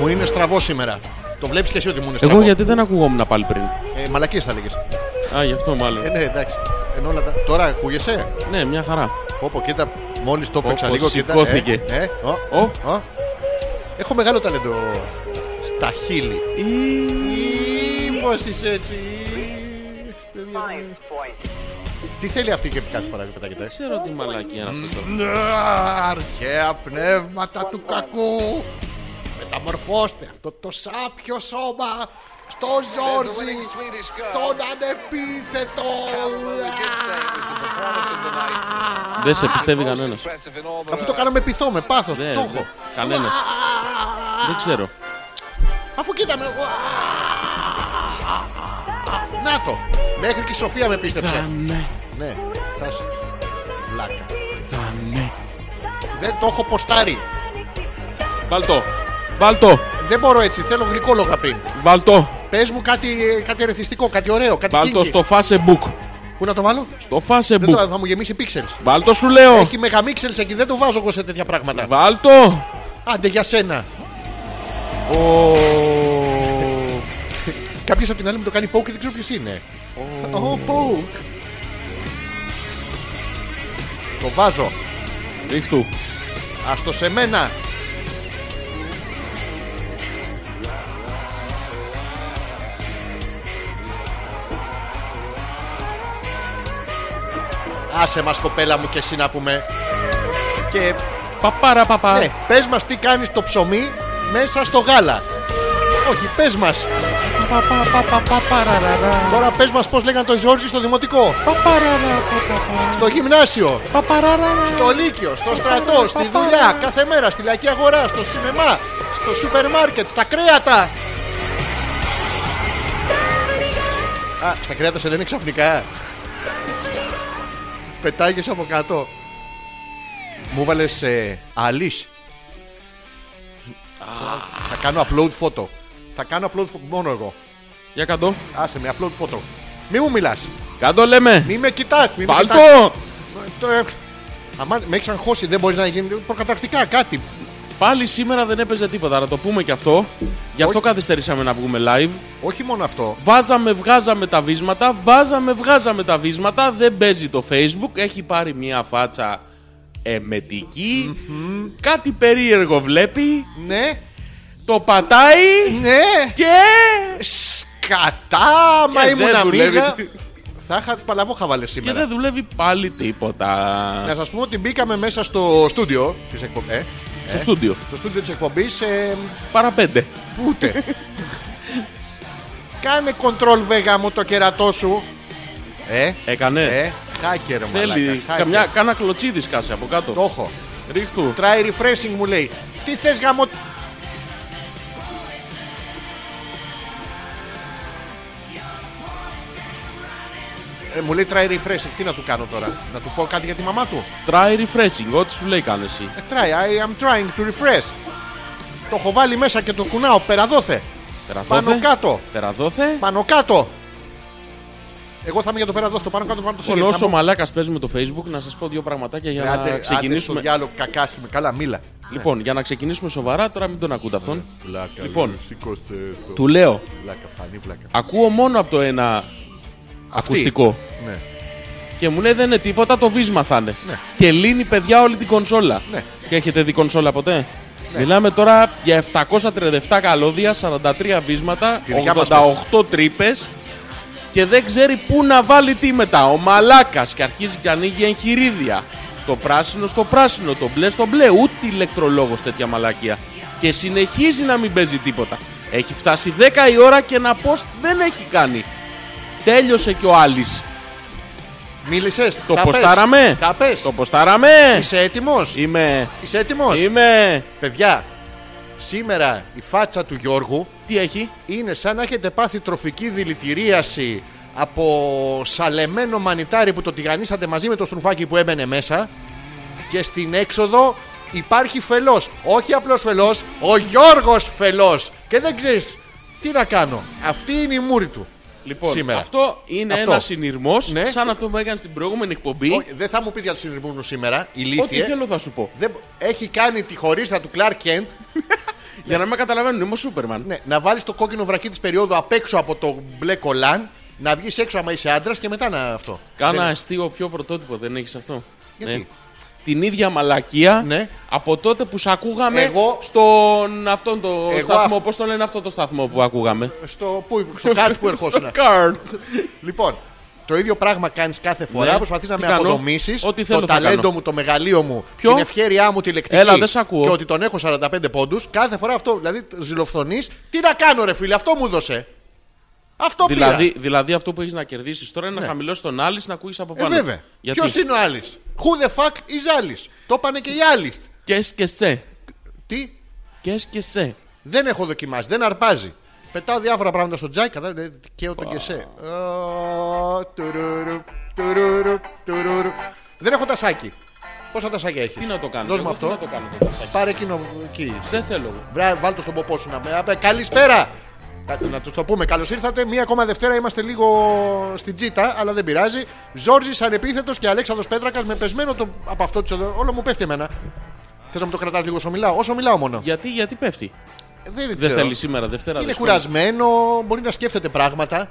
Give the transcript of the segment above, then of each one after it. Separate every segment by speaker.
Speaker 1: Μου είναι στραβό σήμερα. Το βλέπεις και εσύ ότι μου είναι στραβό.
Speaker 2: Εγώ γιατί δεν ακουγόμουν πάλι πριν.
Speaker 1: Ε, Μαλακίες θα λέγε.
Speaker 2: Α, γι' αυτό μάλλον.
Speaker 1: Ε, ναι, εντάξει. Ενώ όλα τα... Τώρα ακούγεσαι.
Speaker 2: Ναι, μια χαρά.
Speaker 1: Όπω κοίτα, μόλις το
Speaker 2: Πω,
Speaker 1: έπαιξα
Speaker 2: πω,
Speaker 1: λίγο. Κοίτα.
Speaker 2: σηκώθηκε.
Speaker 1: Ε, ε, ο,
Speaker 2: Ο,
Speaker 1: ο. Έχω μεγάλο ταλέντο στα χείλη.
Speaker 2: ή...
Speaker 1: Ή, Πώς είσαι έτσι. Είστε διαβολοί. Τι θέλει αυτή και κάθε φορά που τα
Speaker 2: Δεν
Speaker 1: κοιτάς.
Speaker 2: ξέρω τι μαλάκι είναι αυτό το.
Speaker 1: Ναι, Αρχαία πνεύματα του κακού. Μεταμορφώστε αυτό το σάπιο σώμα στο Ζόρζι, τον ανεπίθετο.
Speaker 2: Δεν σε πιστεύει κανένας.
Speaker 1: Αφού το κάναμε πειθό με πάθος, το
Speaker 2: Δεν.
Speaker 1: έχω.
Speaker 2: Κανένας. Δεν ξέρω.
Speaker 1: Αφού κοίταμε. Να το. Μέχρι και η Σοφία με πίστεψε. Ναι, θα σε. Βλάκα. Δεν το έχω ποστάρει.
Speaker 2: Βάλτο. Βάλτο.
Speaker 1: Δεν μπορώ έτσι. Θέλω γλυκό λογαπρίν.
Speaker 2: Βάλτο.
Speaker 1: Πες μου κάτι, κάτι ερεθιστικό, κάτι ωραίο, κάτι
Speaker 2: Βάλτο
Speaker 1: kinky.
Speaker 2: στο Facebook.
Speaker 1: Πού να το βάλω?
Speaker 2: Στο
Speaker 1: Δεν
Speaker 2: Facebook.
Speaker 1: το, θα μου γεμίσει pixels.
Speaker 2: Βάλτο σου λέω.
Speaker 1: Έχει μεγαμίξελ εκεί, δεν το βάζω εγώ σε τέτοια πράγματα.
Speaker 2: Βάλτο.
Speaker 1: Άντε για σένα.
Speaker 2: Ο...
Speaker 1: Κάποιος από την άλλη μου το κάνει poke και δεν ξέρω ποιος είναι. Oh, poke. Το βάζω.
Speaker 2: Ρίχτου.
Speaker 1: Ας το σε μένα. Άσε μας κοπέλα μου και εσύ να πούμε. Και
Speaker 2: Παπάρα παπά.
Speaker 1: ναι, πες μας τι κάνεις το ψωμί μέσα στο γάλα. Όχι, πες μας.
Speaker 2: Παπαπαπαπαπαραραρα.
Speaker 1: Τώρα πες μας πώς λέγανε το Ζόρζι στο δημοτικό,
Speaker 2: Παπαραρα.
Speaker 1: στο γυμνάσιο,
Speaker 2: Παπαραραρα.
Speaker 1: στο Λύκειο, στο στρατό, στη δουλειά, κάθε μέρα, στη λαϊκή αγορά, στο σινεμά, στο σούπερ μάρκετ, στα κρέατα. Α, στα κρέατα σε λένε ξαφνικά. Πετάγεσαι από κάτω. Μου βάλες ε, αλής. Θα κάνω upload photo. Θα κάνω upload photo μόνο εγώ.
Speaker 2: Για κάτω.
Speaker 1: Άσε με upload photo. Μη μου μιλάς.
Speaker 2: Κάτω λέμε.
Speaker 1: Μη με κοιτάς. Μη με κοιτάς.
Speaker 2: Βάλτο.
Speaker 1: Το, ε, αμάν, με έχεις αγχώσει, δεν μπορείς να γίνεις προκαταρκτικά κάτι.
Speaker 2: Πάλι σήμερα δεν έπαιζε τίποτα, να το πούμε και αυτό. Γι' αυτό καθυστερήσαμε να βγούμε live.
Speaker 1: Όχι μόνο αυτό.
Speaker 2: Βάζαμε, βγάζαμε τα βίσματα, βάζαμε, βγάζαμε τα βίσματα. Δεν παίζει το Facebook, έχει πάρει μια φάτσα εμετική. Κάτι περίεργο βλέπει,
Speaker 1: Ναι,
Speaker 2: το πατάει
Speaker 1: ναι.
Speaker 2: και.
Speaker 1: Ε, Σκατά, μα
Speaker 2: Και
Speaker 1: ήμουν
Speaker 2: δεν δουλεύει.
Speaker 1: αμίγα. Θα είχα παλαβό χαβάλε
Speaker 2: Και
Speaker 1: σήμερα.
Speaker 2: δεν δουλεύει πάλι τίποτα.
Speaker 1: Να σας πούμε ότι μπήκαμε μέσα στο στούντιο της εκπομπή. Ε,
Speaker 2: Στο στούντιο.
Speaker 1: στο στούντιο της εκπομπής. Ε,
Speaker 2: Παραπέντε.
Speaker 1: ούτε. Κάνε control βέγα μου το κερατό σου. Ε,
Speaker 2: Έκανε.
Speaker 1: ε, hacker
Speaker 2: Θέλει
Speaker 1: μαλάκα. hacker.
Speaker 2: καμιά, κάνα κλωτσίδι σκάσε από κάτω.
Speaker 1: Το έχω.
Speaker 2: Ρίχτου.
Speaker 1: Try refreshing μου λέει. Τι θες γαμό... Ε, μου λέει try refreshing. Τι να του κάνω τώρα. Να του πω κάτι για τη μαμά του.
Speaker 2: Try refreshing, ό,τι σου λέει κάνε εσύ.
Speaker 1: Ε, try. I am trying to refresh. Το έχω βάλει μέσα και το κουνάω. Περαδόθε.
Speaker 2: Περαδόθε.
Speaker 1: Πάνω κάτω.
Speaker 2: Περαδόθε.
Speaker 1: Πάνω κάτω. Εγώ θα είμαι για το περαδόθε. Το πάνω κάτω πάνω το σε
Speaker 2: Λοιπόν,
Speaker 1: γιατί θα
Speaker 2: όσο
Speaker 1: μου-
Speaker 2: μαλάκας παίζουμε το Facebook, να σας πω δύο πραγματάκια για
Speaker 1: Άντε,
Speaker 2: να
Speaker 1: άντε στο
Speaker 2: ξεκινήσουμε.
Speaker 1: διάλογο κακάσχημα. Καλά μίλα.
Speaker 2: Λοιπόν, για να ξεκινήσουμε σοβαρά, τώρα μην τον ακούτε αυτόν.
Speaker 1: Πλάκα,
Speaker 2: Λοιπόν.
Speaker 1: ρε, σήκωστε το.
Speaker 2: Του λέω,
Speaker 1: Πλάκα, φανή πλάκα.
Speaker 2: ακούω μόνο από το ένα ακουστικό.
Speaker 1: Ναι.
Speaker 2: Και μου λέει δεν είναι τίποτα, το βίσμα θα είναι.
Speaker 1: Ναι.
Speaker 2: Και λύνει παιδιά όλη την κονσόλα.
Speaker 1: Ναι.
Speaker 2: Και έχετε δει κονσόλα ποτέ. Μιλάμε τώρα για 737 καλώδια, 43 βίσματα,
Speaker 1: Τη δικιά μας
Speaker 2: 88 τρύπες και δεν ξέρει πού να βάλει τι μετά. Ο μαλάκας και αρχίζει και ανοίγει εγχειρίδια. Το πράσινο στο πράσινο, το μπλε στο μπλε. Ούτε ηλεκτρολόγος τέτοια μαλακία. Και συνεχίζει να μην παίζει τίποτα. Έχει φτάσει 10 η ώρα και ένα post δεν έχει κάνει. Τέλειωσε και ο Άλλη.
Speaker 1: Μίλησες.
Speaker 2: Το ποστάραμε.
Speaker 1: Τα πες.
Speaker 2: Το ποστάραμε.
Speaker 1: Είσαι έτοιμος.
Speaker 2: Είμαι.
Speaker 1: Είσαι έτοιμος.
Speaker 2: Είμαι.
Speaker 1: Παιδιά, σήμερα η φάτσα του Γιώργου
Speaker 2: Τι έχει.
Speaker 1: είναι σαν να έχετε πάθει τροφική δηλητηρίαση από σαλεμένο μανιτάρι που το τηγανίσατε μαζί με το στρουφάκι που έμπαινε μέσα και στην έξοδο υπάρχει φελός. Όχι απλός φελός, ο Γιώργος φελός. Και δεν ξέρεις τι να κάνω. Αυτή είναι η μούρη του.
Speaker 2: Λοιπόν,
Speaker 1: σήμερα.
Speaker 2: αυτό είναι
Speaker 1: Αυτό.
Speaker 2: ένας συνειρμός
Speaker 1: Ναι.
Speaker 2: σαν αυτό που έκανε στην προηγούμενη εκπομπή.
Speaker 1: Όχι, Ναι. δεν θα μου πεις για τους συνειδημούνους σήμερα,
Speaker 2: Ό,τι
Speaker 1: ηλίθιε.
Speaker 2: θέλω θα σου πω.
Speaker 1: Δεν... μπο- Έχει κάνει τη χωρίστα του Clark Kent
Speaker 2: Για να με καταλαβαίνουν, είμαι ο Σούπερμαν.
Speaker 1: Ναι, να βάλεις το κόκκινο βρακί της περίοδου απ' έξω από το μπλε κολάν, να βγεις έξω άμα είσαι άντρας και μετά να αυτό.
Speaker 2: Κάνα
Speaker 1: Δεν-
Speaker 2: αστείο πιο πρωτότυπο, δεν έχεις αυτό. Ναι.
Speaker 1: Γιατί?
Speaker 2: Την ίδια μαλακία
Speaker 1: Ναι.
Speaker 2: από τότε που σ' ακούγαμε
Speaker 1: Εγώ-
Speaker 2: στον αυτόν το
Speaker 1: Εγώ
Speaker 2: σταθμό.
Speaker 1: αυ-
Speaker 2: Πώς το λένε αυτό το σταθμό που ακούγαμε.
Speaker 1: Στο, πού, στο κάτι που ερχόσουν.
Speaker 2: Στο card.
Speaker 1: λοιπόν, το ίδιο πράγμα κάνεις κάθε φορά.
Speaker 2: Ναι.
Speaker 1: Προσπαθεί να
Speaker 2: Τι
Speaker 1: με
Speaker 2: κάνω?
Speaker 1: αποδομήσεις.
Speaker 2: Ό,τι
Speaker 1: Το
Speaker 2: θέλω θα
Speaker 1: ταλέντο
Speaker 2: κάνω.
Speaker 1: μου, το μεγαλείο μου,
Speaker 2: Ποιο?
Speaker 1: την ευχαίρειά μου, τη λεκτική.
Speaker 2: Έλα, δεν σ' ακούω.
Speaker 1: Και ότι τον έχω 45 πόντους. Κάθε φορά αυτό, δηλαδή ζηλοφθονείς. Τι να κάνω, ρε φίλε, αυτό μου δώσε. Αυτό
Speaker 2: δηλαδή, δηλαδή αυτό που έχεις να κερδίσεις τώρα είναι
Speaker 1: Ναι.
Speaker 2: να χαμηλώσεις τον άλλη να ακούεις από
Speaker 1: πήρα. Ε,
Speaker 2: πάνω.
Speaker 1: βέβαια.
Speaker 2: Γιατί
Speaker 1: Ποιος είναι ο άλλη. Who the fuck is άλλη. Το είπανε και οι άλλοι.
Speaker 2: και σ' και σε.
Speaker 1: Τι,
Speaker 2: Και σ' και σε.
Speaker 1: Δεν έχω δοκιμάσει, δεν αρπάζει. Πετάω διάφορα πράγματα στο τζάκι, κατά ε, καίω τον κεσέ. Α, τουρουρου, τουρουρου, τουρουρου. Δεν έχω τασάκι. Πόσα τασάκια έχεις.
Speaker 2: Τι να το κάνω.
Speaker 1: Δώσ'
Speaker 2: εγώ
Speaker 1: μου
Speaker 2: τι
Speaker 1: αυτό.
Speaker 2: να το κάνω το καφέ.
Speaker 1: Πάρε εκείνο εκεί.
Speaker 2: Δεν θέλω. εγώ.
Speaker 1: Βρα, βάλ το στον ποπό σου να με. απε- Καλησπέρα! Κα- Να τους το πούμε. Καλώς ήρθατε. Μία ακόμα Δευτέρα είμαστε λίγο στην τζίτα, αλλά δεν πειράζει. Ζόρζης ανεπίθετος και Αλέξανδρος Πέτρακας με πεσμένο το... από αυτό τη Όλο μου πέφτει εμένα. Θες να μου το κρατάς λίγο όσο μιλάω. Όσο μιλάω μόνο.
Speaker 2: Γιατί, γιατί πέφτει.
Speaker 1: Δεν,
Speaker 2: Δεν
Speaker 1: ξέρω.
Speaker 2: θέλει σήμερα, Δευτέρα.
Speaker 1: Είναι
Speaker 2: δυσκολία.
Speaker 1: κουρασμένο, μπορεί να σκέφτεται πράγματα.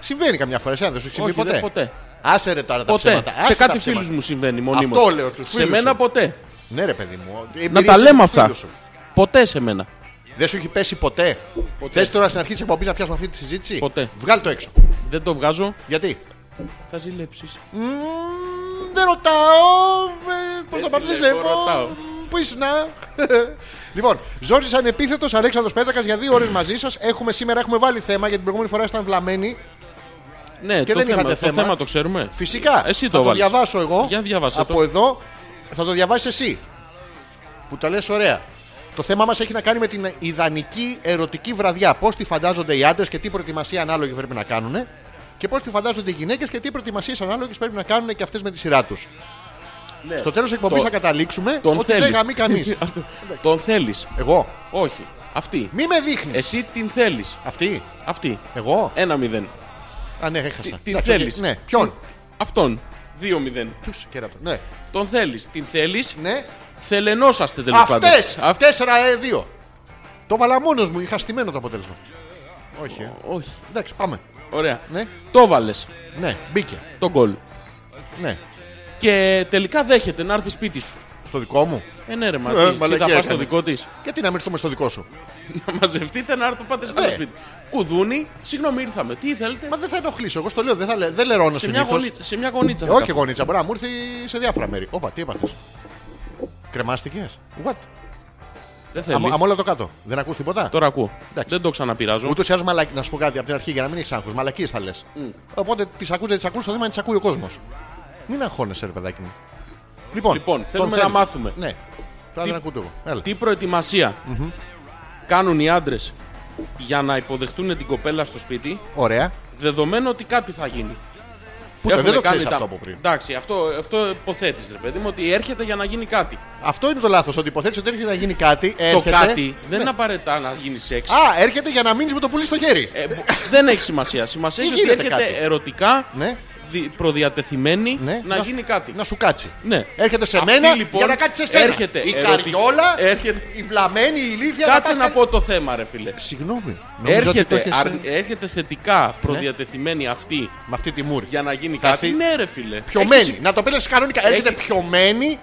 Speaker 1: Συμβαίνει καμιά φορά, εσένα δεν σου έχει συμβεί
Speaker 2: Όχι,
Speaker 1: ποτέ.
Speaker 2: δεν ποτέ.
Speaker 1: Άσε ρε τώρα τα
Speaker 2: Ποτέ.
Speaker 1: ψέματα.
Speaker 2: Σε
Speaker 1: άσε τα
Speaker 2: κάτι
Speaker 1: ψέματα.
Speaker 2: φίλους μου συμβαίνει μονίμως.
Speaker 1: Αυτό λέω, τους
Speaker 2: Σε
Speaker 1: φίλους
Speaker 2: μένα
Speaker 1: σου.
Speaker 2: ποτέ.
Speaker 1: Ναι, ρε παιδί μου.
Speaker 2: Να
Speaker 1: εμπειρίες
Speaker 2: τα λέμε
Speaker 1: από τους
Speaker 2: αυτά.
Speaker 1: φίλους σου.
Speaker 2: Ποτέ σε μένα.
Speaker 1: Δεν σου έχει πέσει ποτέ. ποτέ. Θες τώρα στην αρχή της εκπομπής να πιάσουμε αυτή τη συζήτηση.
Speaker 2: Ποτέ.
Speaker 1: Βγάλ το έξω.
Speaker 2: Δεν το βγάζω.
Speaker 1: Γιατί.
Speaker 2: Θα ζηλέψεις.
Speaker 1: Μμμ, δεν ρωτάω. Ε, Πώς
Speaker 2: Δεν
Speaker 1: το πάμε, δεν
Speaker 2: συλλέγω,
Speaker 1: βλέπω.
Speaker 2: ρωτάω.
Speaker 1: Πού ήσουν, α? Λοιπόν, Ζόρζης ανεπίθετος Αλέξανδρος Πέτρακας για δύο ώρες μαζί σας. Έχουμε σήμερα έχουμε βάλει θέμα γιατί την προηγούμενη φορά ήσταν βλαμμένοι.
Speaker 2: Ναι,
Speaker 1: Και
Speaker 2: το,
Speaker 1: δεν
Speaker 2: θέμα,
Speaker 1: είχατε
Speaker 2: το
Speaker 1: θέμα.
Speaker 2: θέμα το ξέρουμε.
Speaker 1: Φυσικά.
Speaker 2: Ε, Εσύ
Speaker 1: θα
Speaker 2: το
Speaker 1: το
Speaker 2: βάλεις.
Speaker 1: διαβάσω εγώ.
Speaker 2: Για διάβασε
Speaker 1: από
Speaker 2: το.
Speaker 1: εδώ θα το διαβάσεις εσύ. Που τα λες ωραία. Το θέμα μας έχει να κάνει με την ιδανική ερωτική βραδιά. Πώς τη φαντάζονται οι άντρες και τι προετοιμασία ανάλογη πρέπει να κάνουν. Και πώς τη φαντάζονται οι γυναίκες και τι προετοιμασίες ανάλογες πρέπει να κάνουν και αυτές με τη σειρά τους. Στο τέλος της εκπομπής
Speaker 2: Ναι. Το-
Speaker 1: θα καταλήξουμε
Speaker 2: Τον
Speaker 1: ότι δεν
Speaker 2: θέλεις.
Speaker 1: γαμεί κανείς.
Speaker 2: Τον θέλεις.
Speaker 1: Εγώ.
Speaker 2: Όχι. Αυτή.
Speaker 1: Μη με δείχνεις.
Speaker 2: Εσύ την θέλεις.
Speaker 1: Αυτή.
Speaker 2: Αυτή.
Speaker 1: Εγώ.
Speaker 2: Ένα μηδέν.
Speaker 1: Α, ναι, έχασα.
Speaker 2: Τι- τι
Speaker 1: Εντάξει,
Speaker 2: θέλεις.
Speaker 1: Ναι, ποιον.
Speaker 2: Αυτόν. Δύο μηδέν.
Speaker 1: Ποιους, κέρατο. Ναι,
Speaker 2: Τον θέλεις. Την θέλεις.
Speaker 1: ναι.
Speaker 2: Θελενόσαστε τέλος πάντων.
Speaker 1: Αυτές!
Speaker 2: Αυτ-
Speaker 1: Αυτέ ραε ε, δύο. Το βάλα μόνο μου, είχα στημένο το αποτέλεσμα. Όχι. ε.
Speaker 2: Όχι.
Speaker 1: Εντάξει, πάμε.
Speaker 2: Ωραία.
Speaker 1: Ναι,
Speaker 2: Το βάλες.
Speaker 1: ναι, μπήκε.
Speaker 2: Το γκολ.
Speaker 1: Ναι.
Speaker 2: Και τελικά δέχεται να έρθει σπίτι σου.
Speaker 1: Στο δικό μου.
Speaker 2: Ε, ναι, ρε, μα
Speaker 1: Ε,
Speaker 2: τι, εσύ
Speaker 1: μαλακία
Speaker 2: θα πας στο
Speaker 1: έκανε.
Speaker 2: δικό της.
Speaker 1: Γιατί να μην έρθουμε στο δικό σου.
Speaker 2: να μαζευτείτε να έρθω πάτε σε άλλο
Speaker 1: Ναι.
Speaker 2: σπίτι. Κουδούνι, συγγνώμη, ήρθαμε. Τι θέλετε,
Speaker 1: Μα δεν θα ενοχλήσω. Εγώ στο λέω, δεν, θα, λε- δεν λερώνω
Speaker 2: σε μια,
Speaker 1: συνήθως.
Speaker 2: γωνίτσα, σε μια γωνίτσα. θα
Speaker 1: Ε, Όχι
Speaker 2: κάθομαι.
Speaker 1: γονίτσα, μπορεί να μου έρθει σε διάφορα μέρη. Όπα, τι έπαθες. Κρεμάστηκες. What.
Speaker 2: Δεν
Speaker 1: Αμ,
Speaker 2: θέλει.
Speaker 1: αμ' όλα το κάτω. Δεν ακούς τίποτα.
Speaker 2: Τώρα ακούω.
Speaker 1: Εντάξει.
Speaker 2: Δεν το ξαναπειράζω.
Speaker 1: Ούτως ή άλλως, μαλακ... να σου πω κάτι από την αρχή για να μην έχεις άγχος. Μαλακίες θα λες. Οπότε τις ακούς, δεν τις ακούς, το θέμα είναι τις ακούει ο κόσμος. Μην αγχώνεσαι, ρε παιδάκι μου. Λοιπόν,
Speaker 2: Λοιπόν,
Speaker 1: τον
Speaker 2: θέλουμε να
Speaker 1: θέλεις.
Speaker 2: μάθουμε.
Speaker 1: Ναι. Τώρα δεν ακούω το εγώ. Έλα.
Speaker 2: Τι προετοιμασια κάνουν οι άντρες για να υποδεχτούν την κοπέλα στο σπίτι,
Speaker 1: Ωραία.
Speaker 2: δεδομένου ότι κάτι θα γίνει.
Speaker 1: Πού το,
Speaker 2: Έχουνε
Speaker 1: δεν το
Speaker 2: κάνει τα-
Speaker 1: ξέρει αυτό από πριν.
Speaker 2: Εντάξει, αυτό, αυτό υποθέτεις, ρε παιδί μου, ότι έρχεται για να γίνει κάτι.
Speaker 1: Αυτό είναι το λάθος. Ότι υποθέτεις ότι έρχεται να γίνει κάτι. Έρχεται...
Speaker 2: Το κάτι δεν
Speaker 1: Ναι.
Speaker 2: είναι απαραίτητα να γίνει σεξ.
Speaker 1: Α, έρχεται για να μείνεις με το πουλί στο χέρι.
Speaker 2: Ε, μπο- δεν έχει σημασία. Σημασία
Speaker 1: Τι
Speaker 2: έχει ότι
Speaker 1: γίνεται
Speaker 2: έρχεται
Speaker 1: κάτι.
Speaker 2: ερωτικά,
Speaker 1: Ναι.
Speaker 2: δι- προδιατεθειμένη
Speaker 1: Ναι.
Speaker 2: να, γίνει κάτι.
Speaker 1: Να σου κάτσει.
Speaker 2: Ναι.
Speaker 1: Έρχεται σε
Speaker 2: Αυτή,
Speaker 1: μένα
Speaker 2: λοιπόν,
Speaker 1: για να κάτσει σε σένα.
Speaker 2: έρχεται
Speaker 1: η
Speaker 2: ερωτική-
Speaker 1: καριόλα,
Speaker 2: έρχεται-
Speaker 1: η βλαμένη, η ηλίθια.
Speaker 2: Ναι. Κάτσε
Speaker 1: πας
Speaker 2: να
Speaker 1: κάτι-
Speaker 2: πω το θέμα, ρε φίλε.
Speaker 1: Συγγνώμη. Νομίζω ότι το
Speaker 2: Έρχεται,
Speaker 1: έχεις,
Speaker 2: αρ-
Speaker 1: ε,
Speaker 2: έρχεται θετικά προδιατεθειμένη αυτή
Speaker 1: Με αυτή τη μούρη.
Speaker 2: για να γίνει
Speaker 1: Θα
Speaker 2: κάτι.
Speaker 1: έρθει
Speaker 2: Ναι, ρε φίλε.
Speaker 1: Πιωμένη.
Speaker 2: Έχεις-
Speaker 1: Να το παίρνει κανονικά. Έρχεται
Speaker 2: Έχει-
Speaker 1: πιωμένη.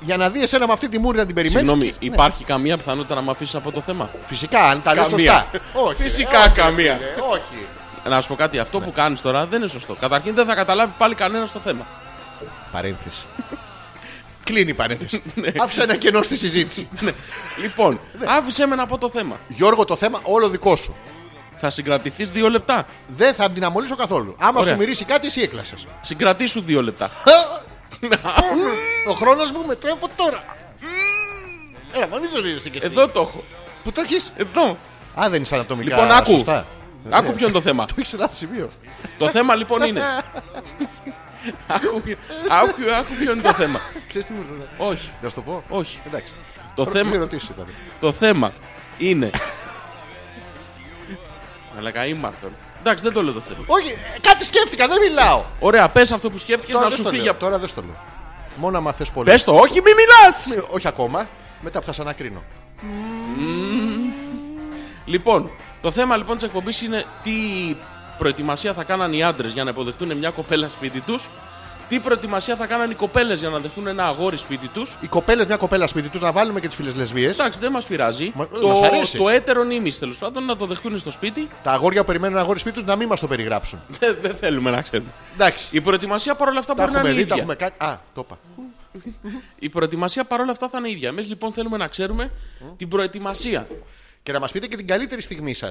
Speaker 1: Για να δει εσένα με αυτή τη μούρη να την περιμένεις.
Speaker 2: Συγγνώμη, υπάρχει καμία πιθανότητα να με αφήσεις από το θέμα.
Speaker 1: Φυσικά, αν τα λες
Speaker 2: Καμία.
Speaker 1: σωστά. όχι,
Speaker 2: Φυσικά
Speaker 1: όχι,
Speaker 2: καμία.
Speaker 1: ρε, Ναι. όχι.
Speaker 2: Να σου πω κάτι, αυτό που κάνεις τώρα δεν είναι σωστό. Καταρχήν δεν θα καταλάβει πάλι κανένας το θέμα.
Speaker 1: Παρένθεση. Κλείνει η παρένθεση.
Speaker 2: Ναι.
Speaker 1: Άφησα ένα κενό στη συζήτηση.
Speaker 2: λοιπόν,
Speaker 1: Ναι.
Speaker 2: άφησε με να πω το θέμα.
Speaker 1: Γιώργο, το θέμα όλο δικό σου.
Speaker 2: Θα συγκρατηθείς δύο λεπτά.
Speaker 1: Δεν θα δυναμολύσω καθόλου. Άμα
Speaker 2: Ωραία.
Speaker 1: σου μυρίσει κάτι, εσύ έκλασες.
Speaker 2: Συγκρατήσου δύο λεπτά.
Speaker 1: Ο χρόνος μου μετράει από τώρα. Έλα, μα μην ζωρίζεσαι κι εσύ.
Speaker 2: Εδώ το έχω.
Speaker 1: Που το έχεις.
Speaker 2: Εδώ.
Speaker 1: Α, δεν είσαι ανατομικά.
Speaker 2: Λοιπόν, άκου.
Speaker 1: Σωστά. Ναι.
Speaker 2: Άκου ποιο είναι το θέμα.
Speaker 1: Το έχει λάθο σημείο.
Speaker 2: το θέμα λοιπόν είναι. άκου, άκου, άκου ποιο είναι το θέμα.
Speaker 1: Ξέρεις τι μου ρωτάει.
Speaker 2: Όχι,
Speaker 1: Να σου το πω.
Speaker 2: όχι.
Speaker 1: Εντάξει.
Speaker 2: Το
Speaker 1: Ρω-
Speaker 2: θέμα-
Speaker 1: μη ρωτήσεις ήταν.
Speaker 2: Το θέμα είναι. Μαλακά ήμαρτον. Εντάξει, δεν το λέω το θέμα.
Speaker 1: Όχι, ε, κάτι σκέφτηκα, δεν μιλάω.
Speaker 2: Ωραία, πες αυτό που σκέφτηκες
Speaker 1: Τώρα
Speaker 2: να
Speaker 1: δεν
Speaker 2: σου
Speaker 1: στο
Speaker 2: φύγει
Speaker 1: λέω,
Speaker 2: από.
Speaker 1: Τώρα δεν στο λέω. Μόνο άμα θες πολύ.
Speaker 2: Πες το, όχι, μη μιλάς!
Speaker 1: Όχι ακόμα. Μετά που θα σε ανακρίνω.
Speaker 2: Λοιπόν, το θέμα λοιπόν της εκπομπής είναι τι προετοιμασία θα κάναν οι άντρες για να υποδεχτούν μια κοπέλα σπίτι τους, τι προετοιμασία θα κάναν οι κοπέλες για να δεχτούν ένα αγόρι σπίτι τους.
Speaker 1: Οι κοπέλες, μια κοπέλα σπίτι τους, να βάλουμε και τις φίλες λεσβείε.
Speaker 2: Εντάξει, δεν μας πειράζει.
Speaker 1: Μα- μας
Speaker 2: το,
Speaker 1: αρέσει.
Speaker 2: το έτερο νήμι τέλος πάντων να το δεχτούν στο σπίτι.
Speaker 1: Τα αγόρια που περιμένουν αγόρι σπίτι τους να μην μας το περιγράψουν.
Speaker 2: Δεν δεν θέλουμε να ξέρουμε.
Speaker 1: Εντάξει.
Speaker 2: Η προετοιμασία παρόλα αυτά
Speaker 1: Τα
Speaker 2: μπορεί να είναι
Speaker 1: έχουμε
Speaker 2: η
Speaker 1: δει, τα
Speaker 2: ίδια.
Speaker 1: έχουμε κάνει. Α, το είπα.
Speaker 2: Η προετοιμασία παρόλα αυτά θα είναι η ίδια. Εμείς λοιπόν θέλουμε να ξέρουμε την προετοιμασία.
Speaker 1: Και να μας πείτε και την καλύτερη στιγμή σας.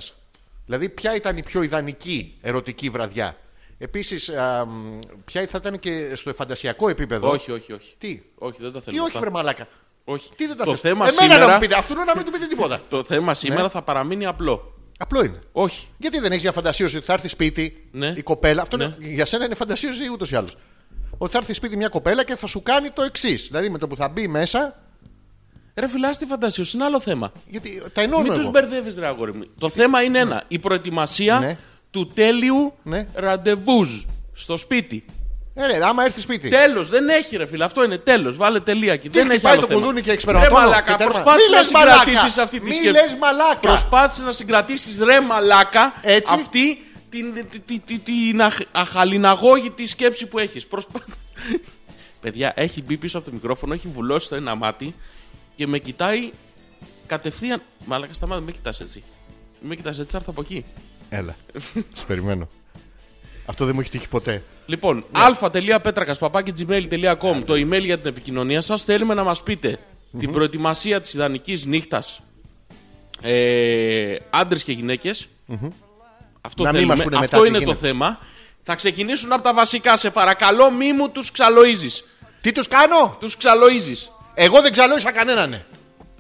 Speaker 1: Δηλαδή, ποια ήταν η πιο ιδανική ερωτική βραδιά. Επίσης, ποια θα ήταν και στο φαντασιακό επίπεδο.
Speaker 2: Όχι, όχι, όχι.
Speaker 1: Τι,
Speaker 2: Όχι, δεν τα
Speaker 1: τι
Speaker 2: θέλουμε.
Speaker 1: όχι,
Speaker 2: αυτά.
Speaker 1: βρε μαλάκα.
Speaker 2: όχι.
Speaker 1: Τι δεν τα
Speaker 2: το
Speaker 1: θες.
Speaker 2: θέμα
Speaker 1: Εμένα
Speaker 2: σήμερα,
Speaker 1: να μου πείτε, Ναι. αυτού να μην του πείτε τίποτα.
Speaker 2: Το θέμα σήμερα θα παραμείνει απλό.
Speaker 1: Απλό είναι.
Speaker 2: Όχι.
Speaker 1: Γιατί δεν έχεις μια φαντασίωση ότι θα έρθει σπίτι
Speaker 2: Ναι.
Speaker 1: η κοπέλα. Αυτό
Speaker 2: Ναι.
Speaker 1: είναι- για σένα είναι φαντασίωση ούτως ή άλλως. Ότι θα έρθει σπίτι μια κοπέλα και θα σου κάνει το εξής. Δηλαδή με το που θα μπει μέσα.
Speaker 2: Ρε φιλάστη φαντασίως, είναι άλλο θέμα.
Speaker 1: Γιατί τα ενώνω.
Speaker 2: Μην
Speaker 1: εγώ.
Speaker 2: τους μπερδεύεις, ρε αγόρι μου. Το θέμα είναι ένα. Η προετοιμασία
Speaker 1: Ναι.
Speaker 2: του τέλειου
Speaker 1: Ναι.
Speaker 2: ραντεβούζ στο σπίτι.
Speaker 1: Ε, ρε, άμα έρθει σπίτι.
Speaker 2: Τέλος, δεν έχει ρε φίλε. Αυτό είναι τέλος. Βάλε τελεία εκεί. Δεν έχει
Speaker 1: χτυπάει
Speaker 2: άλλο
Speaker 1: το
Speaker 2: θέμα.
Speaker 1: κουδούνι και
Speaker 2: Ρε
Speaker 1: εξπερματώνω και
Speaker 2: μαλάκα,
Speaker 1: τέρμα.
Speaker 2: προσπάθησε
Speaker 1: Μη
Speaker 2: να
Speaker 1: λες μαλάκα.
Speaker 2: συγκρατήσεις αυτή τη
Speaker 1: Μη
Speaker 2: σκέψη.
Speaker 1: λες μαλάκα.
Speaker 2: Προσπάθησε να συγκρατήσεις ρε μαλάκα
Speaker 1: Έτσι.
Speaker 2: αυτή την, τη- τη- τη- την αχ- αχαλιναγώγητη σκέψη που έχεις. Παιδιά, έχει μπει πίσω από το μικρόφωνο, έχει βουλώσει το ένα μάτι και με κοιτάει κατευθείαν. Μαλάκα, σταμάτα, μην με κοιτάς έτσι. Μην με κοιτάς έτσι, θα έρθω από εκεί.
Speaker 1: Έλα. Σε περιμένω. Αυτό δεν μου έχει τύχει ποτέ.
Speaker 2: Λοιπόν,
Speaker 1: Ναι.
Speaker 2: αλφα.πέτρακα.gmail.com το email για την επικοινωνία σας. Θέλουμε να μας πείτε την προετοιμασία της ιδανικής νύχτας ε, άντρες και γυναικες Αυτό,
Speaker 1: Να μην
Speaker 2: θέλουμε.
Speaker 1: μας πούνε μετά
Speaker 2: Αυτό
Speaker 1: τι
Speaker 2: είναι το
Speaker 1: γίνεται.
Speaker 2: θέμα. Θα ξεκινήσουν από τα βασικά. Σε παρακαλώ μη μου τους ξαλοίζεις.
Speaker 1: Τι τους κάνω!
Speaker 2: Τους ξαλοίζεις.
Speaker 1: Εγώ δεν ξαλώσα κανέναν. Ναι.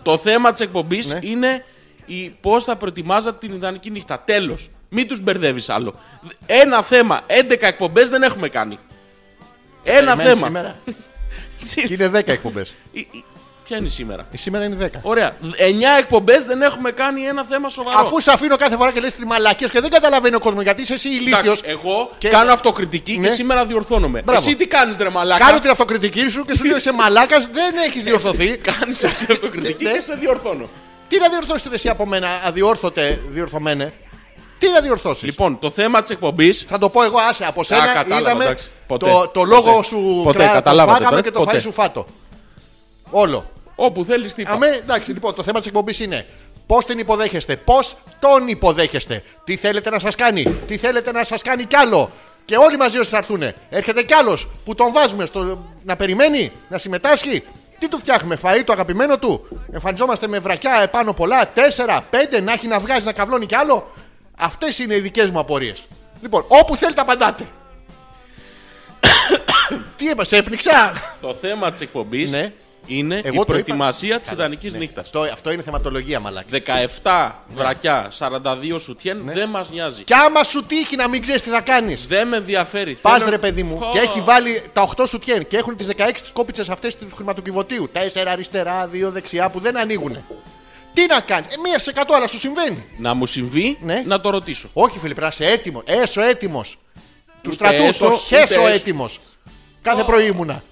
Speaker 2: Το θέμα της εκπομπής
Speaker 1: Ναι.
Speaker 2: είναι η, πώς θα προετοιμάζατε την ιδανική νύχτα. Τέλος. Μην τους μπερδεύεις άλλο. Ένα θέμα, 11 εκπομπές δεν έχουμε κάνει. Ένα
Speaker 1: Περιμένεις
Speaker 2: θέμα.
Speaker 1: Σήμερα.
Speaker 2: Σήμερα.
Speaker 1: Και είναι 10 εκπομπές.
Speaker 2: Η- η- Ποια είναι η σήμερα.
Speaker 1: Σήμερα είναι 10.
Speaker 2: Ωραία. 9 εκπομπές δεν έχουμε κάνει ένα θέμα σοβαρό.
Speaker 1: Αφού σε αφήνω κάθε φορά και λες τη μαλακία και δεν καταλαβαίνει ο κόσμος γιατί είσαι εσύ
Speaker 2: Εντάξει,
Speaker 1: ηλίθιο.
Speaker 2: εγώ
Speaker 1: και-
Speaker 2: κάνω αυτοκριτική
Speaker 1: Ναι.
Speaker 2: και σήμερα διορθώνομαι.
Speaker 1: Μπράβο.
Speaker 2: Εσύ τι κάνεις, ρε Μαλάκα.
Speaker 1: Κάνω την αυτοκριτική σου και σου λέω είσαι μαλάκας, δεν έχεις διορθωθεί.
Speaker 2: Κάνεις αυτοκριτική
Speaker 1: Ναι.
Speaker 2: και σε διορθώνω.
Speaker 1: Τι να διορθώσετε εσύ από μένα, αδιόρθωτε, διορθωμένε. Τι να διορθώσεις.
Speaker 2: Λοιπόν, το θέμα της εκπομπής.
Speaker 1: Θα το πω εγώ, άσε από σένα.
Speaker 2: κατάλαβα,
Speaker 1: είδαμε
Speaker 2: εντάξει. Ποτέ.
Speaker 1: το, το λόγο
Speaker 2: Ποτέ.
Speaker 1: σου
Speaker 2: Ποτέ,
Speaker 1: κρα- το
Speaker 2: καταλάβατε
Speaker 1: φάγαμε
Speaker 2: τώρα,
Speaker 1: και το
Speaker 2: ποτέ.
Speaker 1: φάει σου φάτο. Όλο.
Speaker 2: Όπου θέλεις τι.
Speaker 1: Αμέ, εντάξει, λοιπόν, το θέμα της εκπομπής είναι πώς την υποδέχεστε, πώς τον υποδέχεστε, τι θέλετε να σας κάνει, τι θέλετε να σας κάνει κι άλλο. Και όλοι μαζί όσοι θα έρθουν. Έρχεται κι άλλος που τον βάζουμε στο, να περιμένει, να συμμετάσχει. Τι του φτιάχνουμε, φαΐ το αγαπημένο του. Εμφανιζόμαστε με βρακιά επάνω πολλά, τέσσερα, πέντε, να έχει να βγάζει, να καβλώνει κι άλλο. Αυτές είναι οι δικές μου απορίες. Λοιπόν, όπου θέλετε απαντάτε. Τι είπα, σε έπνιξα.
Speaker 2: Το θέμα της εκπομπής
Speaker 1: Ναι.
Speaker 2: είναι
Speaker 1: το
Speaker 2: η
Speaker 1: είπα. Ναι.
Speaker 2: προετοιμασία της ιδανική νύχτα.
Speaker 1: Αυτό, αυτό είναι θεματολογία, μαλάκα.
Speaker 2: 17 βρακιά, 42 σουτιέν δεν μας νοιάζει.
Speaker 1: Ναι. Κι άμα σου τύχει να μην ξέρεις τι θα κάνεις.
Speaker 2: Δεν με ενδιαφέρει.
Speaker 1: Πας
Speaker 2: Θέλω-
Speaker 1: ρε παιδί μου
Speaker 2: Πω.
Speaker 1: και έχει βάλει τα 8 σου τιέν και έχουν τις 16 τις κόπιτσες αυτές του χρηματοκιβωτίου. Τέσσερα αριστερά, δύο δεξιά που δεν ανοίγουν. Τι να κάνει, ε, μία σε 100 αλλά σου συμβαίνει.
Speaker 2: Να μου συμβεί
Speaker 1: Ναι.
Speaker 2: να το ρωτήσω.
Speaker 1: Όχι φίλε, πρέπει να είσαι έτοιμος. Έσω έτοιμος. Του
Speaker 2: Ούτε
Speaker 1: στρατού,
Speaker 2: έσω,
Speaker 1: το
Speaker 2: ούτε
Speaker 1: χέσω
Speaker 2: έσω.
Speaker 1: έτοιμος. Κάθε πρωί ήμουνα.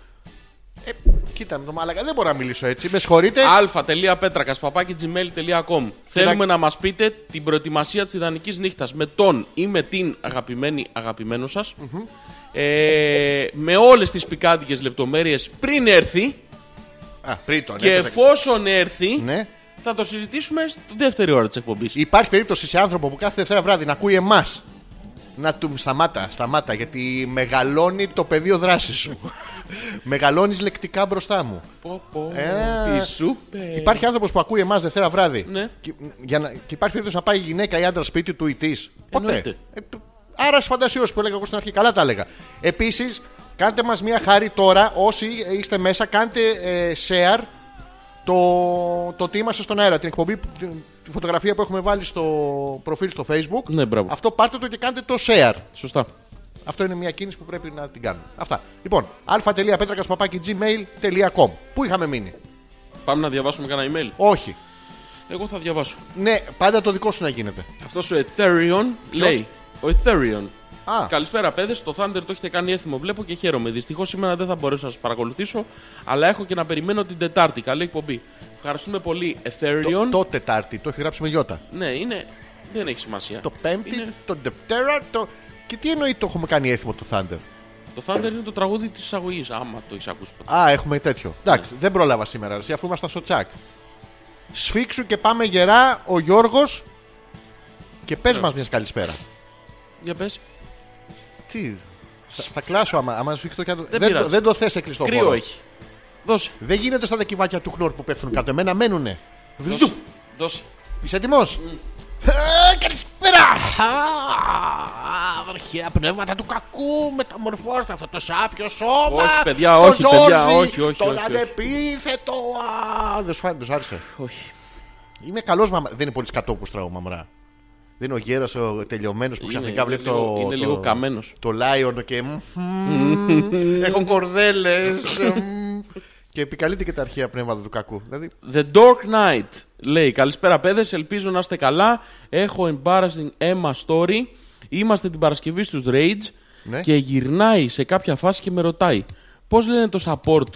Speaker 1: Ε, κοίτα με το μάλακα, δεν μπορώ να μιλήσω έτσι. Με συγχωρείτε.
Speaker 2: αλφα.πέτρακα.gmail.com Θέλουμε να μας πείτε την προετοιμασία της ιδανικής νύχτας με τον ή με την αγαπημένη αγαπημένο σας ε, με όλες τις πικάντικες λεπτομέρειες πριν
Speaker 1: Ναι,
Speaker 2: έρθει
Speaker 1: Α, πριν τον
Speaker 2: και
Speaker 1: έπαιζα.
Speaker 2: εφόσον έρθει
Speaker 1: Ναι.
Speaker 2: θα το συζητήσουμε στη δεύτερη ώρα της εκπομπής.
Speaker 1: Υπάρχει περίπτωση σε άνθρωπο που κάθε Δευτέρα βράδυ να ακούει εμάς. Να του σταμάτα, σταμάτα, γιατί μεγαλώνει το πεδίο δράσης σου. Μεγαλώνεις λεκτικά μπροστά μου.
Speaker 2: Πω, πω,
Speaker 1: Ε,
Speaker 2: τι σου πε.
Speaker 1: Υπάρχει άνθρωπος που ακούει εμάς Δευτέρα βράδυ.
Speaker 2: Ναι.
Speaker 1: Και, για να, και υπάρχει περίπτωση να πάει η γυναίκα ή άντρα σπίτι του ή της.
Speaker 2: Εννοείται.
Speaker 1: Ε, π- άρα φαντασιό που έλεγα εγώ στην αρχή. Καλά τα έλεγα. Επίσης, κάντε μας μία χάρη τώρα. Όσοι είστε μέσα, κάντε ε, share το, το ότι είμαστε στον αέρα. Την εκπομπή, που- την- τη φωτογραφία που έχουμε βάλει στο προφίλ στο facebook.
Speaker 2: Ναι, μπράβο.
Speaker 1: Αυτό πάρτε το και κάντε το share.
Speaker 2: Σωστά.
Speaker 1: Αυτό είναι μια κίνηση που πρέπει να την κάνουμε. Αυτά. Λοιπόν, α.πέτρακα.gmail.com Πού είχαμε μείνει.
Speaker 2: Πάμε να διαβάσουμε κανένα email.
Speaker 1: Όχι.
Speaker 2: Εγώ θα διαβάσω.
Speaker 1: Ναι, πάντα το δικό σου να γίνεται.
Speaker 2: Αυτός ο Ethereum λέει. Ο Ethereum.
Speaker 1: Α.
Speaker 2: Καλησπέρα, παιδες. Το Thunder το έχετε κάνει έθιμο, βλέπω και χαίρομαι. Δυστυχώς σήμερα δεν θα μπορέσω να σας παρακολουθήσω, αλλά έχω και να περιμένω την Τετάρτη. Καλή εκπομπή. Ευχαριστούμε πολύ, Ethereum.
Speaker 1: Το, το Τετάρτη, το έχει γράψει με Ιώτα.
Speaker 2: Ναι, είναι. Δεν έχει σημασία.
Speaker 1: Το Πέμπτη,
Speaker 2: Είναι-
Speaker 1: το Δευτέρα, το. Και τι εννοεί το έχουμε κάνει έθιμο το Thunder.
Speaker 2: Το Thunder είναι το τραγούδι της εισαγωγής. Άμα το έχει ακούσει ποτέ.
Speaker 1: Α, έχουμε τέτοιο.
Speaker 2: Ναι.
Speaker 1: Εντάξει, δεν πρόλαβα σήμερα, ρε, αφού ήμασταν στο τσακ. Σφίξου και πάμε γερά, ο Γιώργος. Και πες
Speaker 2: Ναι.
Speaker 1: μας μιας καλησπέρα.
Speaker 2: Για πες.
Speaker 1: Τι. Θα, θα κλάσω άμα, άμα σφίξει το κάτω. Δεν, το,
Speaker 2: πειράζει.
Speaker 1: δεν το θες, εκκλειστό
Speaker 2: Κρύο
Speaker 1: χώρο.
Speaker 2: έχει. Δώσε.
Speaker 1: Δεν γίνεται στα δεκιβάκια του χλόρ που πέφτουν κάτω. Εμένα μένουνε.
Speaker 2: Δώσε.
Speaker 1: Βδου.
Speaker 2: Δώσε.
Speaker 1: Είσαι έτοιμος.
Speaker 2: Mm.
Speaker 1: Καλησπέρα! Α, Αρχαία πνεύματα του κακού μεταμορφώστε αυτό το σάπιο σώμα!
Speaker 2: Όχι, παιδιά,
Speaker 1: το
Speaker 2: όχι, παιδιά,
Speaker 1: ζόρζι,
Speaker 2: όχι, όχι,
Speaker 1: Τον
Speaker 2: όχι, όχι.
Speaker 1: ανεπίθετο! Α, Δεν σου φάνηκε, δεν σου άρεσε.
Speaker 2: Όχι.
Speaker 1: Είναι καλό μαμά. Δεν είναι πολύ σκατόπου τραγούμα μαμρά. Δεν είναι ο γέρος ο τελειωμένος που
Speaker 2: Είναι-
Speaker 1: ξαφνικά
Speaker 2: είναι
Speaker 1: βλέπει
Speaker 2: λίγο-
Speaker 1: το.
Speaker 2: είναι
Speaker 1: το-
Speaker 2: λίγο καμένος.
Speaker 1: Το Λάιον και. μμμ, Έχω κορδέλε. Και επικαλείται και τα αρχαία πνεύματα του κακού. Δηλαδή.
Speaker 2: The Dark Knight λέει Καλησπέρα παιδες, ελπίζω να είστε καλά Έχω embarrassing Emma story Είμαστε την Παρασκευή στους Rage
Speaker 1: Ναι.
Speaker 2: Και γυρνάει σε κάποια φάση και με ρωτάει Πώς λένε το support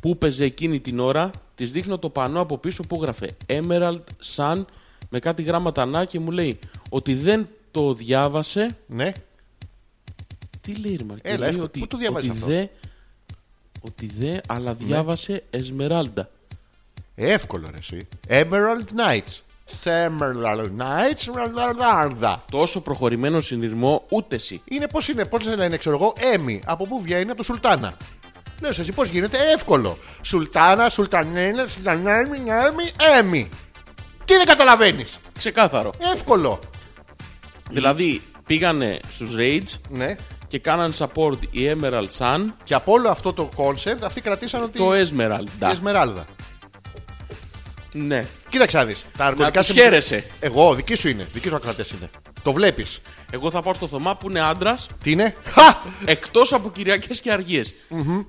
Speaker 2: που παίζε εκείνη την ώρα Της δείχνω το πανό από πίσω που γράφε Emerald Sun Με κάτι γράμματα να και μου λέει Ότι δεν το διάβασε
Speaker 1: Ναι.
Speaker 2: Τι λέει ρε Μαρκέ,
Speaker 1: Έλα,
Speaker 2: λέει
Speaker 1: εύκολο. Πού το διαβάζεις
Speaker 2: ότι
Speaker 1: αυτό? Ναι.
Speaker 2: Δε, ότι δε, αλλά διάβασε Esmeralda
Speaker 1: Εύκολο ρε εσύ. Emerald Knights. Emerald Knights. Ραλαλάλδα.
Speaker 2: Τόσο προχωρημένο συνειρμό ούτε εσύ
Speaker 1: Είναι πώς είναι, πώς να είναι, ξέρω εγώ, Έμι. Από πού βγαίνει, από το Σουλτάνα. Λέω σε εσύ πώς γίνεται, εύκολο. Σουλτάνα, Σουλτανένα, Σουλτανέμι, Έμι, Έμι. Τι δεν καταλαβαίνεις.
Speaker 2: Ξεκάθαρο.
Speaker 1: Εύκολο.
Speaker 2: Δηλαδή πήγανε στους Rage
Speaker 1: Ναι.
Speaker 2: και κάναν support η Emerald Sun
Speaker 1: Και από όλο αυτό το κόνσεπτ αυτοί κρατήσαν ότι.
Speaker 2: το
Speaker 1: η
Speaker 2: Esmeralda.
Speaker 1: Εσμεράλδα.
Speaker 2: Ναι.
Speaker 1: Κοίταξε να δεις. Τα αρκωτικά
Speaker 2: τους
Speaker 1: συμβου-
Speaker 2: χαίρεσαι.
Speaker 1: Εγώ, δική σου είναι. Δική σου ακρατέ είναι. Το βλέπεις.
Speaker 2: Εγώ θα πάω στο Θωμά που είναι άντρας
Speaker 1: Τι είναι. Χα!
Speaker 2: εκτός από Κυριακές και αργιε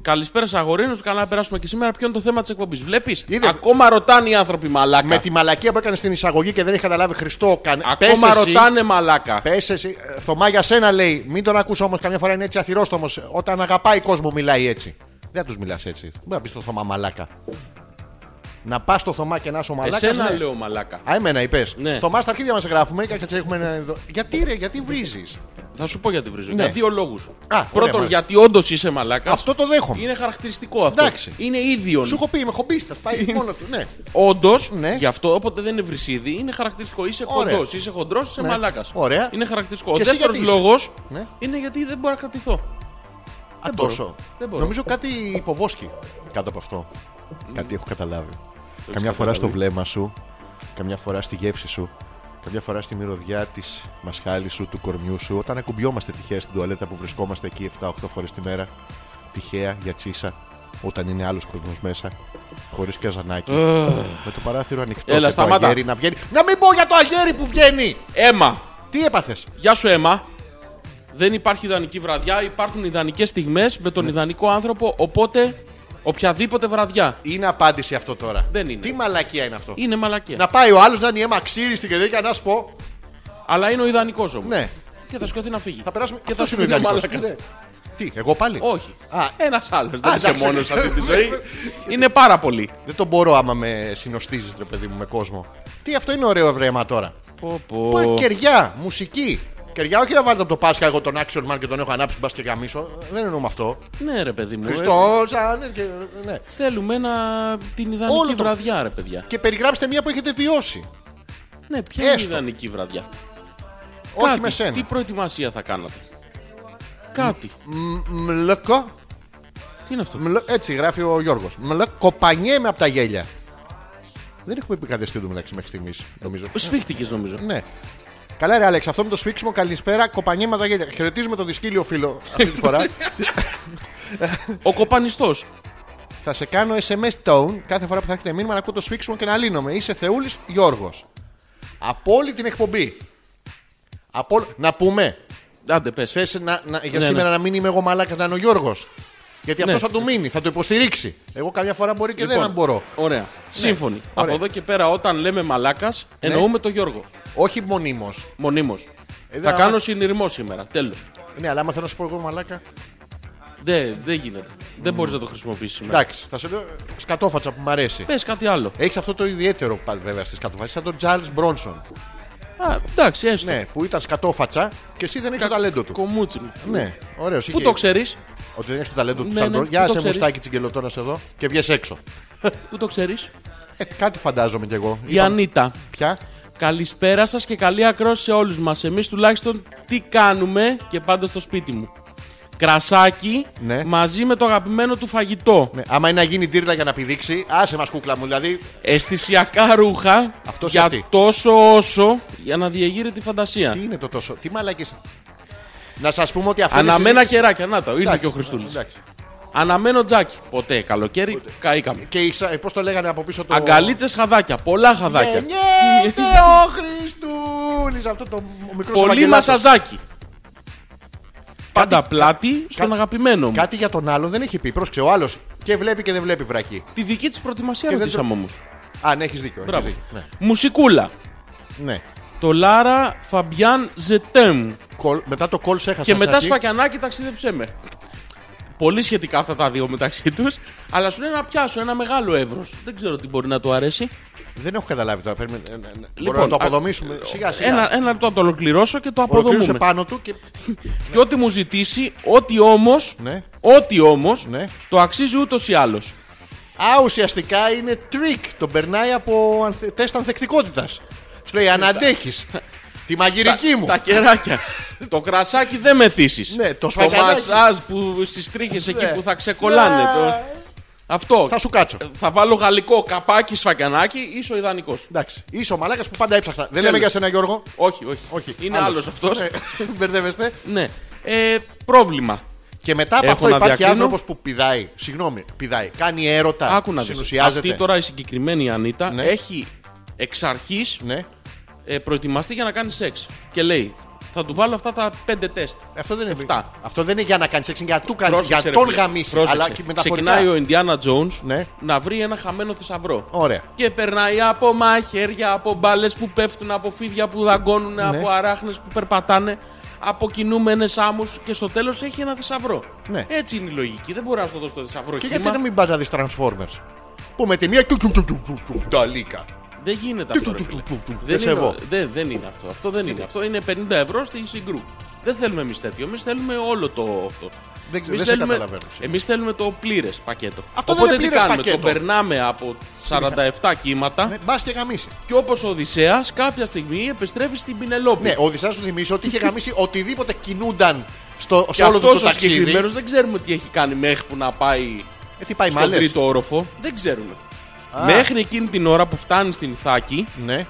Speaker 2: Καλησπέρα, Σαγορίνο. Καλά να περάσουμε και σήμερα. Ποιο είναι το θέμα της εκπομπής. Βλέπεις.
Speaker 1: Είδες.
Speaker 2: Ακόμα ρωτάνε οι άνθρωποι μαλάκα.
Speaker 1: Με τη μαλακία που έκανε στην εισαγωγή και δεν έχει καταλάβει Χριστό. Καν... πες
Speaker 2: Ακόμα
Speaker 1: εσύ,
Speaker 2: ρωτάνε μαλάκα.
Speaker 1: πες εσύ. Ε, Θωμά για σένα λέει. Μην τον ακούς όμως. Καμιά φορά είναι έτσι αθυρόστομος. Όταν αγαπάει κόσμο μιλάει έτσι. Δεν τους μιλάς έτσι. Μπορεί να πεις στο Θωμά μαλάκα. Να πας στο Θωμά και να είσαι ο μαλάκας. ναι.
Speaker 2: Εσένα λέω μαλάκα.
Speaker 1: Α, εμένα είπες.
Speaker 2: Ναι.
Speaker 1: Θωμά στα αρχίδια μας γράφουμε και έτσι έχουμε ένα εδώ. Γιατί ρε, γιατί βρίζεις.
Speaker 2: Θα σου πω γιατί βρίζω.
Speaker 1: Ναι.
Speaker 2: Για δύο λόγους.
Speaker 1: ωραία,
Speaker 2: Πρώτον,
Speaker 1: μάλιστα.
Speaker 2: γιατί όντως είσαι μαλάκας.
Speaker 1: Αυτό το δέχομαι.
Speaker 2: Είναι χαρακτηριστικό αυτό.
Speaker 1: Εντάξει.
Speaker 2: Είναι ίδιον.
Speaker 1: Σου έχω πει, είμαι χομπίστας. Πάει μόνο του. Ναι.
Speaker 2: Όντως,
Speaker 1: Ναι.
Speaker 2: γι' αυτό όποτε δεν είναι βρυσίδι, είναι χαρακτηριστικό. Είσαι
Speaker 1: Ωραία.
Speaker 2: κοντός, είσαι χοντρός, είσαι
Speaker 1: Ναι.
Speaker 2: μαλάκας.
Speaker 1: Ωραία.
Speaker 2: Είναι χαρακτηριστικό.
Speaker 1: Και
Speaker 2: Ο
Speaker 1: εσύ
Speaker 2: δεύτερος
Speaker 1: γιατί είσαι?
Speaker 2: λόγος
Speaker 1: Ναι.
Speaker 2: είναι γιατί δεν μπορώ να κρατηθώ.
Speaker 1: Α, τόσο.
Speaker 2: Δεν μπορώ.
Speaker 1: Νομίζω κάτι υποβόσκει κάτω από αυτό. Κάτι έχω καταλάβει. Καμιά
Speaker 2: καταλάβει.
Speaker 1: φορά στο βλέμμα σου, καμιά φορά στη γεύση σου, καμιά φορά στη μυρωδιά της μασχάλης σου, του κορμιού σου, όταν ακουμπιόμαστε τυχαία στην τουαλέτα που βρισκόμαστε εκεί 7-8 φορές τη μέρα, τυχαία για τσίσα, όταν είναι άλλος κόσμος μέσα, χωρίς καζανάκι, με το παράθυρο ανοιχτό,
Speaker 2: Έλα,
Speaker 1: και το
Speaker 2: σταμάτα.
Speaker 1: αγέρι να βγαίνει. Να μην πω για το αγέρι που βγαίνει!
Speaker 2: Έμα.
Speaker 1: Τι έπαθες.
Speaker 2: Γεια σου, Έμα. Δεν υπάρχει ιδανική βραδιά, υπάρχουν ιδανικές στιγμές με
Speaker 1: Ναι.
Speaker 2: τον ιδανικό άνθρωπο, οπότε οποιαδήποτε βραδιά.
Speaker 1: Είναι απάντηση αυτό τώρα.
Speaker 2: Δεν είναι.
Speaker 1: Τι μαλακία είναι αυτό.
Speaker 2: Είναι μαλακία.
Speaker 1: Ε, Να πάει ο άλλος να είναι η αίμα ξύριστη και τέτοια να σου πω.
Speaker 2: Αλλά είναι ο ιδανικός όμως.
Speaker 1: Ναι,
Speaker 2: Και θα σκοτεινά να φύγει.
Speaker 1: θα περάσουμε.
Speaker 2: Και
Speaker 1: αυτό
Speaker 2: θα
Speaker 1: είναι ο
Speaker 2: σκοτεινά
Speaker 1: ιδανικός.
Speaker 2: μαλάκας.
Speaker 1: Ναι. Τι, εγώ πάλι.
Speaker 2: Όχι.
Speaker 1: Α.
Speaker 2: Ένας άλλος. Δεν είσαι
Speaker 1: εντάξει.
Speaker 2: μόνος σε αυτή τη ζωή. είναι πάρα πολύ.
Speaker 1: Δεν τον μπορώ άμα με συνοστίζεις, ρε παιδί μου, με κόσμο. Τι, αυτό είναι ωραίο ευρέμα τώρα.
Speaker 2: Πω,
Speaker 1: Πω,
Speaker 2: πω.
Speaker 1: κεριά, μουσική. Κεριά, όχι να βάλετε από το Πάσχα εγώ τον Action Man και τον έχω ανάψει μπας και γαμίσω. Δεν εννοούμε αυτό.
Speaker 2: Ναι, ρε παιδί μου. ε.
Speaker 1: Χριστό, σαν. και- Ναι.
Speaker 2: Θέλουμε ένα... την ιδανική
Speaker 1: Όλο το-
Speaker 2: βραδιά, ρε παιδιά.
Speaker 1: Και περιγράψτε μία που έχετε βιώσει.
Speaker 2: Ναι, ποια είναι η
Speaker 1: Έστω.
Speaker 2: ιδανική βραδιά.
Speaker 1: Όχι
Speaker 2: Κάτι.
Speaker 1: με σένα.
Speaker 2: Τι προετοιμασία θα κάνατε. Κάτι.
Speaker 1: Μ- Μλεκο.
Speaker 2: Τι είναι αυτό.
Speaker 1: Μλε- Έτσι γράφει ο Γιώργος. Κοπανιέμαι από τα γέλια. Δεν έχουμε πει κάτι αστείο του μεταξύ μέχρι στιγμής, νομίζω.
Speaker 2: Σφίχτηκες νομίζω.
Speaker 1: Ναι. Καλά, ρε Άλεξ, αυτό με το σφίξιμο καλησπέρα. Κοπανιέμαι από τα γέλια. Χαιρετίζουμε τον δυσκύλιο φίλο αυτή τη φορά.
Speaker 2: Ο κοπανιστός.
Speaker 1: θα σε κάνω SMS tone κάθε φορά που θα έρχεται μήνυμα να ακούω το σφίξιμο και να λύνομαι. Είσαι Θεούλης Γιώργος. Από όλη την εκπομπή. Από... ό- Να πούμε,
Speaker 2: Άντε, πες.
Speaker 1: θες να, να- για
Speaker 2: Ναι,
Speaker 1: σήμερα
Speaker 2: ναι.
Speaker 1: να μην είμαι εγώ μαλάκας, να είναι ο Γιώργος. Γιατί
Speaker 2: Ναι.
Speaker 1: αυτό θα του μείνει, θα το υποστηρίξει. Εγώ καμιά φορά μπορεί και δεν αν μπορώ.
Speaker 2: Λοιπόν, Ωραία. Σύμφωνοι. Από
Speaker 1: Ωραία.
Speaker 2: εδώ και πέρα, όταν λέμε μαλάκας, εννοούμε το Γιώργο.
Speaker 1: Όχι μονίμως.
Speaker 2: Μονίμως. θα
Speaker 1: Ε, δεν-
Speaker 2: κάνω συνειρμό σήμερα. Τέλος.
Speaker 1: Ναι, αλλά άμα θέλω να σου πω εγώ μαλάκα.
Speaker 2: Ναι. Δεν, δεν γίνεται. Δεν μπορείς να το χρησιμοποιήσεις σήμερα.
Speaker 1: Εντάξει, θα σου λέω ε, σκατόφατσα που μου αρέσει.
Speaker 2: Πες κάτι άλλο.
Speaker 1: Έχεις αυτό το ιδιαίτερο πάλι βέβαια στι σκατόφατσε, σαν τον Τζάρλ Μπρόνσον.
Speaker 2: Α, εντάξει, έστω.
Speaker 1: Ναι, που ήταν σκατόφατσα και εσύ δεν έχεις το ταλέντο του.
Speaker 2: Κομούτσι μου.
Speaker 1: Ναι, ωραίος.
Speaker 2: Πού το ξέρεις,
Speaker 1: Ότι δεν έχεις το ταλέντο του
Speaker 2: Ναι,
Speaker 1: σαν
Speaker 2: ναι,
Speaker 1: Μπρόνσον.
Speaker 2: πού
Speaker 1: Γεια
Speaker 2: το
Speaker 1: σε
Speaker 2: ξέρεις?
Speaker 1: μουστάκι τσιγκελωτόνα εδώ και βγες έξω.
Speaker 2: πού το ξέρεις.
Speaker 1: Ε, κάτι φαντάζομαι κι εγώ.
Speaker 2: Η Ανίτα.
Speaker 1: Πια.
Speaker 2: Καλησπέρα σας και καλή ακρόαση σε όλους μας. Εμείς τουλάχιστον τι κάνουμε και πάντα στο σπίτι μου. Κρασάκι
Speaker 1: Ναι.
Speaker 2: μαζί με το αγαπημένο του φαγητό.
Speaker 1: Ναι, άμα είναι να γίνει τύρλα για να πηδήξει, άσε μας κούκλα μου.
Speaker 2: Ναι.
Speaker 1: Δηλαδή,
Speaker 2: Αισθησιακά ρούχα
Speaker 1: Αυτός
Speaker 2: για
Speaker 1: αυτή.
Speaker 2: τόσο όσο για να διεγείρει τη φαντασία.
Speaker 1: τι είναι το τόσο. Τι μαλακή. Να σας πούμε ότι αυτό.
Speaker 2: Αναμένα
Speaker 1: και
Speaker 2: κεράκια. Να τα, ήρθε και ο Χριστούλης. Αναμένο τζάκι. Ποτέ καλοκαίρι καήκαμε.
Speaker 1: Και η σα- πώς το λέγανε από πίσω το. Ναι,
Speaker 2: Αγκαλίτσες χαδάκια. Πολλά χαδάκια.
Speaker 1: Γεννιέται ο Χριστούλης Αυτό το μικρό
Speaker 2: Πολύ μασαζάκι. Πάντα πλάτη στον
Speaker 1: κα-
Speaker 2: αγαπημένο μου.
Speaker 1: Κάτι για τον άλλον δεν έχει πει. Πρόσεξε, ο άλλος και βλέπει και δεν βλέπει βρακή.
Speaker 2: Τη δική της προετοιμασία
Speaker 1: δεν
Speaker 2: ρωτήσαμε όμω.
Speaker 1: Αν έχεις δίκιο. έχεις
Speaker 2: Μπράβο.
Speaker 1: δίκιο. Ναι.
Speaker 2: Μουσικούλα.
Speaker 1: ναι.
Speaker 2: Το Λάρα Φαμπιάν Ζετέμ.
Speaker 1: Κολ- μετά το κόλ σε έχασα.
Speaker 2: Και
Speaker 1: στην
Speaker 2: μετά
Speaker 1: αρχή.
Speaker 2: σφακιανάκι ταξίδεψέ με. Πολύ σχετικά αυτά τα δύο μεταξύ τους. Αλλά σου λέει να πιάσω ένα μεγάλο εύρος. Δεν ξέρω τι μπορεί να του αρέσει.
Speaker 1: Δεν έχω καταλάβει τώρα. Περίμενε, ε, ναι, ναι. Μπορούμε
Speaker 2: Λοιπόν,
Speaker 1: να το
Speaker 2: α-
Speaker 1: αποδομήσουμε. Σιγά σιγά.
Speaker 2: Ένα, ένα λεπτό να το ολοκληρώσω και το
Speaker 1: Ολοκλήρωσε
Speaker 2: αποδομούμε.
Speaker 1: πάνω του και.
Speaker 2: Και ό,τι μου ζητήσει, ό,τι όμως.
Speaker 1: Ναι.
Speaker 2: Ό,τι όμως.
Speaker 1: Ναι.
Speaker 2: Το αξίζει ούτως ή άλλως.
Speaker 1: Α, ουσιαστικά είναι τρίκ. Τον περνάει από ανθε- τεστ ανθεκτικότητας. Σου λέει αν αντέχει. Τη μαγειρική μου.
Speaker 2: Τα κεράκια. το κρασάκι δεν μεθύσει.
Speaker 1: Ναι, το
Speaker 2: το
Speaker 1: σφακιανάκι.
Speaker 2: μασάζ που στις τρίχες εκεί
Speaker 1: Ναι.
Speaker 2: που θα ξεκολλάνε.
Speaker 1: Ναι.
Speaker 2: το- Αυτό.
Speaker 1: Θα σου κάτσω.
Speaker 2: Θα βάλω γαλλικό καπάκι σφακιανάκι, είσαι ο ιδανικός.
Speaker 1: Εντάξει. Είσαι ο μαλάκας που πάντα έψαχνα. Δεν λέμε
Speaker 2: Τέλος.
Speaker 1: για σένα, Γιώργο.
Speaker 2: Όχι, όχι.
Speaker 1: Όχι.
Speaker 2: Είναι άλλος αυτό.
Speaker 1: Ναι, Μπερδεύεστε.
Speaker 2: ναι. Ε, πρόβλημα.
Speaker 1: Και μετά από
Speaker 2: Έχω
Speaker 1: αυτό
Speaker 2: να
Speaker 1: υπάρχει
Speaker 2: διακρίνω.
Speaker 1: άνθρωπος που πηδάει. Συγγνώμη, πηδάει. Κάνει έρωτα.
Speaker 2: Άκου να δεις.
Speaker 1: συνουσιάζεται.
Speaker 2: Αυτή τώρα η συγκεκριμένη Ανίτα
Speaker 1: Ναι.
Speaker 2: έχει εξ αρχής
Speaker 1: Ναι.
Speaker 2: προετοιμαστεί για να κάνει σεξ. Και λέει, θα του βάλω αυτά τα πέντε τεστ.
Speaker 1: Αυτό δεν είναι.
Speaker 2: Εφτά.
Speaker 1: Αυτό δεν είναι για να κάνει σεξ, είναι για, του κάνεις,
Speaker 2: Πρόσεξε,
Speaker 1: για
Speaker 2: ρε
Speaker 1: τον
Speaker 2: φίλε.
Speaker 1: γαμίσει.
Speaker 2: Πρόσεξε.
Speaker 1: Αλλά και μεταφορικά.
Speaker 2: Ξεκινάει ο Ιντιάνα Jones
Speaker 1: Ναι.
Speaker 2: να βρει ένα χαμένο θησαυρό.
Speaker 1: Ωραία.
Speaker 2: Και περνάει από μαχαίρια, από μπάλες που πέφτουν, από φίδια που δαγκώνουν,
Speaker 1: Ναι.
Speaker 2: από αράχνες που περπατάνε, από κινούμενες άμμους και στο τέλος έχει ένα θησαυρό.
Speaker 1: Ναι.
Speaker 2: Έτσι είναι η λογική. Δεν μπορεί να στο δώσει το θησαυρό.
Speaker 1: Και
Speaker 2: χήμα.
Speaker 1: γιατί να μην πας να δεις Transformers. Που με τη μία. του- του- του- του- του- του- Τα λίκα.
Speaker 2: Δεν γίνεται
Speaker 1: Τι
Speaker 2: αυτό.
Speaker 1: του-
Speaker 2: ρε
Speaker 1: του-
Speaker 2: φίλε.
Speaker 1: του- του-
Speaker 2: Δεν
Speaker 1: του. Δεν
Speaker 2: είναι-
Speaker 1: σεβώ.
Speaker 2: δεν- δεν είναι αυτό. Αυτό δεν είναι. Αυτό είναι 50 ευρώ στη συγκρού. Δεν θέλουμε εμείς τέτοιο. Εμείς θέλουμε όλο το αυτό.
Speaker 1: Δεν
Speaker 2: Εμείς
Speaker 1: ξέρω, δεν σε
Speaker 2: θέλουμε-
Speaker 1: καταλαβαίνω.
Speaker 2: εμείς θέλουμε το πλήρες πακέτο.
Speaker 1: Αυτό δεν
Speaker 2: Οπότε
Speaker 1: είναι
Speaker 2: τι
Speaker 1: πλήρες
Speaker 2: κάνουμε,
Speaker 1: πακέτο.
Speaker 2: το περνάμε από 47 κύματα
Speaker 1: Ναι, Μπας και γαμίσει.
Speaker 2: και όπως ο Οδυσσέας κάποια στιγμή επιστρέφει στην Πινελόπη.
Speaker 1: Ναι, ο Οδυσσάς σου θυμίσει ότι είχε γαμίσει οτιδήποτε κινούνταν στο,
Speaker 2: και
Speaker 1: σε όλο
Speaker 2: αυτός
Speaker 1: του το
Speaker 2: ο
Speaker 1: ταξίδι.
Speaker 2: συγκεκριμένος δεν ξέρουμε τι έχει κάνει μέχρι που να πάει
Speaker 1: Ε, τι πάει,
Speaker 2: στον
Speaker 1: μάλες.
Speaker 2: τρίτο όροφο. Δεν ξέρουμε. Μέχρι εκείνη την ώρα που φτάνει στην Ιθάκη,
Speaker 1: Ναι,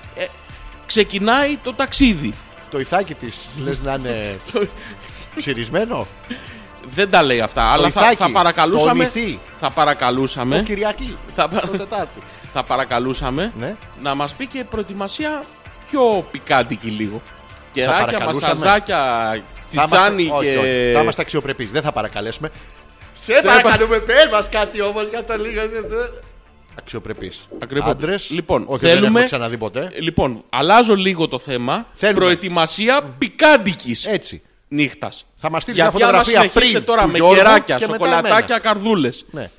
Speaker 2: ξεκινάει το ταξίδι.
Speaker 1: το ηθάκι της λες να είναι ψυρισμένο.
Speaker 2: Δεν τα λέει αυτά, αλλά θα,
Speaker 1: Ιθάκη,
Speaker 2: θα παρακαλούσαμε.
Speaker 1: το Λυθί.
Speaker 2: θα παρακαλούσαμε.
Speaker 1: Κυριακή.
Speaker 2: Θα, πα-
Speaker 1: Το Τετάρτη.
Speaker 2: θα παρακαλούσαμε
Speaker 1: Ναι.
Speaker 2: να μας πει και προετοιμασία πιο πικάντικη λίγο. Κεράκια,
Speaker 1: παρακαλούσαμε.
Speaker 2: μασαζάκια,
Speaker 1: Θα είμαστε-
Speaker 2: τσιτσάνι
Speaker 1: όχι,
Speaker 2: και.
Speaker 1: όχι, Θα είμαστε αξιοπρεπείς. Δεν θα παρακαλέσουμε. Σε
Speaker 2: Σε
Speaker 1: παρακαλούμε, πες μας κάτι όμως για το λίγο. Αξιοπρεπεί.
Speaker 2: Ακριβώς.
Speaker 1: Άντρες.
Speaker 2: Λοιπόν,
Speaker 1: όχι, δεν
Speaker 2: θέλουμε-
Speaker 1: έχουμε ξαναδεί ποτέ.
Speaker 2: Λοιπόν, αλλάζω λίγο το θέμα.
Speaker 1: Θέλουμε.
Speaker 2: Προετοιμασία πικάντικης
Speaker 1: Έτσι.
Speaker 2: νύχτας.
Speaker 1: Θα μας στείλει
Speaker 2: Για
Speaker 1: μια φωτογραφία
Speaker 2: συνεχίστε
Speaker 1: πριν
Speaker 2: τώρα
Speaker 1: του
Speaker 2: με
Speaker 1: Γιώργου
Speaker 2: κεράκια,
Speaker 1: και μετά
Speaker 2: σοκολατάκια,
Speaker 1: εμένα.
Speaker 2: καρδούλες.
Speaker 1: Ναι.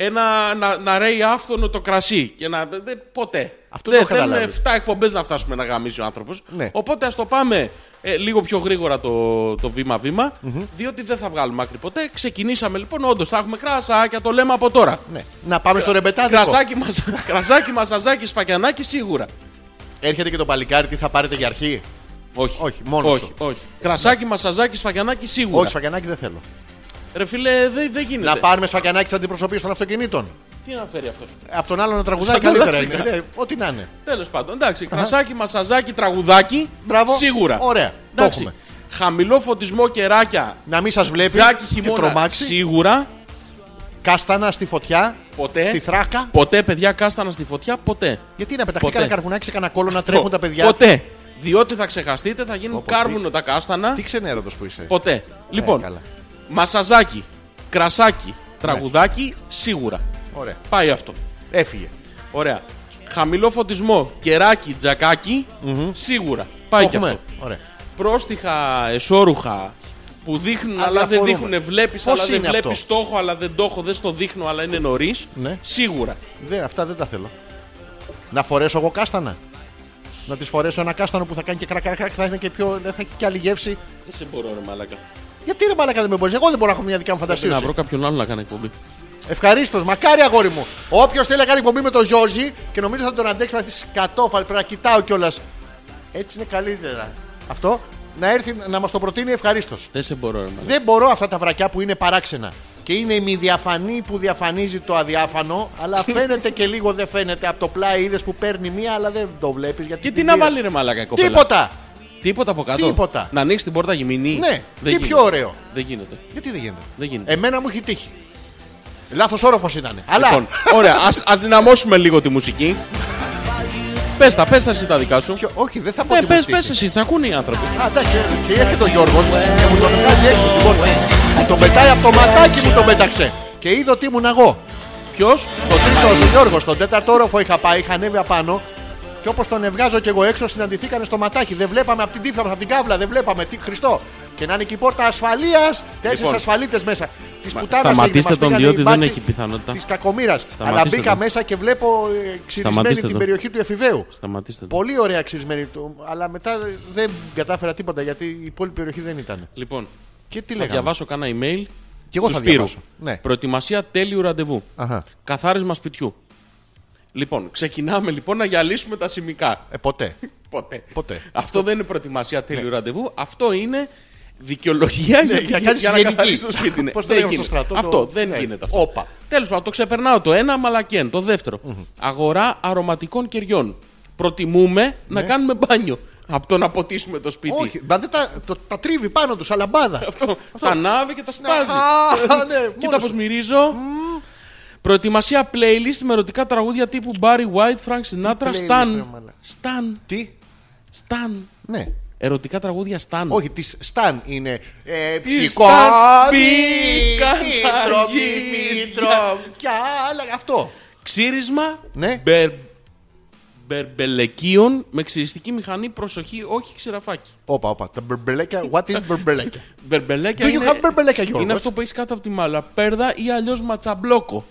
Speaker 2: Ένα, να, να ρέει άφθονο το κρασί. Και να, δε, ποτέ.
Speaker 1: Αυτό
Speaker 2: δεν
Speaker 1: το έχω
Speaker 2: θέλουμε
Speaker 1: καταλάβει.
Speaker 2: 7 εκπομπές να φτάσουμε να γαμίσει ο άνθρωπος.
Speaker 1: Ναι.
Speaker 2: Οπότε ας το πάμε ε, λίγο πιο γρήγορα το, το βήμα-βήμα. Διότι δεν θα βγάλουμε άκρη ποτέ. Ξεκινήσαμε λοιπόν, όντως θα έχουμε κρασάκια, το λέμε από τώρα.
Speaker 1: Ναι. Να πάμε στο ρεμπετάδικο.
Speaker 2: Κρασάκι, μας, κρασάκι, μασαζάκι, σφακιανάκι σίγουρα.
Speaker 1: Έρχεται και το παλικάρι, τι θα πάρετε για αρχή.
Speaker 2: Όχι.
Speaker 1: Όχι, μόνος
Speaker 2: όχι,
Speaker 1: σου.
Speaker 2: όχι. Κρασάκι, μασαζάκι, σφακιανάκι σίγουρα.
Speaker 1: Όχι, σφακιανάκι δεν θέλω.
Speaker 2: Ναι. Ρε φίλε, δεν δεν γίνεται.
Speaker 1: Να πάρουμε σφακιανάκι τη αντιπροσωπεία των αυτοκινήτων.
Speaker 2: Τι να φέρει αυτός.
Speaker 1: Απ' τον άλλο να τραγουδάει
Speaker 2: Σαν
Speaker 1: καλύτερα.
Speaker 2: κολάστικα.
Speaker 1: είναι. Ναι, Ό,τι να είναι.
Speaker 2: Τέλος πάντων, εντάξει. Κρασάκι, μασαζάκι, τραγουδάκι.
Speaker 1: Μπράβο.
Speaker 2: Σίγουρα.
Speaker 1: Ωραία, το
Speaker 2: Εντάξει.
Speaker 1: έχουμε.
Speaker 2: Χαμηλό φωτισμό κεράκια.
Speaker 1: Να μην σας βλέπει.
Speaker 2: Τζάκι
Speaker 1: και
Speaker 2: χειμώνα.
Speaker 1: τρομάξει.
Speaker 2: Σίγουρα.
Speaker 1: Κάστανα στη φωτιά.
Speaker 2: Ποτέ.
Speaker 1: Στη θράκα.
Speaker 2: Ποτέ, παιδιά, κάστανα στη φωτιά. Ποτέ.
Speaker 1: Γιατί να πεταχτεί
Speaker 2: Ποτέ.
Speaker 1: κανένα καρβουνάκι σε κανένα κόλο να τρέχουν τα παιδιά.
Speaker 2: Ποτέ. Διότι θα ξεχαστείτε, θα γίνουν
Speaker 1: Όπο,
Speaker 2: κάρβουνο τα κάστανα.
Speaker 1: Τι ξενέρωτος που είσαι.
Speaker 2: Ποτέ. λοιπόν,
Speaker 1: Ε, καλά. Ναι.
Speaker 2: μασαζάκι, κρασάκι, τραγουδάκι, σίγουρα.
Speaker 1: Ωραία.
Speaker 2: Πάει αυτό.
Speaker 1: Έφυγε.
Speaker 2: Ωραία. Χαμηλό φωτισμό, κεράκι, τζακάκι, σίγουρα. Πάει
Speaker 1: Το
Speaker 2: και
Speaker 1: έχουμε.
Speaker 2: αυτό.
Speaker 1: Ωραία.
Speaker 2: Πρόστιχα, εσόρουχα που δείχνουν αλλά δεν
Speaker 1: Αδιαφορούμε.
Speaker 2: δείχνουν, βλέπεις,
Speaker 1: Πώς
Speaker 2: αλλά δεν
Speaker 1: είναι
Speaker 2: βλέπει,
Speaker 1: αυτό?
Speaker 2: το έχω, αλλά δεν το έχω, δεν στο δείχνω, αλλά είναι νωρίς.
Speaker 1: Ναι.
Speaker 2: Σίγουρα.
Speaker 1: Δεν, αυτά δεν τα θέλω. Να φορέσω εγώ κάστανα. Να τη φορέσω ένα κάστανο που θα κάνει και κρακ-κρακ, θα είναι και πιο. θα έχει και άλλη γεύση.
Speaker 2: Δεν μπορώ, ρε Μαλάκα.
Speaker 1: Γιατί ρε μαλάκα δεν με μπορείς, εγώ δεν μπορώ να έχω μια δικιά μου
Speaker 2: Πρέπει να
Speaker 1: φαντασία.
Speaker 2: βρω κάποιον άλλο να κάνει εκπομπή.
Speaker 1: Ευχαρίστως, μακάρι αγόρι μου. Όποιος θέλει να κάνει εκπομπή με τον Γιώργη και νομίζω θα τον αντέξει με αυτή τη σκατόφαλη, πρέπει να κοιτάω κιόλας. Έτσι είναι καλύτερα. Αυτό να έρθει να μας το προτείνει ευχαρίστως.
Speaker 2: Δεν σε μπορώ, ρε Μαλάκα.
Speaker 1: Δεν μπορώ αυτά τα βρακιά που είναι παράξενα. Και είναι η μη διαφανή που διαφανίζει το αδιάφανο, αλλά φαίνεται και λίγο δεν φαίνεται. Από το πλάι είδες που παίρνει μία, αλλά δεν το βλέπεις. Γιατί
Speaker 2: Και τι
Speaker 1: την
Speaker 2: να
Speaker 1: πήρε.
Speaker 2: βάλει, ρε Μαλάκα, η κοπέλα.
Speaker 1: Τίποτα!
Speaker 2: Τίποτα από κάτω.
Speaker 1: Τίποτα.
Speaker 2: Να ανοίξει την πόρτα γυμνή.
Speaker 1: Ναι,
Speaker 2: Δεν
Speaker 1: τι
Speaker 2: γίνεται.
Speaker 1: πιο ωραίο.
Speaker 2: Δεν γίνεται.
Speaker 1: Γιατί δεν γίνεται.
Speaker 2: Δεν γίνεται.
Speaker 1: Εμένα μου έχει τύχει. Λάθος όροφος ήταν. Αλλά.
Speaker 2: Λοιπόν, ωραία, ας, ας δυναμώσουμε λίγο τη μουσική. πες τα, πες τα εσύ τα δικά σου.
Speaker 1: Ποιο- Όχι, δεν θα πω
Speaker 2: Ναι,
Speaker 1: τίποτα.
Speaker 2: πες, πες εσύ, θα ακούνε οι άνθρωποι.
Speaker 1: Α, εντάξει, και έρχεται ο Γιώργος και μου τον βγάζει έξω στην πόρτα. Μου τον πετάει από το ματάκι μου τον πέταξε. Και είδε ότι ήμουν εγώ.
Speaker 2: Ποιος?
Speaker 1: Το τρίτο ο Γιώργος, τον τέταρτο όροφο είχα πάει, είχα ανέβει απάνω. Και όπως τον ευγάζω και εγώ έξω, συναντηθήκανε στο ματάκι. Δεν βλέπαμε από την τύφλα μας, από την κάβλα, δεν βλέπαμε. Τι Χριστό. Και να είναι και η πόρτα ασφαλείας, τέσσερις
Speaker 2: Λοιπόν.
Speaker 1: ασφαλίτες μέσα. Της
Speaker 2: Μα-
Speaker 1: πουτάνας
Speaker 2: σταματήστε τον, διότι δεν έχει πιθανότητα.
Speaker 1: Της κακομήρα. Αλλά
Speaker 2: Σταματήστε
Speaker 1: μπήκα
Speaker 2: τον.
Speaker 1: μέσα και βλέπω ε, ξυρισμένη
Speaker 2: Σταματήστε
Speaker 1: την
Speaker 2: τον.
Speaker 1: περιοχή του εφηβαίου.
Speaker 2: Σταματήστε το.
Speaker 1: Πολύ ωραία ξυρισμένη του, αλλά μετά δεν κατάφερα τίποτα γιατί η υπόλοιπη περιοχή δεν ήταν.
Speaker 2: Λοιπόν,
Speaker 1: Και τι
Speaker 2: θα
Speaker 1: λέγαμε.
Speaker 2: διαβάσω κάνα email.
Speaker 1: Κι εγώ
Speaker 2: του
Speaker 1: θα
Speaker 2: Σπύρου.
Speaker 1: διαβάσω. Ναι.
Speaker 2: Προετοιμασία τέλειου ραντεβού.
Speaker 1: Αχα.
Speaker 2: Καθάρισμα σπιτιού. Λοιπόν, ξεκινάμε λοιπόν να γυαλίσουμε τα σημικά.
Speaker 1: Ε, ποτέ.
Speaker 2: Ποτέ.
Speaker 1: Ποτέ. Ναι.
Speaker 2: Αυτό δεν είναι προετοιμασία τέλειου ραντεβού. Αυτό είναι δικαιολογία για,
Speaker 1: για
Speaker 2: για,
Speaker 1: κάνεις
Speaker 2: για να
Speaker 1: γενική.
Speaker 2: καθαρίσει το σπίτι. ναι.
Speaker 1: Πώς το
Speaker 2: Δεν
Speaker 1: λέγαμε στο
Speaker 2: γίνεται.
Speaker 1: στρατό, το-
Speaker 2: Αυτό δεν
Speaker 1: ναι.
Speaker 2: γίνεται.
Speaker 1: Όπα.
Speaker 2: Τέλος πάντων, το ξεπερνάω το ένα, μαλακέν. Το δευτερο Αγορά αρωματικών κεριών. Προτιμούμε να κάνουμε μπάνιο από το να ποτίσουμε το σπίτι.
Speaker 1: Ναι. Όχι, μα δεν τα, το, τα τρίβει πάνω τους, σαν λαμπάδα.
Speaker 2: Αυτό. Τα ανάβει και τα στάζει.
Speaker 1: Ναι, Α, ναι,
Speaker 2: Κοίτα
Speaker 1: μόνος
Speaker 2: πώς μυρίζω. Προετοιμασία playlist με ερωτικά τραγούδια τύπου Barry White, Frank Sinatra,
Speaker 1: playlist,
Speaker 2: Stan.
Speaker 1: ρε μαλάκα.
Speaker 2: Stan.
Speaker 1: Τι,
Speaker 2: Stan.
Speaker 1: ναι.
Speaker 2: Ερωτικά τραγούδια Stan.
Speaker 1: Όχι, τη Σταν είναι. Ε,
Speaker 2: Της Σταν
Speaker 1: Ψυχόβη,
Speaker 2: μπήκαν τα
Speaker 1: μήτρο,
Speaker 2: γύρια.
Speaker 1: μήτρο, κι άλλα. Αυτό.
Speaker 2: Ξύρισμα
Speaker 1: Ναι.
Speaker 2: μπερ, μπερμπελεκίων με ξυριστική μηχανή. Προσοχή, όχι ξηραφάκι.
Speaker 1: Όπα, όπα. Τα μπερμπελέκια. What is μπερμπελέκια.
Speaker 2: Μπερμπελέκια
Speaker 1: Do you
Speaker 2: είναι,
Speaker 1: have μπερμπελέκια, Γιώργο?
Speaker 2: είναι αυτό που έχεις κάτω από τη μαλαπέρδα ή αλλιώς ματσαμπλόκο.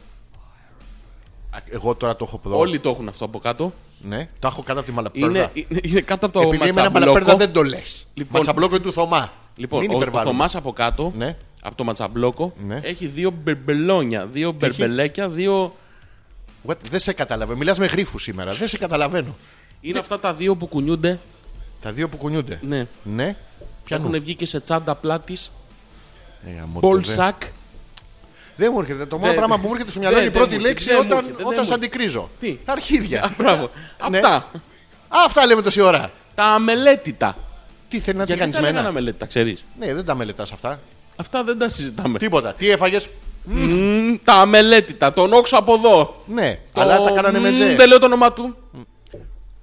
Speaker 1: Εγώ τώρα το έχω εδώ.
Speaker 2: Όλοι το έχουν αυτό από κάτω.
Speaker 1: Ναι, τα έχω κάτω από τη
Speaker 2: Είναι,
Speaker 1: μαλαπέρδα.
Speaker 2: είναι, είναι κάτω από το
Speaker 1: Επειδή με ένα
Speaker 2: ματσαμπλόκο.
Speaker 1: μαλαπέρδα δεν το λες.
Speaker 2: Λοιπόν.
Speaker 1: Ματσαμπλόκο είναι του Θωμά.
Speaker 2: Λοιπόν,
Speaker 1: Μην
Speaker 2: ο, ο
Speaker 1: υπερβάλλουμε.
Speaker 2: Θωμάς από κάτω,
Speaker 1: Ναι.
Speaker 2: από το ματσαμπλόκο,
Speaker 1: Ναι.
Speaker 2: έχει δύο μπερμπελόνια, δύο
Speaker 1: έχει?
Speaker 2: μπερμπελέκια, δύο...
Speaker 1: What? Δεν σε καταλαβαίνω. Μιλάς με γρήφου σήμερα. Δεν σε καταλαβαίνω. Ναι.
Speaker 2: Είναι αυτά τα δύο που κουνιούνται,
Speaker 1: Τα δύο που κουνιούνται.
Speaker 2: ναι.
Speaker 1: Ναι. Πιάνουν.
Speaker 2: Έχουν βγει και σε τσάντα πλάτης,
Speaker 1: Ε, γαμώτο,
Speaker 2: ball
Speaker 1: δε.
Speaker 2: sack.
Speaker 1: Δεν μου έρχεται. Το μόνο
Speaker 2: Δεν-
Speaker 1: πράγμα που μου έρχεται στο μυαλό είναι η
Speaker 2: δεν- δεν
Speaker 1: πρώτη
Speaker 2: μου έρχεται, δεν μου
Speaker 1: λέξη όταν,
Speaker 2: έρχεται, δεν
Speaker 1: όταν
Speaker 2: μου
Speaker 1: σε αντικρίζω.
Speaker 2: Τι?
Speaker 1: Τα αρχίδια.
Speaker 2: Α, μπράβο.
Speaker 1: Ναι.
Speaker 2: Αυτά.
Speaker 1: Α, αυτά λέμε τόση ώρα.
Speaker 2: Τα αμελέτητα.
Speaker 1: Τι θέλει να τι
Speaker 2: Γιατί
Speaker 1: κάνεις
Speaker 2: τα
Speaker 1: με
Speaker 2: λέγανε
Speaker 1: ένα.
Speaker 2: αμελέτητα, ξέρεις.
Speaker 1: Ναι, δεν τα μελετά αυτά.
Speaker 2: Αυτά δεν τα συζητάμε.
Speaker 1: Τίποτα. Τι έφαγες.
Speaker 2: Μμμ, τα αμελέτητα, τον όξο από εδώ.
Speaker 1: Ναι, αλλά
Speaker 2: Το-
Speaker 1: τα κάνανε με
Speaker 2: μμμ,
Speaker 1: ζέ.
Speaker 2: Δεν λέω το όνομά του.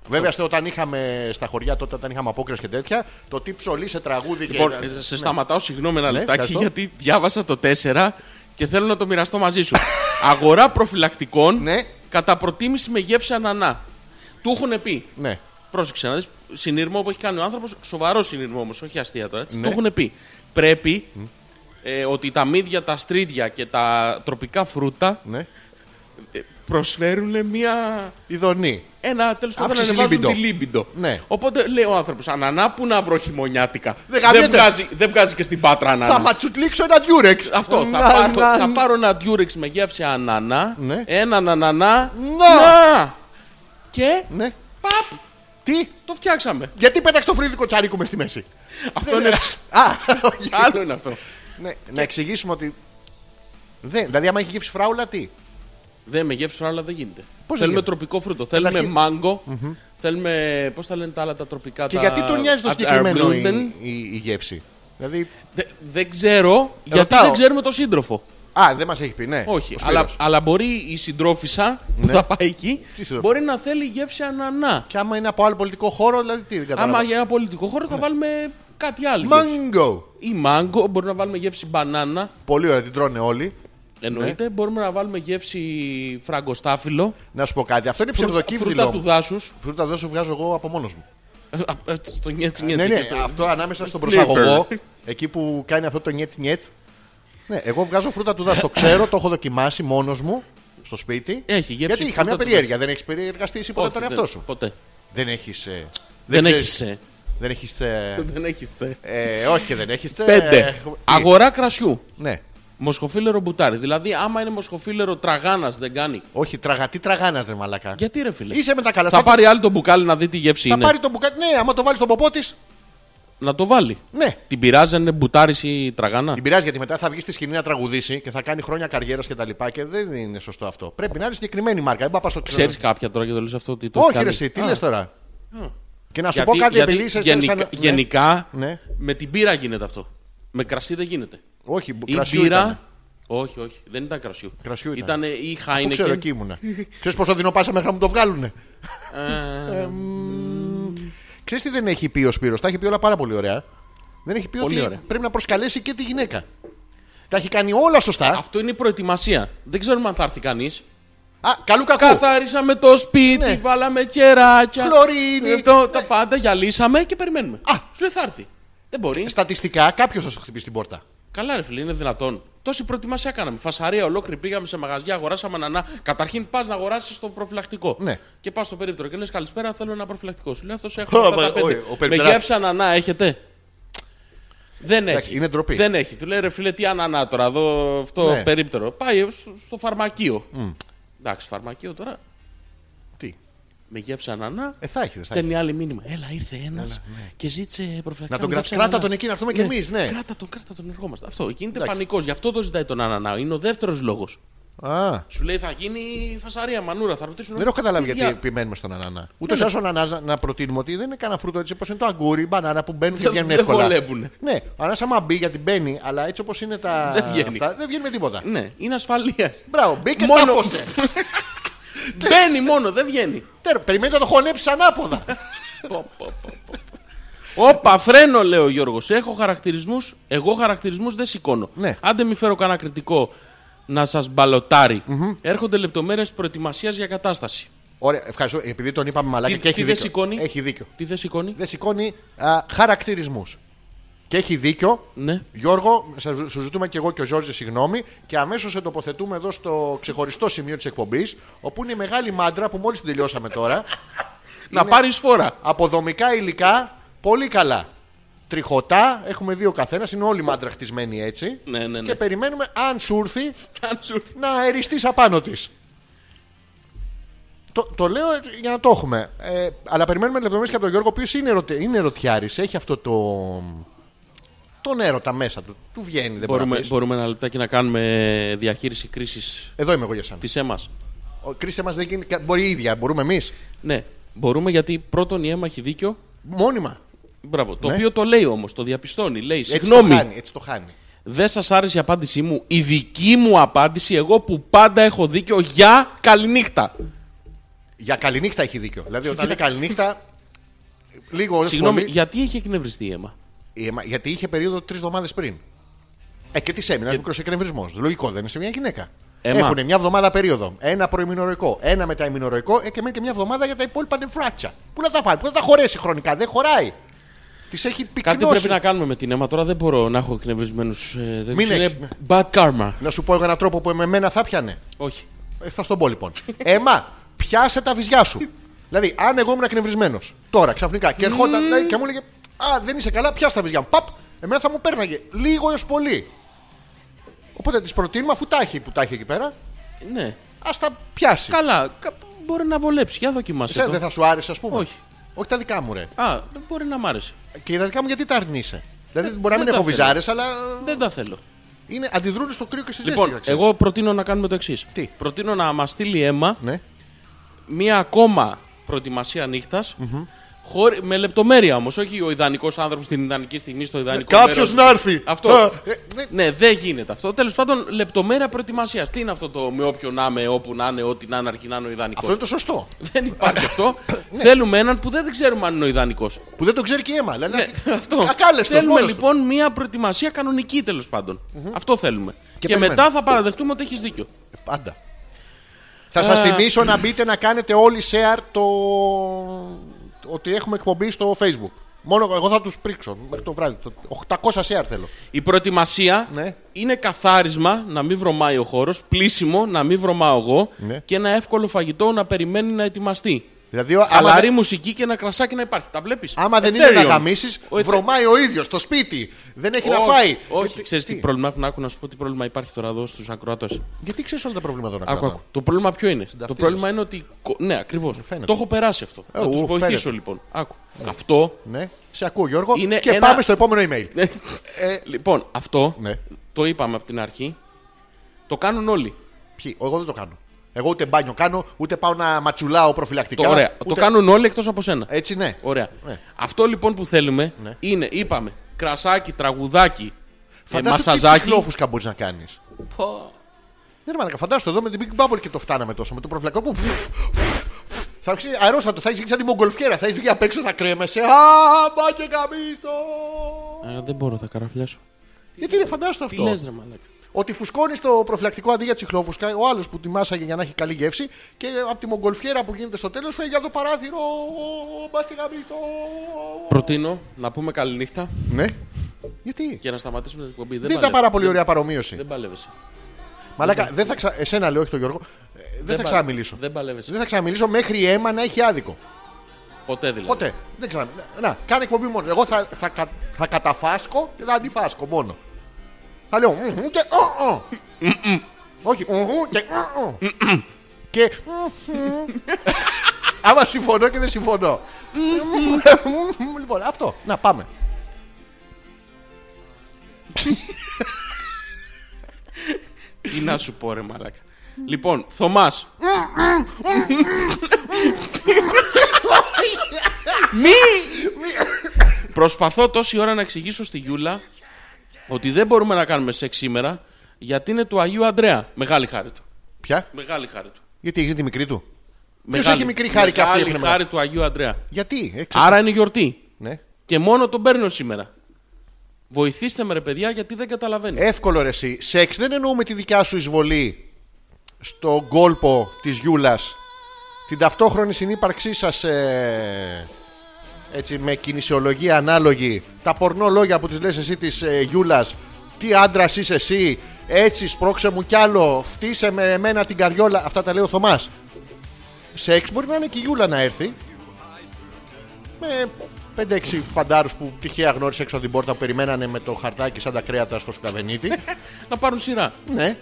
Speaker 1: Βέβαια, στο- όταν είχαμε στα χωριά τότε, όταν είχαμε απόκριε και τέτοια, το τι ψωλεί σε τραγούδι
Speaker 2: Λοιπόν,
Speaker 1: και.
Speaker 2: ε, σε σταματάω συγγνώμη ένα λεπτάκι
Speaker 1: Ναι, ευχαριστώ.
Speaker 2: γιατί διάβασα το 4 και θέλω να το μοιραστώ μαζί σου. Αγορά προφυλακτικών
Speaker 1: Ναι.
Speaker 2: κατά προτίμηση με γεύση ανανά. Του έχουν πει.
Speaker 1: Ναι.
Speaker 2: Πρόσεξε να δεις συνειρμό που έχει κάνει ο άνθρωπος, σοβαρό συνειρμό όμως, όχι αστεία τώρα. Έτσι.
Speaker 1: Ναι.
Speaker 2: Του έχουν πει. Πρέπει ε, ότι τα μύδια, τα στρίδια και τα τροπικά φρούτα
Speaker 1: ναι.
Speaker 2: προσφέρουν μια
Speaker 1: Ιδονή.
Speaker 2: ένα τέλος πάντων
Speaker 1: Αύξηση
Speaker 2: ανεβάζουν
Speaker 1: libido.
Speaker 2: τη λίμπιντο.
Speaker 1: Ναι.
Speaker 2: Οπότε λέει ο άνθρωπος, Ανανά, πού να βρω χειμωνιάτικα.
Speaker 1: Δεν γαμιέται.
Speaker 2: βγάζει, δεν βγάζει και στην πάτρα
Speaker 1: Θα
Speaker 2: ανανά.
Speaker 1: ματσουτλίξω ένα τιούρεξ.
Speaker 2: Αυτό. Θα,
Speaker 1: Να,
Speaker 2: πάρω,
Speaker 1: να,
Speaker 2: θα πάρω ένα ντιούρεξ με γεύση ανανά.
Speaker 1: Ναι.
Speaker 2: Έναν ανανά.
Speaker 1: Να.
Speaker 2: Και
Speaker 1: Ναι.
Speaker 2: παπ,
Speaker 1: Τι.
Speaker 2: το φτιάξαμε.
Speaker 1: Γιατί πέταξε το φρύδικο τσαρίκου μες στη μέση.
Speaker 2: Αυτό είναι.
Speaker 1: Α, όχι.
Speaker 2: Άλλο είναι αυτό.
Speaker 1: Ναι, Να εξηγήσουμε ότι. Δεν, δηλαδή, άμα έχει γεύση φράουλα, τι.
Speaker 2: Δεν με γεύση αλλά δεν γίνεται.
Speaker 1: δεν
Speaker 2: θέλουμε
Speaker 1: γίνεται?
Speaker 2: τροπικό φρούτο. Θέλουμε μάγκο. Θέλουμε. Πώς τα λένε τα άλλα τα τροπικά.
Speaker 1: Και
Speaker 2: τα...
Speaker 1: γιατί τον νοιάζει το
Speaker 2: Ad-
Speaker 1: συγκεκριμένο η,
Speaker 2: Arblunden.
Speaker 1: η- η γεύση. Δηλαδή.
Speaker 2: Δε- Δεν ξέρω γιατί
Speaker 1: Ρωτάω.
Speaker 2: δεν ξέρουμε τον σύντροφο.
Speaker 1: Α, δεν μας έχει πει, ναι.
Speaker 2: Όχι,
Speaker 1: ο Σπύρος. Ναι.
Speaker 2: αλλά, αλλά μπορεί η συντρόφισσα που θα πάει εκεί
Speaker 1: συντρόφισσα?
Speaker 2: μπορεί να θέλει γεύση ανανά.
Speaker 1: Και άμα είναι από άλλο πολιτικό χώρο, δηλαδή τι δεν
Speaker 2: Άμα
Speaker 1: καταλαβαίνω.
Speaker 2: για ένα πολιτικό χώρο
Speaker 1: Ναι.
Speaker 2: θα βάλουμε κάτι άλλο. γεύση.
Speaker 1: Μάγκο.
Speaker 2: Ή μάγκο, μπορεί να βάλουμε γεύση μπανάνα.
Speaker 1: Πολύ ωραία, την τρώνε όλοι.
Speaker 2: Εννοείται,
Speaker 1: Ναι.
Speaker 2: μπορούμε να βάλουμε γεύση φραγκοστάφυλλο.
Speaker 1: Να σου πω κάτι. Αυτό είναι
Speaker 2: Φρου-
Speaker 1: ψευδοκύβδηλο.
Speaker 2: Φρούτα του δάσους.
Speaker 1: Φρούτα δώσου βγάζω εγώ από μόνος μου.
Speaker 2: Α, α, Στο νιέτσι
Speaker 1: Ναι,
Speaker 2: νιέτσι.
Speaker 1: ναι,
Speaker 2: και στο-
Speaker 1: αυτό ανάμεσα στον
Speaker 2: Sleeper.
Speaker 1: προσαγωγό, εκεί που κάνει αυτό το νιέτ νιέτ. Ναι, εγώ βγάζω φρούτα του δάσου. Το ξέρω, το έχω δοκιμάσει μόνος μου στο σπίτι.
Speaker 2: Έχει γεύση
Speaker 1: Γιατί είχα
Speaker 2: φρούτα
Speaker 1: μια
Speaker 2: του
Speaker 1: περιέργεια. Δεν έχεις περιεργαστεί εσύ ποτέ
Speaker 2: Όχι,
Speaker 1: τον
Speaker 2: δεν-
Speaker 1: εαυτό σου.
Speaker 2: Ποτέ.
Speaker 1: Δεν έχεις. Ε,
Speaker 2: Δεν
Speaker 1: ξέρεις-
Speaker 2: έχεις, ε.
Speaker 1: Δεν έχεις. Ε,
Speaker 2: Δεν έχεις θε.
Speaker 1: ε, όχι και δεν έχεις.
Speaker 2: Πέντε. Αγορά κρασιού.
Speaker 1: Ναι.
Speaker 2: Μοσχοφίλερο μπουτάρι. Δηλαδή, άμα είναι μοσχοφίλερο τραγάνας, δεν κάνει.
Speaker 1: Όχι, τραγατή τραγάνας ρε μαλακά.
Speaker 2: Γιατί ρε φίλε.
Speaker 1: Είσαι με τα καλά.
Speaker 2: Θα πάρει άλλη το μπουκάλι να δει τι γεύση
Speaker 1: θα
Speaker 2: είναι.
Speaker 1: πάρει το μπουκάκι. Ναι, άμα το βάλεις στον ποπό της.
Speaker 2: Να το βάλει.
Speaker 1: Ναι.
Speaker 2: Την πειράζει αν είναι μπουτάρι ή τραγάνα.
Speaker 1: Την πειράζει γιατί μετά θα βγει στη σκηνή να τραγουδήσει και θα κάνει χρόνια καριέρας και τα λοιπά και δεν είναι σωστό αυτό. Πρέπει να είναι συγκεκριμένη μάρκα. Δεν πάω να πας στο ξένο.
Speaker 2: Ξέρει κάποια τώρα και το λες αυτό ότι το
Speaker 1: Όχι,
Speaker 2: κάνει.
Speaker 1: ρε, εσύ, τι
Speaker 2: Α,
Speaker 1: λες τώρα. Και να σου
Speaker 2: γιατί-
Speaker 1: πω κάτι
Speaker 2: γιατί
Speaker 1: επειδή είσαι σαν-
Speaker 2: γενικά,
Speaker 1: σαν- ναι.
Speaker 2: γενικά
Speaker 1: Ναι.
Speaker 2: με την πύρα γίνεται αυτό. Με κρασί δεν γίνεται.
Speaker 1: Όχι, μπου-
Speaker 2: Η
Speaker 1: κρασιού
Speaker 2: πύρα.
Speaker 1: ήταν.
Speaker 2: Όχι, όχι, δεν ήταν κρασιού.
Speaker 1: Κρασιού ήταν.
Speaker 2: Ήτανε η
Speaker 1: Πού ξέρω, εκεί
Speaker 2: Χάινεκεν.
Speaker 1: ήμουνα. Ξέρεις πόσο δεινό πάσα μέχρι να μου το βγάλουνε. Ξέρεις τι δεν έχει πει ο Σπύρος, τα έχει πει όλα πάρα πολύ ωραία. Δεν έχει πει
Speaker 2: Πολύ
Speaker 1: ότι
Speaker 2: ωραία.
Speaker 1: πρέπει να προσκαλέσει και τη γυναίκα. Τα έχει κάνει όλα σωστά.
Speaker 2: Αυτό είναι η προετοιμασία. Δεν ξέρουμε αν θα έρθει κανείς.
Speaker 1: Α, καλού κακού.
Speaker 2: Καθαρίσαμε το σπίτι,
Speaker 1: Ναι.
Speaker 2: βάλαμε κεράκια.
Speaker 1: Χλωρίνη.
Speaker 2: Αυτό, Τα πάντα γυαλίσαμε και περιμένουμε.
Speaker 1: Α. Ε,
Speaker 2: Σου λέει θα έρθει. Δεν μπορεί.
Speaker 1: Στατιστικά κάποιος θα σου χτυπήσει την πόρτα.
Speaker 2: Καλά, ρε φίλε, είναι δυνατόν. Τόση προετοιμασία κάναμε. Φασαρία ολόκληρη πήγαμε σε μαγαζιά, αγοράσαμε ανανά. Καταρχήν πας να αγοράσεις το προφυλακτικό.
Speaker 1: Ναι.
Speaker 2: Και πας στο περίπτερο και λες: Καλησπέρα, θέλω ένα προφυλακτικό. Σου λέει αυτός έχω
Speaker 1: Ω,
Speaker 2: αυτά
Speaker 1: μα,
Speaker 2: τα πέντε.
Speaker 1: όχι, ο
Speaker 2: Με
Speaker 1: περιπτεράς-
Speaker 2: γεύση ανανά έχετε. Δεν
Speaker 1: Εντάξει,
Speaker 2: έχει.
Speaker 1: είναι ντροπή.
Speaker 2: Δεν έχει. Του λέει ρε φίλε, τι ανανά τώρα, εδώ αυτό
Speaker 1: Ναι.
Speaker 2: περίπτερο. Πάει στο- στο φαρμακείο. Εντάξει, φαρμακείο τώρα.
Speaker 1: Τι.
Speaker 2: Με γεύση ανανά.
Speaker 1: Ε, θα έχεις. δεν θα έχει.
Speaker 2: Στέλνει άλλη μήνυμα. Έλα, ήρθε ένας και ζήτησε προφυλακτικά.
Speaker 1: ναι. Να τον
Speaker 2: με γεύση
Speaker 1: κρατήσει. Κράτα
Speaker 2: ανανά».
Speaker 1: τον εκεί να έρθουμε κι εμείς, ναι.
Speaker 2: Κράτα τον, κράτα τον, ερχόμαστε. Αυτό γίνεται
Speaker 1: Εντάξει.
Speaker 2: πανικός. Γι' αυτό το ζητάει τον Ανανά. Είναι ο δεύτερος λόγος.
Speaker 1: Α,
Speaker 2: Σου λέει θα γίνει φασαρία, μανούρα, θα ρωτήσουν.
Speaker 1: δεν έχω καταλάβει
Speaker 2: τι
Speaker 1: γιατί
Speaker 2: διά-
Speaker 1: επιμένουμε στον
Speaker 2: Ναι,
Speaker 1: ανανά. Ούτω ή άλλως ο ανανά να προτείνουμε ότι δεν είναι κανένα φρούτο έτσι όπως είναι το αγκούρι, η μπανάνα που μπαίνουν και
Speaker 2: Δεν-
Speaker 1: βγαίνουν
Speaker 2: δεν
Speaker 1: εύκολα.
Speaker 2: βολεύουνε.
Speaker 1: Ναι, ο ανανάς άμα μπει γιατί μπαίνει, αλλά έτσι όπως είναι τα.
Speaker 2: Δεν βγαίνει.
Speaker 1: αυτά, δεν βγαίνει με τίποτα.
Speaker 2: Ναι, είναι ασφαλείας.
Speaker 1: Μπράβο, μπει και
Speaker 2: Μόνο-
Speaker 1: τάπωσε.
Speaker 2: Μπαίνει μόνο, δεν βγαίνει.
Speaker 1: Τέρ, περιμένει να το χωνέψεις ανάποδα.
Speaker 2: Πω, πω, πω, πω. Όπα, φρένο, λέει ο Γιώργος. Έχω χαρακτηρισμούς. Εγώ χαρακτηρισμούς δεν σηκώνω.
Speaker 1: Ναι.
Speaker 2: Άντε, μη φέρω κανένα κριτικό να σας μπαλωτάρει. Έρχονται λεπτομέρειες προετοιμασίας για κατάσταση.
Speaker 1: Ωραία, ευχαριστώ. Επειδή τον είπαμε μαλάκα
Speaker 2: Τι-
Speaker 1: και έχει
Speaker 2: τι δεν
Speaker 1: δίκιο.
Speaker 2: σηκώνει?
Speaker 1: Έχει δίκιο.
Speaker 2: Τι δεν σηκώνει.
Speaker 1: Δεν σηκώνει χαρακτηρισμούς. Και έχει δίκιο.
Speaker 2: Ναι.
Speaker 1: Γιώργο, σε- σου ζητούμε και εγώ και ο Ζόρζη συγγνώμη και αμέσως σε τοποθετούμε εδώ στο ξεχωριστό σημείο της εκπομπής, όπου είναι η μεγάλη μάντρα που μόλις την τελειώσαμε τώρα.
Speaker 2: Να πάρει φορά.
Speaker 1: Αποδομικά υλικά πολύ καλά. Τριχωτά, έχουμε δύο καθένας, είναι όλοι μάντρα χτισμένοι έτσι.
Speaker 2: Ναι, ναι, ναι.
Speaker 1: Και περιμένουμε, αν σου έρθει,
Speaker 2: Αν σου έρθει.
Speaker 1: να αεριστεί απάνω της. Το, το λέω έτσι για να το έχουμε. Ε, αλλά περιμένουμε λεπτομέρειες και από τον Γιώργο, ο οποίος είναι, ερωτε, είναι ερωτιάρης, έχει αυτό το. τον έρωτα μέσα του. Του βγαίνει, δεν μπορεί να
Speaker 2: Μπορούμε,
Speaker 1: πεις.
Speaker 2: μπορούμε ένα λεπτάκι να κάνουμε διαχείριση κρίσης
Speaker 1: Εδώ είμαι εγώ για σένα.
Speaker 2: της αίμα.
Speaker 1: Ο Κρίστε μα δεν γίνει. κα- Μπορεί η ίδια, μπορούμε εμείς.
Speaker 2: Ναι, μπορούμε γιατί πρώτον η αίμα έχει δίκιο.
Speaker 1: Μόνιμα.
Speaker 2: Μπράβο. Το
Speaker 1: Ναι.
Speaker 2: οποίο το λέει όμως, το διαπιστώνει. Λέει,
Speaker 1: Έτσι το
Speaker 2: συγγνώμη,
Speaker 1: χάνει. Έτσι το χάνει.
Speaker 2: δεν σας άρεσε η απάντησή μου. Η δική μου απάντηση, εγώ που πάντα έχω δίκιο, για καληνύχτα.
Speaker 1: Για καληνύχτα έχει δίκιο. Δηλαδή, όταν λέει καληνύχτα. Λίγο ως
Speaker 2: Συγγνώμη,
Speaker 1: πολύ-
Speaker 2: γιατί έχει εκνευριστεί η αίμα.
Speaker 1: Ε, μα- Γιατί είχε περίοδο τρεις εβδομάδες πριν. Ε, και τη έμεινε ένα μικρό εκνευρισμό. Λογικό δεν είναι σε μια γυναίκα.
Speaker 2: Έμα.
Speaker 1: Έχουν μια εβδομάδα περίοδο. Ένα προημινορωικό, ένα μεταημινορωικό ε, και μένει και μια εβδομάδα για τα υπόλοιπα νεφράτσα. Πού να τα πάει, πού να τα χωρέσει χρονικά, δεν χωράει. Τη έχει πυκνώσει.
Speaker 2: Κάτι πρέπει να κάνουμε με την αίμα. Τώρα δεν μπορώ να έχω εκνευρισμένους.
Speaker 1: Μην
Speaker 2: είναι
Speaker 1: έχεις.
Speaker 2: bad karma.
Speaker 1: Να σου πω εγώ έναν τρόπο που με μένα θα πιανε.
Speaker 2: Όχι.
Speaker 1: Ε, θα στον πω λοιπόν. Έμα, πιάσε τα βυζιά σου. δηλαδή, αν εγώ ήμουν εκνευρισμένος τώρα ξαφνικά και ερχόταν λέει, και μου έλεγε Α, δεν είσαι καλά, πιάσε τα βυζιά μου. Παπ, εμένα θα μου πέρναγε λίγο έως πολύ. Οπότε τη προτείνουμε αφού τα έχει που τα έχει εκεί πέρα,
Speaker 2: Ναι.
Speaker 1: ας τα πιάσει.
Speaker 2: Καλά. κα- Μπορεί να βολέψει. Για δοκιμάσε.
Speaker 1: Εσένα
Speaker 2: το.
Speaker 1: δεν θα σου άρεσε, ας πούμε.
Speaker 2: Όχι.
Speaker 1: Όχι τα δικά μου, ρε.
Speaker 2: Α, δεν μπορεί να μ' άρεσε.
Speaker 1: Και τα δικά μου γιατί τα αρνείσαι. Δηλαδή, μπορεί να μην
Speaker 2: Ε, τα
Speaker 1: έχω
Speaker 2: θέλω.
Speaker 1: βυζάρες, αλλά ε,
Speaker 2: Δεν τα θέλω.
Speaker 1: είναι, αντιδρούν στο κρύο και στη ζέστη.
Speaker 2: Λοιπόν,
Speaker 1: θα ξέρεις.
Speaker 2: εγώ προτείνω να κάνουμε το εξής.
Speaker 1: Τι?
Speaker 2: Προτείνω να μας στείλει αίμα
Speaker 1: Ναι.
Speaker 2: μία ακόμα προετοιμασία νύχτας, χωρι- με λεπτομέρεια όμως, όχι ο ιδανικός άνθρωπος στην ιδανική στιγμή, στο ιδανικό.
Speaker 1: Κάποιο
Speaker 2: μέρος.
Speaker 1: να έρθει.
Speaker 2: Αυτό.
Speaker 1: Α, ε, ναι.
Speaker 2: Ναι, δεν γίνεται αυτό. Τέλος πάντων, λεπτομέρεια προετοιμασίας. Τι είναι αυτό το με όποιον να είμαι, όπου να είναι, ό,τι να είναι, αρκεί να είναι ο ιδανικός.
Speaker 1: Αυτό Ναι. είναι το σωστό.
Speaker 2: Δεν υπάρχει αυτό. Θέλουμε έναν που δεν ξέρουμε αν είναι ο ιδανικός.
Speaker 1: Που δεν το ξέρει και η αίμα. Δηλαδή,
Speaker 2: Ναι, αυτό.
Speaker 1: Ακάλεστος,
Speaker 2: θέλουμε
Speaker 1: μόνος του.
Speaker 2: λοιπόν μία προετοιμασία κανονική τέλος πάντων. Αυτό θέλουμε. Και,
Speaker 1: περιμένουμε.
Speaker 2: μετά θα παραδεχτούμε ότι έχεις δίκιο.
Speaker 1: Πάντα.
Speaker 2: Ε.
Speaker 1: Θα σας θυμίσω να μπείτε να κάνετε όλοι share το. ότι έχουμε εκπομπή στο Facebook. Μόνο εγώ θα τους πρίξω μέχρι το βράδυ. Το 800 share θέλω.
Speaker 2: Η προετοιμασία
Speaker 1: Ναι.
Speaker 2: είναι καθάρισμα, να μην βρωμάει ο χώρος, πλήσιμο, να μην βρωμάω εγώ
Speaker 1: Ναι.
Speaker 2: και ένα εύκολο φαγητό να περιμένει να ετοιμαστεί.
Speaker 1: Δηλαδή, άμα,
Speaker 2: Χαλαρή
Speaker 1: δεν-
Speaker 2: μουσική και ένα κρασάκι να υπάρχει. Τα βλέπεις.
Speaker 1: άμα δεν είναι να γαμίσει, βρωμάει ο ίδιος στο σπίτι. Δεν έχει να φάει.
Speaker 2: Όχι,
Speaker 1: Ε,
Speaker 2: ξέρεις τι πρόβλημα έχουν. Άκου να σου πω τι πρόβλημα υπάρχει τώρα εδώ στους ακροατές.
Speaker 1: Γιατί ξέρεις όλα τα προβλήματα να
Speaker 2: Άκου,
Speaker 1: κάνω.
Speaker 2: άκου. Το πρόβλημα ποιο είναι. Το
Speaker 1: Συνταυτίζεσαι.
Speaker 2: πρόβλημα είναι ότι. κο- Ναι, ακριβώς.
Speaker 1: Ε, Φαίνεται.
Speaker 2: Το έχω περάσει αυτό.
Speaker 1: Ε,
Speaker 2: Θα τους
Speaker 1: ου,
Speaker 2: βοηθήσω
Speaker 1: φαίνεται.
Speaker 2: λοιπόν. Άκου. Αυτό.
Speaker 1: Ναι, σε ακούω Γιώργο.
Speaker 2: Είναι
Speaker 1: και
Speaker 2: ένα-
Speaker 1: πάμε στο επόμενο email. Ε,
Speaker 2: Λοιπόν, αυτό
Speaker 1: Ναι.
Speaker 2: το είπαμε από την αρχή. Το κάνουν όλοι.
Speaker 1: Ποιοι, εγώ δεν το κάνω. Εγώ ούτε μπάνιο κάνω, ούτε πάω να ματσουλάω προφυλακτικά.
Speaker 2: Το, ωραία.
Speaker 1: ούτε-
Speaker 2: Το κάνουν όλοι εκτός από σένα.
Speaker 1: Έτσι ναι.
Speaker 2: Ωραία.
Speaker 1: Ναι.
Speaker 2: Αυτό λοιπόν που θέλουμε
Speaker 1: Ναι.
Speaker 2: είναι, είπαμε, κρασάκι, τραγουδάκι, ε,
Speaker 1: Φαντάζομαι τι
Speaker 2: μασαζάκι.
Speaker 1: κυκλόφουσκα μπορείς να κάνεις.
Speaker 2: Πω.
Speaker 1: Ναι, ρε μαλακα, φαντάζομαι εδώ με την Big Bubble και το φτάναμε τόσο. Με το προφυλακτικό που. θα έχεις αερόστατο, θα έχεις γίνει σαν τη μογκολφιέρα. Θα έχεις βγει απ' έξω, θα κρέμεσαι. Α, μπα και καμίστο.
Speaker 2: Ε, δεν μπορώ, θα καραφλιάσω.
Speaker 1: Γιατί είναι φαντάστο
Speaker 2: Τι
Speaker 1: αυτό.
Speaker 2: λες, ρε μαλάκα.
Speaker 1: Ότι φουσκώνει το προφυλακτικό αντί για τσιχλόφουσκα, ο άλλος που τη μάσαγε για να έχει καλή γεύση και από τη μογκολφιέρα που γίνεται στο τέλος φεύγει από το παράθυρο. Μπα και καμίστο.
Speaker 2: Προτείνω να πούμε καληνύχτα
Speaker 1: Ναι. Γιατί.
Speaker 2: και να σταματήσουμε την εκπομπή.
Speaker 1: Δεν ήταν
Speaker 2: παλεύω.
Speaker 1: πάρα πολύ ωραία παρομοίωση.
Speaker 2: Δεν παλεύεσαι.
Speaker 1: Μαλάκα, δεν θα ξα... εσένα λέω, όχι τον Γιώργο. Ε, Δεν, θα
Speaker 2: πα-
Speaker 1: ξαναμιλήσω.
Speaker 2: Δεν παλεύεσαι.
Speaker 1: Δεν Ναι. θα ξαναμιλήσω μέχρι η αίμα να έχει άδικο.
Speaker 2: Ποτέ δηλαδή.
Speaker 1: Ποτέ. Δεν ξανα... Να, κάνε εκπομπή μόνο. Εγώ θα, θα, κα- θα καταφάσκω και θα αντιφάσκω μόνο. Θα λέω «Μμμ, μμμ» και «Ω, ω». Όχι, «Μμμ, μμμ» και «Ω, ω». Και. «Μμμ». Άμα συμφωνώ και δεν συμφωνώ. Μμμ. Λοιπόν, αυτό. Να πάμε.
Speaker 2: Τι να σου πω, ρε μαλάκα. Λοιπόν, Θωμάς. Μη! Προσπαθώ τόση ώρα να εξηγήσω στη Γιούλα ότι δεν μπορούμε να κάνουμε σεξ σήμερα γιατί είναι του Αγίου Αντρέα. Μεγάλη χάρη του.
Speaker 1: Ποια?
Speaker 2: Μεγάλη χάρη του.
Speaker 1: Γιατί έχει τη μικρή του. Ποιος
Speaker 2: Μεγάλη-
Speaker 1: έχει μικρή χάρη και αυτή
Speaker 2: Μεγάλη
Speaker 1: έχουν
Speaker 2: χάρη του Αγίου Αντρέα.
Speaker 1: Γιατί, ε, ξέρεις-
Speaker 2: Άρα είναι γιορτή.
Speaker 1: Ναι.
Speaker 2: Και μόνο τον παίρνω σήμερα. Βοηθήστε με ρε παιδιά γιατί δεν καταλαβαίνεις.
Speaker 1: Εύκολο ρε εσύ. Σεξ δεν εννοούμε τη δικιά σου εισβολή στον κόλπο της Γιούλας. Την ταυτόχρονη συνύπαρξή σας ε, έτσι με κινησιολογία ανάλογη. Τα πορνό λόγια που τις λες εσύ της ε, Γιούλας. Τι άντρας είσαι εσύ. Έτσι σπρώξε μου κι άλλο. Φτύσε με εμένα την καριόλα. Αυτά τα λέει ο Θωμάς. Σεξ μπορεί να είναι και η Γιούλα να έρθει. Με 5-6 φαντάρους που τυχαία γνώρισε έξω από την πόρτα που περιμένανε με το χαρτάκι σαν τα κρέατα στο σκαβενίτι.
Speaker 2: Να πάρουν σειρά.
Speaker 1: ναι.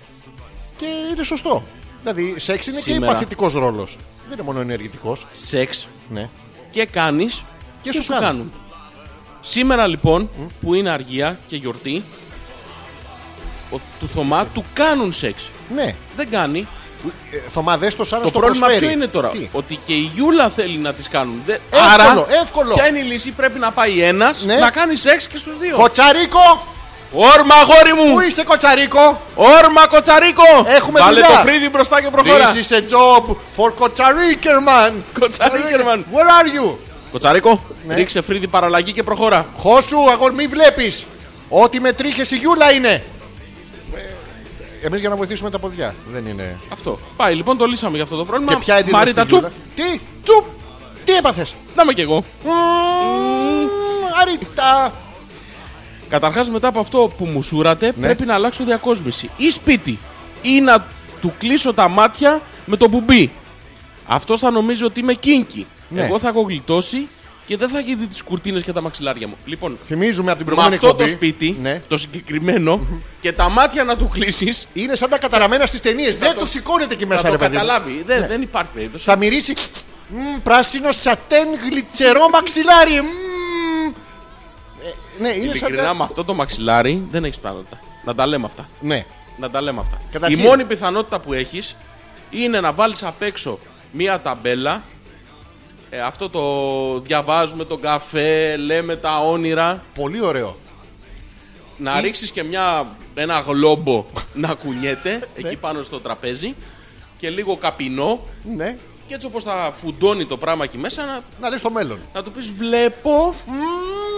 Speaker 1: Και είναι σωστό. Δηλαδή, σεξ είναι και
Speaker 2: Σήμερα.
Speaker 1: υπαθητικό ρόλος. Δεν είναι μόνο ενεργητικός.
Speaker 2: Σεξ
Speaker 1: Ναι.
Speaker 2: και κάνεις
Speaker 1: Και,
Speaker 2: και σου κάνουν. Σήμερα λοιπόν που είναι αργία και γιορτή, ο, του Θωμά του κάνουν σεξ.
Speaker 1: Ναι.
Speaker 2: Δεν κάνει.
Speaker 1: Ε, Θωμά, δες το σαν να
Speaker 2: το
Speaker 1: στο
Speaker 2: πρόβλημα
Speaker 1: προσφέρει.
Speaker 2: ποιο είναι τώρα.
Speaker 1: Τι?
Speaker 2: Ότι και η Γιούλα θέλει να τις κάνουν. Δεν-
Speaker 1: Εύκολο,
Speaker 2: Άρα,
Speaker 1: εύκολο.
Speaker 2: ποια είναι η λύση, πρέπει να πάει ένας
Speaker 1: Ναι.
Speaker 2: να κάνει σεξ και στους δύο.
Speaker 1: Κοτσαρίκο!
Speaker 2: Όρμα, αγόρι μου!
Speaker 1: Πού είσαι, Κοτσαρίκο!
Speaker 2: Όρμα, κοτσαρίκο!
Speaker 1: Έχουμε
Speaker 2: Βάλε
Speaker 1: δουλειά.
Speaker 2: το φρύδι μπροστά και προχώρα.
Speaker 1: This is a job for Κοτσαρίκερμαν!
Speaker 2: Κοτσαρίκερμαν.
Speaker 1: Where are you?
Speaker 2: Κοτσαρίκο,
Speaker 1: Ναι.
Speaker 2: ρίξε φρύδι παραλλαγή και προχώρα.
Speaker 1: Χώσου, αγόρι, μη βλέπεις. Ό,τι με τρίχες η γιούλα είναι. Εμείς για να βοηθήσουμε τα ποδιά. Δεν είναι.
Speaker 2: Αυτό. Πάει λοιπόν, το λύσαμε για αυτό το πρόβλημα.
Speaker 1: Και ποια αντίδραση.
Speaker 2: Μαρίτα,
Speaker 1: της
Speaker 2: τσουπ,
Speaker 1: Γιούλα? Τι,
Speaker 2: τσουπ,
Speaker 1: τι έπαθες.
Speaker 2: να είμαι κι εγώ.
Speaker 1: Αρίτα.
Speaker 2: Καταρχάς, μετά από αυτό που μου
Speaker 1: Ναι.
Speaker 2: σούρατε, πρέπει να αλλάξω διακόσμηση. Ή σπίτι, ή να του κλείσω τα μάτια με το μπουμπί. Αυτό θα νομίζει ότι είμαι κίνκι.
Speaker 1: Ναι.
Speaker 2: Εγώ θα έχω γλιτώσει και δεν θα έχει δει τις κουρτίνες και τα μαξιλάρια μου. Λοιπόν,
Speaker 1: Θυμίζουμε από την
Speaker 2: με
Speaker 1: προηγούμενη
Speaker 2: αυτό το
Speaker 1: εκπομπή.
Speaker 2: σπίτι,
Speaker 1: Ναι.
Speaker 2: το συγκεκριμένο, και τα μάτια να του κλείσεις,
Speaker 1: Είναι σαν τα καταραμένα στις ταινίες. Δεν τους σηκώνεται εκεί μέσα,
Speaker 2: θα
Speaker 1: ρε
Speaker 2: το
Speaker 1: παιδί. μου. Ναι.
Speaker 2: καταλάβει. Δεν, δεν υπάρχει περίπτωση.
Speaker 1: Θα μυρίσει. μμμ, πράσινος σατέν γλιτσερό μαξιλάρι. Μμμ. Ε, ναι, είναι σαν.
Speaker 2: Ειλικρινά,
Speaker 1: τα-
Speaker 2: με αυτό το μαξιλάρι δεν έχεις πράγματα. Να τα λέμε αυτά.
Speaker 1: Ναι.
Speaker 2: Να τα λέμε αυτά.
Speaker 1: Καταρχήν-
Speaker 2: Η μόνη πιθανότητα που έχεις είναι να βάλεις απ' έξω μία ταμπέλα. Ε, αυτό το διαβάζουμε τον καφέ, λέμε τα όνειρα.
Speaker 1: Πολύ ωραίο.
Speaker 2: Να ρίξεις και μια, ένα γλόμπο να κουνιέται εκεί πάνω στο τραπέζι και λίγο καπινό.
Speaker 1: Ναι.
Speaker 2: Και έτσι όπως θα φουντώνει το πράγμα εκεί μέσα να,
Speaker 1: Να δεις το μέλλον.
Speaker 2: να του πεις βλέπω
Speaker 1: Μμμ,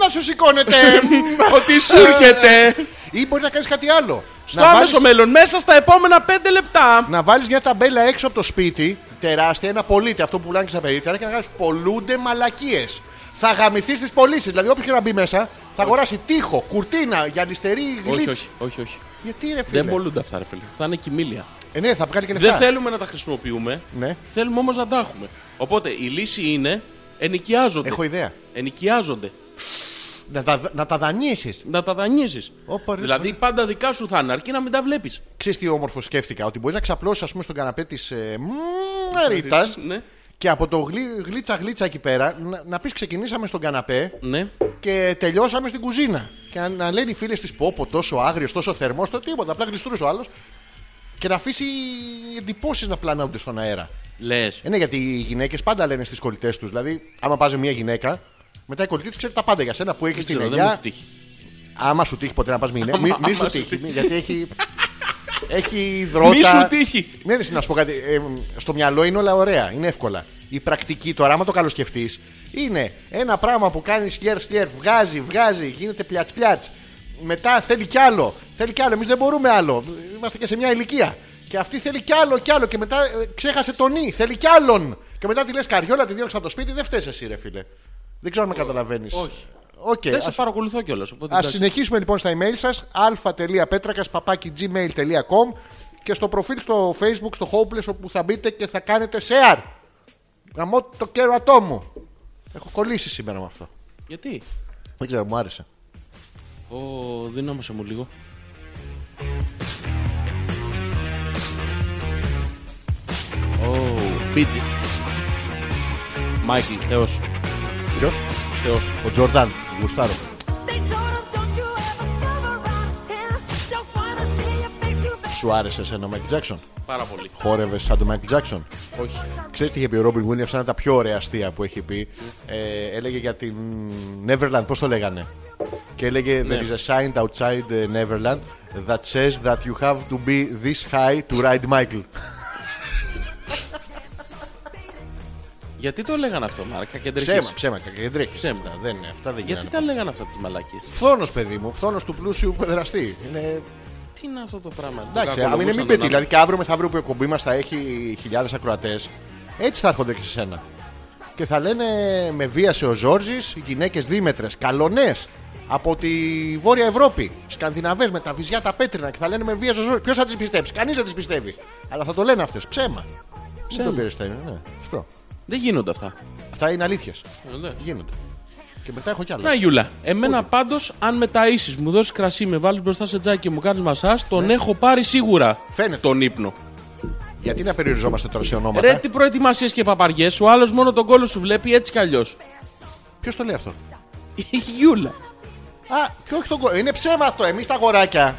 Speaker 1: Να σου σηκώνεται. Μμμ.
Speaker 2: ότι σου έρχεται
Speaker 1: Ή μπορεί να κάνεις κάτι άλλο.
Speaker 2: στο άμεσο μέλλον μέσα στα επόμενα 5 λεπτά.
Speaker 1: να βάλεις μια ταμπέλα έξω από το σπίτι τεράστια, ένα πολίτη αυτό που πουλάνε και στα περίπτερα και να γράψει Πολλούνται μαλακίες. Θα γαμηθείς στι πωλήσεις. Δηλαδή, όποιος και να μπει μέσα, θα αγοράσει τείχο, κουρτίνα, γυαλιστερή
Speaker 2: Όχι,
Speaker 1: γλίτση.
Speaker 2: όχι, όχι. όχι.
Speaker 1: Γιατί ρε φίλε.
Speaker 2: Δεν πολλούνται αυτά, ρε φίλε. Αυτά είναι κοιμήλια.
Speaker 1: Ε, ναι, θα βγάλει και λεφτά.
Speaker 2: Δεν θέλουμε να τα χρησιμοποιούμε.
Speaker 1: Ναι.
Speaker 2: Θέλουμε όμως να τα έχουμε. Οπότε η λύση είναι ενοικιάζονται.
Speaker 1: Έχω ιδέα.
Speaker 2: Ενοικιάζονται.
Speaker 1: Να τα, να τα δανείσεις.
Speaker 2: Να τα δανείζεις.
Speaker 1: Όπα, ρε,
Speaker 2: Δηλαδή πάντα δικά σου θα είναι, αρκεί να μην τα βλέπεις.
Speaker 1: Ξέρεις τι όμορφο σκέφτηκα. Ότι μπορείς να ξαπλώσεις, ας πούμε, στον καναπέ της ε, Μαρίτας
Speaker 2: Ναι.
Speaker 1: και από το γλί, γλίτσα γλίτσα εκεί πέρα να, να πεις ξεκινήσαμε στον καναπέ
Speaker 2: Ναι.
Speaker 1: και τελειώσαμε στην κουζίνα. Και να, να λένε οι φίλες της Πόπο τόσο άγριος, τόσο θερμός, το τίποτα. Απλά γλιστρούσε ο άλλος. Και να αφήσει εντυπώσεις να πλανάονται στον αέρα.
Speaker 2: Λες.
Speaker 1: Ε, ναι, γιατί οι γυναίκες πάντα λένε στις κολλητές τους. Δηλαδή, άμα πάζει μια γυναίκα, μετά η κολλητή της ξέρει τα πάντα για σένα που έχεις
Speaker 2: Δεν
Speaker 1: την
Speaker 2: ξέρω, δεν μου
Speaker 1: ελιά.
Speaker 2: έχει τύχει.
Speaker 1: Άμα σου τύχει ποτέ να πας μη, μη,
Speaker 2: άμα
Speaker 1: σου
Speaker 2: σου
Speaker 1: τύχει.
Speaker 2: τύχει.
Speaker 1: γιατί έχει. έχει υδρότα.
Speaker 2: Μη σου τύχει.
Speaker 1: Ναι, ρε, να σου πω κάτι. Ε, μ, στο μυαλό είναι όλα ωραία, είναι εύκολα. Η πρακτική τώρα, άμα το καλοσκεφτείς, είναι ένα πράγμα που κάνεις σλιέρ σλιέρ, βγάζει, βγάζει, γίνεται πλιάτ πλιάτ. Μετά θέλει κι άλλο. Θέλει κι άλλο. Εμείς δεν μπορούμε άλλο. Είμαστε και σε μια ηλικία. Και αυτή θέλει κι άλλο κι άλλο. Και μετά ε, ξέχασε τον νη. Θέλει κι άλλον. Και μετά τη λες καριόλα, τη διώξει από το σπίτι. Δεν φταίει εσύ, ρε φίλε. Δεν ξέρω αν με καταλαβαίνεις.
Speaker 2: όχι.
Speaker 1: Οκ,
Speaker 2: Δεν
Speaker 1: ας
Speaker 2: σε παρακολουθώ κιόλας.
Speaker 1: Α συνεχίσουμε λοιπόν στα email σας. αλφα.πέτρακα.gmail.com και στο προφίλ στο facebook στο Hopeless όπου θα μπείτε και θα κάνετε share. Γαμώ το κέρατό μου. Έχω κολλήσει σήμερα με αυτό.
Speaker 2: Γιατί.
Speaker 1: Δεν ξέρω, μου άρεσε.
Speaker 2: Ω, δυνάμωσε μου λίγο. Ω, πίτι. Μάικλ, θεός.
Speaker 1: Ποιος?
Speaker 2: Θεός.
Speaker 1: Ο Τζορδάν. Γουστάρο.
Speaker 3: They told him, don't you ever come around here. Don't wanna see your face, you better
Speaker 1: Σου άρεσε εσένα ο Μάικλ Τζάξον.
Speaker 2: Πάρα πολύ.
Speaker 1: Χόρευες σαν τον Μάικλ Τζάξον.
Speaker 2: Όχι.
Speaker 1: Ξέρεις τι είχε πει ο Ρόμπιν Williams, ένα από τα πιο ωραία αστεία που έχει πει. Ε, έλεγε για την Neverland, πώς το λέγανε. Και έλεγε
Speaker 2: Ναι.
Speaker 1: There is a sign outside the Neverland that says that you have to be this high to ride Michael.
Speaker 2: Γιατί το λέγανε αυτό, Μάρκα, κεντρικής.
Speaker 1: ψέμα, ψέμα, κακεντρίκη.
Speaker 2: Ψέμα.
Speaker 1: Αυτά δεν είναι, αυτά δεν
Speaker 2: Γιατί
Speaker 1: γίνανε.
Speaker 2: τα λέγανε αυτά τις μαλακίες.
Speaker 1: Φθόνος, παιδί μου, φθόνος του πλούσιου πεδραστή. Είναι...
Speaker 2: Τι είναι αυτό το πράγμα.
Speaker 1: Εντάξει, αν είναι μην πετύχει. Δηλαδή και αύριο μεθαύριο που η εκπομπή μας θα έχει χιλιάδες ακροατές, έτσι θα έρχονται και σε σένα. Και θα λένε με βίασε ο Ζόρζης, γυναίκες δίμετρες, καλονές από τη Βόρεια Ευρώπη, Σκανδιναβές με τα βυζιά τα πέτρινα και θα λένε με βίασε ο Ζόρζη. Ποιος θα τις πιστέψει, κανείς δεν τις πιστεύει. Αλλά θα το λένε αυτές. Ψέμα. Ψέμα. Δεν περισταίνει, ναι. Αυτό.
Speaker 2: Δεν γίνονται αυτά.
Speaker 1: Αυτά είναι αλήθειες.
Speaker 2: Ε, ναι.
Speaker 1: Γίνονται. Και μετά έχω κι άλλα.
Speaker 2: Να Γιούλα, εμένα πάντως αν με ταΐσεις, μου δώσεις κρασί, με βάλεις μπροστά σε τζάκι και μου κάνεις μασάς, τον έχω πάρει σίγουρα
Speaker 1: Φαίνεται.
Speaker 2: τον ύπνο.
Speaker 1: Γιατί να περιοριζόμαστε τώρα σε ονόματα.
Speaker 2: Ρε τι προετοιμασίες και παπαριές σου, άλλος μόνο τον κόλλο σου βλέπει έτσι κι αλλιώς.
Speaker 1: Ποιος το λέει αυτό.
Speaker 2: Η Γιούλα.
Speaker 1: Α, και όχι τον κο- Είναι ψέμα αυτό. Εμείς τα αγοράκια.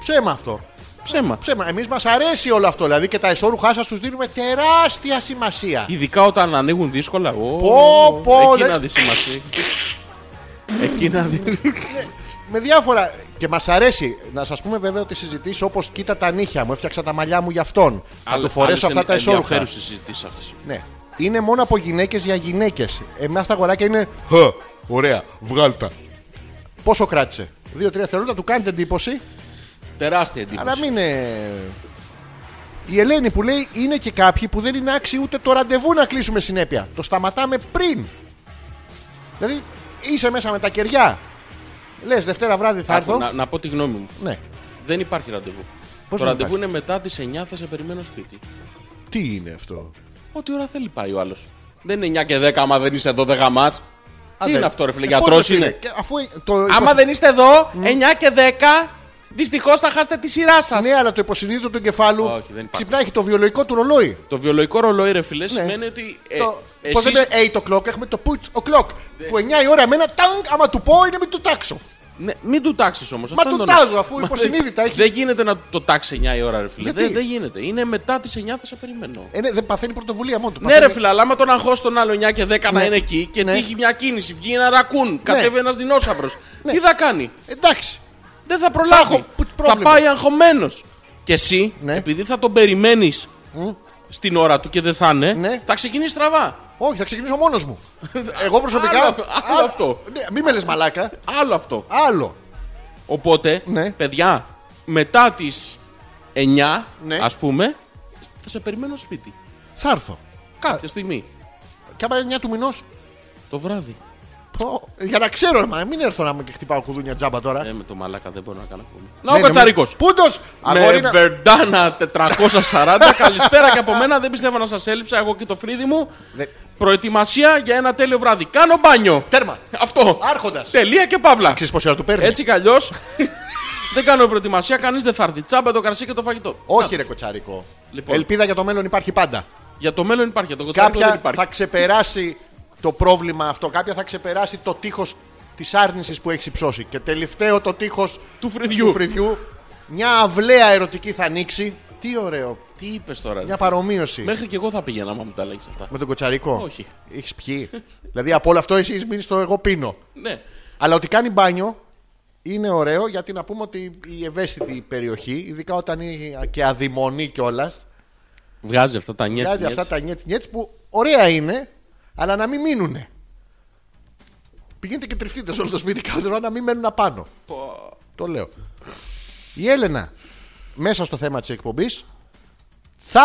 Speaker 1: Ψέμα αυτό.
Speaker 2: Ψέμα.
Speaker 1: Ψέμα. Εμείς μας αρέσει όλο αυτό. Δηλαδή και τα ισόρουχά σας τους δίνουμε τεράστια σημασία.
Speaker 2: Ειδικά όταν ανοίγουν δύσκολα. Ω,
Speaker 1: Πω, πω,
Speaker 2: Εκεί
Speaker 1: λες.
Speaker 2: να δεις σημασία. Εκεί να δεις.
Speaker 1: Με διάφορα. Και μας αρέσει να σας πούμε βέβαια ότι συζητήσεις όπως κοίτα τα νύχια μου, έφτιαξα τα μαλλιά μου για αυτόν. Θα του φορέσω αυτά τα ισόρουχα.
Speaker 2: Ενδιαφέρουσε συζητήσεις αυτές.
Speaker 1: Ναι. Είναι μόνο από γυναίκες για γυναίκες. Εμάς τα αγοράκια είναι. Χα, ωραία, βγάλτα. Πόσο κράτησε. Δύο-τρία θεωρούντα, του κάνετε εντύπωση.
Speaker 2: Τεράστια εντύπωση.
Speaker 1: Αλλά μην είναι. Η Ελένη που λέει είναι και κάποιοι που δεν είναι άξιοι ούτε το ραντεβού να κλείσουμε συνέπεια. Το σταματάμε πριν. Δηλαδή είσαι μέσα με τα κεριά. Λες Δευτέρα βράδυ θα
Speaker 2: Άκου,
Speaker 1: έρθω.
Speaker 2: να, να πω τη γνώμη μου.
Speaker 1: Ναι.
Speaker 2: Δεν υπάρχει ραντεβού.
Speaker 1: Πώς
Speaker 2: το
Speaker 1: δεν
Speaker 2: ραντεβού είναι μετά τις 9 θα σε περιμένω σπίτι.
Speaker 1: Τι είναι αυτό.
Speaker 2: Ό,τι ώρα θέλει πάει ο άλλος. Δεν είναι 9 και 10 άμα δεν είσαι 12 μάτ. Τι είναι αυτό, ρε
Speaker 1: Ε,
Speaker 2: φίλε, γιατρό είναι.
Speaker 1: αφού ε, το
Speaker 2: Άμα δεν είστε εδώ, 9 και 10, δυστυχώς θα χάσετε τη σειρά σας.
Speaker 1: Ναι, αλλά το υποσυνείδητο του εγκεφάλου
Speaker 2: Όχι, δεν υπάρχει.
Speaker 1: ξυπνάει και το βιολογικό του ρολόι.
Speaker 2: Το βιολογικό ρολόι, ρε φίλε, σημαίνει ότι. Ε,
Speaker 1: Ναι. το,
Speaker 2: εσείς- Ε.
Speaker 1: Πώς λέμε 8 o'clock, έχουμε το put o'clock. Που 9 η ώρα εμένα, τάγκ, άμα του πω είναι μην του τάξω.
Speaker 2: Ναι, μην του τάξεις όμως.
Speaker 1: Μα του τάζω, αφού υποσυνείδητα έχει.
Speaker 2: Δεν γίνεται να το τάξει 9 η ώρα, ρε φίλε.
Speaker 1: Γιατί?
Speaker 2: Δεν, δεν γίνεται. Είναι μετά τις 9 θα σε περιμένω.
Speaker 1: Ε, ναι, δεν παθαίνει πρωτοβουλία μόνο του.
Speaker 2: Ναι, ρε
Speaker 1: Παθαίνει-
Speaker 2: φίλε, αλλά άμα τον αγχώ στον άλλο 9 και 10 να
Speaker 1: Ναι.
Speaker 2: είναι εκεί και
Speaker 1: Ναι.
Speaker 2: τύχει μια κίνηση, βγει ένα ρακούν, κατέβει ένας δεινόσαυρος.
Speaker 1: Ναι.
Speaker 2: Τι θα κάνει.
Speaker 1: Εντάξει.
Speaker 2: Δεν θα προλάβει.
Speaker 1: έχω που-
Speaker 2: Θα
Speaker 1: πρόβλημα.
Speaker 2: πάει αγχωμένος. Και εσύ,
Speaker 1: Ναι.
Speaker 2: επειδή θα τον περιμένεις στην ώρα του και δεν θα είναι,
Speaker 1: Ναι.
Speaker 2: θα ξεκινήσει στραβά.
Speaker 1: Όχι, θα ξεκινήσω μόνος μου. Εγώ προσωπικά.
Speaker 2: Άλλο- άλλο
Speaker 1: Α,
Speaker 2: αυτό.
Speaker 1: Ναι, μην με λες μαλάκα.
Speaker 2: Άλλο αυτό.
Speaker 1: Άλλο.
Speaker 2: Οπότε,
Speaker 1: Ναι.
Speaker 2: παιδιά, μετά τις 9,
Speaker 1: Ναι.
Speaker 2: ας πούμε, θα σε περιμένω σπίτι.
Speaker 1: Θα έρθω.
Speaker 2: Κάποια στιγμή.
Speaker 1: Και άμα είναι 9 του μηνός.
Speaker 2: Το βράδυ.
Speaker 1: Για να ξέρω, ρε, μα μην έρθω να μου και χτυπάω κουδούνια τζάμπα τώρα.
Speaker 2: Ε, με το μαλάκα δεν μπορώ να κάνω ακόμη.
Speaker 1: Ναι,
Speaker 2: Να ο
Speaker 1: ναι,
Speaker 2: Κατσαρίκο.
Speaker 1: με- Πούντος! Αγόρι
Speaker 2: Με
Speaker 1: να-
Speaker 2: Μπερντάνα 440. Καλησπέρα και από μένα. Δεν πιστεύω να σας έλειψα. Εγώ και το φρύδι μου.
Speaker 1: Δε-
Speaker 2: Προετοιμασία για ένα τέλειο βράδυ. Κάνω μπάνιο.
Speaker 1: Τέρμα.
Speaker 2: Αυτό.
Speaker 1: Άρχοντας.
Speaker 2: Τελεία και παύλα.
Speaker 1: Ξέρεις πόση ώρα του παίρνει.
Speaker 2: Έτσι κι αλλιώς. δεν κάνω προετοιμασία. Κανείς δεν θα έρθει. Τσάμπα το κρασί και το φαγητό.
Speaker 1: Όχι, ρε κοτσάρικο.
Speaker 2: Λοιπόν.
Speaker 1: Ελπίδα για το μέλλον υπάρχει πάντα.
Speaker 2: Για το μέλλον υπάρχει. Για το κοτσάρικο δεν
Speaker 1: Κάποια
Speaker 2: υπάρχει.
Speaker 1: θα ξεπεράσει το πρόβλημα αυτό. Κάποια θα ξεπεράσει το τείχος της άρνησης που έχεις ψώσει. Και τελευταίο το τείχος
Speaker 2: Του φρυδιού.
Speaker 1: Μια αυλαία ερωτική θα ανοίξει. Τι ωραίο.
Speaker 2: Τι είπες τώρα. ρε.
Speaker 1: Μια παρομοίωση.
Speaker 2: Μέχρι και εγώ θα πήγαινα άμα μου τα λέγει αυτά.
Speaker 1: Με τον κοτσαρικό.
Speaker 2: Όχι.
Speaker 1: Έχεις πιει. δηλαδή από όλο αυτό εσύ έχεις μείνει στο εγώ πίνω.
Speaker 2: Ναι.
Speaker 1: Αλλά ότι κάνει μπάνιο είναι ωραίο γιατί να πούμε ότι η ευαίσθητη περιοχή, ειδικά όταν είναι και αδειμονή κιόλας,
Speaker 2: Βγάζει αυτά τα νιέτια.
Speaker 1: βγάζει αυτά τα νιέτς νιέτς που ωραία είναι, αλλά να μην μείνουνε. Πηγαίνετε και τριφτείτε σε όλο το σπίτι κάθε ώρα να μην μένουν απάνω. Το λέω. Η Έλενα, μέσα στο θέμα της εκπομπής, θα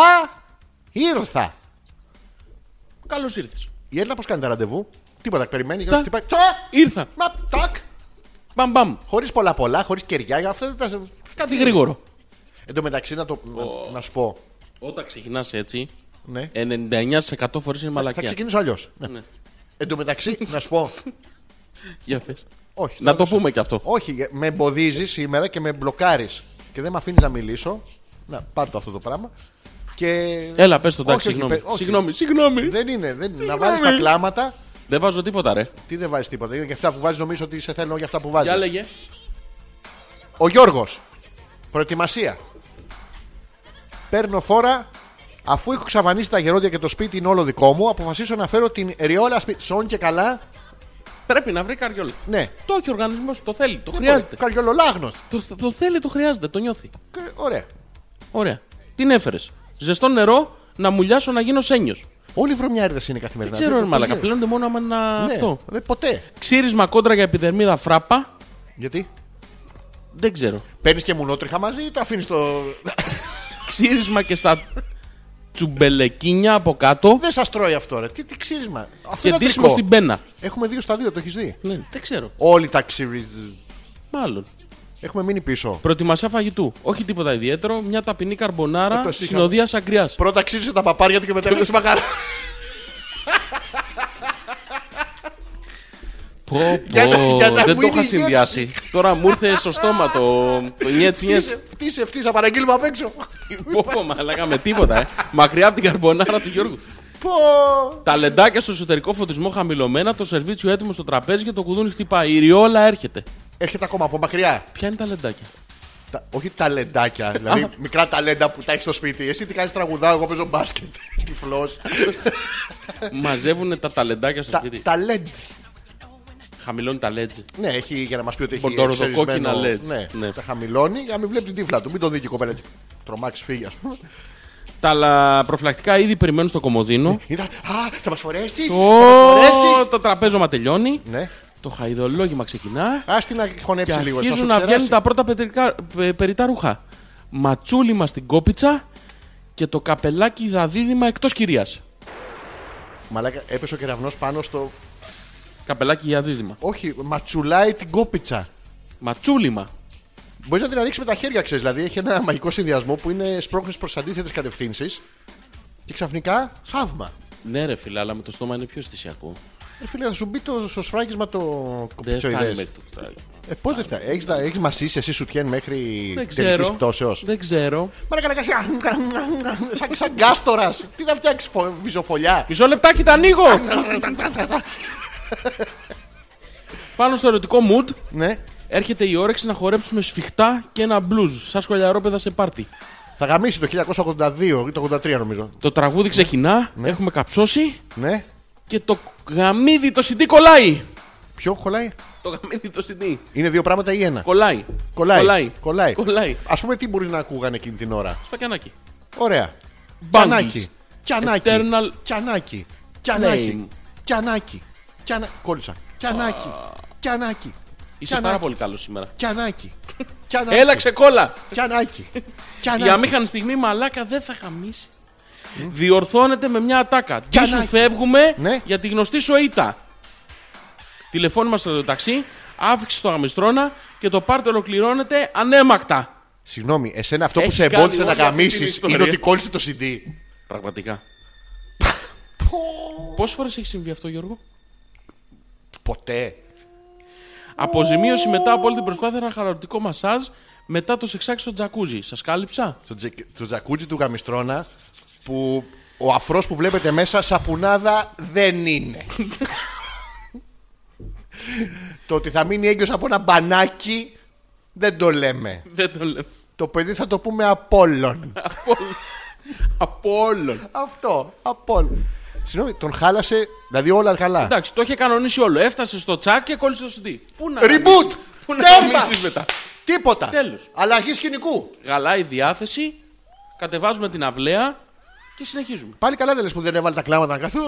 Speaker 1: ήρθα.
Speaker 2: Καλώς ήρθες.
Speaker 1: Η Έλενα πώς κάνει τα ραντεβού. Τίποτα περιμένει.
Speaker 2: Τσα.
Speaker 1: χτυπάει. Τσα.
Speaker 2: Ήρθα.
Speaker 1: Μα, τακ.
Speaker 2: Μπαμ μπαμ.
Speaker 1: Χωρίς πολλά πολλά, χωρίς κεριά. Αυτό δεν τα...
Speaker 2: Κάτι γρήγορο.
Speaker 1: Εν τω μεταξύ να, το, να, να σου πω.
Speaker 2: Όταν ξεκινάς έτσι,
Speaker 1: Ναι.
Speaker 2: 99% φορές είναι
Speaker 1: θα
Speaker 2: μαλακιά.
Speaker 1: ξεκινήσω αλλιώς. Ναι. Εν τω μεταξύ, να σου πω.
Speaker 2: Για πες.
Speaker 1: Όχι.
Speaker 2: Να το
Speaker 1: δώσω.
Speaker 2: πούμε κι αυτό.
Speaker 1: Όχι, με εμποδίζεις σήμερα και με μπλοκάρεις. Και δεν με αφήνεις να μιλήσω. Να, πάρ το αυτό το πράγμα. Και...
Speaker 2: Έλα, πες το
Speaker 1: Όχι,
Speaker 2: εντάξει,
Speaker 1: όχι,
Speaker 2: συγγνώμη.
Speaker 1: πε- όχι.
Speaker 2: Συγγνώμη, συγγνώμη.
Speaker 1: Δεν είναι. Δεν είναι. Να
Speaker 2: Συγγνώμη.
Speaker 1: βάλεις τα κλάματα.
Speaker 2: Δεν βάζω τίποτα, ρε.
Speaker 1: Τι δεν βάζεις τίποτα. Είναι και αυτά που βάζεις, νομίζω ότι σε θέλω για αυτά που βάζεις.
Speaker 2: Για λέγε.
Speaker 1: Ο Γιώργος. Προετοιμασία. Παίρνω φόρα. Αφού έχω ξαφανίσει τα γερόντια και το σπίτι είναι όλο δικό μου, αποφασίσω να φέρω την ριόλα σπιτσών και καλά.
Speaker 2: Πρέπει να βρει καριόλα.
Speaker 1: Ναι,
Speaker 2: Το έχει ο οργανισμός, το θέλει, το χρειάζεται.
Speaker 1: Καριολολάγνος.
Speaker 2: Το, το θέλει, το χρειάζεται, το νιώθει.
Speaker 1: Ωραία.
Speaker 2: Ωραία. Την έφερε. Ζεστό νερό, να μουλιάσω να γίνω σένιος.
Speaker 1: Ε, Όλοι οι βρωμιάριδες είναι καθημερινά.
Speaker 2: Δεν ξέρω, ρε
Speaker 1: πώς
Speaker 2: μαλακά.
Speaker 1: γίνεται.
Speaker 2: Πλένονται μόνο άμα να.
Speaker 1: Ναι,
Speaker 2: αυτό.
Speaker 1: ρε, ποτέ.
Speaker 2: Ξύρισμα κόντρα για επιδερμίδα φράπα.
Speaker 1: Γιατί
Speaker 2: Δεν ξέρω.
Speaker 1: παίρνεις και μουνότριχα μαζί ή το αφήνει το.
Speaker 2: Ξύρισμα και στα τσουμπελεκίνια από κάτω.
Speaker 1: Δεν σας τρώει αυτό, ρε. Τι, τι ξύρισμα. Αυτό
Speaker 2: Και
Speaker 1: είναι
Speaker 2: ντύσιμο
Speaker 1: αντρικό.
Speaker 2: στην πένα.
Speaker 1: Έχουμε δύο στα δύο, το έχεις δει.
Speaker 2: Ναι, δεν ξέρω.
Speaker 1: Όλοι τα ξύριζ.
Speaker 2: Μάλλον.
Speaker 1: Έχουμε μείνει πίσω.
Speaker 2: Προετοιμασία φαγητού. Όχι τίποτα ιδιαίτερο. Μια ταπεινή
Speaker 1: Ε,
Speaker 2: καρμπονάρα
Speaker 1: το σύγχαμα.
Speaker 2: συνοδείας ακριάς.
Speaker 1: Πρώτα ξύριζε τα παπάρια του και μετά έκανε μαγαρά.
Speaker 2: Πω,
Speaker 1: Για να-
Speaker 2: πω,
Speaker 1: για
Speaker 2: δεν
Speaker 1: να μου
Speaker 2: το
Speaker 1: είναι
Speaker 2: είχα
Speaker 1: η
Speaker 2: συνδυάσει. Τώρα μου ήρθε στο στόμα το το νιέτς νιέτς.
Speaker 1: Φτύσε, φτύσε, παραγγείλουμε απ' έξω.
Speaker 2: Πω, πω, μαλάκα με τίποτα, ε. Μακριά από την καρμπονάρα του Γιώργου.
Speaker 1: Πω.
Speaker 2: Τα λεντάκια στο εσωτερικό φωτισμό χαμηλωμένα, το σερβίτσιο έτοιμο στο τραπέζι και το κουδούνι χτυπάει. Η ριόλα έρχεται.
Speaker 1: Έρχεται ακόμα από μακριά.
Speaker 2: Ποια είναι τα λεντάκια.
Speaker 1: Τα- όχι ταλεντάκια, δηλαδή μικρά ταλέντα που τα έχεις στο σπίτι. Εσύ τι κάνεις τραγουδά, εγώ παίζω μπάσκετ. Τυφλός.
Speaker 2: Μαζεύουν τα ταλεντάκια στο σπίτι.
Speaker 1: Ταλέντς.
Speaker 2: Χαμηλώνει τα λέντζι.
Speaker 1: Ναι, έχει για να μας πει ότι έχει
Speaker 2: Πορτοροδοκόκκινα
Speaker 1: εξερισμένο-
Speaker 2: λες.
Speaker 1: Ναι,
Speaker 2: Ναι.
Speaker 1: τα χαμηλώνει για να μην βλέπει την τύφλα του. Μην το δει και η κοπέλα. της. Τρομάξει, φύγει, ας πούμε.
Speaker 2: Τα λα- προφυλακτικά ήδη περιμένουν στο κομμωδίνο.
Speaker 1: Ήταν, Α, θα μας φορέσεις. Θα
Speaker 2: Ω,
Speaker 1: μας φορέσεις.
Speaker 2: Το τραπέζωμα τελειώνει.
Speaker 1: Ναι,
Speaker 2: Το χαϊδολόγημα ξεκινά.
Speaker 1: ας την να
Speaker 2: Και
Speaker 1: χωνέψει λίγο. θα
Speaker 2: αρχίζουν
Speaker 1: σου
Speaker 2: να βγαίνουν
Speaker 1: ξεράσει.
Speaker 2: τα πρώτα πετρικά- πε- περιτά ρούχα. Ματσούλιμα στην κόπιτσα και το καπελάκι δαδίδημα εκτός κυρίας.
Speaker 1: Μαλάκα, έπεσε ο κεραυνός πάνω στο.
Speaker 2: Καπελάκι δαδίδημα.
Speaker 1: Όχι, ματσουλάει την κόπιτσα.
Speaker 2: Ματσούλιμα.
Speaker 1: Μπορείς να την ανοίξεις με τα χέρια, ξέρεις. Δηλαδή έχει ένα μαγικό συνδυασμό που είναι σπρώχνε προς αντίθετες κατευθύνσεις. Και ξαφνικά θαύμα.
Speaker 2: Ναι, ρε φίλε, αλλά με το στόμα είναι πιο αισθησιακό.
Speaker 1: Ε, φίλε, θα σου μπει το, στο σφράγισμα το
Speaker 2: Δεν φτάνει
Speaker 1: κοπιτσοειδέ.
Speaker 2: μέχρι το κουτάκι.
Speaker 1: Ε, πώς δεν φτάνει. Έχεις έχεις μασίσει εσύ σουτιέν μέχρι
Speaker 2: Δεν
Speaker 1: τελική
Speaker 2: ξέρω.
Speaker 1: πτώσεω.
Speaker 2: Δεν ξέρω.
Speaker 1: Μαλάκα να κάνεις σαν, σαν γκάστορας. Τι θα φτιάξει, βυζοφολιά.
Speaker 2: Μισό λεπτάκι τα ανοίγω! Πάνω στο ερωτικό mood
Speaker 1: ναι.
Speaker 2: έρχεται η όρεξη να χορέψουμε σφιχτά και ένα μπλουζ. Σαν σκολιαρόπεδα σε πάρτι.
Speaker 1: Θα γαμίσει το 1982 ή το 83 νομίζω.
Speaker 2: Το τραγούδι ξεκινά, έχουμε καψώσει
Speaker 1: Ναι.
Speaker 2: και το γαμίδι το CD κολλάει.
Speaker 1: Ποιο κολλάει.
Speaker 2: Το γαμίδι το CD.
Speaker 1: Είναι δύο πράγματα ή ένα.
Speaker 2: Κολλάει.
Speaker 1: Κολλάει.
Speaker 2: Κολλάει.
Speaker 1: Κολλάει.
Speaker 2: Κολλάει.
Speaker 1: Ας πούμε τι μπορείς να ακούγανε εκείνη την ώρα.
Speaker 2: Σφακιανάκι.
Speaker 1: Ωραία.
Speaker 2: Bangles.
Speaker 1: Κιανάκι. Κιανάκι.
Speaker 2: Eternal
Speaker 1: Κιανάκι.
Speaker 2: Flame.
Speaker 1: Κιανάκι. Κιανάκι. Κιανα- Κόλλησα. Κιανάκι. Κιανάκι.
Speaker 2: Είσαι
Speaker 1: Κιανάκι.
Speaker 2: πάρα πολύ καλός σήμερα.
Speaker 1: Κιανάκι. Κιανάκι.
Speaker 2: Έλα ξεκόλα.
Speaker 1: Κιανάκι.
Speaker 2: Για
Speaker 1: Κιανάκι.
Speaker 2: αμήχανη στιγμή μαλάκα δεν θα χαμίσει. διορθώνεται με μια ατάκα. Και σου
Speaker 1: Κανάκι.
Speaker 2: φεύγουμε
Speaker 1: Ναι.
Speaker 2: για τη γνωστή σου ήττα. Τηλεφώνημα στο ταξί, άφηξε το γαμιστρώνα και το πάρτε ολοκληρώνεται ανέμακτα.
Speaker 1: Συγγνώμη, εσένα αυτό που
Speaker 2: Έχει
Speaker 1: σε
Speaker 2: κάνει
Speaker 1: εμπόδισε να
Speaker 2: όλη αυτή την
Speaker 1: γαμίσεις
Speaker 2: ιστορία.
Speaker 1: είναι ότι κόλλησε το CD.
Speaker 2: Πραγματικά. Πόσες φορές έχει συμβεί αυτό, Γιώργο?
Speaker 1: Ποτέ.
Speaker 2: Αποζημίωση μετά από όλη την προσπάθεια ένα χαρακτηριστικό μασάζ μετά το σεξάκι στο τζακούζι. Σας κάλυψα.
Speaker 1: Στο, τζε, στο τζακούτσι του γαμιστρώνα που ο αφρός που βλέπετε μέσα σαπουνάδα δεν είναι. το ότι θα μείνει έγκυος από ένα μπανάκι δεν το λέμε.
Speaker 2: Δεν το λέω.
Speaker 1: Το παιδί θα το πούμε από όλων.
Speaker 2: Από όλων.
Speaker 1: Αυτό, από όλων. Συγγνώμη, τον χάλασε, δηλαδή όλα καλά.
Speaker 2: Εντάξει, το είχε κανονίσει όλο. Έφτασε στο τσάκ και κόλλησε το CD. Πού να
Speaker 1: Reboot!
Speaker 2: γαμίσεις. Πού να
Speaker 1: Τέρμα!
Speaker 2: γαμίσεις μετά.
Speaker 1: Τίποτα.
Speaker 2: Τέλος.
Speaker 1: Αλλαγή σκηνικού.
Speaker 2: Γαλάει η διάθεση, κατεβάζουμε την αυλαία και συνεχίζουμε.
Speaker 1: Πάλι καλά δεν λες που δεν έβαλε τα κλάματα να καθώ.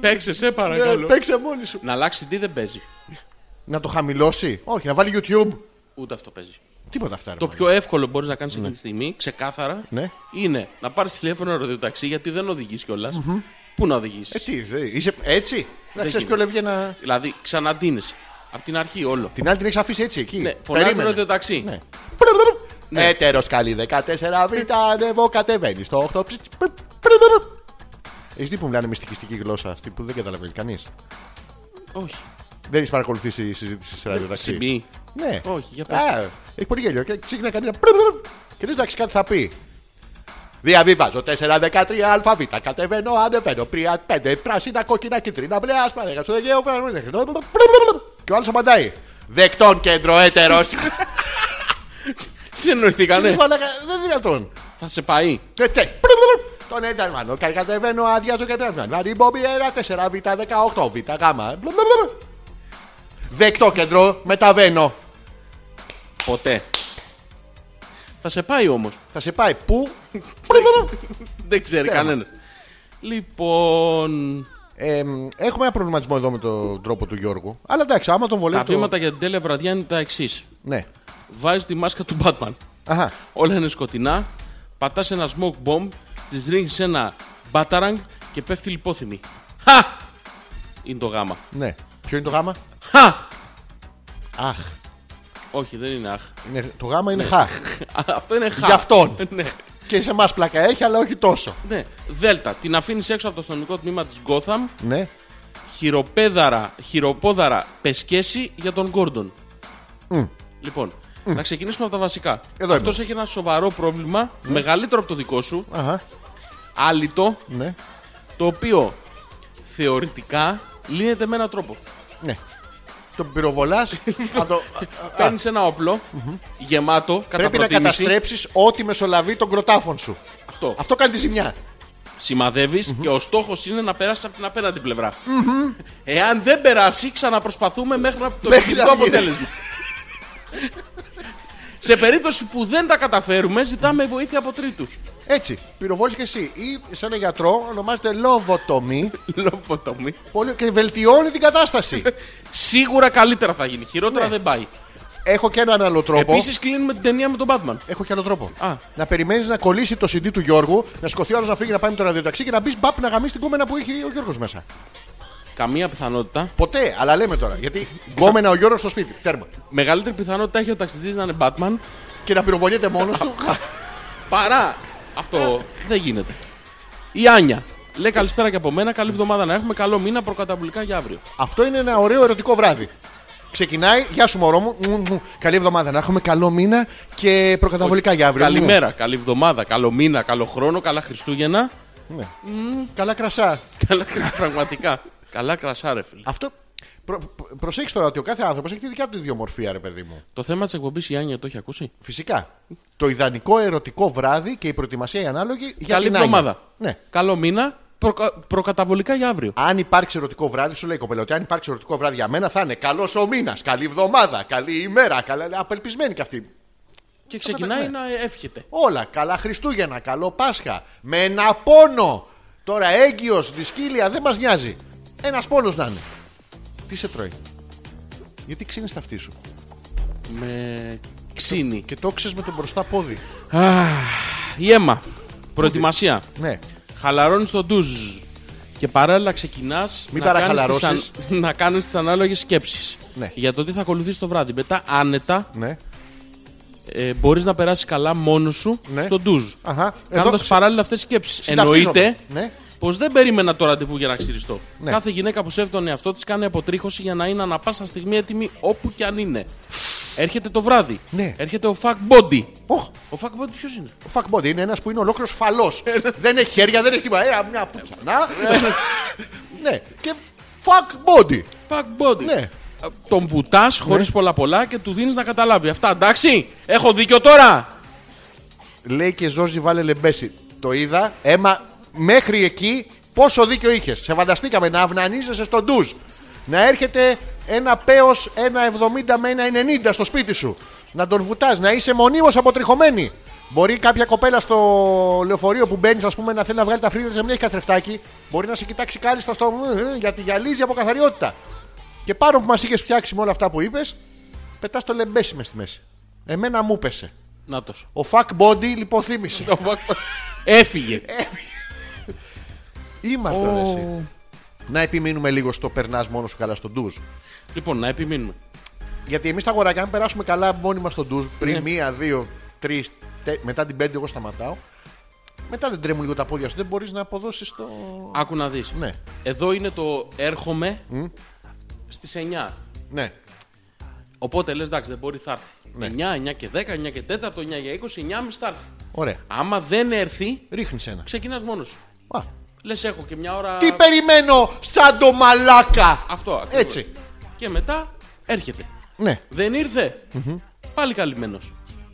Speaker 2: Παίξε, σε
Speaker 1: Ε,
Speaker 2: παρακαλώ.
Speaker 1: Παίξε μόνη σου.
Speaker 2: Να αλλάξει CD δεν παίζει.
Speaker 1: Να το χαμηλώσει. Όχι, να βάλει YouTube.
Speaker 2: Ούτε αυτό παίζει.
Speaker 1: Τίποτα αυτά. ρε
Speaker 2: Το πιο εύκολο που μπορείς να κάνεις εκείνη τη στιγμή, ξεκάθαρα,
Speaker 1: Ναι.
Speaker 2: είναι να πάρεις τηλέφωνο ροδιοταξί γιατί δεν οδηγείς κιόλας. Πού να οδηγήσεις.
Speaker 1: Ε, τι, δε, είσαι έτσι. Δεν ξέρεις ποιο
Speaker 2: γίνεται.
Speaker 1: λευγέ να.
Speaker 2: Δηλαδή, ξανατείνεσαι. Από την αρχή όλο.
Speaker 1: Την άλλη την έχεις αφήσει έτσι εκεί.
Speaker 2: Ναι, φωνάζει
Speaker 1: Περίμενε.
Speaker 2: ροδιοταξί.
Speaker 1: Ναι. ναι. Έτερος καλή 14β, ανεβώ, κατεβαίνεις στο 8. Έχεις δει που μιλάνε μυστικιστική γλώσσα, αυτή που δεν καταλαβαίνει κανείς.
Speaker 2: Όχι.
Speaker 1: Δεν έχεις παρακολουθήσει συζήτηση σε ραδιοταξί.
Speaker 2: Συμπή.
Speaker 1: Ναι.
Speaker 2: Όχι, για πες.
Speaker 1: Α, έχει πολύ γέλιο. Και ξεκινάει κανεί. να- Και λες, εντάξει, κάτι θα πει. Διαβίβαζω 4-13 ΑΒ. Κατεβαίνω, ανεβαίνω. Πρία 5 πράσινα, κόκκινα, κίτρινα, μπλε, άσπρα. Λέγα στο Αιγαίο. Και ο άλλος απαντάει. Δεκτών κέντρο έτερος.
Speaker 2: Ναι. Συνεννοηθήκανε.
Speaker 1: Δεν είναι δυνατόν.
Speaker 2: Θα σε πάει.
Speaker 1: Και τε- Τον Έντερμαν. Κατεβαίνω, αδειάζω και τέτοιο. Αριμπόμπι 1, 4 Β, 18 Β, Γ. Δεκτό κέντρο, μεταβαίνω.
Speaker 2: Ποτέ. Θα σε πάει όμως.
Speaker 1: Θα σε πάει πού.
Speaker 2: Δεν ξέρει
Speaker 1: Τέρμα.
Speaker 2: κανένας. Λοιπόν.
Speaker 1: Ε, μ, έχουμε ένα προβληματισμό εδώ με τον τρόπο του Γιώργου. Αλλά εντάξει, άμα τον βολεύει.
Speaker 2: Τα
Speaker 1: το-
Speaker 2: βήματα για την τέλεια βραδιά είναι τα εξής.
Speaker 1: Ναι.
Speaker 2: Βάζεις τη μάσκα του Batman.
Speaker 1: Αχα.
Speaker 2: Όλα είναι σκοτεινά. Πατάς ένα smoke bomb. Της ρίχνεις ένα μπάταραγκ και πέφτει λιπόθυμη. Χα! Είναι το γάμα.
Speaker 1: Ναι. Ποιο είναι το γάμα?
Speaker 2: Χα!
Speaker 1: Αχ.
Speaker 2: Όχι, δεν είναι αχ.
Speaker 1: Είναι- το γάμα είναι χα.
Speaker 2: Α, Αυτό είναι χα.
Speaker 1: Για αυτόν.
Speaker 2: ναι.
Speaker 1: και σε εμάς πλάκα έχει, αλλά όχι τόσο.
Speaker 2: ναι. Δέλτα. Την αφήνεις έξω από το αστυνομικό τμήμα της Gotham.
Speaker 1: Ναι.
Speaker 2: χειροπέδαρα, χειροπόδαρα πεσκέση για τον Γκόρντον. Λοιπόν, να ξεκινήσουμε από τα βασικά.
Speaker 1: Εδώ
Speaker 2: Αυτός έχει ένα σοβαρό πρόβλημα, μεγαλύτερο από το δικό σου,
Speaker 1: Αχα.
Speaker 2: άλυτο,
Speaker 1: Ναι.
Speaker 2: το οποίο θεωρητικά λύνεται με έναν τρόπο.
Speaker 1: Ναι. Τον πυροβολάς. το...
Speaker 2: Παίρνει ένα όπλο, γεμάτο, κατά
Speaker 1: Πρέπει να
Speaker 2: προτίμηση.
Speaker 1: καταστρέψεις ό,τι μεσολαβεί τον κροτάφων σου.
Speaker 2: Αυτό.
Speaker 1: Αυτό κάνει τη ζημιά.
Speaker 2: Σημαδεύεις και ο στόχος είναι να περάσεις από την απέναντι πλευρά. Εάν δεν περάσει, ξαναπροσπαθούμε μέχρι να το
Speaker 1: Μέχρι
Speaker 2: επιθυμητό
Speaker 1: να γίνει.
Speaker 2: αποτέλεσμα. Σε περίπτωση που δεν τα καταφέρουμε, ζητάμε βοήθεια από τρίτους.
Speaker 1: Έτσι. Πυροβόλησε και εσύ. Ή σε ένα γιατρό ονομάζεται λοβοτομή
Speaker 2: Λοποτομή.
Speaker 1: πολύ- και βελτιώνει την κατάσταση.
Speaker 2: Σίγουρα καλύτερα θα γίνει. Χειρότερα
Speaker 1: Ναι.
Speaker 2: δεν πάει.
Speaker 1: Έχω και έναν άλλο τρόπο.
Speaker 2: Επίσης, κλείνουμε την ταινία με τον Batman.
Speaker 1: Έχω και άλλο τρόπο.
Speaker 2: Α.
Speaker 1: Να περιμένεις να κολλήσει το CD του Γιώργου, να σκοθεί ο άλλος να φύγει να πάει με το ραδιοταξί και να μπεις μπαπ να γαμίσει την κόμενα που έχει ο Γιώργος μέσα.
Speaker 2: Καμία πιθανότητα.
Speaker 1: Ποτέ, αλλά λέμε τώρα. Γιατί γκόμενα ο Γιώργος στο σπίτι. Τέρμα.
Speaker 2: Μεγαλύτερη πιθανότητα έχει ο ταξιτζής να είναι Batman
Speaker 1: Και να πυροβολιέται μόνος του.
Speaker 2: παρά αυτό. δεν γίνεται. Η Άνια. Λέει καλησπέρα και από μένα. Καλή εβδομάδα να έχουμε. Καλό μήνα προκαταβολικά για αύριο.
Speaker 1: Αυτό είναι ένα ωραίο ερωτικό βράδυ. Ξεκινάει, γεια σου μωρό μου. Μου, μου. Καλή εβδομάδα να έχουμε, καλό μήνα και προκαταβολικά για αύριο.
Speaker 2: Καλημέρα, καλή εβδομάδα, καλό μήνα, καλό χρόνο, καλά Χριστούγεννα.
Speaker 1: Μου. Καλά κρασά.
Speaker 2: Καλά, πραγματικά. Καλά κρασά, ρε φίλε.
Speaker 1: Αυτό. Προ, προ- προσέξτε τώρα ότι ο κάθε άνθρωπος έχει τη δικιά του ιδιομορφία, ρε παιδί μου.
Speaker 2: Το θέμα της εκπομπής η Άνια το έχει ακούσει.
Speaker 1: Φυσικά. Το ιδανικό ερωτικό βράδυ και η προετοιμασία η ανάλογη για
Speaker 2: καλή
Speaker 1: την Άνια.
Speaker 2: εβδομάδα.
Speaker 1: Ναι.
Speaker 2: Καλό μήνα, προκα- προκαταβολικά για αύριο.
Speaker 1: Αν υπάρξει ερωτικό βράδυ, σου λέει η κοπέλα ότι αν υπάρξει ερωτικό βράδυ για μένα θα είναι καλός ο μήνας, καλή εβδομάδα, καλή ημέρα. Καλά... Απελπισμένη κι αυτή.
Speaker 2: Και ξεκινάει
Speaker 1: ναι.
Speaker 2: να εύχεται.
Speaker 1: Όλα. Καλά Χριστούγεννα, καλό Πάσχα. Με ένα πόνο. Τώρα έγκυος, δυσκύλια, δεν μας νοιάζει. Ένας πόνος να είναι. Τι σε τρώει. Γιατί ξύνεις τα αυτή σου
Speaker 2: Με ξύνη.
Speaker 1: και το ξες με το μπροστά πόδι.
Speaker 2: Η αίμα. Προετοιμασία.
Speaker 1: Ναι.
Speaker 2: Χαλαρώνεις τον ντουζ. Και παράλληλα ξεκινάς
Speaker 1: Μην
Speaker 2: να, κάνεις τις αν...
Speaker 1: παραχαλαρώσεις.
Speaker 2: να κάνεις τις ανάλογες σκέψεις
Speaker 1: Ναι.
Speaker 2: για το τι θα ακολουθήσει το βράδυ. Μετά, άνετα,
Speaker 1: Ναι.
Speaker 2: ε, μπορείς να περάσεις καλά μόνος σου
Speaker 1: Ναι.
Speaker 2: στον ντουζ.
Speaker 1: Αχα. Εδώ
Speaker 2: Κάνοντας
Speaker 1: συ-
Speaker 2: παράλληλα αυτές τις σκέψεις.
Speaker 1: συνταυτίζομαι.
Speaker 2: Εννοείται
Speaker 1: Ναι.
Speaker 2: πως δεν περίμενα το ραντεβού για να ξυριστώ.
Speaker 1: Ναι.
Speaker 2: Κάθε γυναίκα που σέβεται τον εαυτό της κάνει αποτρίχωση για να είναι ανα πάσα στιγμή έτοιμη όπου και αν είναι. Έρχεται το βράδυ.
Speaker 1: Ναι.
Speaker 2: Έρχεται ο fuck body.
Speaker 1: Οχ,
Speaker 2: Ο fuck body ποιος είναι.
Speaker 1: ο fuckbody είναι ένας που είναι ολόκληρος φαλός. δεν έχει χέρια, δεν έχει τίποτα. Ένα, μια πουτσα. Να. ναι. Και fuckbody.
Speaker 2: Fuck body. Ε,
Speaker 1: Ναι.
Speaker 2: Τον βουτάς χωρίς πολλά πολλά και του δίνεις να καταλάβει. Αυτά εντάξει. Έχω δίκιο τώρα.
Speaker 1: Λέει και Ζόρζι βάλε λεμπέση. Το είδα. Έμα μέχρι εκεί πόσο δίκιο είχες. Σε φανταστήκαμε να αυνανίζεσαι στον ντουζ. Να έρχεται ένα παίο 1,70 με 1,90 στο σπίτι σου. Να τον βουτάς, να είσαι μονίμως αποτριχωμένη. Μπορεί κάποια κοπέλα στο λεωφορείο που μπαίνεις, ας πούμε, να θέλει να βγάλει τα φρύδια σε μια έχει καθρεφτάκι. Μπορεί να σε κοιτάξει κάλλιστα στο. γιατί γυαλίζει από καθαριότητα. Και πάρω που μας είχες φτιάξει με όλα αυτά που είπες, πετάς το λεμπέσι μες στη μέση. Εμένα μου πέσε.
Speaker 2: Να τος. σου.
Speaker 1: Ο fuck body λοιπόν θύμισε.
Speaker 2: Το fuck body. Έφυγε.
Speaker 1: Είμαστε ρε Ε, εσύ. Να επιμείνουμε λίγο στο περνάς μόνο σου καλά στον ντουζ.
Speaker 2: Λοιπόν, να επιμείνουμε.
Speaker 1: Γιατί εμείς τα αγοράκια, αν περάσουμε καλά μόνοι μα στον ντουζ,
Speaker 2: Ναι.
Speaker 1: πριν μία, δύο, τρεις, τε... μετά την πέντε, εγώ σταματάω. Μετά δεν τρέμουν λίγο τα πόδια σου. Δεν μπορείς να αποδώσεις το.
Speaker 2: Άκου να δεις.
Speaker 1: Ναι,
Speaker 2: Εδώ είναι το έρχομαι στις 9.
Speaker 1: ναι.
Speaker 2: Οπότε λες, εντάξει, δεν μπορεί, θα έρθει.
Speaker 1: Ναι.
Speaker 2: 9, 9 και 10, 9 και 4, 9 για 20, 9 μισή θα έρθει.
Speaker 1: Ωραία.
Speaker 2: Άμα δεν έρθει,
Speaker 1: Ρίχνεις ένα.
Speaker 2: ξεκινάς μόνος σου.
Speaker 1: Α,
Speaker 2: Λες, έχω και μια ώρα.
Speaker 1: τι περιμένω, σαν το μαλάκα!
Speaker 2: Αυτό ακριβώς.
Speaker 1: Έτσι.
Speaker 2: Και μετά έρχεται.
Speaker 1: Ναι.
Speaker 2: Δεν ηρθε Πάλι καλυμμένος.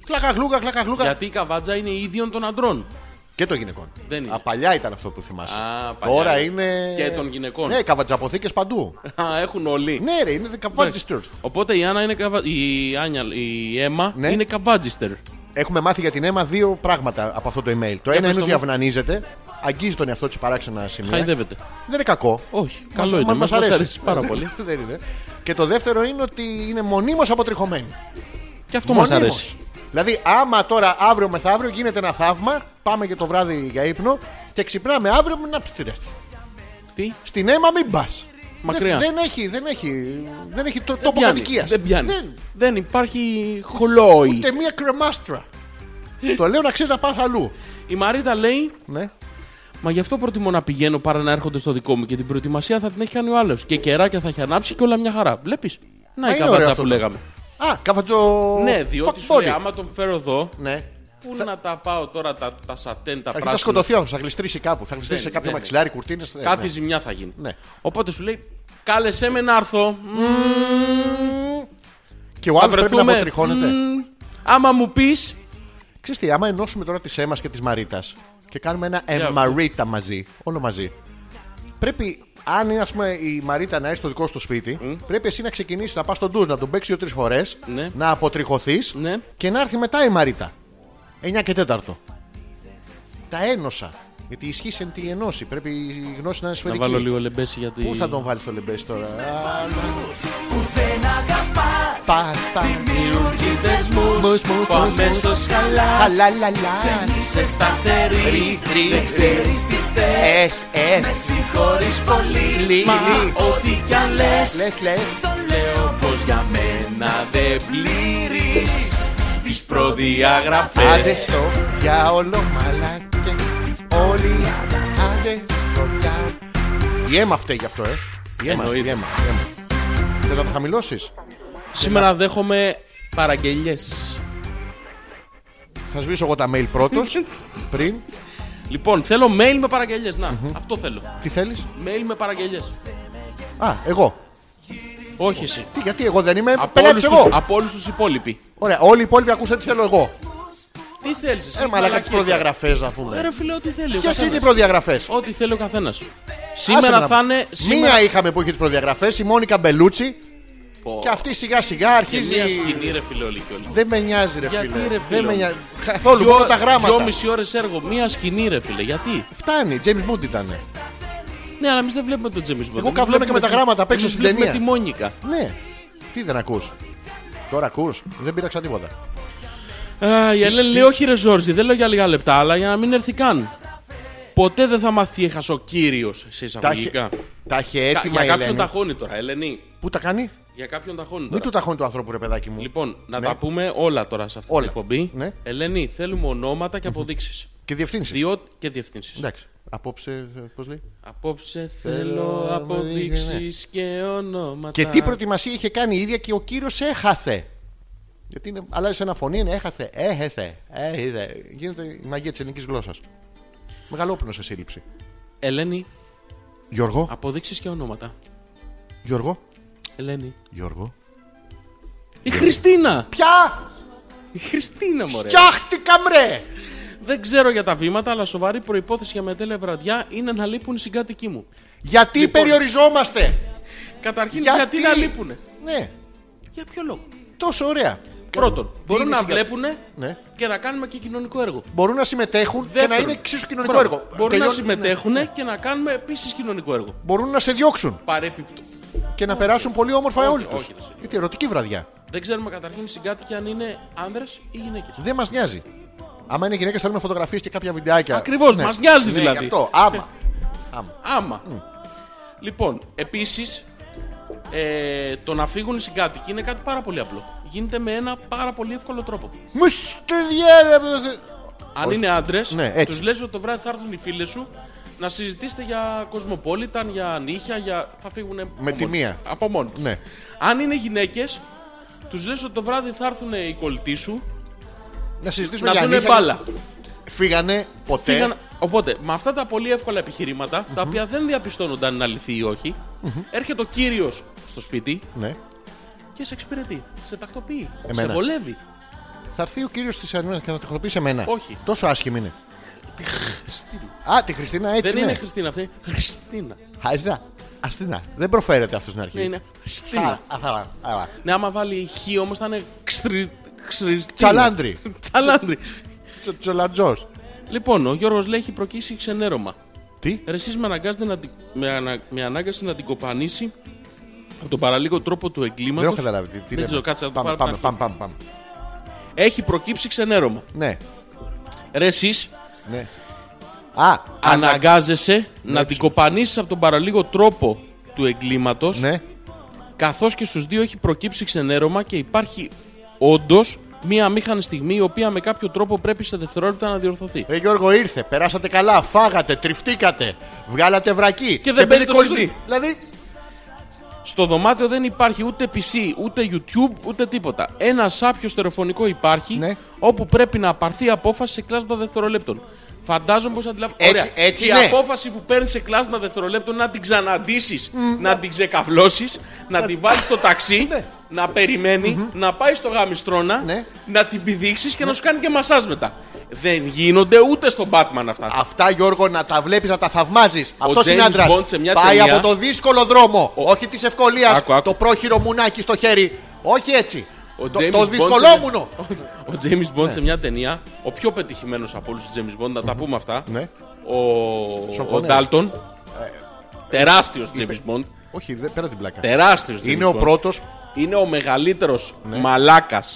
Speaker 1: Κλακα γλούκα, κλακα γλούκα.
Speaker 2: Γιατί η καβάτζα είναι ίδιον των αντρών.
Speaker 1: Και των γυναικών.
Speaker 2: Δεν είναι.
Speaker 1: Α, παλιά ήταν αυτό που θυμάσαι.
Speaker 2: Α, παλιά
Speaker 1: Τώρα
Speaker 2: είναι.
Speaker 1: είναι.
Speaker 2: Και των γυναικών.
Speaker 1: Ναι, καβατζαποθήκες παντού.
Speaker 2: Α, έχουν όλοι.
Speaker 1: ναι, ρε, είναι
Speaker 2: Εντάξει.
Speaker 1: καβατζιστήρ.
Speaker 2: Οπότε η Άννα είναι καβα... η, Άνια, η Έμα
Speaker 1: Ναι.
Speaker 2: είναι καβάτζιστερ.
Speaker 1: Έχουμε μάθει για την αίμα δύο πράγματα από αυτό το email. Το
Speaker 2: πες
Speaker 1: ένα είναι
Speaker 2: το
Speaker 1: ότι
Speaker 2: μου.
Speaker 1: αυνανίζεται, αγγίζει τον εαυτό της παράξενα σημεία.
Speaker 2: Χαϊδεύεται.
Speaker 1: Δεν είναι κακό.
Speaker 2: Όχι,
Speaker 1: Μας-
Speaker 2: καλό είναι. Μας,
Speaker 1: μας- μας
Speaker 2: αρέσει. πάρα πολύ.
Speaker 1: Δεν είναι. Και το δεύτερο είναι ότι είναι μονίμως αποτριχωμένη.
Speaker 2: Και αυτό μας
Speaker 1: Μονίμως.
Speaker 2: αρέσει.
Speaker 1: Δηλαδή, άμα τώρα αύριο μεθαύριο γίνεται ένα θαύμα, πάμε και το βράδυ για ύπνο και ξυπνάμε αύριο με να ψηρέσει.
Speaker 2: Τι,
Speaker 1: Στην αίμα μην πας.
Speaker 2: Μακριά.
Speaker 1: Δεν, δεν έχει, δεν έχει, δεν έχει το- τόπο
Speaker 2: πιάνει.
Speaker 1: κατοικίας.
Speaker 2: Δεν πιάνει.
Speaker 1: Δεν,
Speaker 2: Δεν, υπάρχει χολόι.
Speaker 1: ούτε μία κρεμάστρα.
Speaker 2: Ε.
Speaker 1: Στο λέω να ξέρεις να πας αλλού.
Speaker 2: Η Μαρίτα λέει,
Speaker 1: Ναι.
Speaker 2: Μα γι' αυτό προτιμώ να πηγαίνω παρά να έρχονται στο δικό μου και την προετοιμασία θα την έχει κάνει ο άλλος. Και κεράκια θα έχει ανάψει και όλα μια χαρά. Βλέπεις.
Speaker 1: Α,
Speaker 2: Να η
Speaker 1: είναι ωραίο
Speaker 2: καβάτσα
Speaker 1: αυτό
Speaker 2: που
Speaker 1: το.
Speaker 2: λέγαμε.
Speaker 1: Α, καβατζο.
Speaker 2: Ναι, διότι σου
Speaker 1: fuckbody.
Speaker 2: λέει, άμα τον φέρω εδώ,
Speaker 1: Ναι.
Speaker 2: πού να τα πάω τώρα τα, τα σατέν, τα
Speaker 1: Αρχικά θα
Speaker 2: πράσινα.
Speaker 1: σκοτωθεί ο άνθρωπος, θα γλιστρήσει κάπου. Θα γλιστρήσει
Speaker 2: Δεν-
Speaker 1: σε κάποιο
Speaker 2: δεν-
Speaker 1: μαξιλάρι, κουρτίνες.
Speaker 2: Ναι, Κάτι ζημιά θα γίνει.
Speaker 1: Ναι.
Speaker 2: Οπότε σου λέει, κάλεσέ με να έρθω. Μμμ,
Speaker 1: Και ο
Speaker 2: θα
Speaker 1: άλλος πρέπει να
Speaker 2: βρεθούμε.
Speaker 1: αποτριχώνεται.
Speaker 2: Μμμ, άμα μου πεις.
Speaker 1: Ξέρεις τι, άμα ενώσουμε τώρα τη Έμα και τη Μαρίτας και κάνουμε ένα
Speaker 2: Για
Speaker 1: Εμαρίτα μαζί, όλο μαζί. Πρέπει, αν είναι ας πούμε, η Μαρίτα να έρθει στο δικό σου σπίτι, πρέπει εσύ να ξεκινήσεις να πας στον ντουζ, να τον παίξεις δύο-τρει φορές,
Speaker 2: Ναι.
Speaker 1: να αποτριχωθείς
Speaker 2: Ναι.
Speaker 1: και να έρθει μετά η Μαρίτα. 9 και 4. Τα ένωσα. Γιατί ισχύει εν τη ενώση. Πρέπει η γνώση να είναι
Speaker 2: Να
Speaker 1: σφαιρική.
Speaker 2: βάλω λίγο λεμπέση γιατί.
Speaker 1: Πού θα τον βάλεις το λεμπέση τώρα. Α,
Speaker 4: που δεν αγαπάς
Speaker 1: Πα, πα.
Speaker 4: Δημιουργείς δεσμούς
Speaker 1: Μους, μους,
Speaker 4: που
Speaker 1: μους,
Speaker 4: αμέσως χαλάς
Speaker 1: Χαλαλαλα.
Speaker 4: Είσαι σταθερή, δεν ξέρεις τι θες
Speaker 1: Εσ, εσ.
Speaker 4: Με συγχωρείς πολύ,
Speaker 1: Λι,
Speaker 4: μα
Speaker 1: λι.
Speaker 4: ό,τι κι αν λες
Speaker 1: Λες, λες.
Speaker 4: Στο λέω πως για μένα δεν πλήρεις Τις προδιαγραφές
Speaker 1: Άντε στο για όλο μαλάκες Όλοι άντε στο για Η αίμα φταίει γι' αυτό ε Η αίμα, η
Speaker 2: Εννοείται.
Speaker 1: αίμα, η αίμα. Θες να το χαμηλώσεις
Speaker 2: Σήμερα δέχομαι παραγγελιές.
Speaker 1: Θα σβήσω εγώ τα mail πρώτος Πριν
Speaker 2: Λοιπόν, θέλω mail με παραγγελιές. Να, αυτό θέλω.
Speaker 1: Τι θέλεις
Speaker 2: Mail με παραγγελιές.
Speaker 1: Α εγώ
Speaker 2: Όχι εσύ.
Speaker 1: Τι, Γιατί εγώ δεν είμαι
Speaker 2: Από όλου
Speaker 1: πελάτης εγώ
Speaker 2: τους υπόλοιποι.
Speaker 1: Ωραία όλοι οι υπόλοιποι ακούσατε τι θέλω εγώ
Speaker 2: Τι θέλεις, εσύ.
Speaker 1: Ε μαλάκα τις προδιαγραφές να
Speaker 2: Ε,
Speaker 1: πούμε
Speaker 2: ρε φίλε, ό,τι θέλει. ο
Speaker 1: Ποιες είναι οι
Speaker 2: καθένας.
Speaker 1: προδιαγραφές
Speaker 2: Ό,τι θέλει ο καθένας.
Speaker 1: Άσε με
Speaker 2: Σήμερα
Speaker 1: να-
Speaker 2: θα είναι.
Speaker 1: Μία
Speaker 2: Σήμερα...
Speaker 1: είχαμε που είχε τις προδιαγραφές, η Μόνικα Μπελούτσι.
Speaker 2: Πω.
Speaker 1: Και αυτή σιγά σιγά
Speaker 2: Και
Speaker 1: αρχίζει.
Speaker 2: μία σκηνή, ρε φίλε, όλοι και όλοι.
Speaker 1: Δεν με νοιάζει, ρε
Speaker 2: Γιατί,
Speaker 1: φίλε.
Speaker 2: ρε, φίλε
Speaker 1: Δεν με
Speaker 2: μου.
Speaker 1: νοιάζει. Καθόλου μόνο τα γράμματα.
Speaker 2: Δυο μισή ώρες έργο. Μία σκηνή, ρε φίλε. Γιατί.
Speaker 1: Φτάνει, James Bond ήταν.
Speaker 2: Ναι, αλλά εμείς δεν βλέπουμε τον Τζέμι Μποντ.
Speaker 1: Εγώ καβλέμαι και με τα γράμματα απ' έξω στην ταινία.
Speaker 2: τη Μόνικα.
Speaker 1: Ναι. Τι δεν ακούς Τώρα ακούς Δεν πήραξα τίποτα.
Speaker 2: Ε, Α, Η Ελένη λέει: Όχι, ρε Ζόρζι, δεν λέω για λίγα λεπτά, αλλά για να μην έρθει καν. Ποτέ δεν θα μάθει έχασε ο κύριος σε
Speaker 1: Τα
Speaker 2: εισαγωγικά.
Speaker 1: είχε- τα είχε
Speaker 2: Κα-
Speaker 1: έτοιμα
Speaker 2: για
Speaker 1: η
Speaker 2: κάποιον
Speaker 1: Ελένη.
Speaker 2: ταχώνει τώρα, Ελένη.
Speaker 1: Πού τα κάνει?
Speaker 2: Για κάποιον ταχώνει
Speaker 1: Μην
Speaker 2: τώρα.
Speaker 1: του ταχώνει του ανθρώπου, ρε παιδάκι μου.
Speaker 2: Λοιπόν, να
Speaker 1: Ναι.
Speaker 2: τα πούμε όλα τώρα σε αυτή
Speaker 1: Όλα.
Speaker 2: την εκπομπή.
Speaker 1: Ναι.
Speaker 2: Ελένη, θέλουμε ονόματα και αποδείξεις.
Speaker 1: Και διευθύνσεις.
Speaker 2: Διότι και διευθύνσεις.
Speaker 1: Εντάξει. Απόψε, πώς λέει.
Speaker 2: Απόψε θέλω αποδείξει και ονόματα.
Speaker 1: ναι. Και τι προετοιμασία είχε κάνει η ίδια και ο κύριος έχαθε. Γιατί είναι, αλλάζει ένα φωνή, είναι έχαθε, έχεθε, έχεθε. Γίνεται η μαγεία της ελληνικής γλώσσας. Μεγαλόπνο σε σύλληψη.
Speaker 2: Ελένη,
Speaker 1: Γιώργο,
Speaker 2: αποδείξεις και ονόματα.
Speaker 1: Γιώργο,
Speaker 2: Ελένη.
Speaker 1: Γιώργο.
Speaker 2: Η
Speaker 1: Ναι.
Speaker 2: Χριστίνα!
Speaker 1: Πια!
Speaker 2: Η Χριστίνα, μωρέ.
Speaker 1: Φτιάχτηκα μρε!
Speaker 2: Δεν ξέρω για τα βήματα, αλλά σοβαρή προπόθεση για μετέλε βραδιά είναι να λείπουν οι συγκάτοικοί μου.
Speaker 1: Γιατί περιοριζόμαστε!
Speaker 2: Καταρχήν,
Speaker 1: Γιατί?
Speaker 2: γιατί, να λείπουνε.
Speaker 1: Ναι,
Speaker 2: Για ποιο λόγο.
Speaker 1: τόσο ωραία.
Speaker 2: Πρώτον, μπορούν
Speaker 1: είναι
Speaker 2: να
Speaker 1: συγκα-
Speaker 2: βλέπουνε
Speaker 1: Ναι.
Speaker 2: και να κάνουμε και κοινωνικό έργο.
Speaker 1: Μπορούν να συμμετέχουν και να είναι εξίσου κοινωνικό
Speaker 2: Μπράβο.
Speaker 1: έργο.
Speaker 2: Μπορούν να
Speaker 1: Τελειώνει- Ναι.
Speaker 2: συμμετέχουν και να κάνουμε επίσης κοινωνικό έργο.
Speaker 1: Μπορούν να σε διώξουν
Speaker 2: Παρέπιπτο.
Speaker 1: και να περάσουν πολύ όμορφα
Speaker 2: Όχι,
Speaker 1: όλοι
Speaker 2: όχι, δεν
Speaker 1: τους.
Speaker 2: σε διώξουν.
Speaker 1: Γιατί ερωτική βραδιά.
Speaker 2: Δεν ξέρουμε καταρχήν οι συγκάτοικοι αν είναι άνδρες ή γυναίκες.
Speaker 1: Δεν μας νοιάζει. Άμα είναι γυναίκες, θέλουμε φωτογραφίες και κάποια βιντεάκια.
Speaker 2: Ακριβώς,
Speaker 1: Ναι.
Speaker 2: μας νοιάζει
Speaker 1: Ναι,
Speaker 2: δηλαδή.
Speaker 1: γι' αυτό. Άμα. Άμα.
Speaker 2: Άμα. Λοιπόν, επίσης, ε, το να φύγουν οι συγκάτοικοι είναι κάτι πάρα πολύ απλό. Γίνεται με ένα πάρα πολύ εύκολο τρόπο.
Speaker 1: Μου στο διάλογο.
Speaker 2: Αν
Speaker 1: Όχι.
Speaker 2: είναι άντρες,
Speaker 1: Ναι, έτσι.
Speaker 2: τους λες ότι το βράδυ θα έρθουν οι φίλες σου να συζητήσετε για κοσμοπόλιταν, για νύχια, για... θα φύγουν
Speaker 1: Με τη μία.
Speaker 2: Από μόνοι τους.
Speaker 1: Ναι.
Speaker 2: Αν είναι γυναίκες, τους λες ότι το βράδυ θα έρθουν οι κολλητοί σου
Speaker 1: Να συζητήσουμε
Speaker 2: να
Speaker 1: για
Speaker 2: δουν
Speaker 1: νύχια. Ε.
Speaker 2: μπάλα.
Speaker 1: Φύγανε ποτέ.
Speaker 2: Φύγαν- Οπότε, με αυτά τα πολύ εύκολα επιχειρήματα, τα οποία δεν διαπιστώνονται αν είναι αληθή ή όχι, έρχεται ο κύριος στο σπίτι
Speaker 1: Ναι.
Speaker 2: και σε εξυπηρετεί. Σε τακτοποιεί.
Speaker 1: Εμένα.
Speaker 2: Σε βολεύει.
Speaker 1: Θα έρθει ο κύριος της Αρμενία και θα το χτυπήσει εμένα.
Speaker 2: Όχι.
Speaker 1: Τόσο άσχημη είναι.
Speaker 2: Χριστίνα.
Speaker 1: Α, τη Χριστίνα έτσι
Speaker 2: Δεν
Speaker 1: ναι.
Speaker 2: είναι Χριστίνα αυτή. είναι Χριστίνα.
Speaker 1: Χριστίνα. Αστίνα. Δεν προφέρεται αυτός στην αρχή.
Speaker 2: Ναι, είναι Χριστίνα.
Speaker 1: Α, α, α, α, α.
Speaker 2: Ναι, άμα βάλει χ όμως θα είναι ξτρι... ξριστίνα.
Speaker 1: Τσαλάντρι.
Speaker 2: Τσαλάντρι.
Speaker 1: Τσο- Τσολατζός.
Speaker 2: λοιπόν, ο Γιώργος λέει έχει προκύψει ξενέρωμα.
Speaker 1: Τι.
Speaker 2: Ρε, Εσείς με, αναγκάζετε να την- με, ανα... με ανάγκασε να την κοπανίσει από τον παραλίγο τρόπο του εγκλήματος.
Speaker 1: Δεν έχω καταλάβει. τι- Τι
Speaker 2: Δεν
Speaker 1: λέμε.
Speaker 2: ξέρω, κάτσε να το
Speaker 1: Πάμε,
Speaker 2: πάρω
Speaker 1: πάμε,
Speaker 2: από την
Speaker 1: πάμε, πάμε, πάμε.
Speaker 2: αρχή. Έχει προκύψει ξενέρωμα.
Speaker 1: Ναι,
Speaker 2: Ρε, εσείς
Speaker 1: ναι. Α, αναγκ-
Speaker 2: αναγκάζεσαι να την κοπανίσεις από τον παραλίγο τρόπο του εγκλήματος
Speaker 1: Ναι.
Speaker 2: καθώς και στους δύο έχει προκύψει ξενέρωμα και υπάρχει όντως μία αμήχανη στιγμή η οποία με κάποιο τρόπο πρέπει σε δευτερόλεπτα να διορθωθεί.
Speaker 1: Ρε Γιώργο ήρθε, περάσατε καλά, φάγατε, τριφτήκατε, βγάλατε βρακί.
Speaker 2: Και δεν
Speaker 1: μπαίνει
Speaker 2: παίζει το
Speaker 1: κολλή.
Speaker 2: CD.
Speaker 1: Δηλαδή,
Speaker 2: Στο δωμάτιο δεν υπάρχει ούτε PC, ούτε YouTube, ούτε τίποτα. Ένα σάπιο στερεοφωνικό υπάρχει
Speaker 1: Ναι.
Speaker 2: όπου πρέπει να απαρθεί απόφαση σε κλάσμα δευτερολέπτων. Φαντάζομαι πως αντιλαμβάνεσαι.
Speaker 1: Έτσι- έτσι ναι.
Speaker 2: Η
Speaker 1: είναι.
Speaker 2: απόφαση που παίρνει σε κλάσμα δευτερολέπτων να την ξαναντήσεις, να την ξεκαβλώσει, να την βάλεις στο ταξί,
Speaker 1: Ναι.
Speaker 2: να περιμενει να πάει στο γαμιστρώνα,
Speaker 1: Ναι.
Speaker 2: να την πηδήξεις και να σου κάνει και μασάζ μετά. Δεν γίνονται ούτε στον Batman αυτά.
Speaker 1: αυτά Γιώργο να τα βλέπεις, να τα θαυμάζεις. Αυτός είναι
Speaker 2: James
Speaker 1: άντρας.
Speaker 2: Bond σε μια
Speaker 1: Πάει
Speaker 2: ταινία-
Speaker 1: από το δύσκολο δρόμο, όχι της ευκολίας,
Speaker 2: Άκου, άκου.
Speaker 1: το πρόχειρο μουνάκι στο χέρι. Όχι έτσι.
Speaker 2: Ο
Speaker 1: το
Speaker 2: James
Speaker 1: το
Speaker 2: Bond
Speaker 1: δυσκολόμουνο.
Speaker 2: Ο James
Speaker 1: Ναι.
Speaker 2: Bond σε μια ταινία, ο πιο πετυχημένος από όλους τους James Bond, να τα πούμε αυτά.
Speaker 1: Ναι. Ε,
Speaker 2: Ο,
Speaker 1: Sean
Speaker 2: ο
Speaker 1: Connery.
Speaker 2: Dalton. Τεράστιο James Bond.
Speaker 1: Όχι, δε- πέρα την πλάκα.
Speaker 2: Τεράστιος James
Speaker 1: Είναι
Speaker 2: Bond.
Speaker 1: ο πρώτος Ναι.
Speaker 2: Είναι ο μεγαλύτερο μαλάκα James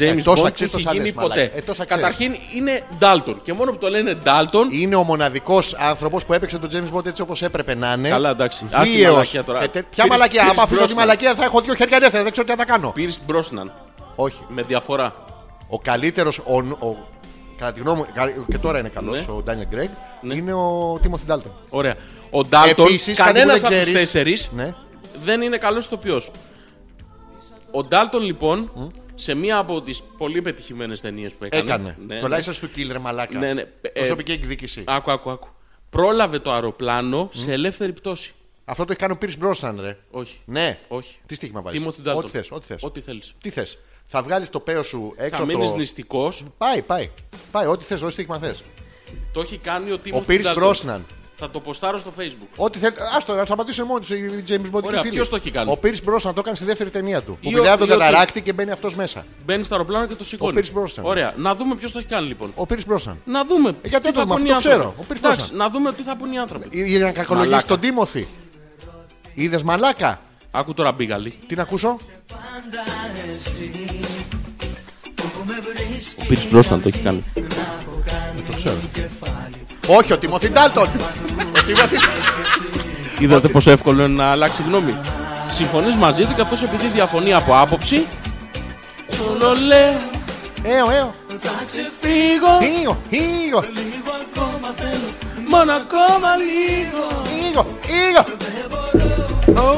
Speaker 1: Ε, τόσο
Speaker 2: Bond που
Speaker 1: αξίζει,
Speaker 2: έχει
Speaker 1: τόσο
Speaker 2: γίνει
Speaker 1: άλλες, μαλάκα.
Speaker 2: ποτέ.
Speaker 1: Ε, τόσο αξίζει.
Speaker 2: Καταρχήν είναι Dalton. Και μόνο που το λένε Dalton.
Speaker 1: είναι ο μοναδικός άνθρωπος που έπαιξε τον James Bond έτσι όπως έπρεπε να είναι.
Speaker 2: Καλά, εντάξει. Ας τη
Speaker 1: Βίαιος.
Speaker 2: μαλακία τώρα.
Speaker 1: Ε, τε- Ποια
Speaker 2: Πήρες-
Speaker 1: μαλακία.
Speaker 2: πήρες ναι.
Speaker 1: Άμα αφήσω τη
Speaker 2: μπροστά.
Speaker 1: μαλακία θα έχω δύο χέρια ελεύθερα. Δεν ξέρω τι θα τα κάνω.
Speaker 2: Pierce Brosnan.
Speaker 1: Όχι.
Speaker 2: Με διαφορά.
Speaker 1: Ο καλύτερος. Ο, ο, κατά τη γνώμη μου, κα- και τώρα είναι καλός
Speaker 2: Ναι.
Speaker 1: ο Ντάνιελ Γκρέγκ, είναι ο Τίμωθη Ντάλτον.
Speaker 2: Ωραία. Ο Dalton,
Speaker 1: Επίσης, κάτι
Speaker 2: κανένας
Speaker 1: που δεν
Speaker 2: από τους
Speaker 1: ξέρεις-
Speaker 2: τέσσερις,
Speaker 1: Ναι.
Speaker 2: δεν είναι καλός ηθοποιός. Ο Ντάλτον λοιπόν, σε μία από τις πολύ πετυχημένες ταινίες που έκανε.
Speaker 1: Έκανε.
Speaker 2: Ναι,
Speaker 1: το
Speaker 2: ναι.
Speaker 1: License του Killer, μαλάκα.
Speaker 2: Ναι, ναι. Ε,
Speaker 1: Προσωπική εκδίκηση.
Speaker 2: Άκου, άκου, άκου. Πρόλαβε το αεροπλάνο σε ελεύθερη πτώση.
Speaker 1: Αυτό το έχει κάνει ο Pierce Brosnan, ρε.
Speaker 2: Όχι.
Speaker 1: Ναι.
Speaker 2: Όχι.
Speaker 1: Τι στοίχημα βάζεις.
Speaker 2: Τίμωθη Ντάλτον.
Speaker 1: Ό,τι θες. Ό,τι θες.
Speaker 2: Ό,τι θέλεις.
Speaker 1: Τι θες. Θα βγάλεις το παίο σου έξω
Speaker 2: Θα
Speaker 1: από
Speaker 2: μείνει
Speaker 1: το.
Speaker 2: νηστικός.
Speaker 1: Πάει, πάει. Πάει, ό,τι θες, ό,τι στοίχημα θες.
Speaker 2: Το έχει κάνει ο
Speaker 1: Ο
Speaker 2: Τίμωθη
Speaker 1: Pierce
Speaker 2: Ντάλτον.
Speaker 1: Brosnan.
Speaker 2: Θα το ποστάρω στο facebook.
Speaker 1: Ό,τι θέλει. Άστο, να σταματήσουν μόνοι τους οι James Bond και οι
Speaker 2: Ωραία,
Speaker 1: φίλοι.
Speaker 2: ποιος το έχει κάνει?
Speaker 1: Ο Pierce Brosnan το έκανε στη δεύτερη ταινία του.
Speaker 2: Ή
Speaker 1: Που
Speaker 2: ο-
Speaker 1: μιλάει από
Speaker 2: ή ο
Speaker 1: τον καταράκτη και μπαίνει αυτός μέσα.
Speaker 2: Μπαίνει στο αεροπλάνο και το σηκώνει.
Speaker 1: Ο Pierce Brosnan.
Speaker 2: Ωραία. Να δούμε ποιος το έχει κάνει λοιπόν.
Speaker 1: Ο Pierce Brosnan.
Speaker 2: Να δούμε.
Speaker 1: Ε, γιατί
Speaker 2: τι θα
Speaker 1: το δούμε,
Speaker 2: πούν
Speaker 1: αυτό
Speaker 2: οι
Speaker 1: ξέρω.
Speaker 2: άνθρωποι.
Speaker 1: Ο Ε, Pierce Brosnan.
Speaker 2: Εντάξει, να δούμε τι θα πούν οι άνθρωποι.
Speaker 1: Ή- Για να κακολογήσει
Speaker 2: Μαλάκα.
Speaker 1: τον Τίμωθη. Είδες μαλάκα.
Speaker 2: Άκου τώρα μπίγαλι.
Speaker 1: Τι να ακούσω.
Speaker 2: Ο Pierce Brosnan το έχει κάνει.
Speaker 1: Δεν το ξέρω. Όχι, ο Τιμωθή Ντάλτον. Ο Τιμωθή-
Speaker 2: Είδατε πόσο εύκολο είναι να αλλάξει γνώμη. Συμφωνείς μαζί του και αυτός επειδή διαφωνεί από άποψη. Solo λέω
Speaker 1: Έω, έω.
Speaker 4: Θα ξεφύγω
Speaker 1: Ήγο, ήγο,
Speaker 4: λίγο ακόμα θέλω Μόνο ακόμα λίγο
Speaker 1: ήγο, ήγο. Ω,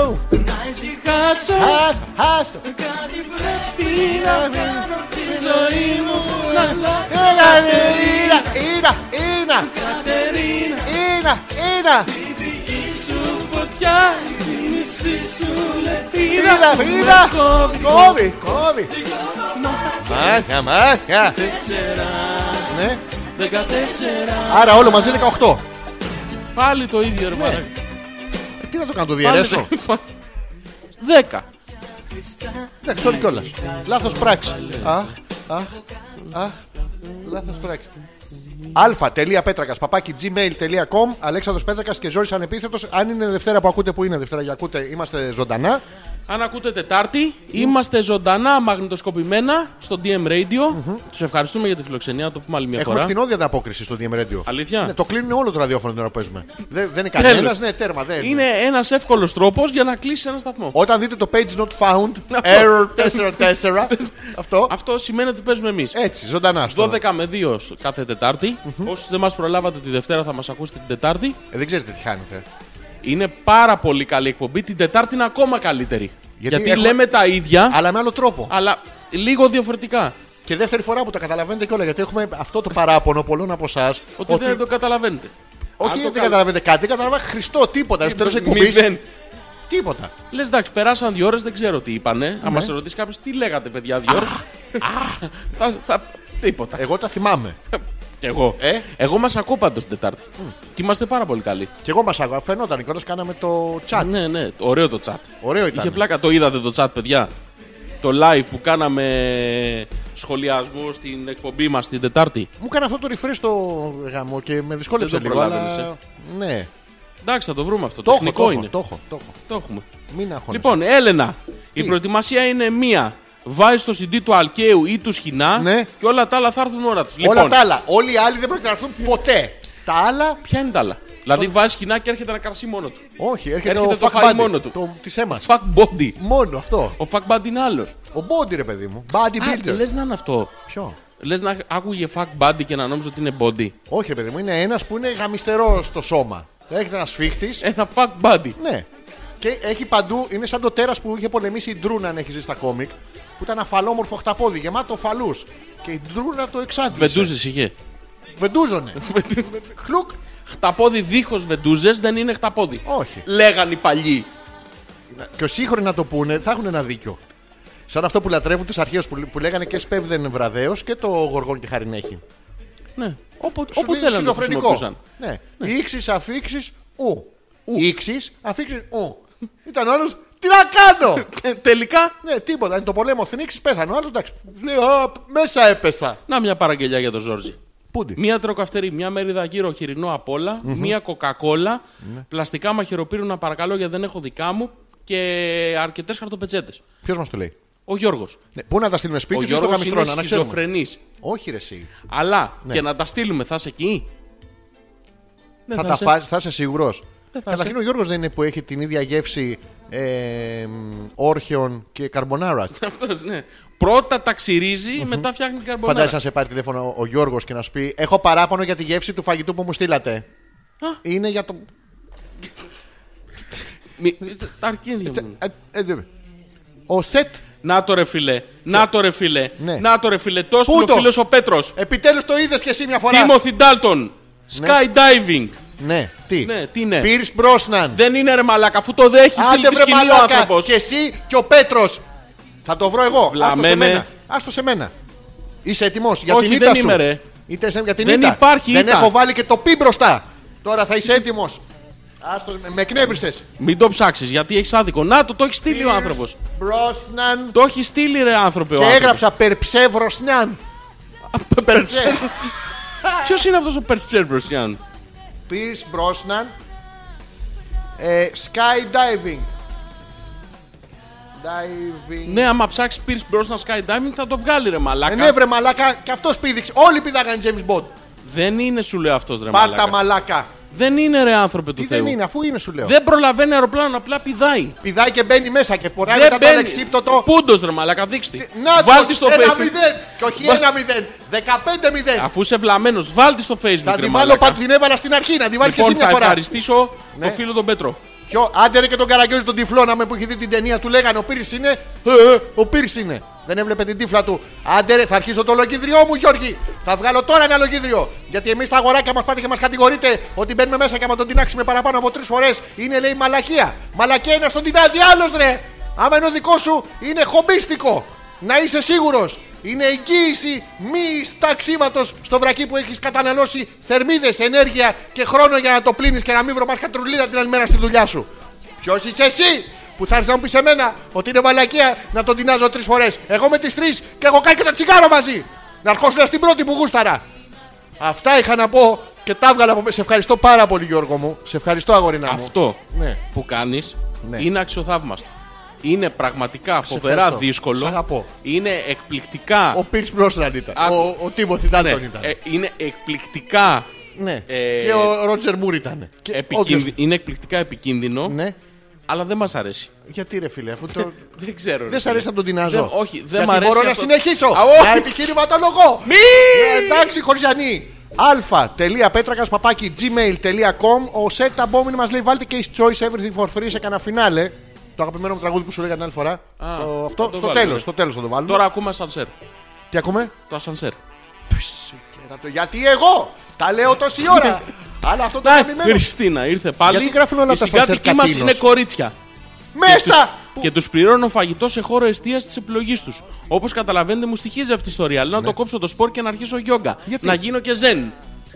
Speaker 1: ω,
Speaker 4: Να ησυχάσω
Speaker 1: άστο, άστο.
Speaker 4: Κάτι πρέπει να κάνω Τη ζωή μου να αλλάξω
Speaker 1: Έλα, ρε, Ήνα, Ήνα, Ήνα,
Speaker 4: Κατερίνα
Speaker 1: Ήνα, Ήνα.
Speaker 4: Η δική σου φωτιά Η θύμησή σου λεπίδα
Speaker 1: Ήνα,
Speaker 4: που με
Speaker 1: Ήνα.
Speaker 4: κόβει.
Speaker 1: Κόβει, κόβει. Μάχια, μάχια.
Speaker 4: Τέσσερα,
Speaker 1: Ναι.
Speaker 4: δεκατέσσερα
Speaker 1: Άρα όλο μαζί 18.
Speaker 2: πάλι το ίδιο
Speaker 1: Ναι,
Speaker 2: ρε μάνα.
Speaker 1: Ε, Τι να το κάνω, το διαιρέσω.
Speaker 2: Δέκα.
Speaker 1: Δεν ξέρω κιόλας. Λάθος πράξη. Αχ, αχ, αχ. Λάθος πράξη. αλφα.πέτρακα παπάκι gmail.com Αλέξανδρος Πέτρακας και Ζόρι Ανεπίθετος. Αν είναι Δευτέρα που ακούτε, που είναι Δευτέρα για ακούτε, είμαστε ζωντανά.
Speaker 2: Αν ακούτε Τετάρτη, είμαστε ζωντανά μαγνητοσκοπημένα στο DM Radio. Τους ευχαριστούμε για τη φιλοξενία, να το πούμε άλλη μια
Speaker 1: Έχουμε
Speaker 2: φορά.
Speaker 1: κτηνόδια ανταπόκριση στο DM Radio.
Speaker 2: Αλήθεια?
Speaker 1: Ναι, το κλείνουν όλο το ραδιόφωνο την ώρα που παίζουμε. Δεν, δεν είναι
Speaker 2: Τέλος.
Speaker 1: κανένας, ναι, τέρμα. Δεν
Speaker 2: Είναι ένας εύκολος τρόπος για να κλείσει ένα σταθμό.
Speaker 1: Όταν δείτε το page not found, error 444, αυτό.
Speaker 2: Αυτό σημαίνει ότι παίζουμε εμείς.
Speaker 1: Έτσι, ζωντανά. στο-
Speaker 2: 12 με 2 σ- κάθε Τετάρτη. Όσοι δεν μας προλάβατε τη Δευτέρα, θα μας ακούσετε την Τετάρτη.
Speaker 1: Ε, Δεν ξέρετε τι χάνετε.
Speaker 2: Είναι πάρα πολύ καλή εκπομπή. Την Τετάρτη είναι ακόμα καλύτερη.
Speaker 1: Γιατί
Speaker 2: Γιατί,
Speaker 1: έχουμε-
Speaker 2: λέμε τα ίδια,
Speaker 1: Αλλά με άλλο τρόπο.
Speaker 2: αλλά λίγο διαφορετικά.
Speaker 1: Και δεύτερη φορά που τα καταλαβαίνετε κιόλας, γιατί έχουμε αυτό το παράπονο πολλών από εσάς.
Speaker 2: Ότι, δεν το καταλαβαίνετε.
Speaker 1: Όχι,
Speaker 2: Αν
Speaker 1: δεν
Speaker 2: το κα-
Speaker 1: καταλαβαίνετε κάτι, δεν καταλαβαίνετε Χριστό τίποτα. Στο τέλο εκπομπής.
Speaker 2: Μηδέν.
Speaker 1: Τίποτα.
Speaker 2: Λες εντάξει, περάσαν δύο ώρες, δεν ξέρω τι είπανε. Αν μας ρωτήσει κάποιος, τι λέγατε, παιδιά, δύο ώρες. θα, θα, τίποτα.
Speaker 1: Εγώ τα θυμάμαι.
Speaker 2: Κι εγώ.
Speaker 1: Ε?
Speaker 2: Εγώ μας ακούω πάντως την Τετάρτη. Και είμαστε πάρα πολύ καλοί.
Speaker 1: Κι εγώ μας άκουγα. Φαινόταν κιόλα, κάναμε το chat.
Speaker 2: Ναι, ναι, το- ωραίο το chat.
Speaker 1: Ωραίο
Speaker 2: Είχε
Speaker 1: ήταν.
Speaker 2: πλάκα, το είδατε το chat, παιδιά. Το live που κάναμε σχολιασμό στην εκπομπή μας την Τετάρτη.
Speaker 1: Μου έκανε αυτό το refresh το γαμό και με δυσκόλεψε
Speaker 2: Δεν το
Speaker 1: λίγο. Αλλά...
Speaker 2: προλάβαινες,
Speaker 1: Ναι,
Speaker 2: Εντάξει, θα το βρούμε αυτό.
Speaker 1: το έχω,
Speaker 2: Τεχνικό
Speaker 1: το έχω,
Speaker 2: είναι.
Speaker 1: το έχω, το έχω.
Speaker 2: Το έχουμε.
Speaker 1: Μην αγχώνεσαι.
Speaker 2: Λοιπόν, Έλενα, η προετοιμασία είναι μία. Βάζει το CD του Αλκαίου ή του Σχοινά
Speaker 1: Ναι.
Speaker 2: και όλα τα άλλα θα έρθουν ώρα τους.
Speaker 1: Όλα
Speaker 2: Λοιπόν,
Speaker 1: τα άλλα. Όλοι οι άλλοι δεν πρόκειται να έρθουν ποτέ. Τα άλλα,
Speaker 2: ποια είναι τα άλλα. Δηλαδή βάζει Σχοινά και έρχεται ένα κρασί μόνο του.
Speaker 1: όχι, έρχεται,
Speaker 2: Έρχεται το
Speaker 1: fuck
Speaker 2: φάει
Speaker 1: buddy,
Speaker 2: μόνο του.
Speaker 1: Το, της έμας.
Speaker 2: Fuck body.
Speaker 1: Μόνο αυτό.
Speaker 2: Ο fuck body είναι άλλος.
Speaker 1: Ο body ρε παιδί μου. Bodybuilder.
Speaker 2: Λες να είναι αυτό.
Speaker 1: Ποιο.
Speaker 2: Λες να άκουγε fuck body και να νόμιζε ότι είναι body.
Speaker 1: Όχι, ρε παιδί μου, είναι ένας που είναι γαμιστερό στο σώμα. Έχετε ένα σφίχτη.
Speaker 2: Ένα fuck body.
Speaker 1: Ναι. Και έχει παντού, είναι σαν το τέρας που είχε πολεμήσει η Ντρούνα, αν έχεις ζήσει στα κόμικ. Που ήταν αφαλόμορφο χταπόδι, γεμάτο φαλούς. Και η Ντρούνα το εξάντλησε.
Speaker 2: Βεντούζες είχε.
Speaker 1: Βεντούζωνε. Χλουκ.
Speaker 2: Χταπόδι δίχως βεντούζες δεν είναι χταπόδι.
Speaker 1: Όχι.
Speaker 2: Λέγαν οι παλιοί.
Speaker 1: Και ο σύγχρονοι να το πούνε, θα έχουν ένα δίκιο. Σαν αυτό που λατρεύουν τις αρχές που, που λέγανε και σπέβδεν βραδέως και το γοργόν και χαρινέχη.
Speaker 2: Ναι. Όποτε,
Speaker 1: Σου
Speaker 2: όποτε
Speaker 1: λέει
Speaker 2: θέλαν να το
Speaker 1: σχιζοφρενικό.
Speaker 2: χρησιμοποιούσαν.
Speaker 1: Ναι. Ήξει, αφήξει, ου. Ήξει, αφήξει, ου. Ήταν ο άλλο, τι να κάνω!
Speaker 2: Ε, Τελικά,
Speaker 1: ναι, τίποτα. Είναι το πολέμο, την ήξει, πέθανε. Ο άλλος, εντάξει. Λέει, «Α, μέσα έπεσα.
Speaker 2: να μια παραγγελιά για τον Ζόρζι.
Speaker 1: Πούντι.
Speaker 2: Μία τροκαυτερή, μία μερίδα γύρω χοιρινό απ' όλα, μία κοκακόλα,
Speaker 1: Ναι.
Speaker 2: πλαστικά μαχαιροπύρουνα παρακαλώ γιατί δεν έχω δικά μου και αρκετές χαρτοπετσέτες.
Speaker 1: Ποιος μας το λέει.
Speaker 2: Ο Γιώργος.
Speaker 1: Ναι, πού να τα στείλουμε
Speaker 2: Ο
Speaker 1: σπίτι του στο
Speaker 2: Γιώργος είναι
Speaker 1: καμιστρώνα, να ξέρουμε.
Speaker 2: σχιζοφρενής.
Speaker 1: Όχι, ρε, εσύ.
Speaker 2: Αλλά
Speaker 1: Ναι.
Speaker 2: και να τα στείλουμε, θα είσαι εκεί. Δεν
Speaker 1: Ναι, θα, τα
Speaker 2: είσαι.
Speaker 1: φας, θα είσαι σίγουρος.
Speaker 2: Δεν θα
Speaker 1: Καταρχήν
Speaker 2: είσαι.
Speaker 1: ο Γιώργος δεν είναι που έχει την ίδια γεύση ε, μ, όρχεων και καρμπονάρα.
Speaker 2: Αυτός, ναι. Πρώτα τα ξυριζει μετά φτιάχνει την καρμπονάρα.
Speaker 1: Φαντάζεσαι να σε πάρει τηλέφωνο ο- ο Γιώργος και να σου πει: Έχω παράπονο για τη γεύση του φαγητού που μου στείλατε. Είναι για το.
Speaker 2: Μη- τα αρκίδια μου.
Speaker 1: Ε, ε, δε- Ο Σετ
Speaker 2: Να το ρε φιλέ. Να το ρε φιλέ.
Speaker 1: Ναι.
Speaker 2: Να το ρε φιλέ. Το
Speaker 1: Πού
Speaker 2: έστειλε
Speaker 1: το?
Speaker 2: ο φίλος ο Πέτρος.
Speaker 1: Επιτέλους το είδες και εσύ μια φορά.
Speaker 2: Τίμωθη Ντάλτον. Skydiving.
Speaker 1: Ναι, τι.
Speaker 2: Ναι, τι είναι.
Speaker 1: Πύρ Μπρόσναν.
Speaker 2: Δεν είναι ρε μαλάκα, αφού το δέχεις στείλει
Speaker 1: Άντε
Speaker 2: τη
Speaker 1: βρε
Speaker 2: σκηνή ο άνθρωπο.
Speaker 1: μαλάκα. Και εσύ και ο Πέτρος. Θα το βρω εγώ. Άστο σε
Speaker 2: Βλαμμένε.
Speaker 1: μένα. Άστο σε μένα. Είσαι έτοιμος για
Speaker 2: Όχι,
Speaker 1: την ήττα
Speaker 2: δεν
Speaker 1: σου.
Speaker 2: είμαι, ρε.
Speaker 1: Είτε σε- για την
Speaker 2: Δεν
Speaker 1: ήττα.
Speaker 2: υπάρχει
Speaker 1: Δεν
Speaker 2: ήττα.
Speaker 1: έχω βάλει και το πι μπροστά. Τώρα θα είσαι έτοιμος. Άστο, με- με εκνεύρισες.
Speaker 2: Μην το ψάξεις, γιατί έχεις άδικο. Να το, το έχεις στείλει ο άνθρωπος.
Speaker 1: Μπρόσναν.
Speaker 2: Το έχεις στείλει ρε άνθρωπε
Speaker 1: Ε. Και
Speaker 2: ο άνθρωπος.
Speaker 1: έγραψα περψεύροσναν. Ε.
Speaker 2: Ποιος είναι αυτός ο Περτσέρμπροσιαν.
Speaker 1: Πύρ Μπρόσναν. Ε, skydiving. Diving. ναι,
Speaker 2: Ναι, άμα ψάξεις Pierce Brosnan skydiving θα το βγάλει ρε μαλάκα.
Speaker 1: Ε, ναι, βρε μαλάκα, και αυτός πήδηξε. Όλοι πήδαγαν James Bond.
Speaker 2: Δεν είναι, σου λέω αυτός ρε
Speaker 1: Πάτα
Speaker 2: μαλάκα.
Speaker 1: μαλάκα.
Speaker 2: Δεν είναι ρε άνθρωπε του
Speaker 1: Τι
Speaker 2: Θεού.
Speaker 1: δεν είναι, αφού είναι σου λέω.
Speaker 2: Δεν προλαβαίνει αεροπλάνο, απλά πηδάει.
Speaker 1: Πηδάει και μπαίνει μέσα και ποράει
Speaker 2: Δεν
Speaker 1: μετά το ανεξύπτωτο.
Speaker 2: Πούντος ρε μαλάκα, δείξτε.
Speaker 1: Να
Speaker 2: Βάλτε στο
Speaker 1: ένα
Speaker 2: facebook.
Speaker 1: μηδέν. Και όχι
Speaker 2: Βα-
Speaker 1: ένα μηδέν. Δεκαπέντε μηδέν.
Speaker 2: Αφού είσαι βλαμμένος, βάλτε στο facebook.
Speaker 1: Θα
Speaker 2: ρε
Speaker 1: τη βάλω
Speaker 2: μαλάκα.
Speaker 1: πάντου την έβαλα στην αρχή, να τη βάλεις και
Speaker 2: Λοιπόν,
Speaker 1: εσύ μια
Speaker 2: θα
Speaker 1: φορά.
Speaker 2: ευχαριστήσω
Speaker 1: Ναι.
Speaker 2: τον φίλο τον Πέτρο.
Speaker 1: Ποιο, άντε ρε και τον Καραγκιόζη τον τυφλό να με που έχει δει την ταινία του λέγανε ο Πύρης είναι. Ε, ε, ο Πύρης είναι. Δεν έβλεπε την τύφλα του. Άντε ρε, θα αρχίσω το λογίδριό μου, Γιώργη. Θα βγάλω τώρα ένα λογίδριο. Γιατί εμείς τα αγοράκια μας πάτε και μας κατηγορείτε ότι μπαίνουμε μέσα και άμα τον τεινάξουμε παραπάνω από τρεις φορές είναι λέει μαλακία. Μαλακία είναι να τον τεινάζει άλλος ρε. Άμα είναι ο δικός σου είναι χομπίστικο. Να είσαι σίγουρος. Είναι εγγύηση μης ταξίματος στο βρακί που έχεις καταναλώσει θερμίδες, ενέργεια και χρόνο για να το πλύνεις και να μην βρω κατρουλίδα την άλλη μέρα στη δουλειά σου. Ποιος είσαι εσύ που θα έρθει να μου πεις σε μένα ότι είναι μαλακία να τον τεινάζω τρεις φορές. Εγώ με τις τρεις και έχω κάνει και το τσιγάρο μαζί. Να αρχόσουν στην πρώτη που γούσταρα. Αυτά είχα να πω και τα έβγαλα από μέσα. Σε ευχαριστώ πάρα πολύ, Γιώργο μου. Σε ευχαριστώ, αγορινά μου.
Speaker 2: Αυτό
Speaker 1: Ναι.
Speaker 2: που κάνεις
Speaker 1: Ναι.
Speaker 2: είναι αξιοθαύμαστο. Είναι πραγματικά φοβερά
Speaker 1: ευχαριστώ. Σ'
Speaker 2: δύσκολο.
Speaker 1: αγαπώ.
Speaker 2: Είναι εκπληκτικά.
Speaker 1: Ο Πίρ Μπρόσναν ήταν.
Speaker 2: Α-
Speaker 1: Ο, ο Τίμωθη Ντάλτον
Speaker 2: Ναι,
Speaker 1: ήταν.
Speaker 2: ε, είναι εκπληκτικά.
Speaker 1: ναι.
Speaker 2: ε,
Speaker 1: και ο Ρότζερ Μούρ ήταν. Και
Speaker 2: επικίνδυ-
Speaker 1: Ναι, όντως-
Speaker 2: Είναι εκπληκτικά επικίνδυνο,
Speaker 1: Ναι.
Speaker 2: αλλά δεν μας αρέσει.
Speaker 1: Γιατί ρε φίλε, αφού το.
Speaker 2: Δεν ξέρω. ρε
Speaker 1: Δεν σ'
Speaker 2: φίλε.
Speaker 1: αρέσει να τον τεινάζω.
Speaker 2: Δεν- όχι, δεν
Speaker 1: Γιατί
Speaker 2: μ' αρέσει
Speaker 1: Μπορώ να
Speaker 2: αυτό-
Speaker 1: συνεχίσω.
Speaker 2: Α, όχι.
Speaker 1: Να επιχειρηματολογώ.
Speaker 2: Μη!
Speaker 1: Ε, Εντάξει, χωριζανή. α.πέτρακα παπάκι gmail.com Ο Σέτα Μπόμιν μα λέει: Βάλτε και his choice everything for free σε κανένα φινάλε. Το αγαπημένο μου τραγούδι που σου λέγανε την άλλη φορά.
Speaker 2: Α,
Speaker 1: το,
Speaker 2: θα
Speaker 1: αυτό
Speaker 2: το
Speaker 1: στο
Speaker 2: βάλουμε.
Speaker 1: τέλος στο τέλος θα το βάλουμε.
Speaker 2: Τώρα ακούμε ασανσέρ.
Speaker 1: Τι ακούμε.
Speaker 2: Το ασανσέρ.
Speaker 1: Κέρα το- Γιατί εγώ τα λέω τόση ώρα.
Speaker 2: Ναι.
Speaker 1: Αλλά αυτό το
Speaker 2: Να,
Speaker 1: αγαπημένο.
Speaker 2: Χριστίνα, ήρθε πάλι.
Speaker 1: Γιατί γράφουν όλα
Speaker 2: Οι
Speaker 1: τα ασανσέρ
Speaker 2: συγκάτοικοί μα
Speaker 1: κατήλος.
Speaker 2: είναι κορίτσια.
Speaker 1: Μέσα! Που-
Speaker 2: Και τους πληρώνω φαγητό σε χώρο εστίας της επιλογής τους. Όπως καταλαβαίνετε, μου στοιχίζει αυτή η ιστορία. Αλλά να το κόψω το σπορ και να αρχίσω γιόγκα.
Speaker 1: Ναι. Γιατί?
Speaker 2: Να γίνω και ζεν.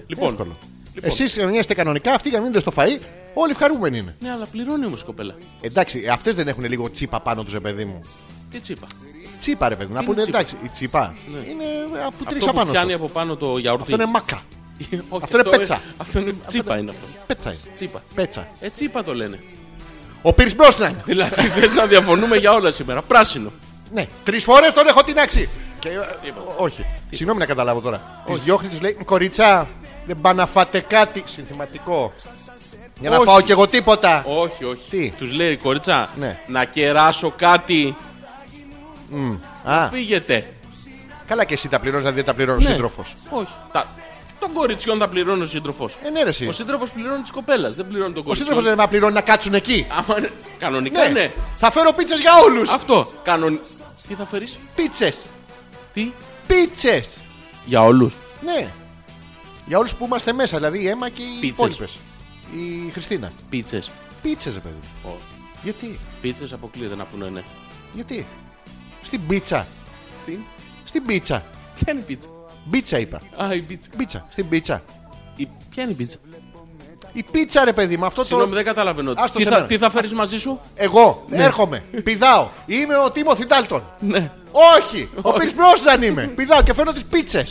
Speaker 2: Λοιπόν.
Speaker 1: Εύκολο. Εσεί γεννιέστε κανονικά, αυτοί γεννιούνται στο φαΐ, όλοι χαρούμενοι είναι.
Speaker 2: Ναι, αλλά πληρώνει όμως κοπέλα.
Speaker 1: Εντάξει, αυτές δεν έχουν λίγο τσίπα πάνω τους, παιδί μου.
Speaker 2: Τι τσίπα.
Speaker 1: Τσίπα, ρε παιδί μου. Να
Speaker 2: είναι
Speaker 1: πούνε
Speaker 2: τσίπα? Ναι.
Speaker 1: εντάξει, η τσίπα είναι από
Speaker 2: Αυτό
Speaker 1: τρίξα
Speaker 2: που
Speaker 1: πάνω.
Speaker 2: πιάνει
Speaker 1: σου.
Speaker 2: από πάνω το γιαουρτί.
Speaker 1: Αυτό είναι μάκα.
Speaker 2: Όχι,
Speaker 1: αυτό είναι πέτσα.
Speaker 2: Αυτό είναι τσίπα είναι αυτό.
Speaker 1: Πέτσα είναι.
Speaker 2: Τσίπα.
Speaker 1: Πέτσα.
Speaker 2: Ε, τσίπα το λένε.
Speaker 1: Ο Πίρ Μπρόσναν.
Speaker 2: δηλαδή θες να διαφωνούμε για όλα σήμερα. Πράσινο.
Speaker 1: Ναι. Τρεις φορές τον έχω τεινάξει. Και, ε,
Speaker 2: Λοιπόν.
Speaker 1: ό, όχι. Συγγνώμη να καταλάβω τώρα. Τη διώχνει, του λέει Κορίτσα, δεν πά να φάτε κάτι. Συνθηματικό. Για να
Speaker 2: Όχι.
Speaker 1: φάω κι εγώ τίποτα.
Speaker 2: Όχι, όχι.
Speaker 1: Τι?
Speaker 2: Τους λέει η κοριτσά
Speaker 1: Ναι.
Speaker 2: να κεράσω κάτι.
Speaker 1: Α,
Speaker 2: Φύγετε.
Speaker 1: καλά και εσύ τα πληρώνεις, δηλαδή δεν τα πληρώνει ο
Speaker 2: Ναι.
Speaker 1: σύντροφος.
Speaker 2: Όχι. Τα... Των κοριτσιών τα πληρώνει ο σύντροφος.
Speaker 1: Ε, ναι, ρε, εσύ.
Speaker 2: Ο σύντροφος πληρώνει της κοπέλας, δεν πληρώνει τον
Speaker 1: Ο σύντροφο
Speaker 2: κοριτσιό.
Speaker 1: δεν μα πληρώνει να κάτσουν εκεί.
Speaker 2: Άμα... είναι- Κανονικά ε, ναι.
Speaker 1: Θα φέρω πίτσες για όλους.
Speaker 2: Αυτό. Κανον... Τι θα φέρεις.
Speaker 1: Πίτσες.
Speaker 2: Τι.
Speaker 1: Πίτσες.
Speaker 2: Για όλους.
Speaker 1: Ναι. Για όλους που είμαστε μέσα, δηλαδή η Έμα και οι
Speaker 2: Πίτσες.
Speaker 1: υπόλοιπες. Η Χριστίνα.
Speaker 2: Πίτσες.
Speaker 1: Πίτσες, ρε παιδί. Γιατί,
Speaker 2: Πίτσες αποκλείεται να πούνε ναι.
Speaker 1: γιατί. Στην πίτσα.
Speaker 2: Στην.
Speaker 1: Στην πίτσα.
Speaker 2: Ποια είναι η πίτσα.
Speaker 1: Μπίτσα είπα.
Speaker 2: Α, η πίτσα.
Speaker 1: Πίτσα. Στην πίτσα.
Speaker 2: Η... Ποια είναι η πίτσα.
Speaker 1: Η πίτσα, ρε παιδί, με αυτό
Speaker 2: Συγγνώμη, Ναι.
Speaker 1: το.
Speaker 2: δεν καταλαβαίνω.
Speaker 1: Άστο
Speaker 2: Τι
Speaker 1: σε
Speaker 2: θα,
Speaker 1: μένα.
Speaker 2: τι θα φέρεις μαζί σου.
Speaker 1: Εγώ έρχομαι. Πηδάω. Είμαι ο Τίμωθη Ντάλτον.
Speaker 2: Ναι.
Speaker 1: Όχι! Ο Πιτ Μπρόσναν είμαι! Πηδάω και φέρνω τις πίτσες!
Speaker 2: Ε,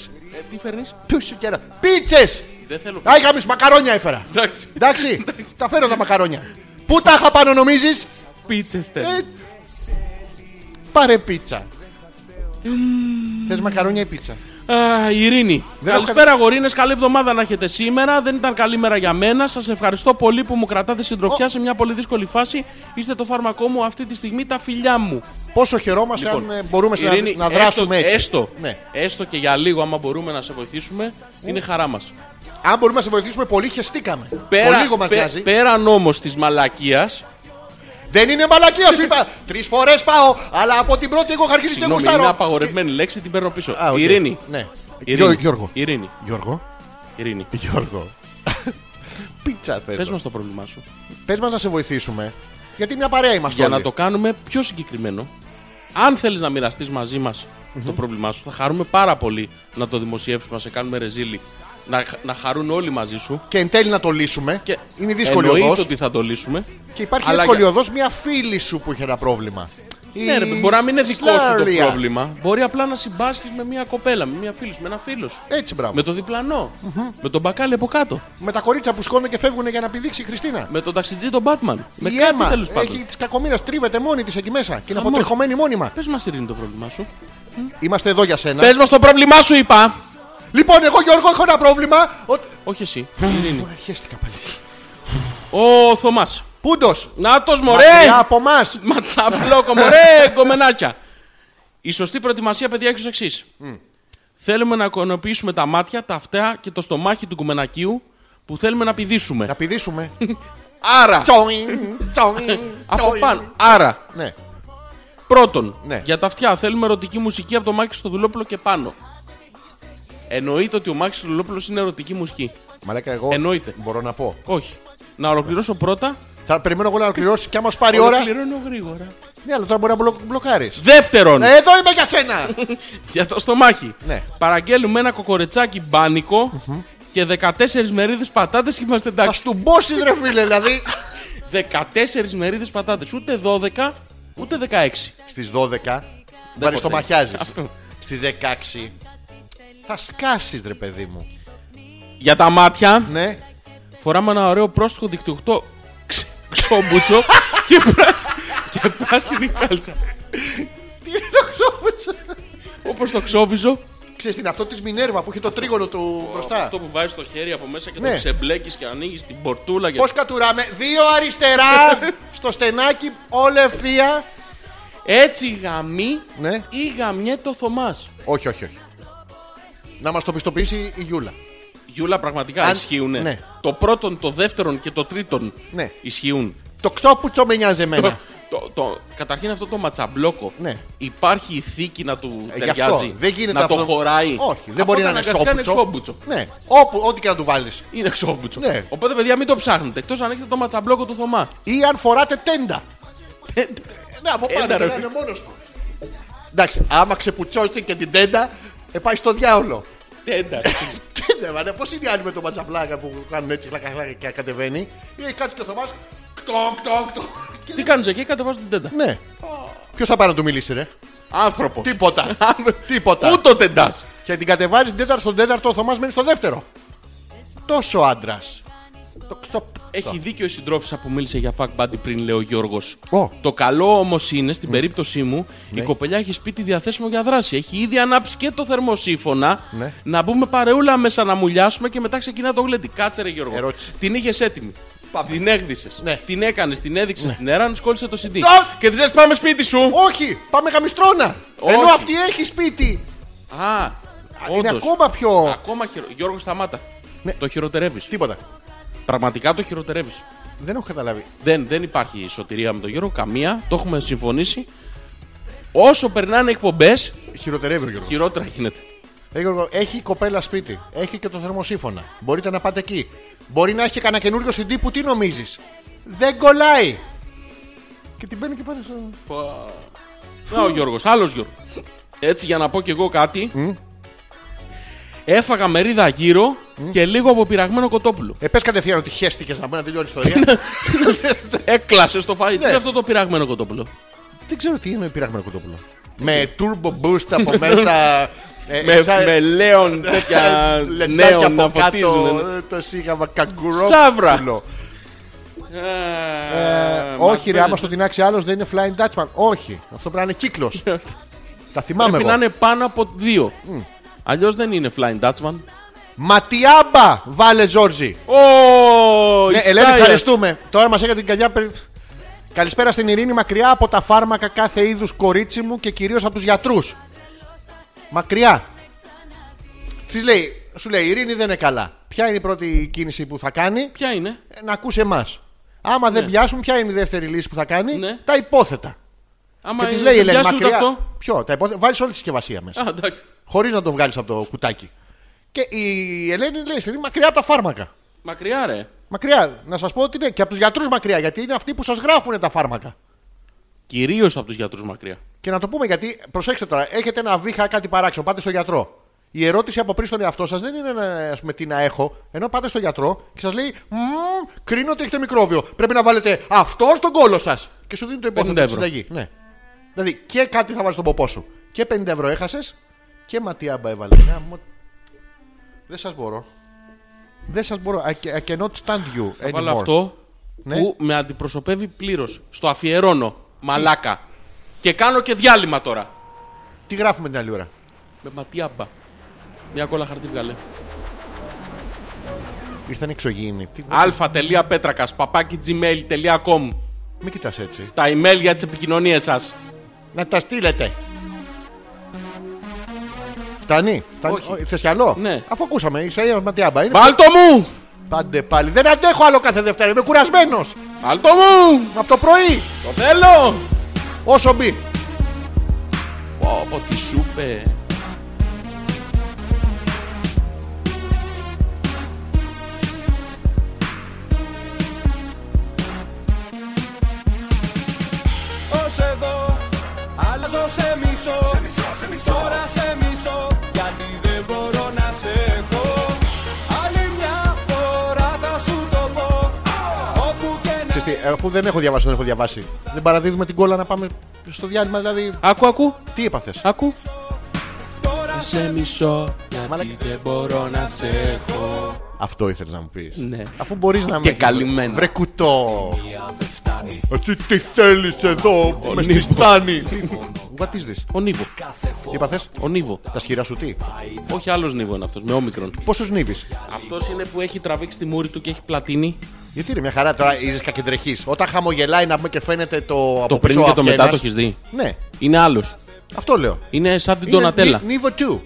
Speaker 2: τι φέρνει.
Speaker 1: Του σου κέρα. Πίτσες!
Speaker 2: Δεν θέλω.
Speaker 1: Άι γαμίσου, μακαρόνια έφερα!
Speaker 2: Εντάξει.
Speaker 1: Εντάξει, τα φέρω τα μακαρόνια. Πού τα είχα πάνω νομίζεις.
Speaker 2: Πίτσες
Speaker 1: Ε, πάρε πίτσα. Θες μακαρόνια ή πίτσα.
Speaker 2: Α, η Ειρήνη.
Speaker 1: Δεν
Speaker 2: Καλησπέρα, αγορίνε. Καλή εβδομάδα να έχετε σήμερα. Δεν ήταν καλή μέρα για μένα. Σας ευχαριστώ πολύ που μου κρατάτε συντροφιά σε μια πολύ δύσκολη φάση. Είστε το φάρμακό μου αυτή τη στιγμή, τα φιλιά μου.
Speaker 1: Πόσο χαιρόμαστε αν ε, μπορούμε να-
Speaker 2: Λοιπόν, Ειρήνη,
Speaker 1: να, δράσουμε
Speaker 2: έστω,
Speaker 1: έτσι.
Speaker 2: Έστω,
Speaker 1: Ναι.
Speaker 2: έστω και για λίγο, άμα μπορούμε να σε βοηθήσουμε, είναι χαρά μας.
Speaker 1: Αν μπορούμε να σε βοηθήσουμε πολύ, χεστήκαμε. πολύ λίγο μας νοιάζει.
Speaker 2: πέραν όμως της μαλακίας.
Speaker 1: Δεν είναι μαλακία σου, είπα. Τρεις φορές πάω, αλλά από την πρώτη εγώ είχα αρχίσει και
Speaker 2: Συγγνώμη, είναι
Speaker 1: γουστάρω.
Speaker 2: απαγορευμένη λέξη, την παίρνω πίσω.
Speaker 1: Α, οκ.
Speaker 2: Ειρήνη.
Speaker 1: Ναι.
Speaker 2: Ειρήνη.
Speaker 1: Γιώ- Γιώργο.
Speaker 2: Ειρήνη.
Speaker 1: Γιώργο.
Speaker 2: Ειρήνη.
Speaker 1: Γιώργο. Πίτσα
Speaker 2: Πε
Speaker 1: θέλω.
Speaker 2: μας το πρόβλημά σου.
Speaker 1: Πες μας να σε βοηθήσουμε. Γιατί μια παρέα είμαστε
Speaker 2: Για να
Speaker 1: όλοι.
Speaker 2: το κάνουμε πιο συγκεκριμένο, αν θέλεις να μοιραστείς μαζί μας το πρόβλημά σου, θα χαρούμε πάρα πολύ να το δημοσιεύσουμε, να σε κάνουμε ρεζίλι, να, χ- να χαρούν όλοι μαζί σου.
Speaker 1: Και εν τέλει να το λύσουμε.
Speaker 2: Και
Speaker 1: Είναι δύσκολη
Speaker 2: εννοείται
Speaker 1: οδός.
Speaker 2: ότι θα το λύσουμε.
Speaker 1: Και υπάρχει
Speaker 2: Αλλά
Speaker 1: εύκολη
Speaker 2: για-
Speaker 1: οδός μια φίλη σου που είχε ένα πρόβλημα.
Speaker 2: Ναι,
Speaker 1: Η
Speaker 2: ρε, μπορεί να μην είναι δικό σου το
Speaker 1: Σλάρια.
Speaker 2: πρόβλημα. Μπορεί απλά να συμπάσχεις με μια κοπέλα, με μια φίλη σου, με ένα φίλο σου.
Speaker 1: Έτσι, μπράβο.
Speaker 2: Με
Speaker 1: Με,
Speaker 2: το διπλανό. Με τον μπακάλι από κάτω.
Speaker 1: τα κορίτσια που σκόνουν και φεύγουν για να πηδήξει η Χριστίνα.
Speaker 2: Με τον ταξιτζή τον Batman. Με
Speaker 1: η
Speaker 2: κάτι
Speaker 1: Έμα
Speaker 2: τέλο
Speaker 1: έχει
Speaker 2: πάντων.
Speaker 1: τη κακομοίρα, τρίβεται μόνη της εκεί μέσα και είναι
Speaker 2: Χαμός.
Speaker 1: αποτριχωμένη μόνιμα.
Speaker 2: Πες μας, Ειρήνη, το πρόβλημά σου.
Speaker 1: Είμαστε εδώ για σένα.
Speaker 2: Πες μας το πρόβλημά σου, είπα.
Speaker 1: Λοιπόν, εγώ Γιώργο έχω ένα πρόβλημα. Ότι-
Speaker 2: Όχι εσύ. η Ειρήνη.
Speaker 1: Ω, Χαίστηκα πάλι.
Speaker 2: Ο Θωμάς.
Speaker 1: Πούντος.
Speaker 2: Νάτος, μωρέ!
Speaker 1: Μακριά από εμάς.
Speaker 2: Ματσαμπλόκο, μωρέ, κομμενάκια. Η σωστή προετοιμασία, παιδιά, έχει ως εξής. Θέλουμε να εικονοποιήσουμε τα μάτια, τα αυτιά και το στομάχι του κουμενακίου που θέλουμε να πηδήσουμε.
Speaker 1: Να πηδήσουμε.
Speaker 2: Άρα,
Speaker 1: Τσόιν, τσόιν,
Speaker 2: από
Speaker 1: τσόιν.
Speaker 2: πάνω. Άρα,
Speaker 1: Ναι.
Speaker 2: πρώτον,
Speaker 1: Ναι.
Speaker 2: για τα αυτιά θέλουμε ερωτική μουσική από το Μάκη στο Δουλόπουλο και πάνω. Εννοείται ότι ο Μάκη στο Δουλόπουλο είναι ερωτική μουσική.
Speaker 1: Μαλάκα, εγώ
Speaker 2: Εννοείται.
Speaker 1: μπορώ να πω.
Speaker 2: Όχι. Να ολοκληρώσω πρώτα.
Speaker 1: Θα περιμένω εγώ να ολοκληρώσει και άμα σου πάρει η ώρα.
Speaker 2: Ολοκληρώνω γρήγορα.
Speaker 1: Ναι, αλλά τώρα μπορεί να μπλο- μπλοκάρεις. Ε,
Speaker 2: Δεύτερον,
Speaker 1: Εδώ είμαι για σένα!
Speaker 2: για το στομάχι.
Speaker 1: Ναι.
Speaker 2: Παραγγέλνουμε ένα κοκορετσάκι μπάνικο και 14 μερίδες πατάτες και είμαστε
Speaker 1: Θα
Speaker 2: εντάξει.
Speaker 1: σου μπώσεις ρε φίλε, δηλαδή.
Speaker 2: 14 μερίδες πατάτες. Ούτε 12, ούτε 16.
Speaker 1: Στις 12 μπορεί το
Speaker 2: ποτέ.
Speaker 1: μαχιάζει.
Speaker 2: Αυτό.
Speaker 1: Στις 16 θα σκάσεις ρε παιδί μου.
Speaker 2: Για τα μάτια,
Speaker 1: Ναι.
Speaker 2: φοράμε ένα ωραίο πρόστιχο δικτυοκτό ξ- ξόμπουτσο και, πράσι- και πράσινη κάλτσα.
Speaker 1: Τι είναι το ξόβουτσο.
Speaker 2: Όπως το ξόβιζο,
Speaker 1: Ξέρεις τι είναι αυτό της Μινέρβα που έχει το τρίγωνο του μπροστά.
Speaker 2: αυτό που βάζει το χέρι από μέσα και
Speaker 1: Ναι.
Speaker 2: το ξεμπλέκεις και ανοίγεις την πορτούλα. Και...
Speaker 1: Πώς κατουράμε. Δύο αριστερά στο στενάκι όλη ευθεία.
Speaker 2: Έτσι γαμεί
Speaker 1: Ναι.
Speaker 2: ή γαμιέ το Θωμάς.
Speaker 1: Όχι, όχι, όχι. Να μας το πιστοποιήσει η Γιούλα.
Speaker 2: Γιούλα, πραγματικά
Speaker 1: Αν-
Speaker 2: ισχύουν.
Speaker 1: ναι.
Speaker 2: Το πρώτον, το δεύτερον και το τρίτον
Speaker 1: Ναι.
Speaker 2: ισχύουν.
Speaker 1: Το ξόπουτσο με νοιάζει εμένα.
Speaker 2: Το, το, καταρχήν αυτό το ματσαμπλόκο.
Speaker 1: Ναι.
Speaker 2: Υπάρχει η θήκη να του
Speaker 1: Ε, γι' αυτό.
Speaker 2: ταιριάζει.
Speaker 1: Δεν γίνεται
Speaker 2: να
Speaker 1: αυτό.
Speaker 2: το χωράει.
Speaker 1: Όχι, δεν
Speaker 2: Αυτό
Speaker 1: μπορεί να είναι
Speaker 2: αναγκαστικά
Speaker 1: ξόπουτσο.
Speaker 2: ξόμπουτσο.
Speaker 1: Ναι. Όπου, ό,τι και να του βάλεις.
Speaker 2: Είναι ξόμπουτσο.
Speaker 1: Ναι.
Speaker 2: Οπότε, παιδιά, μην το ψάχνετε. Εκτός αν έχετε το ματσαμπλόκο του Θωμά.
Speaker 1: Ή αν φοράτε τέντα. Ναι, από πάνω
Speaker 2: Τέντα,
Speaker 1: και
Speaker 2: ρε
Speaker 1: να είναι
Speaker 2: φίλε.
Speaker 1: μόνος του. Εντάξει, άμα ξεπουτσώσετε και την τέντα, ε, πάει στο διάολο.
Speaker 2: Τέντα.
Speaker 1: Τέντα, Ναι, μα πώς είναι οι άλλοι με το ματσαπλάκα που κάνουν έτσι χλάκα χλάκα και κατεβαίνει. Ή έχει κάτσει και ο Θωμάς. Κτόκ, κτόκ, κτόκ. Και-
Speaker 2: Τι κάνεις εκεί, κατεβάζω την τέντα.
Speaker 1: Ναι. Ποιος θα πάει να του μιλήσει, ρε.
Speaker 2: Άνθρωπος.
Speaker 1: Τίποτα. Τίποτα.
Speaker 2: Ούτε τεντάς.
Speaker 1: Και την κατεβάζει την τέταρτη στον τέταρτο, ο Θωμάς μένει στο δεύτερο. Τόσο άντρας. Το ξοπ.
Speaker 2: Έχει δίκιο η συντρόφισσα που μίλησε για fuck buddy πριν, λέει ο Γιώργος.
Speaker 1: Ω. Ναι.
Speaker 2: Το καλό όμως είναι, στην περίπτωσή μου, η κοπελιά έχει σπίτι διαθέσιμο για δράση. Έχει ήδη ανάψει και το θερμοσύφωνα.
Speaker 1: Ναι.
Speaker 2: Να μπούμε παρεούλα μέσα να μουλιάσουμε και μετά ξεκινά το γλέντι. Κάτσε ρε Γιώργο.
Speaker 1: Ερώτηση.
Speaker 2: Την είχες έτοιμη. Την έγδησε.
Speaker 1: Ναι.
Speaker 2: Την έκανες, την έδειξες στην έραν, σκόλισε το CD.
Speaker 1: Α!
Speaker 2: Και της λες: Πάμε σπίτι σου!
Speaker 1: Όχι, πάμε γαμιστρώνα.
Speaker 2: Όχι.
Speaker 1: Ενώ αυτή έχει σπίτι.
Speaker 2: Α,
Speaker 1: Είναι
Speaker 2: όντως.
Speaker 1: ακόμα πιο.
Speaker 2: Ακόμα χειρο... Γιώργος, σταμάτα.
Speaker 1: Ναι.
Speaker 2: Το χειροτερεύεις.
Speaker 1: Τίποτα.
Speaker 2: Πραγματικά το χειροτερεύεις.
Speaker 1: Δεν έχω καταλάβει.
Speaker 2: Δεν, δεν υπάρχει σωτηρία με τον Γιώργο, καμία. Το έχουμε συμφωνήσει. Όσο περνάνε εκπομπές,
Speaker 1: Χειροτερεύει ο Γιώργος.
Speaker 2: χειρότερα γίνεται.
Speaker 1: Ε, Γιώργο. Έχει η κοπέλα σπίτι. Έχει και το θερμοσύφωνα. Μπορείτε να πάτε εκεί. Μπορεί να έχει και κανένα καινούριο CD που τι νομίζεις. Δεν κολλάει. Και την παίρνει και πάνε στο.
Speaker 2: Να ο Γιώργος, άλλος Γιώργος. Έτσι για να πω κι εγώ κάτι. Έφαγα μερίδα γύρω και λίγο από πειραγμένο κοτόπουλο.
Speaker 1: Ε, πες κατευθείαν ότι χέστηκε να μπορεί να τελειώνεις η ιστορία.
Speaker 2: Έκλασε στο φάι. Τι
Speaker 1: Ναι.
Speaker 2: είναι αυτό το πειραγμένο κοτόπουλο.
Speaker 1: Δεν ξέρω τι είναι πειράγμα κοτόπουλο. Με turbo boost από μέσα. ε,
Speaker 2: Με,
Speaker 1: σαν-
Speaker 2: με λέον τέτοια
Speaker 1: λεντάκια
Speaker 2: νέων να
Speaker 1: από κάτω.
Speaker 2: φωτίζουν.
Speaker 1: ε, Το σίγαμα καγκουρό.
Speaker 2: Σαύρα.
Speaker 1: πουλο. Ε,
Speaker 2: Ε,
Speaker 1: όχι, ρε,
Speaker 2: μα
Speaker 1: άμα στο τεινάξει άλλος δεν είναι flying Dutchman. Όχι, αυτό πρέπει να είναι κύκλος. Τα θυμάμαι
Speaker 2: Πρέπει να
Speaker 1: εγώ.
Speaker 2: είναι πάνω από δύο. Αλλιώς δεν είναι Flying Dutchman.
Speaker 1: Ματιάμπα, βάλε Τζόρτζι.
Speaker 2: Ω,
Speaker 1: Ναι,
Speaker 2: η
Speaker 1: Ελένη,
Speaker 2: Σάια.
Speaker 1: ευχαριστούμε. Τώρα μας έκανε την καλιά. περι- Καλησπέρα στην Ειρήνη μακριά από τα φάρμακα κάθε είδους κορίτσι μου και κυρίως από τους γιατρούς. Μακριά. Της λέει, σου λέει, η Ειρήνη δεν είναι καλά. Ποια είναι η πρώτη κίνηση που θα κάνει,
Speaker 2: Ποια είναι.
Speaker 1: Ε, να ακούσει εμάς. Άμα δεν πιάσουν, ποια είναι η δεύτερη λύση που θα κάνει,
Speaker 2: Ναι. τα
Speaker 1: τα υπόθετα.
Speaker 2: Άμα
Speaker 1: και τη
Speaker 2: είναι-
Speaker 1: λέει η
Speaker 2: δεν
Speaker 1: Ελένη,
Speaker 2: πιάσει ούτε
Speaker 1: μακριά.
Speaker 2: αυτό.
Speaker 1: Ποιο, τα υπόθετα. Βάλεις όλη τη συσκευασία μέσα.
Speaker 2: Α, εντάξει.
Speaker 1: Χωρίς να το βγάλεις από το κουτάκι. Και η Ελένη λέει, «Στην- μακριά από τα φάρμακα.
Speaker 2: Μακριά, ρε.
Speaker 1: Μακριά, να σας πω ότι είναι και από τους γιατρούς μακριά, γιατί είναι αυτοί που σας γράφουν τα φάρμακα.
Speaker 2: Κυρίως από τους γιατρούς μακριά.
Speaker 1: Και να το πούμε γιατί, προσέξτε τώρα, έχετε ένα βήχα κάτι παράξενο, πάτε στο γιατρό. Η ερώτηση από πριν στον εαυτό σας δεν είναι ε, ας πούμε, τι να έχω, ενώ πάτε στο γιατρό και σας λέει «Μμμ, κρίνω ότι έχετε μικρόβιο. Πρέπει να βάλετε αυτό στον κόλο σας. Και σου δίνει το
Speaker 2: 50
Speaker 1: υπόθετο
Speaker 2: ευρώ.
Speaker 1: συνταγή. Ναι. Δηλαδή και κάτι θα βάλεις στον ποπό σου. Και 50 ευρώ έχασες και ματιάμπα έβαλε. Γαμώ- Δεν σας μπορώ. Δεν σας μπορώ. I, ca- I cannot stand you
Speaker 2: Θα βάλω
Speaker 1: anymore.
Speaker 2: αυτό
Speaker 1: Ναι.
Speaker 2: που με αντιπροσωπεύει πλήρως. Στο αφιερώνω. Μαλάκα. Και κάνω και διάλειμμα τώρα.
Speaker 1: Τι γράφουμε την άλλη ώρα.
Speaker 2: Με ματιάμπα. Μια κόλλα χαρτί βγάλε.
Speaker 1: Ήρθαν εξωγήινοι. Τι...
Speaker 2: αλφα.πέτρακα παπάκι gmail.com
Speaker 1: Μην κοιτάς έτσι.
Speaker 2: Τα email για τις επικοινωνίες σας.
Speaker 1: Να τα στείλετε. Φτάνει. Φτάνει.
Speaker 2: Όχι.
Speaker 1: Ω, Θες κι άλλο.
Speaker 2: Ναι.
Speaker 1: Αφού ακούσαμε, είσαι ένας ματιάμπα. Είναι
Speaker 2: Βάλτο μου!
Speaker 1: Πάντε πάλι. Δεν αντέχω άλλο κάθε Δευτέρα. Είμαι κουρασμένος.
Speaker 2: Βάλτο μου!
Speaker 1: Από το πρωί.
Speaker 2: Το θέλω!
Speaker 1: Όσο μπει.
Speaker 2: Πω, πω, τι σου είπε.
Speaker 4: Ως εδώ, αλλάζω σε μισό, τώρα σε μισό, γιατί δεν μπορώ να σε έχω. Άλλη μια φορά θα σου το πω, όπου και να...
Speaker 1: Ξέρεις τι, αφού δεν έχω διαβάσει, δεν έχω διαβάσει. Δεν παραδίδουμε την κόλλα να πάμε στο διάλειμμα, δηλαδή.
Speaker 2: Άκου, άκου,
Speaker 1: Τι έπαθες.
Speaker 2: άκου.
Speaker 4: Τώρα
Speaker 2: Σε μισό, γιατί
Speaker 1: Μαλάκα.
Speaker 2: δεν μπορώ να σε έχω.
Speaker 1: Αυτό ήθελες να μου πεις.
Speaker 2: Ναι.
Speaker 1: Αφού μπορείς να
Speaker 2: Και
Speaker 1: με-
Speaker 2: καλυμμένα.
Speaker 1: Βρε κουτό. Ε, Τι, τι θέλεις εδώ, μες στη
Speaker 2: Νίβο.
Speaker 1: στάνη. Τι- What is this.
Speaker 2: Ο Νίβο.
Speaker 1: Τι έπαθε.
Speaker 2: Ο Νίβο.
Speaker 1: Τα σχηρά σου τι.
Speaker 2: Όχι άλλος Νίβο είναι αυτός, με όμικρον.
Speaker 1: Πόσους νύβει.
Speaker 2: Αυτός είναι που έχει τραβήξει τη μούρη του και έχει πλατίνει.
Speaker 1: Γιατί είναι μια χαρά τώρα η Ζήσκα κεντρεχή. Όταν χαμογελάει να πούμε και φαίνεται το από
Speaker 2: Το
Speaker 1: πίσω
Speaker 2: πριν και το
Speaker 1: αυγένας.
Speaker 2: μετά το έχεις δει.
Speaker 1: Ναι,
Speaker 2: Είναι άλλος.
Speaker 1: αυτό λέω.
Speaker 2: Είναι σαν την Ναι.
Speaker 1: Είναι
Speaker 2: Τονατέλα.
Speaker 1: νι- Νίβο 2.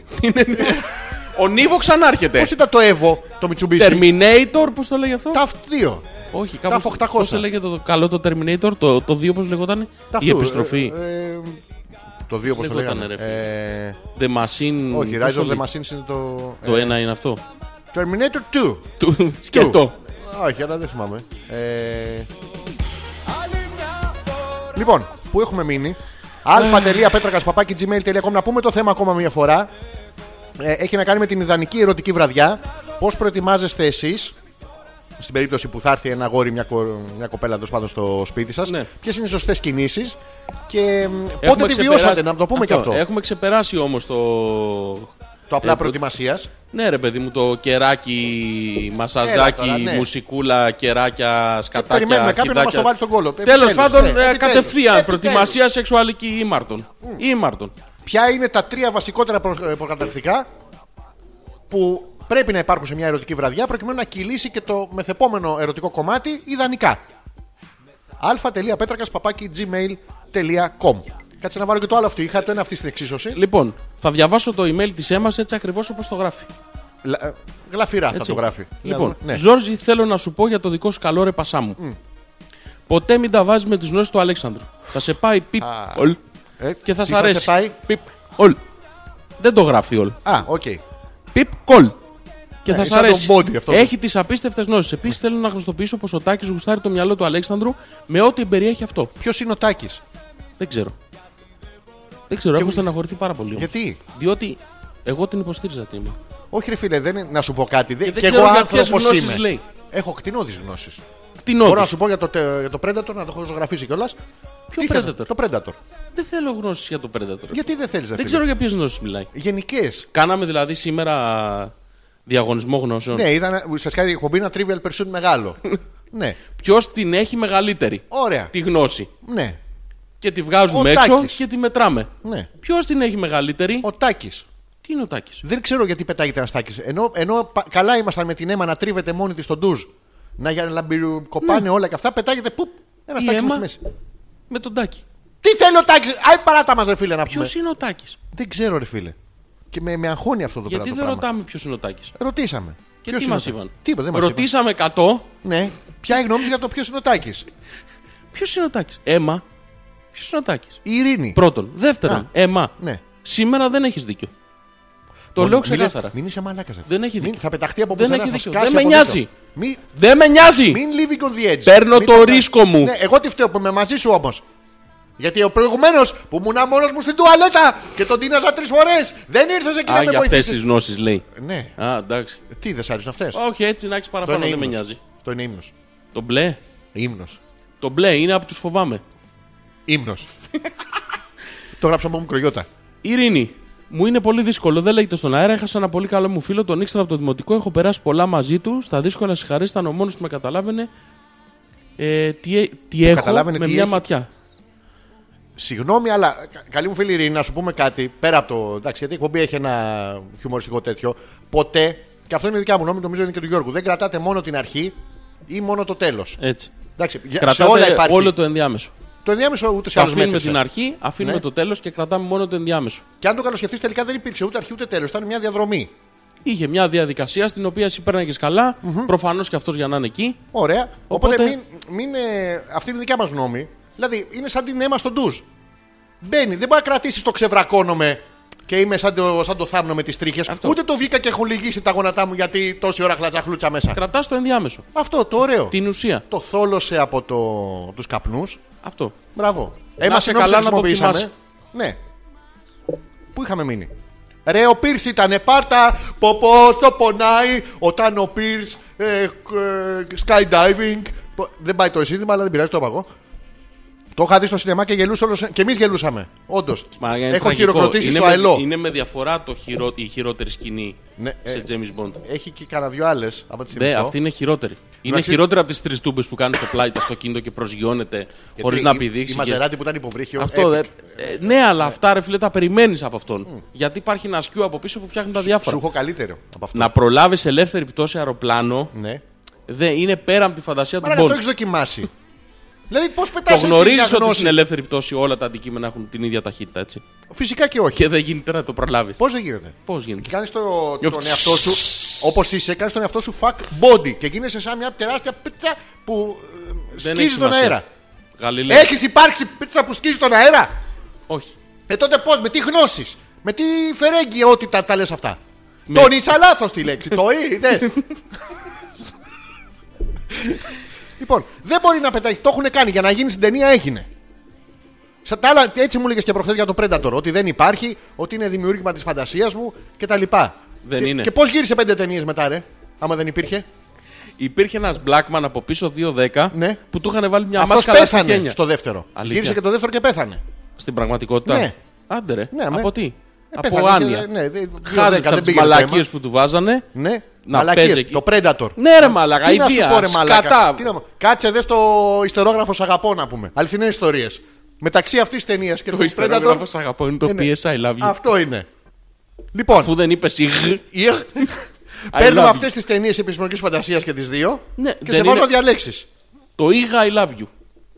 Speaker 2: Ο Νίβο ξανάρχεται.
Speaker 1: Πώς ήταν το Εύω, το Mitsubishi.
Speaker 2: Terminator, πώς το λέγει αυτό.
Speaker 1: Ταφ 2.
Speaker 2: Όχι, κάπως...
Speaker 1: Ταφ 800.
Speaker 2: Πώς το λέγεται το καλό το Terminator, το, το 2 πώς λεγόταν.
Speaker 1: Ταφ
Speaker 2: Η
Speaker 1: 2,
Speaker 2: επιστροφή.
Speaker 1: ε, ε, Το 2 πώς το
Speaker 2: Λεγότανε,
Speaker 1: λέγανε.
Speaker 2: ρε
Speaker 1: Ε,
Speaker 2: The Machine.
Speaker 1: Όχι,
Speaker 2: πώς
Speaker 1: Rise
Speaker 2: το
Speaker 1: of the
Speaker 2: λέγεται.
Speaker 1: Machines είναι το.
Speaker 2: Το
Speaker 1: ε,
Speaker 2: ένα είναι αυτό.
Speaker 1: Terminator 2.
Speaker 2: Του σκέτο.
Speaker 1: Όχι, αλλά δεν θυμάμαι. Ε,
Speaker 4: άλλη μια φορά...
Speaker 1: Λοιπόν, που έχουμε μείνει. αλφα.πέτρακα.gmail.com Να πούμε το θέμα ακόμα μια φορά. Ε, έχει να κάνει με την ιδανική ερωτική βραδιά. Πώς προετοιμάζεστε εσείς στην περίπτωση που θα έρθει ένα γόρι, μια, κο- μια κοπέλα τέλος πάντων στο σπίτι σας.
Speaker 2: Ναι.
Speaker 1: Ποιες είναι οι σωστές κινήσεις και μ, πότε
Speaker 2: Έχουμε
Speaker 1: τη
Speaker 2: ξεπεράσει-
Speaker 1: βιώσατε, να το πούμε και αυτό.
Speaker 2: Έχουμε ξεπεράσει όμως το...
Speaker 1: Το απλά
Speaker 2: Ε,
Speaker 1: προετοιμασίας.
Speaker 2: Ναι ρε παιδί μου, το κεράκι, μασαζάκι,
Speaker 1: τώρα, ναι. Ε,
Speaker 2: μουσικούλα, κεράκια, σκατάκια,
Speaker 1: Περιμένουμε κάποιον να μας το
Speaker 2: χιδάκια.
Speaker 1: βάλει στον κόλο.
Speaker 2: Τέλος
Speaker 1: Επιτέλους,
Speaker 2: πάντων,
Speaker 1: ναι,
Speaker 2: ε,
Speaker 1: επιτέλους,
Speaker 2: κατευθείαν
Speaker 1: επιτέλους.
Speaker 2: προετοιμασία σεξουαλική ήμαρτων. Ήμαρτων.
Speaker 1: Ποια είναι τα τρία βασικότερα προ- ε, προκαταρκτικά που πρέπει να υπάρχουν σε μια ερωτική βραδιά προκειμένου να κυλήσει και το μεθεπόμενο ερωτικό κομμάτι ιδανικά. αλφα.πέτρακα.gmail.com Κάτσε να βάλω και το άλλο αυτή. Είχα το ένα αυτή στην εξίσωση.
Speaker 2: Λοιπόν, θα διαβάσω το email της Έμας έτσι ακριβώς όπως το γράφει.
Speaker 1: Λα- ε, Γλαφυρά θα
Speaker 2: Έτσι.
Speaker 1: το γράφει.
Speaker 2: Λοιπόν,
Speaker 1: Να δω- ναι.
Speaker 2: Ζόρζι, θέλω να σου πω για το δικό σου καλό ρε πασά μου. Ποτέ μην τα βάζεις με τις γνώσεις του Αλέξανδρου. Θα σε πάει πιπ
Speaker 1: Α.
Speaker 2: ολ
Speaker 1: Ε,
Speaker 2: και θα
Speaker 1: τι
Speaker 2: σ' αρέσει.
Speaker 1: σε πάει?
Speaker 2: Πιπ ολ. Δεν το γράφει ολ.
Speaker 1: Α, οκ.
Speaker 2: Πιπ κολ. Και
Speaker 1: Ναι,
Speaker 2: θα σ'
Speaker 1: σαν το
Speaker 2: αρέσει.
Speaker 1: body αυτό.
Speaker 2: Έχει τις απίστευτες γνώσεις. Επίσης, θέλω να γνωστοποιήσω πως ο Τάκης γουστάρει το μυαλό του Αλέξανδρου με ό,τι περιέχει αυτό.
Speaker 1: Ποιος είναι ο Τάκης.
Speaker 2: Δεν ξέρω. Δεν ξέρω, έχω στεναχωρηθεί πάρα πολύ. όμως.
Speaker 1: Γιατί.
Speaker 2: Διότι εγώ την υποστήριζα την Έμα.
Speaker 1: Όχι, ρε φίλε, δεν είναι... να σου πω κάτι. Δεν-
Speaker 2: Και δεν
Speaker 1: Κι
Speaker 2: ξέρω
Speaker 1: εγώ
Speaker 2: για ποιες
Speaker 1: άνθρωπο
Speaker 2: γνώσεις
Speaker 1: είμαι.
Speaker 2: λέει.
Speaker 1: Έχω κτηνώδεις γνώσεις. Μπορώ
Speaker 2: Κτηνόδη.
Speaker 1: να σου πω για το, τε- για το Predator, να το έχω ζωγραφίσει κιόλας.
Speaker 2: Ποιο Predator?
Speaker 1: Το Predator.
Speaker 2: Δεν θέλω γνώσεις για το Predator.
Speaker 1: Γιατί δεν θέλεις να
Speaker 2: Δεν ξέρω για ποιες γνώσεις μιλάει.
Speaker 1: Γενικές.
Speaker 2: Κάναμε δηλαδή σήμερα διαγωνισμό γνώσεων.
Speaker 1: Ναι, είδα ουσιαστικά η εκπομπή ένα trivial pursuit μεγάλο. ναι,
Speaker 2: Ποιος την έχει μεγαλύτερη
Speaker 1: ωραία.
Speaker 2: τη γνώση.
Speaker 1: Ναι,
Speaker 2: Και τη βγάζουμε
Speaker 1: Ο
Speaker 2: έξω
Speaker 1: Τάκης.
Speaker 2: και τη μετράμε.
Speaker 1: ναι.
Speaker 2: Ποιος την έχει μεγαλύτερη.
Speaker 1: Ο Τάκης.
Speaker 2: Τι είναι ο Τάκης.
Speaker 1: Δεν ξέρω γιατί πετάγεται ένας Τάκης. Ενώ, ενώ πα- καλά ήμασταν με την αίμα να τρίβεται μόνη της στον ντουζ. Να για να μπυροκοπάνε όλα και αυτά, πετάγεται πουπ. Ένας
Speaker 2: Ναι. Η
Speaker 1: Τάκη
Speaker 2: Έμα.
Speaker 1: στη μέση.
Speaker 2: Με τον Τάκη.
Speaker 1: Τι θέλει ο Τάκη! Άι παράτα μας, ρε φίλε, να
Speaker 2: Ποιο
Speaker 1: πούμε.
Speaker 2: είναι ο Τάκη.
Speaker 1: Δεν ξέρω, ρε φίλε. Και με, με αγχώνει αυτό το
Speaker 2: Γιατί
Speaker 1: πέρα
Speaker 2: δεν
Speaker 1: το πράγμα.
Speaker 2: ρωτάμε ποιος είναι ο Τάκη.
Speaker 1: Ρωτήσαμε.
Speaker 2: Και
Speaker 1: Ποιος
Speaker 2: τι
Speaker 1: είναι
Speaker 2: μας
Speaker 1: ο-
Speaker 2: είπαν.
Speaker 1: Τίποτα, δεν μας είπαν.
Speaker 2: Ρωτήσαμε 100.
Speaker 1: Ναι, ποια είναι η γνώμη της για το ποιος είναι ο Τάκη.
Speaker 2: Ποιος είναι ο Τάκη. Έμα. Ποιος είναι ο Τάκη.
Speaker 1: Η Ειρήνη.
Speaker 2: Πρώτον. Δεύτερον.
Speaker 1: Α.
Speaker 2: Έμα.
Speaker 1: Ναι.
Speaker 2: Σήμερα δεν έχεις δίκιο. Το
Speaker 1: Μη-
Speaker 2: λέω
Speaker 1: μη λες-
Speaker 2: ξεκάθαρα.
Speaker 1: Μην είσαι μαλάκα.
Speaker 2: Δεν έχει
Speaker 1: Μην,
Speaker 2: δίκιο.
Speaker 1: θα πεταχτεί από
Speaker 2: Δεν
Speaker 1: πουθενά,
Speaker 2: έχει
Speaker 1: θα
Speaker 2: δίκιο.
Speaker 1: σκάσει
Speaker 2: Δεν με
Speaker 1: από δίπλα.
Speaker 2: νοιάζει.
Speaker 1: Μη,
Speaker 2: Δεν με νοιάζει.
Speaker 1: μην living on the edge.
Speaker 2: Παίρνω
Speaker 1: Μην
Speaker 2: το
Speaker 1: πετά-
Speaker 2: ρίσκο μου.
Speaker 1: Ναι, εγώ τι φταίω που είμαι μαζί σου όμως. Γιατί ο προηγουμένος που ήμουν μόνος μου στην τουαλέτα και τον τίναζα τρεις φορές. Δεν ήρθες εκεί
Speaker 2: Α,
Speaker 1: να με
Speaker 2: για αυτές
Speaker 1: βοηθήσεις.
Speaker 2: τις γνώσεις λέει.
Speaker 1: Ναι,
Speaker 2: Α, εντάξει.
Speaker 1: τι δεν σ' άρεσαν αυτές.
Speaker 2: Όχι, έτσι να έχεις παραπάνω, δεν με νοιάζει.
Speaker 1: Αυτό είναι ύμνος.
Speaker 2: Το μπλε.
Speaker 1: Ύμνος.
Speaker 2: Το μπλε είναι από τους φοβάμαι.
Speaker 1: Ύμνος. Το γράψα από μου κρογιώτα.
Speaker 2: Ειρήνη, μου είναι πολύ δύσκολο, δεν λέγεται στον αέρα. Έχασα ένα πολύ καλό μου φίλο, τον ήξερα από το δημοτικό. Έχω περάσει πολλά μαζί του. Στα δύσκολα συγχαρή ήταν ο μόνος που με καταλάβαινε. Ε, τι, ε- τι έχω
Speaker 1: καταλάβαινε
Speaker 2: με
Speaker 1: τι
Speaker 2: μια
Speaker 1: έχει.
Speaker 2: ματιά.
Speaker 1: Συγγνώμη, αλλά κα- καλή μου φίλη Ειρήνη, να σου πούμε κάτι πέρα από το. Εντάξει, γιατί η εκπομπή έχει ένα χιουμοριστικό τέτοιο. Ποτέ, και αυτό είναι δικιά μου γνώμη, νομίζω είναι και του Γιώργου, δεν κρατάτε μόνο την αρχή ή μόνο το τέλος.
Speaker 2: Έτσι.
Speaker 1: Εντάξει, για- σε
Speaker 2: Κρατάμε
Speaker 1: όλα υπάρχει.
Speaker 2: όλο το ενδιάμεσο.
Speaker 1: Το ενδιάμεσο ούτε σε
Speaker 2: Το
Speaker 1: άλλου
Speaker 2: αφήνουμε
Speaker 1: μέτρησε.
Speaker 2: την αρχή, αφήνουμε
Speaker 1: Ναι.
Speaker 2: το τέλος και κρατάμε μόνο το ενδιάμεσο.
Speaker 1: Και αν το καλοσκεφτεί, τελικά δεν υπήρξε ούτε αρχή ούτε τέλος. Ήταν μια διαδρομή.
Speaker 2: Είχε μια διαδικασία στην οποία εσύ πέρναγε καλά. Προφανώς και αυτός για να είναι εκεί.
Speaker 1: Ωραία. Οπότε,
Speaker 2: Οπότε-
Speaker 1: μην, μην, ε, αυτή είναι η δικιά μας γνώμη. Δηλαδή, είναι σαν την αίμα στον ντουζ. Μπαίνει, δεν μπορεί να κρατήσεις το ξεβρακώνομαι και είμαι σαν το, σαν το θάμνο με τις τρίχες.
Speaker 2: Αυτό.
Speaker 1: Ούτε το βγήκα και έχουν λυγίσει τα γόνατά μου γιατί τόση ώρα χλατζαχλούτσα μέσα.
Speaker 2: Κρατάς το ενδιάμεσο.
Speaker 1: Αυτό το ωραίο.
Speaker 2: Την ουσία.
Speaker 1: Το θόλωσε από το, τους καπνούς.
Speaker 2: Αυτό.
Speaker 1: Μπράβο. Έμα
Speaker 2: σε
Speaker 1: συγγνώμη
Speaker 2: καλά να το
Speaker 1: χρησιμοποιήσαμε.
Speaker 2: θυμάσαι.
Speaker 1: Ναι. Πού είχαμε μείνει. Ρε ο Πίρς ήταν πάρτα, πω πω το πονάει όταν ο Πίρς ε, ε, skydiving. Πο- Δεν πάει το εισίδημα αλλά δεν πειράζει το είπα εγώ. Το είχα δει στο σινεμά και γελούσε όλος, και εμείς γελούσαμε. Όντως.
Speaker 2: Μα είναι
Speaker 1: Έχω
Speaker 2: τραγικό.
Speaker 1: χειροκροτήσει
Speaker 2: είναι
Speaker 1: στο
Speaker 2: με,
Speaker 1: αελό.
Speaker 2: Είναι με διαφορά το χειρό, η χειρότερη σκηνή
Speaker 1: Ναι, ε,
Speaker 2: σε James Bond.
Speaker 1: Έχει και κανένα δυο άλλες από τη
Speaker 2: Ναι,
Speaker 1: στιγμή.
Speaker 2: αυτή είναι χειρότερη. Είναι
Speaker 1: Εντάξει-
Speaker 2: χειρότερη από τις τρεις τούμπες που κάνει στο πλάι το αυτοκίνητο και προσγειώνεται χωρί να πηδήξει.
Speaker 1: Η
Speaker 2: και-
Speaker 1: Μαζεράτη που ήταν υποβρύχιο.
Speaker 2: Αυτό,
Speaker 1: epic.
Speaker 2: ε, ε, ναι, αλλά αυτά ρε φίλε τα περιμένεις από αυτόν. Γιατί υπάρχει ένα σκιού από πίσω που φτιάχνει τα
Speaker 1: Σου
Speaker 2: διάφορα.
Speaker 1: έχω καλύτερο από αυτό.
Speaker 2: Να προλάβεις ελεύθερη πτώση αεροπλάνο
Speaker 1: Ναι.
Speaker 2: δεν είναι πέρα από τη φαντασία του
Speaker 1: Μαλάκα,
Speaker 2: Bond.
Speaker 1: το έχεις δοκιμάσει. δηλαδή, πώς
Speaker 2: Το
Speaker 1: πετάς έτσι μια
Speaker 2: γνωρίζει ότι στην
Speaker 1: γνώση.
Speaker 2: ελεύθερη πτώση όλα τα αντικείμενα έχουν την ίδια ταχύτητα, έτσι.
Speaker 1: Φυσικά και όχι.
Speaker 2: Και δεν γίνεται να το προλάβεις.
Speaker 1: Πώς δεν γίνεται.
Speaker 2: Πώς γίνεται.
Speaker 1: Κάνεις το,
Speaker 2: Νιώθω-
Speaker 1: τον εαυτό σου, όπως είσαι, κάνεις τον εαυτό σου fuck body και γίνεσαι σαν μια τεράστια πίτσα που ε,
Speaker 2: έχει
Speaker 1: σκίζει τον
Speaker 2: σημασία.
Speaker 1: αέρα.
Speaker 2: Γαλιλαίο.
Speaker 1: Έχεις υπάρξει πίτσα που σκίζει τον αέρα.
Speaker 2: Όχι.
Speaker 1: Ε τότε πώς, με τι γνώσεις, με τι φερέγγιότητα τα λες αυτά.
Speaker 2: Με-
Speaker 1: Τον είσαι λάθος τη λέξη. Το είδες. λοιπόν, δεν μπορεί να πετάει. Το έχουν κάνει για να γίνει στην ταινία, έγινε. Σε τα άλλα, έτσι μου έλεγε και προχθές για το Predator. Ότι δεν υπάρχει, ότι είναι δημιούργημα της φαντασίας μου κτλ.
Speaker 2: Δεν
Speaker 1: και,
Speaker 2: είναι.
Speaker 1: Και πώς γύρισε πέντε ταινίες μετά, ρε, άμα δεν υπήρχε.
Speaker 2: Υπήρχε ένας Blackman από πίσω 2-10
Speaker 1: Ναι.
Speaker 2: που του είχαν βάλει μια
Speaker 1: Αυτός
Speaker 2: μάσκα στα
Speaker 1: πέθανε
Speaker 2: χένια.
Speaker 1: στο δεύτερο.
Speaker 2: Αλήθεια.
Speaker 1: Γύρισε και το δεύτερο και πέθανε.
Speaker 2: Στην πραγματικότητα.
Speaker 1: Ναι.
Speaker 2: Άντε ρε.
Speaker 1: Ναι,
Speaker 2: από
Speaker 1: με.
Speaker 2: τι.
Speaker 1: Ε,
Speaker 2: από
Speaker 1: πέθανε και-
Speaker 2: άνοια.
Speaker 1: ναι, δε- δύο δέκα,
Speaker 2: Χάζεψε
Speaker 1: δεν
Speaker 2: από τι
Speaker 1: πήγε το αίμα.
Speaker 2: μαλακίε που του βάζανε.
Speaker 1: Ναι,
Speaker 2: Να
Speaker 1: μαλακίες.
Speaker 2: παίζει εκεί.
Speaker 1: Το Predator.
Speaker 2: Ναι, ρε μαλακά,
Speaker 1: Τι να σου
Speaker 2: ιδέα,
Speaker 1: πω, ρε μαλακά.
Speaker 2: σκατά.
Speaker 1: Τι να μου- Κάτσε δες το ιστερόγραφο σ' αγαπώ να πούμε. Αληθινές ιστορίες. Μεταξύ αυτής τη ταινίας και
Speaker 2: Το
Speaker 1: του
Speaker 2: Instagram
Speaker 1: Predator.
Speaker 2: σ' αγαπώ είναι το
Speaker 1: Ναι, ναι.
Speaker 2: PS I love you.
Speaker 1: Αυτό είναι. Λοιπόν,
Speaker 2: Αφού δεν είπες ηγ.
Speaker 1: η- παίρνω
Speaker 2: love you.
Speaker 1: αυτές τις ταινίες επιστημονικής φαντασίας και τις δύο
Speaker 2: Ναι,
Speaker 1: και
Speaker 2: δεν
Speaker 1: σε βάζω
Speaker 2: είναι-
Speaker 1: διαλέξεις.
Speaker 2: Το ήγα I love you.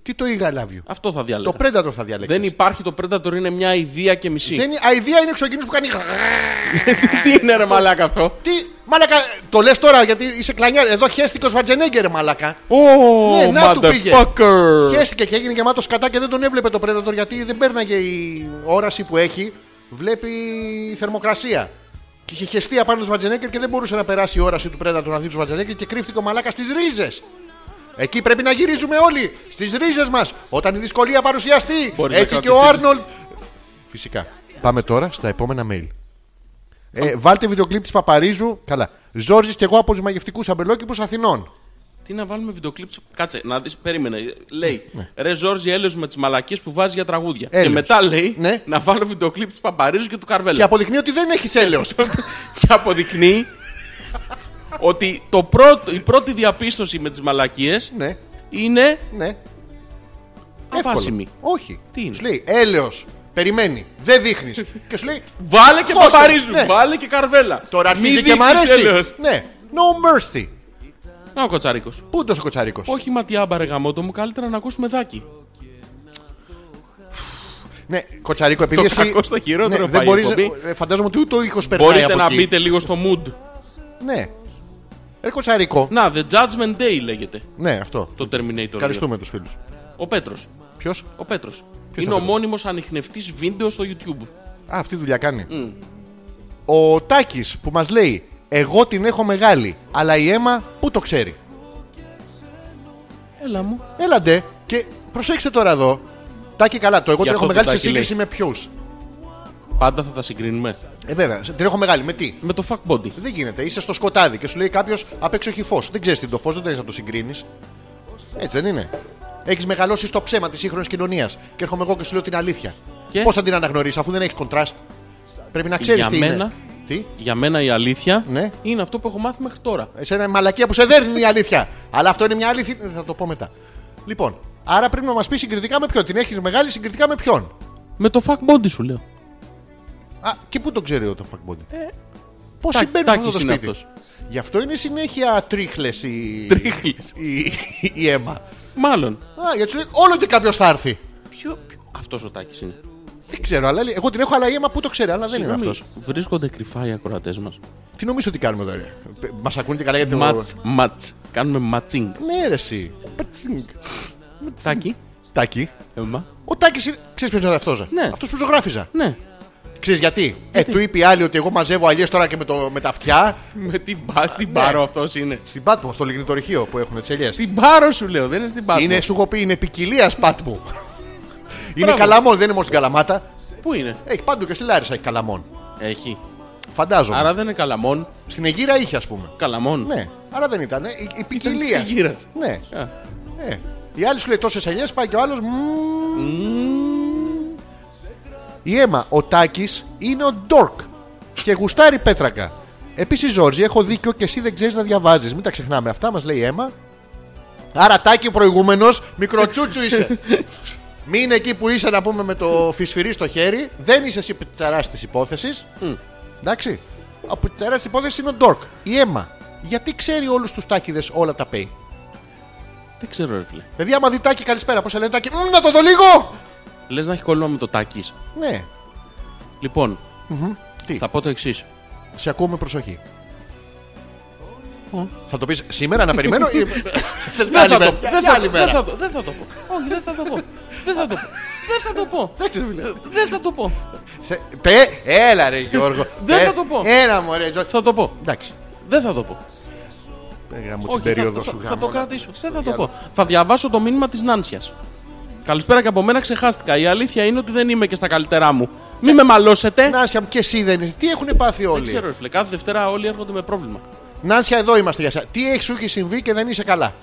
Speaker 1: Τι το Eagle Love You.
Speaker 2: Αυτό θα διάλεγα.
Speaker 1: Το Predator θα διαλέξει.
Speaker 2: Δεν υπάρχει το Predator, είναι μια ιδέα και μισή.
Speaker 1: Η ιδέα είναι εξωγήινο που κάνει.
Speaker 2: Τι είναι ρε μαλάκα αυτό.
Speaker 1: Τι, μαλακα, το λε τώρα γιατί είσαι κλανιά. Εδώ χέστικο Βατζενέγκερ, μαλακα. Ναι,
Speaker 2: Ω,
Speaker 1: να του πήγε.
Speaker 2: Oh, motherfucker.
Speaker 1: Χαίστηκε και έγινε γεμάτο κατά και δεν τον έβλεπε το Predator γιατί δεν πέρναγε η όραση που έχει. Βλέπει η θερμοκρασία. Και είχε χεστεί απάνω του Βατζενέκερ και δεν μπορούσε να περάσει η όραση του Predator να δει του Βατζενέκερ και κρύφτηκε ο μαλάκα στι ρίζε. Εκεί πρέπει να γυρίζουμε όλοι στις ρίζες μας όταν η δυσκολία παρουσιαστεί.
Speaker 2: Μπορείς να
Speaker 1: Έτσι και ο
Speaker 2: κρατηθείς.
Speaker 1: Άρνολτ. Φυσικά. Πάμε τώρα στα επόμενα mail. Ε, βάλτε βιντεοκλίπ της Παπαρίζου. Καλά. Ζόρζης και εγώ από τους μαγευτικούς αμπελόκηπους Αθηνών.
Speaker 2: Τι να βάλουμε βιντεοκλίπ. Κάτσε, να δεις, περίμενε. Λέει, ρε Ζόρζι, έλεος με τις μαλακίες που βάζει για τραγούδια. Και
Speaker 1: Ναι, Έλεος.
Speaker 2: μετά λέει
Speaker 1: Ναι.
Speaker 2: να βάλω βιντεοκλίπ της Παπαρίζου και του Καρβέλα.
Speaker 1: Και αποδεικνύει ότι δεν έχεις έλεος.
Speaker 2: και αποδεικνύει ότι το πρώτο, η πρώτη διαπίστωση με τις μαλακίες
Speaker 1: ναι.
Speaker 2: είναι
Speaker 1: Ναι.
Speaker 2: αβάσιμη.
Speaker 1: Όχι.
Speaker 2: Τι είναι?
Speaker 1: Σου λέει έλεος. Περιμένει. Δεν δείχνεις. και σου λέει.
Speaker 2: Βάλε και
Speaker 1: Χώσε.
Speaker 2: παπαρίζου,
Speaker 1: Ναι.
Speaker 2: βάλε και καρβέλα.
Speaker 1: Τώρα
Speaker 2: Μη
Speaker 1: αρχίζει και μ'
Speaker 2: δείξεις
Speaker 1: αρέσει.
Speaker 2: έλεος.
Speaker 1: Ναι. No mercy.
Speaker 2: Να ο Κοτσάρικος.
Speaker 1: Πού είναι ο κοτσαρίκο.
Speaker 2: Όχι ματιάμπα ρε γαμότο μου, καλύτερα να ακούσουμε δάκι.
Speaker 1: Ναι, κοτσαρίκο, επειδή
Speaker 2: Το
Speaker 1: εσύ.
Speaker 2: κακό στο χειρότερο
Speaker 1: δεν
Speaker 2: πάει η
Speaker 1: μπορείς,
Speaker 2: εκπομπή.
Speaker 1: ε, Φαντάζομαι ότι ούτε ο ήχος περνάει.
Speaker 2: Μπορείτε
Speaker 1: από
Speaker 2: να
Speaker 1: εκεί.
Speaker 2: μπείτε λίγο στο mood.
Speaker 1: Ναι. Ρε κοτσαρίκο.
Speaker 2: Να, The Judgment Day λέγεται
Speaker 1: Ναι, αυτό.
Speaker 2: το Terminator.
Speaker 1: Ευχαριστούμε τους φίλους.
Speaker 2: δύο. Ο Πέτρος.
Speaker 1: Ποιος.
Speaker 2: Ο Πέτρος.
Speaker 1: ο
Speaker 2: Είναι ο
Speaker 1: Πέτρος?
Speaker 2: μόνιμος ανιχνευτής βίντεο στο YouTube.
Speaker 1: Α, αυτή δουλειά κάνει. Ο Τάκης που μας λέει Εγώ την έχω μεγάλη, αλλά η αίμα πού το ξέρει.
Speaker 2: Έλα μου.
Speaker 1: Έλαντε και προσέξτε τώρα εδώ. Τάκη καλά, το εγώ
Speaker 2: Γι'
Speaker 1: την έχω
Speaker 2: αυτό το
Speaker 1: μεγάλη σε
Speaker 2: Τάκη
Speaker 1: σύγκριση με ποιους.
Speaker 2: Πάντα θα τα συγκρίνουμε.
Speaker 1: Ε, βέβαια, σε- την έχω μεγάλη. Με τι.
Speaker 2: Με το fuck body.
Speaker 1: Δεν γίνεται. Είσαι στο σκοτάδι και σου λέει κάποιος απ' έξω έχει φως. Δεν ξέρεις τι είναι το φως, δεν θέλει να το συγκρίνεις. Έτσι δεν είναι. Έχεις μεγαλώσει στο ψέμα της σύγχρονης κοινωνίας. Και έρχομαι εγώ και σου λέω την αλήθεια.
Speaker 2: Και?
Speaker 1: Πώς θα την αναγνωρίσεις αφού δεν έχεις κοντράστ. Πρέπει να ξέρεις
Speaker 2: Για
Speaker 1: τι είναι.
Speaker 2: μένα-
Speaker 1: Τι.
Speaker 2: Για μένα η αλήθεια
Speaker 1: Ναι.
Speaker 2: είναι αυτό που έχω μάθει μέχρι τώρα.
Speaker 1: Εσένα είναι μαλακία που σε δέρνει η αλήθεια. Αλλά αυτό είναι μια αλήθεια. Θα το πω μετά. Λοιπόν, Άρα πρέπει να μας πεις συγκριτικά με ποιον. Την έχεις μεγάλη συγκριτικά με ποιον.
Speaker 2: Με το fuck body σου λέω.
Speaker 1: Α, και πού το ξέρει το fuckbody. Ε, Πώς
Speaker 2: τάκ-
Speaker 1: συμπαίνει αυτό το
Speaker 2: τάκης είναι
Speaker 1: σπίτι.
Speaker 2: αυτός.
Speaker 1: Γι' αυτό είναι συνέχεια τρίχλες η...
Speaker 2: Τρίχλες.
Speaker 1: η... η αίμα.
Speaker 2: Μάλλον.
Speaker 1: Α, γιατί σου λέει όλο και κάποιος θα έρθει.
Speaker 2: Ποιο, Αυτός ο Τάκης είναι.
Speaker 1: Δεν ξέρω, αλλά λέει, εγώ την έχω, αλλά η αίμα που το ξέρει, αλλά δεν είναι
Speaker 2: Συγγνώμη,
Speaker 1: αυτός.
Speaker 2: Βρίσκονται κρυφά οι ακροατές μας.
Speaker 1: Τι νομίζω ότι κάνουμε εδώ, ρε. Μας ακούνε και καλά γιατί
Speaker 2: Ματ, ματ. Κάνουμε ματσίνγκ.
Speaker 1: Ναι, ρε, εσύ. Πατσίνγκ.
Speaker 2: Τάκη.
Speaker 1: Τάκι.
Speaker 2: Έμα.
Speaker 1: Ο Τάκης είναι. Ξέρεις ποιος είναι αυτός, ρε.
Speaker 2: Ναι.
Speaker 1: Αυτός που ζωγράφιζα.
Speaker 2: Ναι.
Speaker 1: Ξέρεις γιατί. Ε, του είπε η άλλη ότι εγώ μαζεύω αλλιέ τώρα και με, το, με τα αυτιά.
Speaker 2: Με την μπα, στην
Speaker 1: Ναι.
Speaker 2: πάρο αυτός είναι.
Speaker 1: Στην Πάτμο, στο λιγνητορυχείο που έχουν τις ελιές.
Speaker 2: Στην πάρο σου λέω, δεν είναι στην πάρο.
Speaker 1: Είναι, σου έχω πει, είναι ποικιλία Πάτμου. είναι
Speaker 2: ναι. Μπράβο.
Speaker 1: καλαμόν, δεν είναι μόνο στην καλαμάτα.
Speaker 2: Πού είναι.
Speaker 1: Έχει πάντου και στη Λάρισα έχει καλαμόν.
Speaker 2: Έχει.
Speaker 1: Φαντάζομαι.
Speaker 2: Άρα δεν είναι καλαμόν.
Speaker 1: Στην Αιγύρα είχε, ας πούμε.
Speaker 2: Καλαμόν.
Speaker 1: Ναι, άρα δεν ήταν. Η, η
Speaker 2: Ήταν της
Speaker 1: ποικιλία.
Speaker 2: Αιγύρας.
Speaker 1: Ναι.
Speaker 2: Α.
Speaker 1: Ε. Η άλλη σου λέει τόσες ελιές, πάει και ο άλλος.
Speaker 2: Μμμ.
Speaker 1: Η αίμα, ο Τάκης είναι ο Ντόρκ και γουστάρει πέτρακα. Επίσης, Ζόρζι, έχω δίκιο και εσύ δεν ξέρεις να διαβάζεις. Μην τα ξεχνάμε αυτά, μας λέει η αίμα. Άρα, Τάκη, προηγούμενος, μικροτσούτσου είσαι. Μην είναι εκεί που είσαι να πούμε με το φυσφυρί στο χέρι. Δεν είσαι εσύ πιτσαράς της υπόθεσης. Εντάξει. Ο πιτσαράς της υπόθεσης είναι ο Ντόρκ. Η αίμα. Γιατί ξέρει όλους τους τάκιδε όλα τα pay.
Speaker 2: Δεν ξέρω, ρε φίλε.
Speaker 1: Παιδιά, άμα δει τάκι, καλησπέρα. Πώς σε λένε τάκι. «Μμ, να το δω λίγο!
Speaker 2: Λες να έχει κόλλημα με το Τάκης.
Speaker 1: Ναι,
Speaker 2: Λοιπόν,
Speaker 1: Τι?
Speaker 2: θα πω το εξής.
Speaker 1: σε ακούω με προσοχή. Θα το πεις σήμερα να περιμένω ή. Θες μια
Speaker 2: Δεν θα
Speaker 1: άλλη
Speaker 2: το
Speaker 1: μέρα?
Speaker 2: πω.
Speaker 1: Μια άλλη
Speaker 2: Δεν
Speaker 1: μέρα.
Speaker 2: θα το- δεν θα το πω. Όχι, δεν θα το πω. Δεν θα το πω. Δεν θα το πω.
Speaker 1: Δεν ξέρω, φίλε.
Speaker 2: Δεν θα το πω.
Speaker 1: Θε- Πε, έλα ρε Γιώργο.
Speaker 2: Δεν
Speaker 1: Πε-
Speaker 2: θα το πω.
Speaker 1: Έλα μου ρε Ζω-
Speaker 2: Θα το πω.
Speaker 1: Εντάξει.
Speaker 2: Δεν θα το πω.
Speaker 1: Πέγα μου την
Speaker 2: Όχι, θα,
Speaker 1: περίοδο
Speaker 2: θα,
Speaker 1: σου
Speaker 2: θα
Speaker 1: γάμο,
Speaker 2: το
Speaker 1: να-
Speaker 2: κρατήσω. Δεν θα το πω. Θα διαβάσω το μήνυμα της Νάνσιας. Καλησπέρα και από μένα, ξεχάστηκα. Η αλήθεια είναι ότι δεν είμαι και στα καλύτερά μου. Μην με μαλώσετε.
Speaker 1: Νάνσια μου και εσύ δεν είσαι. Τι έχουν πάθει
Speaker 2: Δεν ξέρω,
Speaker 1: όλοι.
Speaker 2: ρε φίλε. Κάθε Δευτέρα όλοι έρχονται με πρόβλημα.
Speaker 1: Νάνσια, εδώ είμαστε για σένα. Τι έχεις σου έχει συμβεί και δεν είσαι καλά.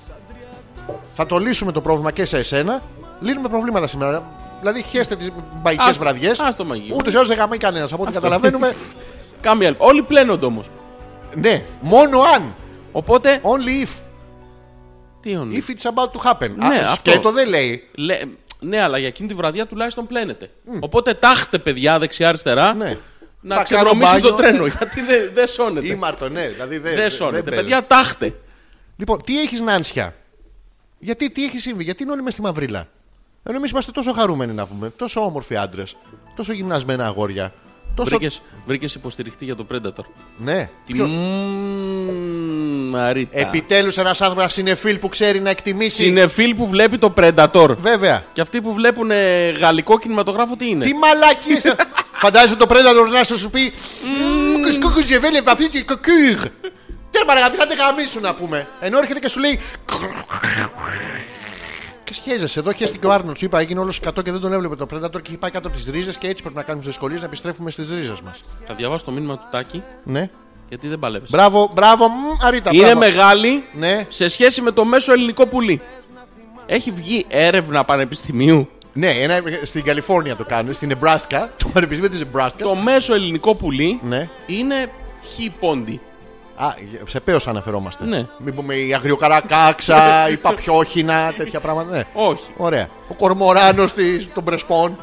Speaker 1: Θα το λύσουμε το πρόβλημα και σε εσένα. Λύνουμε προβλήματα σήμερα. Δηλαδή, χέστε τις μπαϊκέ
Speaker 2: Άστο-
Speaker 1: βραδιέ.
Speaker 2: άστο μαγείο.
Speaker 1: Ούτως ή άλλως δεν γαμάει κανένας. Από ό,τι καταλαβαίνουμε,
Speaker 2: Κάμια άλλη. Όλοι πλένονται όμως.
Speaker 1: ναι. Μόνο αν.
Speaker 2: Οπότε.
Speaker 1: Only if.
Speaker 2: Τι όνει.
Speaker 1: If it's about to happen.
Speaker 2: Ναι,
Speaker 1: Α,
Speaker 2: αυτό.
Speaker 1: Σκέτο δεν λέει.
Speaker 2: Λέ- Ναι, αλλά για εκείνη τη βραδιά τουλάχιστον πλένεται. Οπότε τάχτε, παιδιά, δεξιά-αριστερά.
Speaker 1: Ναι.
Speaker 2: Να
Speaker 1: Θα
Speaker 2: ξεδρομήσει
Speaker 1: κάνω
Speaker 2: το
Speaker 1: μπάνιο.
Speaker 2: τρένο. Γιατί δεν δεν
Speaker 1: Ή
Speaker 2: σώνεται.
Speaker 1: Μάρτον, ναι. Δηλαδή δεν
Speaker 2: Δεν
Speaker 1: δεν-
Speaker 2: σώνεται.
Speaker 1: δεν
Speaker 2: Παιδιά, τάχτε.
Speaker 1: Λοιπόν, τι έχεις Νάνσια. Γιατί τι έχει συμβεί, γιατί είναι όλοι με στη μαυρίλα. Ενώ εμείς είμαστε τόσο χαρούμενοι να πούμε, τόσο όμορφοι άντρες, τόσο γυμνασμένα αγόρια. Τόσο...
Speaker 2: Βρήκες- Βρήκες υποστηριχτή για το Predator.
Speaker 1: Ναι.
Speaker 2: Τη μμμ, Μαρίτα.
Speaker 1: Επιτέλους ένας άνθρωπος συνεφίλ που ξέρει να εκτιμήσει.
Speaker 2: Συνεφίλ που βλέπει το Predator.
Speaker 1: Βέβαια.
Speaker 2: Και αυτοί που βλέπουν ε, γαλλικό κινηματογράφο τι είναι.
Speaker 1: Τι μαλάκι είστε. Φαντάζεσαι το Predator να σου πει. Κουσκούκου γεβέλε βαφή και κοκκύγ. Τέρμα ρε γαμίσατε γαμίσου να πούμε. Ενώ έρχεται και σου λέει. Και σχέζεσαι. Εδώ χέστηκε ο Άρνολτ. Σου είπα, έγινε όλος κατώ και δεν τον έβλεπε το Predator και έχει πάει κάτω από τις ρίζες και έτσι πρέπει να κάνουμε τις δυσκολίες να επιστρέφουμε στις ρίζες μας.
Speaker 2: Θα διαβάσω το μήνυμα του Τάκη
Speaker 1: Ναι.
Speaker 2: γιατί δεν παλεύεις.
Speaker 1: Μπράβο, μπράβο, μ, Αρίτα.
Speaker 2: Είναι
Speaker 1: μπράβο.
Speaker 2: μεγάλη
Speaker 1: Ναι.
Speaker 2: σε σχέση με το μέσο ελληνικό πουλί. Έχει βγει έρευνα πανεπιστημίου.
Speaker 1: Ναι, ένα- στην Καλιφόρνια το κάνουν, στην Εμπράσκα, το Πανεπιστήμιο της Εμπράσκα.
Speaker 2: Το μέσο ελληνικό πουλί
Speaker 1: Ναι.
Speaker 2: είναι χιπόντι.
Speaker 1: Α, σε πέος αναφερόμαστε.
Speaker 2: Ναι.
Speaker 1: Μην πούμε η αγριοκαρακάξα, η παπιόχινα, τέτοια πράγματα. Ναι.
Speaker 2: Όχι.
Speaker 1: Ωραία. Ο κορμοράνος των Πρεσπών.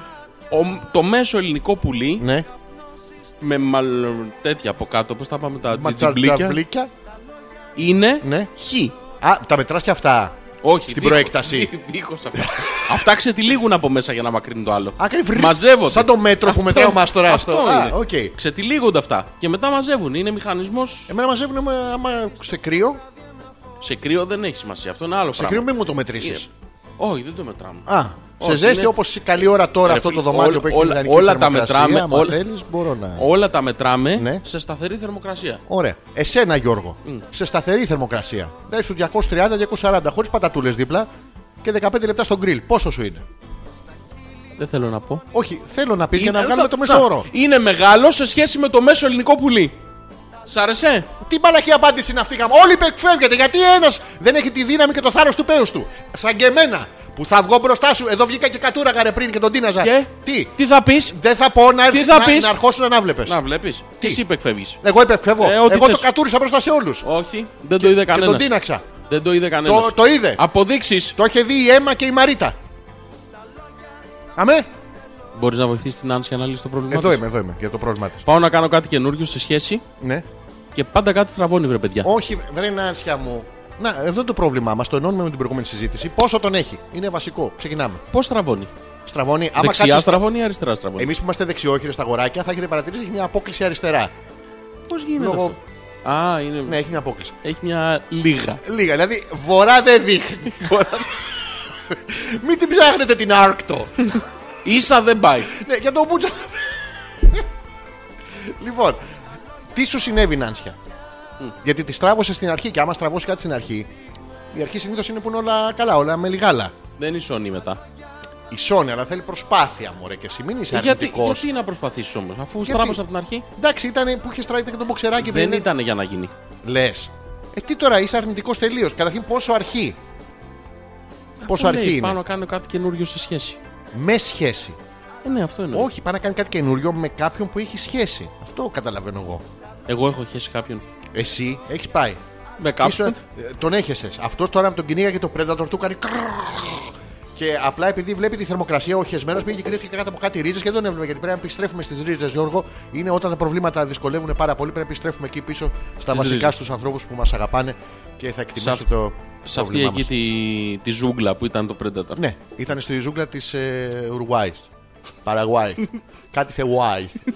Speaker 2: Ο- το μέσο ελληνικό πουλί
Speaker 1: Ναι.
Speaker 2: με μαλλον τέτοια από κάτω, όπως τα πάμε τα τζιτζιμπλίκια,
Speaker 1: Ματσαμπλίκια.
Speaker 2: είναι
Speaker 1: Ναι.
Speaker 2: χι.
Speaker 1: Α, τα μετράς και αυτά.
Speaker 2: Όχι.
Speaker 1: Στην
Speaker 2: δίχως-
Speaker 1: προέκταση.
Speaker 2: δί- δίχως αυτά. αυτά ξετυλίγουν από μέσα για να μακρύνουν το άλλο.
Speaker 1: Ακριβώ.
Speaker 2: Μαζεύονται.
Speaker 1: Σαν το μέτρο που μετράει ο μάστορα.
Speaker 2: Αυτό
Speaker 1: Α,
Speaker 2: είναι.
Speaker 1: οκ.
Speaker 2: Ξετυλίγονται αυτά. Και μετά μαζεύουν. Είναι μηχανισμός.
Speaker 1: Εμένα μαζεύουν άμα- άμα σε κρύο.
Speaker 2: Σε κρύο δεν έχει σημασία. Αυτό είναι άλλο
Speaker 1: Σε κρύο
Speaker 2: πράγμα.
Speaker 1: μην μου το μετρήσεις.
Speaker 2: Όχι, δεν το μετράμε.
Speaker 1: Α, σε
Speaker 2: Όχι,
Speaker 1: ζέστη
Speaker 2: είναι-
Speaker 1: όπως η καλή ώρα τώρα
Speaker 2: Ρε
Speaker 1: αυτό
Speaker 2: φίλε,
Speaker 1: το δωμάτιο
Speaker 2: όλα-
Speaker 1: που έχει
Speaker 2: όλα-
Speaker 1: ιδανική
Speaker 2: όλα τα
Speaker 1: θερμοκρασία,
Speaker 2: μετράμε,
Speaker 1: άμα
Speaker 2: όλα-
Speaker 1: θέλεις, μπορώ να.
Speaker 2: Όλα τα μετράμε
Speaker 1: Ναι.
Speaker 2: σε σταθερή θερμοκρασία.
Speaker 1: Ωραία. Εσένα, Γιώργο, σε σταθερή θερμοκρασία. Δάει σου 230-240 χωρίς πατατούλες δίπλα και 15 λεπτά στον γκριλ. Πόσο σου είναι.
Speaker 2: Δεν θέλω να πω.
Speaker 1: Όχι, θέλω να πεις για να
Speaker 2: Είναι-
Speaker 1: βγάλουμε
Speaker 2: θα-
Speaker 1: το μέσο
Speaker 2: να.
Speaker 1: όρο.
Speaker 2: Είναι μεγάλο σε σχέση με το μέσο ελληνικό πουλί. Σ' άρεσε.
Speaker 1: Τι μαλακή απάντηση είναι αυτή, γαμ. Όλοι υπεκφεύγετε γιατί ένας δεν έχει τη δύναμη και το θάρρος του πέους του. Σαν και εμένα που θα βγω μπροστά σου. Εδώ βγήκα και κατούραγα ρε πριν και τον τίναζα.
Speaker 2: Και
Speaker 1: Ε, Τι.
Speaker 2: τι θα πεις.
Speaker 1: Δεν θα πω να έρθει
Speaker 2: θα
Speaker 1: να,
Speaker 2: πεις?
Speaker 1: να αρχώσουν να βλέπει.
Speaker 2: Να βλέπεις. Τι,
Speaker 1: Τι?
Speaker 2: είπε εκφεύγει.
Speaker 1: Εγώ υπεκφεύγω.
Speaker 2: Ε, ό,τι
Speaker 1: Εγώ
Speaker 2: θες.
Speaker 1: το κατούρισα μπροστά σε όλους.
Speaker 2: Όχι, δεν το είδε Ναι,
Speaker 1: Και τον
Speaker 2: κανένας.
Speaker 1: τίναξα.
Speaker 2: Δεν το είδε κανένας.
Speaker 1: Το, το είδε.
Speaker 2: Αποδείξεις.
Speaker 1: Το είχε δει η Έμα και η Μαρίτα. Αμέ.
Speaker 2: Μπορείς να βοηθήσεις την Άνση για να λύσει το πρόβλημα.
Speaker 1: Εδώ
Speaker 2: της.
Speaker 1: είμαι, εδώ είμαι για Ε, το πρόβλημά της.
Speaker 2: Πάω να κάνω κάτι καινούριο σε σχέση
Speaker 1: Ναι.
Speaker 2: και πάντα κάτι στραβώνει, βρε παιδιά.
Speaker 1: Όχι, βρε Νάνσια μου. Να, εδώ είναι το πρόβλημά μας. Το ενώνουμε με την προηγούμενη συζήτηση. Πόσο τον έχει. Είναι βασικό. Ξεκινάμε.
Speaker 2: Πώς στραβώνει.
Speaker 1: Στραβώνει. Άμα
Speaker 2: Δεξιά
Speaker 1: κάτσεις...
Speaker 2: στραβώνει ή αριστερά στραβώνει.
Speaker 1: Εμείς που είμαστε δεξιόχειρες στα αγοράκια θα έχετε παρατηρήσει έχει μια απόκληση αριστερά.
Speaker 2: Πώς γίνεται
Speaker 1: Λόγω-
Speaker 2: αυτό. Α, είναι...
Speaker 1: Ναι, έχει μια απόκληση.
Speaker 2: έχει μια λίγα.
Speaker 1: Λίγα, δηλαδή βορρά δεν δείχνει. Μην την ψάχνετε την Άρκτο.
Speaker 2: Ίσα δεν πάει.
Speaker 1: ναι, για τον Μπούτσα. λοιπόν, τι σου συνέβη, Νάνσια. Γιατί τη τράβωσε στην αρχή και άμα στραβώσει κάτι στην αρχή, η αρχή συνήθως είναι που είναι όλα καλά, όλα με λιγάλα.
Speaker 2: Δεν ισώνει μετά.
Speaker 1: Η Sony, αλλά θέλει προσπάθεια, μωρέ, και εσύ μην είσαι
Speaker 2: Γιατί,
Speaker 1: αρνητικός.
Speaker 2: γιατί να προσπαθήσεις όμως, αφού
Speaker 1: Γιατί?
Speaker 2: στράβωσε από την αρχή.
Speaker 1: Εντάξει, ήταν που είχε τράβει και τον μποξεράκι,
Speaker 2: δεν ήταν για να γίνει.
Speaker 1: Λες. Ε, τι τώρα, είσαι αρνητικός τελείως. Καταρχήν, πόσο αρχή. Πόσο
Speaker 2: Ε, Λέει,
Speaker 1: αρχή
Speaker 2: Πάω
Speaker 1: είναι.
Speaker 2: να κάνω κάτι καινούριο σε σχέση.
Speaker 1: Με σχέση.
Speaker 2: Ε, ναι, αυτό εννοώ.
Speaker 1: Όχι, πάει να κάνει κάτι καινούριο με κάποιον που έχει σχέση. Αυτό καταλαβαίνω εγώ.
Speaker 2: Εγώ έχω χέσει κάποιον.
Speaker 1: Εσύ έχεις πάει.
Speaker 2: Με κάποιον.
Speaker 1: Ίσως, ε, τον έχεσαι. Αυτός τώρα με τον κυνήγαγε το Predator του κάνει. κρρρρρ. Και απλά επειδή βλέπει τη θερμοκρασία, ο χεσμένος πήγε και κρύφτηκε κάτω από κάτι ρίζες και δεν τον έβλεπε. Γιατί πρέπει να επιστρέφουμε στις ρίζες, Γιώργο. Είναι όταν τα προβλήματα δυσκολεύουν πάρα πολύ, πρέπει να επιστρέφουμε εκεί πίσω στα
Speaker 2: Στις
Speaker 1: βασικά
Speaker 2: ρίζες.
Speaker 1: στους ανθρώπους που μας αγαπάνε και θα
Speaker 2: Σε
Speaker 1: εκτιμήσουν
Speaker 2: αυ-
Speaker 1: το.
Speaker 2: Σε αυτή
Speaker 1: πρόβλημά
Speaker 2: εκεί
Speaker 1: μας.
Speaker 2: τη, τη ζούγκλα που ήταν το Predator.
Speaker 1: Ναι, ήταν στη ζούγκλα της ε, Ουρουάης. Παραγουάης. Κάτι σε Wise.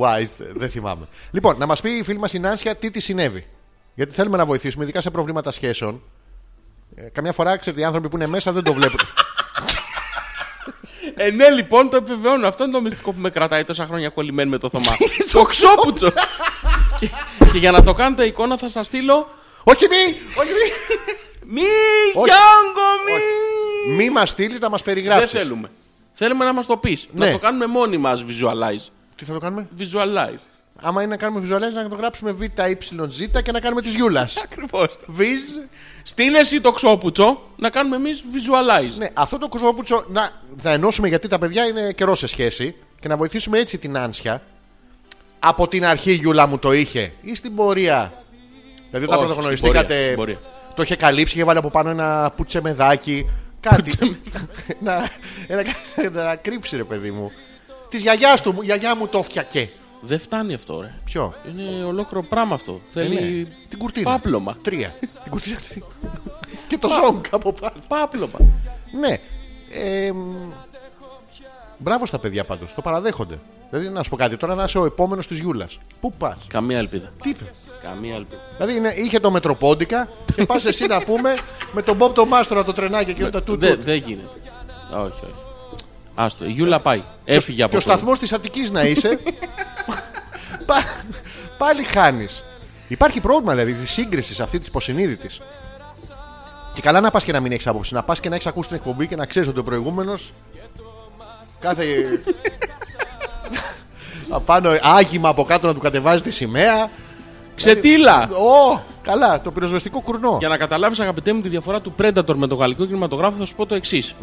Speaker 1: Wise, δεν θυμάμαι. Λοιπόν, να μας πει η φίλη μας η Νάνσια τι της συνέβη. Γιατί θέλουμε να βοηθήσουμε, ειδικά σε προβλήματα σχέσεων. Ε, καμιά φορά ξέρετε, οι άνθρωποι που είναι μέσα δεν το βλέπουν.
Speaker 2: Ε, ναι, λοιπόν, το επιβεβαιώνω. Αυτό είναι το μυστικό που με κρατάει τόσα χρόνια κολλημένη με το Θωμά. το ξόπουτζο. και, και για να το κάνετε εικόνα θα σας στείλω...
Speaker 1: όχι μη! Όχι μη!
Speaker 2: Μη,
Speaker 1: Όχι.
Speaker 2: Γιάνγκο, μη!
Speaker 1: μη μας στείλεις να μας περιγράψεις.
Speaker 2: Δεν θέλουμε. Θέλουμε να μας το πεις.
Speaker 1: Ναι.
Speaker 2: Να το κάνουμε μόνοι μας visualize.
Speaker 1: Τι θα το κάνουμε.
Speaker 2: Visualize.
Speaker 1: Άμα είναι να κάνουμε βιζουαλέ, να το γράψουμε ΒΙΖ και να κάνουμε της Γιούλας.
Speaker 2: Ακριβώς.
Speaker 1: Βυζ.
Speaker 2: Στείλε εσύ το ξόπουτσο να κάνουμε εμείς visualize.
Speaker 1: Ναι, αυτό το κοσμοπούτσο να, θα ενώσουμε γιατί τα παιδιά είναι καιρός σε σχέση και να βοηθήσουμε έτσι την άνσια. Από την αρχή η Γιούλα μου το είχε ή στην πορεία. Δηλαδή όταν
Speaker 2: Όχι,
Speaker 1: πρωτογνωριστήκατε.
Speaker 2: στην πορεία, στην
Speaker 1: Το είχε καλύψει, είχε βάλει από πάνω ένα πουτσεμεδάκι. Κάτι. να, ένα, να, να κρύψει, ρε παιδί μου. Της γιαγιάς του, μου- η γιαγιά μου το φτιακέ.
Speaker 2: Δεν φτάνει αυτό, ρε.
Speaker 1: Ποιο.
Speaker 2: Είναι ολόκληρο πράγμα αυτό.
Speaker 1: Ε, ναι.
Speaker 2: Θέλει
Speaker 1: Την κουρτίνα.
Speaker 2: πάπλωμα.
Speaker 1: Τρία. την κουρτίνα. και το ζόγκ από πάνω.
Speaker 2: Πάπλωμα.
Speaker 1: Ναι. Ε, μ, μπράβο στα παιδιά πάντως. Το παραδέχονται. Δηλαδή να σου πω κάτι. Τώρα να είσαι ο επόμενος της Γιούλας. Πού πας.
Speaker 2: Καμία ελπίδα.
Speaker 1: Τι είπες.
Speaker 2: Καμία ελπίδα.
Speaker 1: Δηλαδή είναι, είχε το Μετροπόντικα και πας εσύ να πούμε με τον Μπομπ το Μάστορα το τρενάκι και το τούτο.
Speaker 2: Δεν δεν γίνεται. Όχι, όχι. Άστο, η Γιούλα πάει. Έφυγε από
Speaker 1: Και ο
Speaker 2: εδώ.
Speaker 1: σταθμός της Αττικής να είσαι. Πα- πάλι χάνεις. Υπάρχει πρόβλημα δηλαδή της σύγκρισης αυτή της υποσυνείδητης. Και καλά να πας και να μην έχεις άποψη. Να πας και να έχεις ακούσει την εκπομπή και να ξέρεις ότι ο προηγούμενος. Κάθε. Απάνω άγημα από κάτω να του κατεβάζει τη σημαία.
Speaker 2: Ξετίλα!
Speaker 1: Ω, καλά, το πυροσβεστικό κουρνό.
Speaker 2: Για να καταλάβεις, αγαπητέ μου, τη διαφορά του Predator με τον γαλλικό κινηματογράφο, θα σου πω το εξής.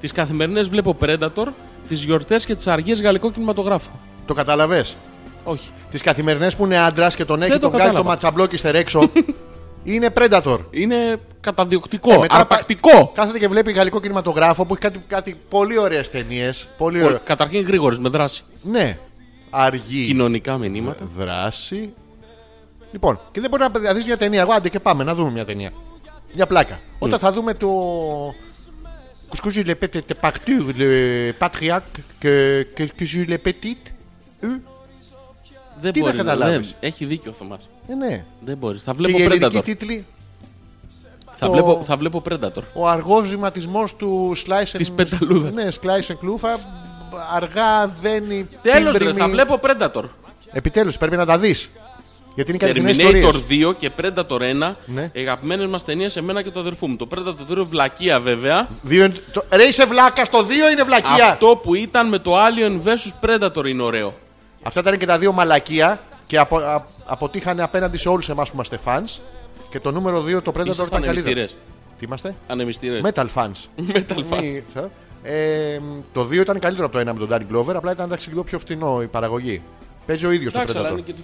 Speaker 2: Τις καθημερινές βλέπω Predator, τις γιορτές και τις αργίες γαλλικό κινηματογράφο.
Speaker 1: Το κατάλαβε.
Speaker 2: Όχι.
Speaker 1: Τις καθημερινές που είναι άντρας και τον έχει,
Speaker 2: το
Speaker 1: τον βγάζει το
Speaker 2: κατάλαβα.
Speaker 1: ματσαμπλόκι στερέξω. Είναι Predator.
Speaker 2: Είναι καταδιοκτικό,
Speaker 1: Ε, μετά
Speaker 2: αρπακτικό.
Speaker 1: πα- Κάθεται και βλέπει γαλλικό κινηματογράφο που έχει κάτι, κάτι πολύ ωραίες ταινίες. Πολύ ωραίε.
Speaker 2: Καταρχήν γρήγορη με δράση.
Speaker 1: Ναι. Αργή.
Speaker 2: Κοινωνικά μηνύματα.
Speaker 1: Δράση. Λοιπόν, και δεν μπορεί να δεις μια ταινία. Εγώ άντε και πάμε να δούμε μια ταινία. Μια
Speaker 2: Ναι.
Speaker 1: πλάκα. Όταν θα δούμε το. Κουσκούζι le petit le partout, le patriarque, que, que, que je le petit. Ε,
Speaker 2: Δεν
Speaker 1: τι να
Speaker 2: μπορεί
Speaker 1: καταλάβεις.
Speaker 2: δεν- Έχει δίκιο ο Θωμάς.
Speaker 1: ε, ναι.
Speaker 2: Δεν μπορεί. Θα
Speaker 1: Και
Speaker 2: βλέπω
Speaker 1: οι ελληνικοί
Speaker 2: Predator.
Speaker 1: τίτλοι.
Speaker 2: Θα
Speaker 1: το-
Speaker 2: βλέπω, θα βλέπω Predator.
Speaker 1: Ο αργό βηματισμό του Slice and
Speaker 2: Της πεταλούδας.
Speaker 1: Ναι, Slice and Kloofa. Αργά δένει.
Speaker 2: Τέλος, ρε,
Speaker 1: πίμπριμη.
Speaker 2: θα βλέπω Predator.
Speaker 1: Επιτέλους, πρέπει να τα δεις. Γιατί είναι καλή
Speaker 2: Terminator
Speaker 1: ιστορία.
Speaker 2: 2 και Predator 1,
Speaker 1: Ναι.
Speaker 2: οι αγαπημένες μας ταινίες εμένα και του αδερφού μου. Το Predator 2 βλακεία βέβαια.
Speaker 1: Ρε είσαι βλάκα, το 2 είναι βλακεία.
Speaker 2: Αυτό που ήταν με το Alien vs Predator είναι ωραίο.
Speaker 1: Αυτά ήταν και τα δύο μαλακεία και απο, α- αποτύχανε απέναντι σε όλους εμάς που είμαστε fans. Και το νούμερο 2 το Predator
Speaker 2: Ήσασταν
Speaker 1: ήταν καλύτερο.
Speaker 2: εμιστήρες.
Speaker 1: Τι είμαστε?
Speaker 2: Ανεμιστήρες.
Speaker 1: Metal fans.
Speaker 2: Metal fans.
Speaker 1: Μη- θα- Ε, το 2 ήταν καλύτερο από το 1 με τον Danny Glover, απλά ήταν εντάξει λίγο πιο φτηνό η παραγωγή. Παίζει ο ίδιος το
Speaker 2: Εντάξει, αλλά είναι
Speaker 1: Predator.
Speaker 2: και του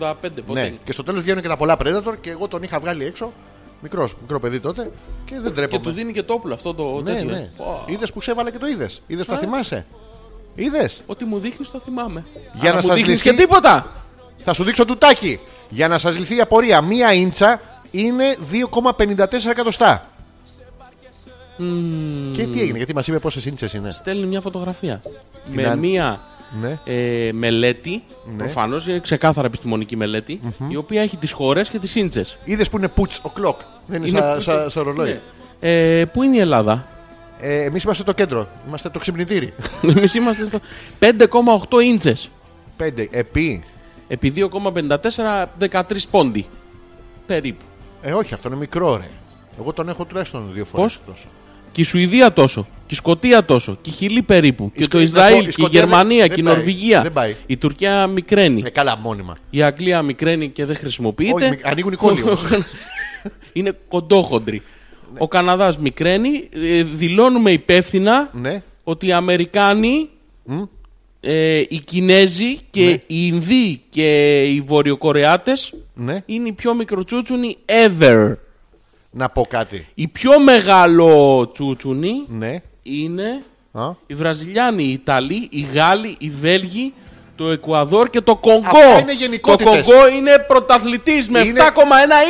Speaker 2: 1985 ποτέ.
Speaker 1: Ναι. Και στο τέλος βγαίνουν και τα πολλά Predator και εγώ τον είχα βγάλει έξω Μικρός, μικρό παιδί τότε και δεν
Speaker 2: Και του
Speaker 1: τρέπομαι.
Speaker 2: δίνει και το όπλο αυτό το
Speaker 1: ναι,
Speaker 2: τέτοιο.
Speaker 1: ναι.
Speaker 2: ε. Πω.
Speaker 1: Είδες που ξέβαλα και το είδες. Είδες το θυμάσαι. Είδες.
Speaker 2: Ότι μου δείχνεις το θυμάμαι.
Speaker 1: Για
Speaker 2: Αλλά
Speaker 1: να
Speaker 2: μου
Speaker 1: σας
Speaker 2: δείχνεις
Speaker 1: λυθεί-
Speaker 2: και τίποτα.
Speaker 1: Θα σου δείξω τουτάκι. Για να σας λυθεί η απορία, μία ίντσα είναι 2,54 εκατοστά. Και τι έγινε, γιατί μας είπε πόσες ίντσες είναι.
Speaker 2: Στέλνει μια φωτογραφία. με
Speaker 1: άλλη.
Speaker 2: μια
Speaker 1: Ναι.
Speaker 2: ε, μελέτη, προφανώς, ε, ξεκάθαρα επιστημονική μελέτη, η οποία έχει τις χώρες και τις σύντσες.
Speaker 1: Είδες που είναι πουτς ο κλοκ. Δεν είναι, σαν
Speaker 2: που-
Speaker 1: σα, σα ρολόι.
Speaker 2: Ναι. Ε, πού είναι η Ελλάδα?
Speaker 1: Ε, Εμείς είμαστε το κέντρο. Είμαστε το ξυπνητήρι.
Speaker 2: Εμείς είμαστε στο 5,8 ίντσες.
Speaker 1: 5. Επί.
Speaker 2: Επί 2,54, 13 πόντι. Περίπου.
Speaker 1: Ε, όχι, αυτό είναι μικρό, ρε. Εγώ τον έχω τουλάχιστον δύο φορές.
Speaker 2: Πώς? Και η Σουηδία τόσο. Και η Σκοτία τόσο. Και η Χιλή περίπου. και
Speaker 1: Σκο-
Speaker 2: το
Speaker 1: να σου πω, η
Speaker 2: Ισραήλ. Και η
Speaker 1: Σκοτία δεν-
Speaker 2: Γερμανία.
Speaker 1: δεν
Speaker 2: Και η
Speaker 1: πάει.
Speaker 2: Νορβηγία.
Speaker 1: Δεν πάει.
Speaker 2: Η Τουρκία μικραίνει.
Speaker 1: Ε, καλά, μόνιμα.
Speaker 2: Η Αγγλία μικραίνει και δεν χρησιμοποιείται.
Speaker 1: Όχι, μι- ανοίγουν οι κόλλοι όμως.
Speaker 2: Είναι κοντόχοντροι. Ο Καναδάς μικραίνει. Ε, δηλώνουμε υπεύθυνα
Speaker 1: Ναι.
Speaker 2: ότι οι Αμερικάνοι, ε, οι Κινέζοι και οι Ινδοί και οι Βορειοκορεάτες
Speaker 1: Ναι.
Speaker 2: είναι οι πιο μικροτσούτσουνοι ever.
Speaker 1: Να πω κάτι.
Speaker 2: Η πιο μεγάλο τσούτσουνοι
Speaker 1: Ναι.
Speaker 2: είναι
Speaker 1: Α.
Speaker 2: οι Βραζιλιάνοι, οι Ιταλοί, οι Γάλλοι, οι Βέλγοι, το Εκουαδόρ και το Κονγκό.
Speaker 1: Αυτά είναι
Speaker 2: το
Speaker 1: γενικότητες.
Speaker 2: Κονγκό είναι πρωταθλητής με
Speaker 1: Είναι-
Speaker 2: 7,1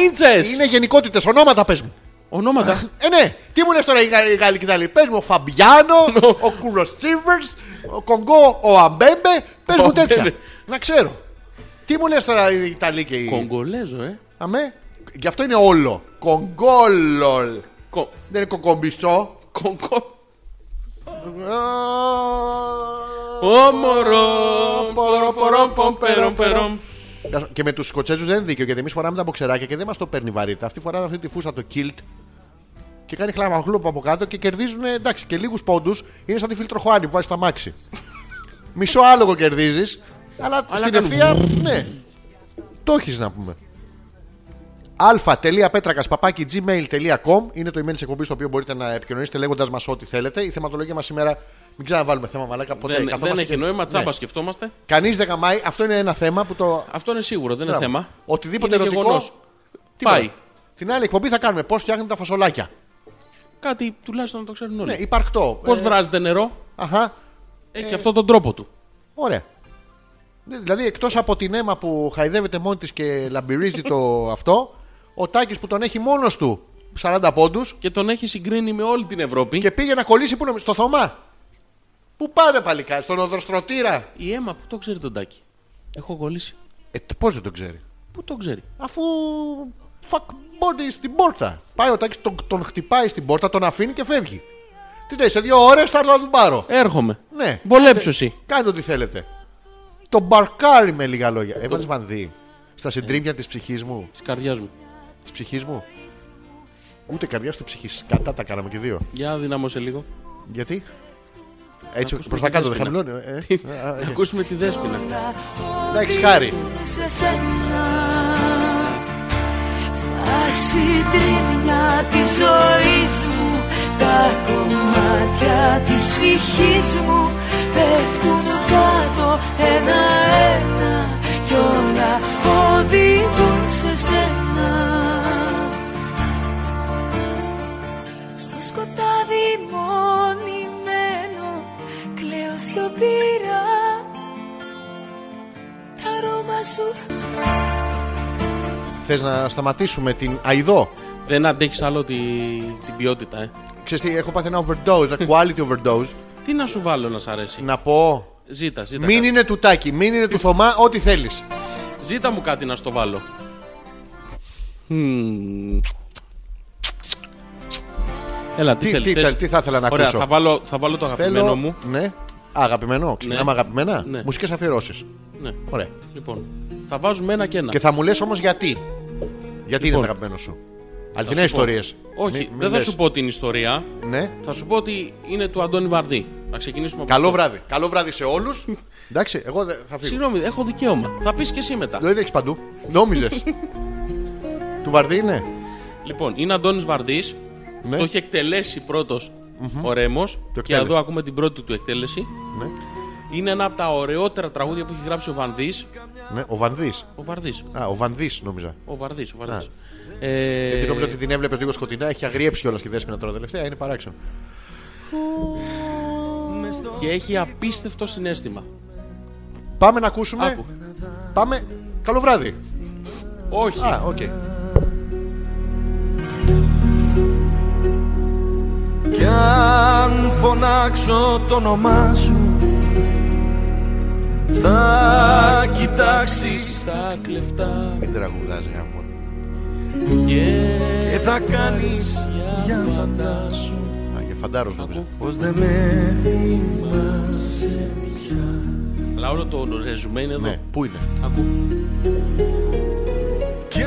Speaker 2: ίντσες.
Speaker 1: Είναι γενικότητες, ονόματα πες μου.
Speaker 2: Ονόματα.
Speaker 1: Ε, ναι, τι μου λες τώρα οι Γα- οι Γάλλοι και τα λοιπά. Πες μου ο Φαμπιάνο, ο Κούλο Στίβερς, ο Κονγκό, ο Αμπέμπε. Πες
Speaker 2: Ο
Speaker 1: μου τέτοια.
Speaker 2: Αμπέμπε.
Speaker 1: Να ξέρω. Τι μου λες τώρα οι Ιταλοί και οι.
Speaker 2: Κονγκολέζο, ε.
Speaker 1: Αμέ. Γι' αυτό είναι όλο. Κονγκόλολ.
Speaker 2: Κο...
Speaker 1: Δεν είναι κοκομπισό.
Speaker 2: Κονγκό. Όμορο.
Speaker 1: Και με τους Σκοτσέζους δεν είναι δίκαιο γιατί εμείς φοράμε τα μποξεράκια και δεν μας το παίρνει βαρύτητα. Αυτοί φοράνε αυτή τη φούστα το κιλτ και κάνει χλαμαγλούπ από κάτω και κερδίζουν εντάξει και λίγους πόντους. Είναι σαν τη φιλτροχωάνη που βάζει στα μάξι. Μισό άλογο κερδίζεις, αλλά, στην
Speaker 2: κάνουν
Speaker 1: ευθεία ναι. Το έχεις να πούμε. αλφα.πέτρακα παπάκι gmail.com είναι το email της εκπομπής στο οποίο μπορείτε να επικοινωνήσετε λέγοντας μας ό,τι θέλετε. Η θεματολογία μας σήμερα μην ξαναβάλουμε θέμα μαλάκα ποτέ.
Speaker 2: Δεν, δεν
Speaker 1: Καθόμαστε
Speaker 2: έχει
Speaker 1: και-
Speaker 2: νόημα, τσάμπα
Speaker 1: Ναι.
Speaker 2: σκεφτόμαστε.
Speaker 1: Κανείς δεν γαμάει. Αυτό είναι ένα θέμα που το.
Speaker 2: Αυτό είναι σίγουρο, δεν είναι
Speaker 1: Μπράβο.
Speaker 2: θέμα.
Speaker 1: Οτιδήποτε
Speaker 2: Είναι
Speaker 1: ερωτικό.
Speaker 2: γεγονός.
Speaker 1: Τίποτα.
Speaker 2: Πάει.
Speaker 1: Την άλλη εκπομπή θα κάνουμε πώς φτιάχνετε τα φασολάκια.
Speaker 2: Κάτι τουλάχιστον να το ξέρουν όλοι.
Speaker 1: Ναι, υπαρκτό.
Speaker 2: Πώς
Speaker 1: Ε,
Speaker 2: βράζεται νερό,
Speaker 1: Αχα.
Speaker 2: έχει αυτό τον τρόπο του.
Speaker 1: Ωραία. Ναι, Δηλαδή εκτός από την αίμα που χαϊδεύεται μόνη της και λαμπυρίζει το αυτό, ο Τάκης που τον έχει μόνος του 40 πόντους
Speaker 2: Και τον έχει συγκρίνει με όλη την Ευρώπη.
Speaker 1: και πήγε να κολλήσει που είναι στο Θωμά. Πού πάρε παλικά, στον οδροστρωτήρα.
Speaker 2: Η αίμα που το ξέρει τον Τάκη. Έχω κολλήσει.
Speaker 1: Ε, πώς δεν το ξέρει.
Speaker 2: Πού το ξέρει.
Speaker 1: Αφού fuck body στην πόρτα. Πάει ο Τάκης, τον, τον χτυπάει στην πόρτα, τον αφήνει και φεύγει. Τι λέει, σε δύο ώρες θα έρθω να τον πάρω.
Speaker 2: Έρχομαι.
Speaker 1: Ναι.
Speaker 2: Βολέψω εσύ.
Speaker 1: Κάντε ό,τι θέλετε. Τον μπαρκάρει με λίγα λόγια. Έβαλε βανδύ στα συντρίμια της ψυχής μου.
Speaker 2: Της καρδιάς μου.
Speaker 1: Της ψυχής μου. Ούτε καρδιά τη ψυχή. Κατά τα κάναμε και δύο.
Speaker 2: Για δυνάμωσε λίγο.
Speaker 1: Γιατί? Έτσι
Speaker 2: ακούσουμε
Speaker 1: προς τα
Speaker 2: τη
Speaker 1: κάτω δεν
Speaker 2: Δέσποινα.
Speaker 1: χαμηλώνει. ε, ε.
Speaker 2: Να ακούσουμε τη δέσπινα.
Speaker 1: Να έχεις χάρη.
Speaker 3: σε σένα Στα συντρίμια της ζωής μου Τα κομμάτια της ψυχής μου Πέφτουν κάτω ένα-ένα Κι όλα οδηγούν σε σένα στο σκοτάδι μονιμένο κλαίω σιωπηρά τα αρώμα σου
Speaker 1: Θες να σταματήσουμε την αηδό.
Speaker 2: Δεν αντέχεις άλλο τη, την ποιότητα, ε.
Speaker 1: Ξέρεις τι, έχω πάθει ένα overdose, ένα quality overdose.
Speaker 2: Τι να σου βάλω να σ' αρέσει.
Speaker 1: να πω.
Speaker 2: Ζήτα, ζήτα.
Speaker 1: Μην
Speaker 2: κάτι.
Speaker 1: είναι του Τάκη, μην είναι του Θωμά, ό,τι θέλεις.
Speaker 2: Ζήτα μου κάτι να στο βάλω. Μμμ. Έλα, τι,
Speaker 1: Τι,
Speaker 2: θέλεις,
Speaker 1: τι,
Speaker 2: θες?
Speaker 1: θέλ- τι θα ήθελα να
Speaker 2: Ωραία,
Speaker 1: ακούσω.
Speaker 2: θα βάλω, θα βάλω το αγαπημένο
Speaker 1: Θέλω.
Speaker 2: μου.
Speaker 1: Ναι. Α, αγαπημένο, ξεκινάμε
Speaker 2: Ναι.
Speaker 1: αγαπημένα.
Speaker 2: Ναι.
Speaker 1: Μουσικές αφιερώσεις.
Speaker 2: Ναι.
Speaker 1: Ωραία.
Speaker 2: Λοιπόν, θα βάζουμε ένα και ένα.
Speaker 1: Και θα μου λες όμως γιατί. Γιατί είναι
Speaker 2: Λοιπόν.
Speaker 1: το αγαπημένο σου.
Speaker 2: Θα
Speaker 1: Αληθινές
Speaker 2: σου πω.
Speaker 1: ιστορίες.
Speaker 2: Όχι, δεν θα σου πω την ιστορία.
Speaker 1: Ναι.
Speaker 2: Θα σου πω ότι είναι του Αντώνη Βαρδί. Να ξεκινήσουμε από
Speaker 1: Καλό
Speaker 2: αυτό.
Speaker 1: βράδυ. Καλό βράδυ σε όλους. Εντάξει, εγώ δεν θα φύγω.
Speaker 2: Συγγνώμη, έχω δικαίωμα. Θα πεις και εσύ μετά.
Speaker 1: Δεν έχεις παντού. Νόμιζες. Του βαρδί είναι.
Speaker 2: Λοιπόν, είναι Αντώνης Βαρδί.
Speaker 1: Ναι.
Speaker 2: Το έχει εκτελέσει πρώτος ο Ρέμος. Και
Speaker 1: εκτέλεσε.
Speaker 2: εδώ ακούμε την πρώτη του εκτέλεση.
Speaker 1: Ναι.
Speaker 2: Είναι ένα από τα ωραιότερα τραγούδια που έχει γράψει ο Βανδής.
Speaker 1: Ναι, ο Βανδύς.
Speaker 2: Ο Βαρδής.
Speaker 1: Α, ο Βανδύς νόμιζα.
Speaker 2: Ο Βαρδής, ο Βαρδής.
Speaker 1: Α.
Speaker 2: Ε,
Speaker 1: Ναι. Γιατί νόμιζα ότι την έβλεπες λίγο σκοτεινά, έχει αγριέψει όλα και δέσμενα τώρα τελευταία, είναι παράξενο.
Speaker 2: Και έχει απίστευτο συνέστημα.
Speaker 1: Ναι. Πάμε να ακούσουμε.
Speaker 2: Άκου.
Speaker 1: Πάμε. Καλό βράδυ.
Speaker 2: Όχι.
Speaker 1: Α, οκ.
Speaker 4: Κι αν φωνάξω το όνομά σου Θα κοιτάξεις
Speaker 2: Στα κλεφτά
Speaker 1: Μην τραγουδάζει γάμο.
Speaker 2: και
Speaker 4: και θα κάνεις για φαντάσου
Speaker 1: Α, για φαντάρος νόμιζα.
Speaker 4: Πως δεν με θυμάσαι πια
Speaker 2: Αλλά όλο το ρεζουμέ είναι εδώ.
Speaker 1: Ναι, πού είναι.
Speaker 2: Ακού.
Speaker 4: Κι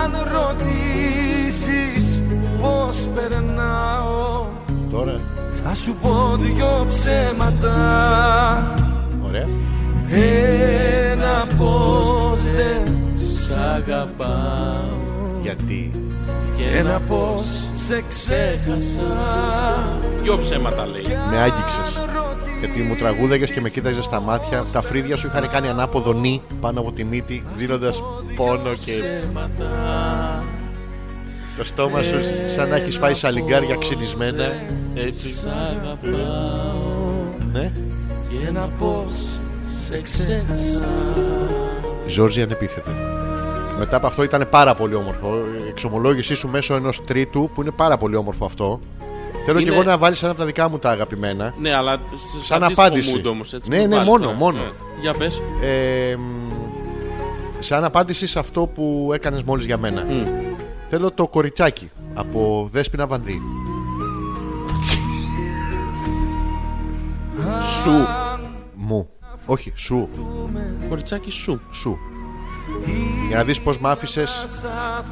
Speaker 4: αν ρωτήσεις πως περνάω
Speaker 1: Τώρα.
Speaker 4: Θα σου πω δυο ψέματα
Speaker 1: Ωραία.
Speaker 4: Ένα πως δεν
Speaker 2: Σ' αγαπάω
Speaker 1: Γιατί.
Speaker 2: και
Speaker 4: Ένα
Speaker 2: ένα
Speaker 4: πως σε ξέχασα
Speaker 2: Ποιο ψέματα λέει.
Speaker 1: Με άγγιξες. Γιατί μου τραγούδαγες και με κοίταζες στα μάτια. Τα φρύδια σου είχαν κάνει ανάποδο νι πάνω από τη μύτη, δίνοντας πόνο και
Speaker 2: Ψέματα
Speaker 1: το στόμα σου σαν να έχεις φάει σαλιγκάρια ξυνισμένα. Έτσι.
Speaker 2: σ' αγαπάω
Speaker 1: Ναι.
Speaker 2: και ένα πως σε ξέχασα.
Speaker 1: Ζόρζι ανεπίθεται. Μετά από αυτό ήταν πάρα πολύ όμορφο. Η εξομολόγησή σου μέσω ενός τρίτου που είναι πάρα πολύ όμορφο αυτό. Θέλω
Speaker 2: Είναι-
Speaker 1: και εγώ να βάλεις ένα από τα δικά μου τα αγαπημένα.
Speaker 2: Ναι, αλλά σ- σαν,
Speaker 1: απάντηση.
Speaker 2: disco mood όμως, έτσι,
Speaker 1: Ναι,
Speaker 2: μην
Speaker 1: ναι,
Speaker 2: βάλεις
Speaker 1: μόνο,
Speaker 2: τώρα.
Speaker 1: μόνο.
Speaker 2: Ναι. Για πες.
Speaker 1: Ε, μ, σαν απάντηση σε αυτό που έκανες μόλις για μένα. Θέλω το κοριτσάκι από Δέσπινα Βανδύ.
Speaker 2: Σου.
Speaker 1: Μου. Όχι, σου.
Speaker 2: Κοριτσάκι σου.
Speaker 1: Σου. Για να δεις πώς μ' άφησες
Speaker 4: Σαν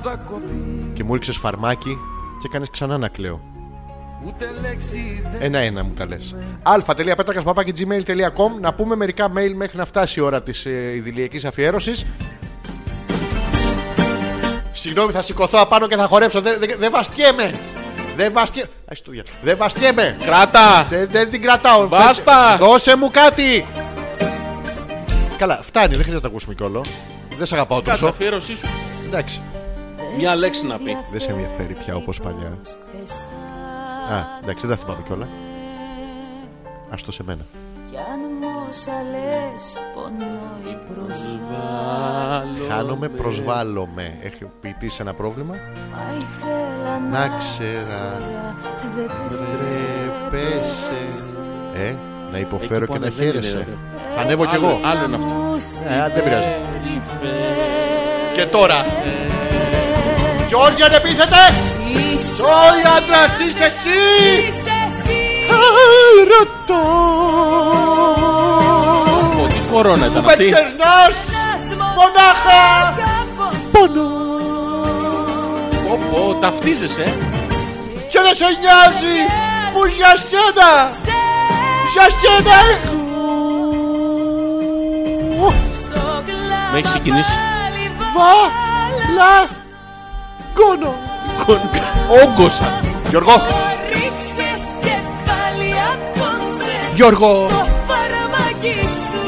Speaker 4: θα κοπεί
Speaker 1: και μου ρίξες φαρμάκι και έκανε ξανά να κλαίω.
Speaker 4: ούτε λέξη δεν
Speaker 1: Ένα-ένα μου τα λες. αλφα.πέτρακα.gmail.com Να πούμε μερικά mail μέχρι να φτάσει η ώρα της ε, ειδηλιακή αφιέρωσης. Συγγνώμη, θα σηκωθώ απάνω και θα χορέψω. Δεν δεν- δεν βαστιέμαι. Δεν βαστιέμαι. Ας το διάλογο. Δεν βαστιέμαι.
Speaker 2: Κράτα!
Speaker 1: Δεν, δεν την κρατάω.
Speaker 2: Μπάστα!
Speaker 1: Δώσε μου κάτι. Καλά, φτάνει, δεν χρειάζεται να τα ακούσουμε κιόλα. Δεν σε αγαπάω
Speaker 2: Κάτσε
Speaker 1: τόσο.
Speaker 2: αφιέρωσή σου.
Speaker 1: Εντάξει.
Speaker 2: Μια λέξη να πει.
Speaker 1: Δεν σε ενδιαφέρει πια όπως παλιά. Α, εντάξει, δεν τα θυμάμαι κιόλα. Ας το σε μένα.
Speaker 5: Κι αν μόσα λες πονώ η
Speaker 1: Χάνομαι, προσβάλλομαι. Έχει ποιητή ένα πρόβλημα.
Speaker 5: Μα ήθελα να,
Speaker 1: Να ξέρα,
Speaker 5: δεν
Speaker 1: τρέπεσαι. Ε, να υποφέρω
Speaker 2: Εκεί που
Speaker 1: και να
Speaker 2: ανεβαίνει,
Speaker 1: χαίρεσαι.
Speaker 2: ρε, ρε.
Speaker 1: Θα ανέβω κι εγώ.
Speaker 2: Άλλο- Άλλο είναι αυτό.
Speaker 1: Ε, α, δεν πειράζει. Και τώρα. Γιώργη, ανεπίθετε!
Speaker 5: Είσαι
Speaker 1: Όλοι άντρας είσαι εσύ!
Speaker 5: εσύ
Speaker 1: Αρωτό!
Speaker 2: Πω, Τι κορώνα ήταν
Speaker 1: Με
Speaker 2: αυτή.
Speaker 1: ξερνάς
Speaker 5: ένας
Speaker 1: μονάχα!
Speaker 5: μονάχα
Speaker 1: Πόνο!
Speaker 2: Πω, πω, ταυτίζεσαι. ε.
Speaker 1: Και δεν σε νοιάζει που για σένα! Για σένα έχω!
Speaker 5: στο κλάμα
Speaker 2: Με έχεις συγκινήσει.
Speaker 5: πάλι βάλα
Speaker 1: Βαλά! Κόνο!
Speaker 2: Όγκωσα.
Speaker 1: Γιώργο!
Speaker 5: Ρίξες και πάλι απόψε
Speaker 1: Γιώργο!
Speaker 5: το φαρμάκι σου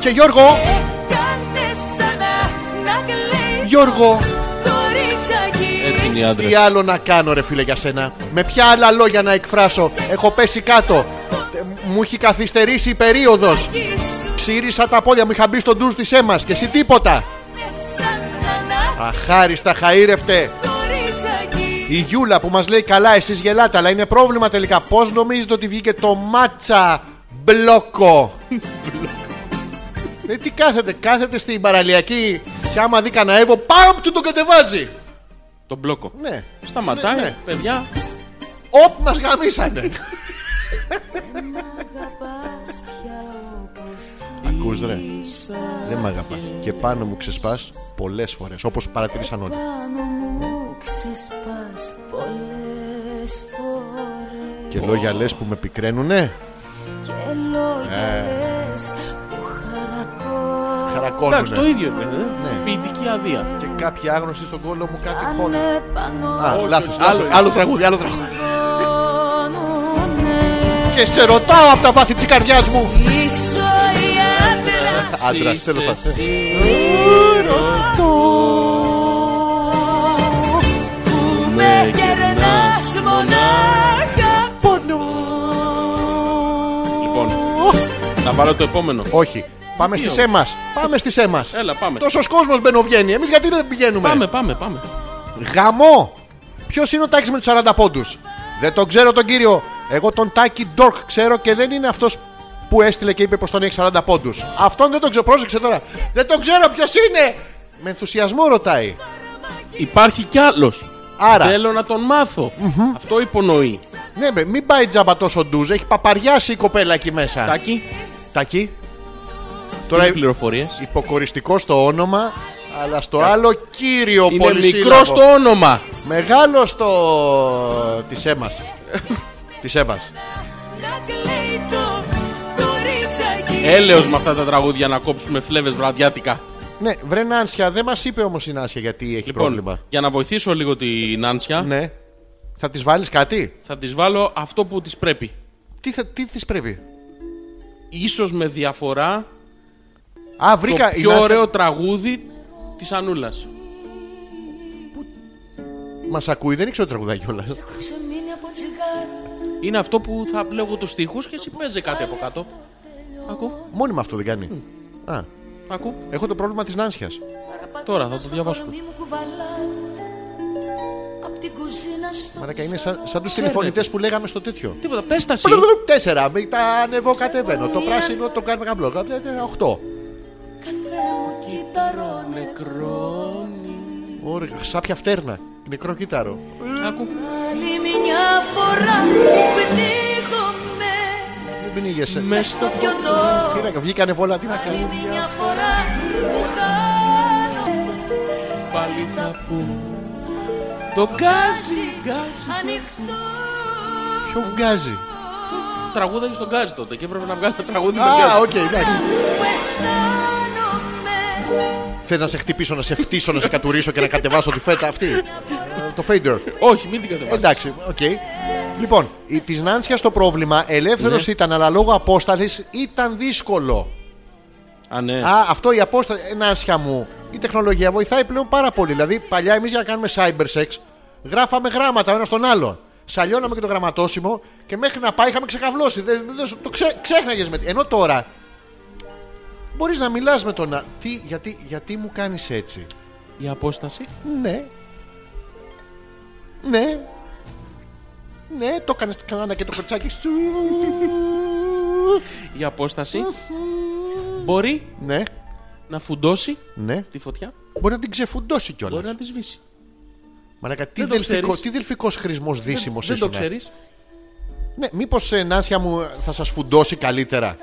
Speaker 1: Και Γιώργο!
Speaker 5: Έκανες ξανά να κλαίει
Speaker 1: Γιώργο!
Speaker 5: το ρίτσακι
Speaker 2: Έτσι είναι οι άντρες.
Speaker 1: Τι άλλο να κάνω ρε φίλε για σένα Με ποια άλλα λόγια να εκφράσω Έχω πέσει κάτω Ε, Μου έχει καθυστερήσει η περίοδος Ξύρισα τα πόδια μου είχα μπει στον ντουζ της έμας Και εσύ τίποτα Αχάριστα χαΐρευτε Η Γιούλα που μας λέει καλά εσείς γελάτε Αλλά είναι πρόβλημα τελικά Πώς νομίζετε ότι βγήκε το μάτσα μπλόκο Ε, τι κάθεται, κάθεται στην παραλιακή και άμα δει κανένα εύω, πάμπ του τον κατεβάζει.
Speaker 2: Τον μπλόκο.
Speaker 1: Ναι. Ναι, ναι.
Speaker 2: Σταματάει, παιδιά.
Speaker 1: Όπ, μας γαμίσανε. Ακούς ρε, δεν μ' αγαπάς. Και πάνω μου ξεσπάς πολλές φορές, όπως παρατηρήσαν όλοι.
Speaker 5: Πάνω μου ξεσπάς πολλές φορές
Speaker 1: Και λόγια λες που με πικραίνουνε,
Speaker 5: Και λόγια λες που χαρακώ
Speaker 2: Εντάξει, το
Speaker 1: χαρακώνουνε.
Speaker 2: ίδιο είναι.
Speaker 1: Ναι.
Speaker 2: ε. Ποιητική αδεία.
Speaker 1: Και κάποιοι άγνωστοι στον κόλλο μου κάτι
Speaker 5: Αν
Speaker 1: χώνουν.
Speaker 5: επανώ
Speaker 1: Α,
Speaker 2: όχι,
Speaker 1: λάθος,
Speaker 2: άλλο
Speaker 1: λάθος.
Speaker 2: είναι.
Speaker 1: άλλο τραγούδι, άλλο τραγούδι. Και σε ρωτάω από τα βάθη της καρδιάς μου.
Speaker 5: Είσαι η άντρας
Speaker 1: Άντρας, τέλος πάντων.
Speaker 5: που με κερνάς μονάχα
Speaker 2: Λοιπόν, θα βάλω το επόμενο.
Speaker 1: Όχι. Πάμε στις έμας. Πάμε στις έμας.
Speaker 2: Έλα, πάμε.
Speaker 1: Τόσος κόσμος μπαινοβγαίνει. Εμείς γιατί δεν πηγαίνουμε.
Speaker 2: Πάμε, πάμε, πάμε.
Speaker 1: Γαμό! Ποιος είναι ο Τάκης με τους 40 πόντους. Δεν τον ξέρω τον κύριο. Εγώ τον Τάκη Ντόρκ ξέρω και δεν είναι αυτός που έστειλε και είπε πως τον έχει 40 πόντους. Αυτόν δεν τον ξέρω. Πρόσεξε τώρα. Δεν τον ξέρω ποιος είναι. Με ενθουσιασμό ρωτάει.
Speaker 2: Υπάρχει κι άλλος.
Speaker 1: Άρα.
Speaker 2: Θέλω να τον μαθω Αυτό υπονοεί.
Speaker 1: Ναι, μπε, μην πάει τζάμπα τόσο ντουζ. Έχει παπαριάσει η κοπέλα εκεί μέσα.
Speaker 2: Τάκι,
Speaker 1: Τάκη. Τώρα
Speaker 2: τώρα πληροφορίες.
Speaker 1: υποκοριστικό στο όνομα, αλλά στο άλλο κύριο
Speaker 2: Είναι
Speaker 1: πολυσύλλαβο.
Speaker 2: μικρό στο όνομα.
Speaker 1: Μεγάλο στο. της αίμα. τη αίμα.
Speaker 5: να κλαίει το κοριτσάκι
Speaker 2: Έλεος με αυτά τα τραγούδια να κόψουμε φλέβες βραδιάτικα.
Speaker 1: Ναι, βρε Νάνσια, δεν μας είπε όμως η Νάνσια γιατί έχει
Speaker 2: Λοιπόν,
Speaker 1: πρόβλημα.
Speaker 2: για να βοηθήσω λίγο την Άντσια,
Speaker 1: Ναι. Θα της βάλεις κάτι.
Speaker 2: θα της βάλω αυτό που της πρέπει.
Speaker 1: Τι, θα, τι της πρέπει.
Speaker 2: Ίσως με διαφορά
Speaker 1: Α,
Speaker 2: το
Speaker 1: βρήκα. η
Speaker 2: πιο
Speaker 1: Νάνσια
Speaker 2: ωραίο τραγούδι της Ανούλας.
Speaker 1: Μας ακούει, δεν ήξερε το τραγουδάκι όλα.
Speaker 5: Ξεμείνει από τσιγάρο
Speaker 2: Είναι αυτό που θα λέγω τους στίχους και εσύ παίζει κάτι από κάτω. Ακού,
Speaker 1: Μόνιμα αυτό δεν κάνει. Α,
Speaker 2: ακού.
Speaker 1: έχω το πρόβλημα της Νάνσια.
Speaker 2: Τώρα θα το διαβάσουμε.
Speaker 5: Απ' την κουζίνα στο
Speaker 1: Μαρακα είναι σαν, σαν τους
Speaker 2: Ξέρετε.
Speaker 1: τηλεφωνητές που λέγαμε στο τέτοιο.
Speaker 2: Τίποτα, πες τα εσύ.
Speaker 1: Τέσσερα, μην τα ανεβώ κατεβαίνω. Το πράσινο το κάνουμε γαμπλό. ε, Τε- Οχτώ.
Speaker 5: καθέ μου κύτταρο
Speaker 1: Ωραία, σάπια φτέρνα. Νεκρό κύτταρο.
Speaker 2: Ακού.
Speaker 5: Άλλη μια φορά που πνίγομαι
Speaker 1: Μην πνίγεσαι.
Speaker 5: Μες στο πιωτό
Speaker 1: Πήρα- Βγήκανε πολλά, τι να
Speaker 5: Άλλη
Speaker 1: κάνω.
Speaker 5: μια φορά που χάνω
Speaker 2: Πάλι θα πω Το γκάζι, γκάζι
Speaker 5: ανοιχτό
Speaker 1: Ποιο γκάζει.
Speaker 2: Τραγούδαγε στον γκάζι τότε και έπρεπε να βγάλει ένα τραγούδι με τον
Speaker 1: Α,
Speaker 2: γκάζι
Speaker 1: οκ, εντάξει.
Speaker 5: που αισθάνομαι
Speaker 1: Θες να σε χτυπήσω, να σε φτύσω, να σε κατουρίσω και να κατεβάσω τη φέτα αυτή. Ε, το fader.
Speaker 2: Όχι, μην την κατεβάσεις
Speaker 1: Εντάξει, οκ. Λοιπόν, τη Νάντσια το πρόβλημα ελεύθερος ήταν, αλλά λόγω απόστασης ήταν δύσκολο.
Speaker 2: Α, ναι
Speaker 1: Α, αυτό η απόσταση. ε, Νάνσια μου, η τεχνολογία βοηθάει πλέον πάρα πολύ. Δηλαδή, παλιά εμείς για να κάνουμε cyber sex, γράφαμε γράμματα ο ένας τον άλλον. Σαλιώναμε και το γραμματόσημο και μέχρι να πάει είχαμε ξεκαβλώσει. Δεν, δεν σου- το ξέ, ξέχναγες με. Ενώ τώρα. Μπορείς να μιλάς με τον. α- Τι, γιατί, γιατί μου κάνεις έτσι.
Speaker 2: Η απόσταση
Speaker 1: Ναι. Ναι. Ναι, το έκανες το κανάνα και το κοτσάκι σου.
Speaker 2: Η απόσταση Μπορεί
Speaker 1: ναι,
Speaker 2: να φουντώσει
Speaker 1: ναι.
Speaker 2: τη φωτιά
Speaker 1: Μπορεί να την ξεφουντώσει
Speaker 2: Μπορεί
Speaker 1: κιόλα.
Speaker 2: να τη σβήσει
Speaker 1: Μαλάκα, τι
Speaker 2: Δεν το
Speaker 1: δελφικό,
Speaker 2: ξέρεις.
Speaker 1: τι δελφικός χρησμός δύσιμος
Speaker 2: Δεν το ξέρεις
Speaker 1: Ναι, μήπως Νάνσια μου ε, θα σας φουντώσει καλύτερα.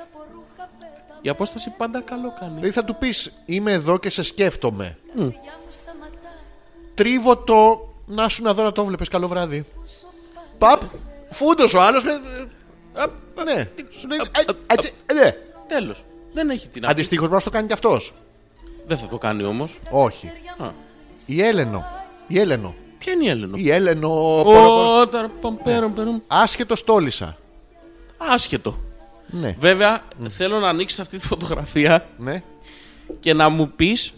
Speaker 2: Η απόσταση πάντα καλό κάνει
Speaker 1: Δηλαδή θα του πεις Είμαι εδώ και σε σκέφτομαι. Τρίβω το. Να σου να δω να το βλέπεις. Καλό βράδυ. Παπ. Φούντος ο άλλος. Ναι. Σου λέει, «Α, α, τσι, ε, ναι.
Speaker 2: Τέλος Δεν έχει την άπλη
Speaker 1: Αντιστοίχως μπορεί να το κάνει κι αυτός.
Speaker 2: Δεν θα το κάνει όμως
Speaker 1: Όχι.
Speaker 2: Α.
Speaker 1: Η Έλενο. Η Έλενο.
Speaker 2: Ποια είναι η Έλενο
Speaker 1: Η Έλενο. πόνο, πόνο.
Speaker 2: Όταν παμ, πέραν, πέραν.
Speaker 1: Άσχετο στόλισα.
Speaker 2: Άσχετο
Speaker 1: Ναι.
Speaker 2: Βέβαια θέλω να ανοίξεις αυτή τη φωτογραφία
Speaker 1: ναι.
Speaker 2: και να μου πεις